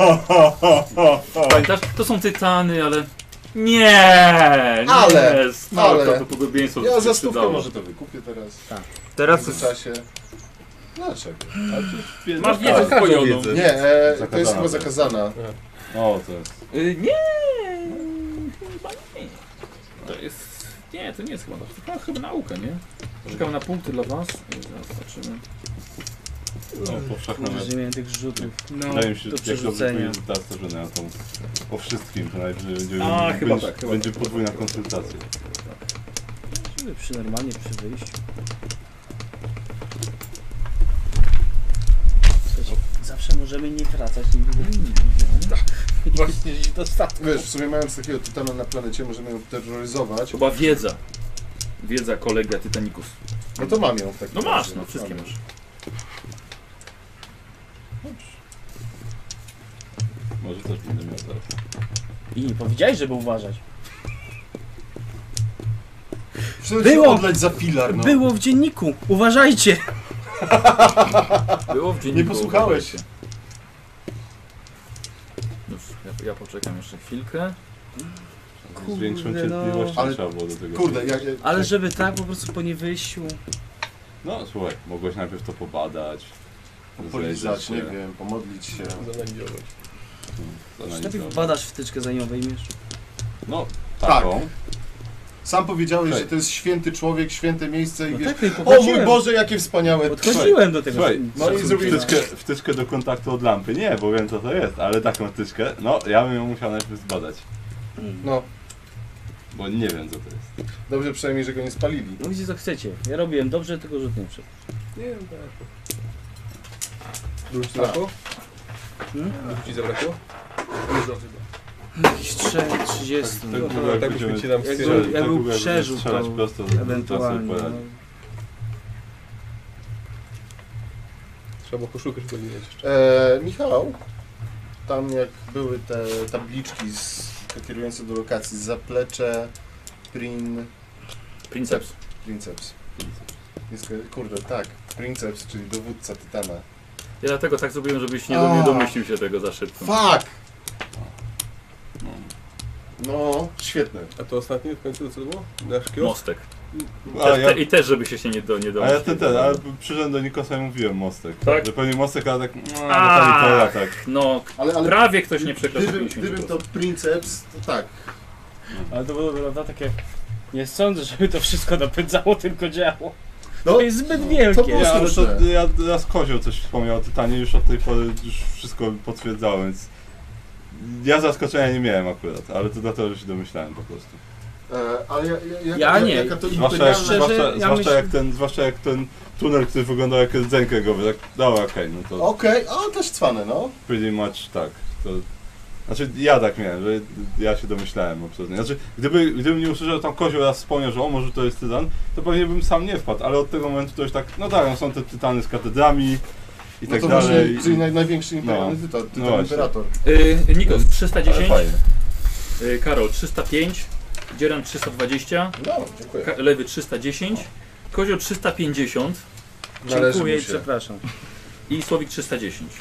[SPEAKER 3] (laughs)
[SPEAKER 1] Pamiętasz? To są tytany, ale. Nie!
[SPEAKER 3] Ale,
[SPEAKER 1] Nie, stary,
[SPEAKER 3] ale.
[SPEAKER 1] To podobieństwo
[SPEAKER 3] Ja
[SPEAKER 1] by się
[SPEAKER 3] za stówkę
[SPEAKER 1] przydało.
[SPEAKER 3] może to wykupię teraz.
[SPEAKER 4] Teraz
[SPEAKER 3] W czasie. Dlaczego?
[SPEAKER 2] Masz wiedzę
[SPEAKER 8] każdą
[SPEAKER 1] no.
[SPEAKER 2] wpojoną.
[SPEAKER 8] wiedzę.
[SPEAKER 3] Nie, e, to
[SPEAKER 8] Zakazana
[SPEAKER 3] jest chyba
[SPEAKER 8] była.
[SPEAKER 3] zakazana.
[SPEAKER 8] O, to jest...
[SPEAKER 1] Y, nie! Chyba nie. To jest. Nie, to nie jest chyba. To chyba, chyba nauka, nie? Czekam na punkty dla was. I zaraz zobaczymy.
[SPEAKER 8] No, powszechna
[SPEAKER 5] Kurde, że nie miałem tych rzutów.
[SPEAKER 2] No,
[SPEAKER 8] Wydaje mi się,
[SPEAKER 5] do
[SPEAKER 8] że jak
[SPEAKER 5] przerzucenia.
[SPEAKER 8] rozumiem ta że na tą... no Po wszystkim, to najwyżej będzie...
[SPEAKER 1] A, chyba
[SPEAKER 8] będzie,
[SPEAKER 1] tak, chyba
[SPEAKER 8] Będzie podwójna konsultacja.
[SPEAKER 5] Żeby przy normalnie przy wyjściu. Słuchajcie, Zawsze możemy nie tracać nigdy. no. Tak. (laughs)
[SPEAKER 2] właśnie gdzieś dostatek.
[SPEAKER 3] Wiesz, w sumie mając takiego tytana na planecie, możemy ją terroryzować.
[SPEAKER 1] Chyba wiedza. Wiedza kolega Titanikus.
[SPEAKER 3] No to mam ją w takim
[SPEAKER 1] No masz,
[SPEAKER 3] razie.
[SPEAKER 1] no wszystkie
[SPEAKER 3] Mam.
[SPEAKER 1] masz.
[SPEAKER 8] Może też będę miał tak. zaraz.
[SPEAKER 5] I nie powiedziałeś, żeby uważać. Było!
[SPEAKER 3] Przecież Było! odleć za filar, no.
[SPEAKER 5] Było w dzienniku. Uważajcie.
[SPEAKER 1] Było w dzienniku.
[SPEAKER 3] Nie posłuchałeś.
[SPEAKER 1] Już, ja, ja poczekam jeszcze chwilkę.
[SPEAKER 5] Kurde,
[SPEAKER 8] Z większą
[SPEAKER 5] no.
[SPEAKER 8] cierpliwością
[SPEAKER 3] Ale-
[SPEAKER 8] trzeba było do tego
[SPEAKER 3] Kurde, ja, ja,
[SPEAKER 5] Ale żeby tak po prostu po nie wyjściu.
[SPEAKER 8] No słuchaj, mogłeś najpierw to pobadać,
[SPEAKER 3] polizać, nie
[SPEAKER 8] zajrzeć się,
[SPEAKER 3] wiem, pomodlić się.
[SPEAKER 10] Zanalizować.
[SPEAKER 5] Najpierw
[SPEAKER 8] zanalizować.
[SPEAKER 5] badasz wtyczkę, zanim ją wejmiesz.
[SPEAKER 8] No,
[SPEAKER 3] Tak.
[SPEAKER 8] taką.
[SPEAKER 3] Sam powiedziałeś,
[SPEAKER 8] Słuchaj.
[SPEAKER 3] że to jest święty człowiek, święte miejsce i
[SPEAKER 5] No
[SPEAKER 3] wiesz,
[SPEAKER 5] tak, no i
[SPEAKER 3] o mój
[SPEAKER 5] podchodziłem.
[SPEAKER 3] Boże, jakie wspaniałe
[SPEAKER 5] Podchodziłem do tego.
[SPEAKER 8] Słuchaj,
[SPEAKER 5] szacunku.
[SPEAKER 3] No i zrobili-
[SPEAKER 8] Wtyczkę, wtyczkę do kontaktu od lampy, nie, bo wiem co to jest, ale taką wtyczkę, no ja bym ją musiał najpierw zbadać,
[SPEAKER 3] No,
[SPEAKER 8] bo nie wiem co to jest.
[SPEAKER 3] dobrze przynajmniej, że go nie spalili.
[SPEAKER 5] No widzicie co chcecie. Ja robiłem dobrze, tylko rzut nie wszedł.
[SPEAKER 10] Nie wiem, tak. Dużo ci zabrakło? Tak. Hmm? Dużo ci zabrakło?
[SPEAKER 5] Jakiś 30.
[SPEAKER 8] Tak,
[SPEAKER 10] No,
[SPEAKER 8] tak,
[SPEAKER 10] no, tak byśmy cię tam
[SPEAKER 8] Jakby-
[SPEAKER 10] wspierali.
[SPEAKER 8] tak,
[SPEAKER 5] jakby
[SPEAKER 8] jakby
[SPEAKER 5] przeżył
[SPEAKER 8] strzelać
[SPEAKER 5] to
[SPEAKER 8] prosto za
[SPEAKER 5] Ewentualnie.
[SPEAKER 8] czasem
[SPEAKER 5] no.
[SPEAKER 8] poradzi.
[SPEAKER 10] Trzeba było koszulkę przypominać jeszcze.
[SPEAKER 3] E, Michał, tam jak były te tabliczki z, kierujące do lokacji, zaplecze, prin,
[SPEAKER 1] Princeps.
[SPEAKER 3] princeps. Jest, kurde, tak, princeps, czyli dowódca Tytana.
[SPEAKER 1] Ja dlatego tak zrobiłem, żebyś nie
[SPEAKER 3] A.
[SPEAKER 1] dom- nie domyślił się tego za szybko.
[SPEAKER 3] Fuck! No, świetne.
[SPEAKER 10] A to ostatnie w końcu co to było? Nasz kiosk?
[SPEAKER 1] Mostek.
[SPEAKER 8] A
[SPEAKER 1] Te,
[SPEAKER 8] ja,
[SPEAKER 1] te, I też, żeby się się nie, do, nie
[SPEAKER 8] a ja
[SPEAKER 1] domyślił.
[SPEAKER 8] ten, ten, ale przyszedłem do Nikosa i mówiłem mostek.
[SPEAKER 1] Tak?
[SPEAKER 8] Że pewnie mostek, ale tak, no,
[SPEAKER 1] A.
[SPEAKER 8] no to ja tak.
[SPEAKER 1] No,
[SPEAKER 3] Ale, ale
[SPEAKER 1] prawie ktoś nie przekroczył
[SPEAKER 3] gdyby,
[SPEAKER 1] 50%.
[SPEAKER 3] gdyby to princeps, to tak.
[SPEAKER 5] Ale to było prawda takie. Nie sądzę, żeby to wszystko napędzało, tylko działo.
[SPEAKER 3] No,
[SPEAKER 5] To jest zbyt wielkie.
[SPEAKER 3] to było
[SPEAKER 8] Ja, ale
[SPEAKER 3] słuszne.
[SPEAKER 8] to, ja raz Kozioł coś wspomniał o Tytanie, już od tej pory już wszystko potwierdzało, więc... Ja zaskoczenia nie miałem akurat, ale to dlatego, że się domyślałem po prostu.
[SPEAKER 3] E, ale ja, ja, ja,
[SPEAKER 5] Ja nie.
[SPEAKER 3] Jaka to
[SPEAKER 8] Zwłaszcza jak,
[SPEAKER 3] imperialna...
[SPEAKER 5] szczerze,
[SPEAKER 8] zwłaszcza,
[SPEAKER 5] ja
[SPEAKER 8] zwłaszcza,
[SPEAKER 5] myślę-
[SPEAKER 8] jak ten, zwłaszcza jak ten tunel, który wyglądał jak rdzeń kręgowy, tak, dobra, okej, no to
[SPEAKER 3] Okej, a też cwane, no.
[SPEAKER 8] pretty much tak. To, znaczy ja tak miałem, że ja się domyślałem absolutnie. Znaczy, gdyby, gdybym nie usłyszał tam kozioł raz wspomniał, że o może to jest tytan, to pewnie bym sam nie wpadł, ale od tego momentu to już tak, no tak, no są te tytany z katedrami i
[SPEAKER 3] no
[SPEAKER 8] tak
[SPEAKER 3] to
[SPEAKER 8] dalej.
[SPEAKER 3] Może, czyli
[SPEAKER 8] i,
[SPEAKER 3] naj, największy imperialny
[SPEAKER 8] No.
[SPEAKER 3] Tytan, Tytan
[SPEAKER 8] No właśnie.
[SPEAKER 3] Imperator.
[SPEAKER 1] Y, Nikos 310,
[SPEAKER 8] fajnie.
[SPEAKER 1] y, Karol 305, Dzieran 320,
[SPEAKER 3] No, dziękuję.
[SPEAKER 1] Ka- Lewy 310, Kozioł 350
[SPEAKER 3] Należy
[SPEAKER 5] Dziękuję
[SPEAKER 3] mu
[SPEAKER 5] i
[SPEAKER 3] się.
[SPEAKER 5] przepraszam.
[SPEAKER 1] i Słowik 310.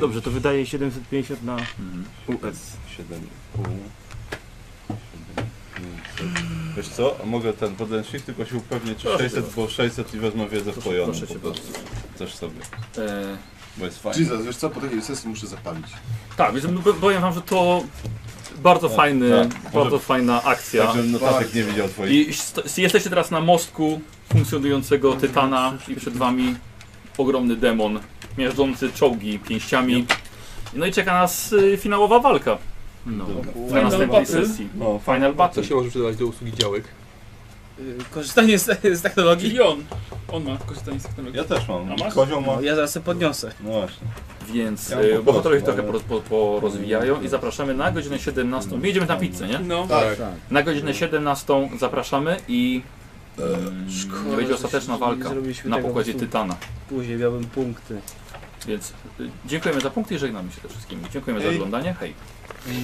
[SPEAKER 13] Dobrze, to wydaje 750 na
[SPEAKER 1] Mhm.
[SPEAKER 13] US.
[SPEAKER 1] Hmm.
[SPEAKER 8] 7,5. Wiesz co, mogę ten podręcznik, tylko się upewnić, czy
[SPEAKER 1] Proszę
[SPEAKER 8] 600, bo 600 i wezmę wiedzę
[SPEAKER 1] Proszę-
[SPEAKER 8] wpojoną
[SPEAKER 1] proszę cię
[SPEAKER 8] po prostu. Też sobie,
[SPEAKER 1] E,
[SPEAKER 8] bo jest fajnie.
[SPEAKER 3] Jesus, wiesz co, po takiej sesji muszę zapalić.
[SPEAKER 1] tak, więc bo- powiem wam, że to bardzo fajny,
[SPEAKER 8] tak.
[SPEAKER 1] bardzo
[SPEAKER 8] Może- tak,
[SPEAKER 1] fajna akcja.
[SPEAKER 8] Także notatek nie widział twoich.
[SPEAKER 1] I st- jesteście teraz na mostku funkcjonującego tytana i przed wami ogromny demon, miażdżący czołgi pięściami. No i czeka nas y, finałowa walka. No, na
[SPEAKER 2] Final
[SPEAKER 1] następnej
[SPEAKER 2] battle.
[SPEAKER 1] sesji.
[SPEAKER 8] No,
[SPEAKER 1] Final battle.
[SPEAKER 10] Co się może przydawać do usługi działek?
[SPEAKER 5] Y, Korzystanie z, z technologii?
[SPEAKER 2] Czyli on. On ma korzystanie z technologii.
[SPEAKER 8] Ja też mam.
[SPEAKER 2] A masz?
[SPEAKER 8] Kozioł ma.
[SPEAKER 5] No, ja zaraz sobie podniosę.
[SPEAKER 8] No właśnie.
[SPEAKER 1] Więc
[SPEAKER 8] Ja
[SPEAKER 1] y,
[SPEAKER 8] mam po
[SPEAKER 1] bohaterowie się
[SPEAKER 8] prostu,
[SPEAKER 1] trochę
[SPEAKER 8] ale-
[SPEAKER 1] po- po- porozwijają i zapraszamy na godzinę 17. My jedziemy na pizzę, nie?
[SPEAKER 2] No.
[SPEAKER 10] Tak.
[SPEAKER 1] Na godzinę 17 zapraszamy i mm, będzie ostateczna walka na pokładzie Tytana.
[SPEAKER 5] Później miałbym punkty.
[SPEAKER 1] Więc y, dziękujemy za punkty i żegnamy się ze wszystkimi. Dziękujemy za
[SPEAKER 8] Hej.
[SPEAKER 1] oglądanie. Hej.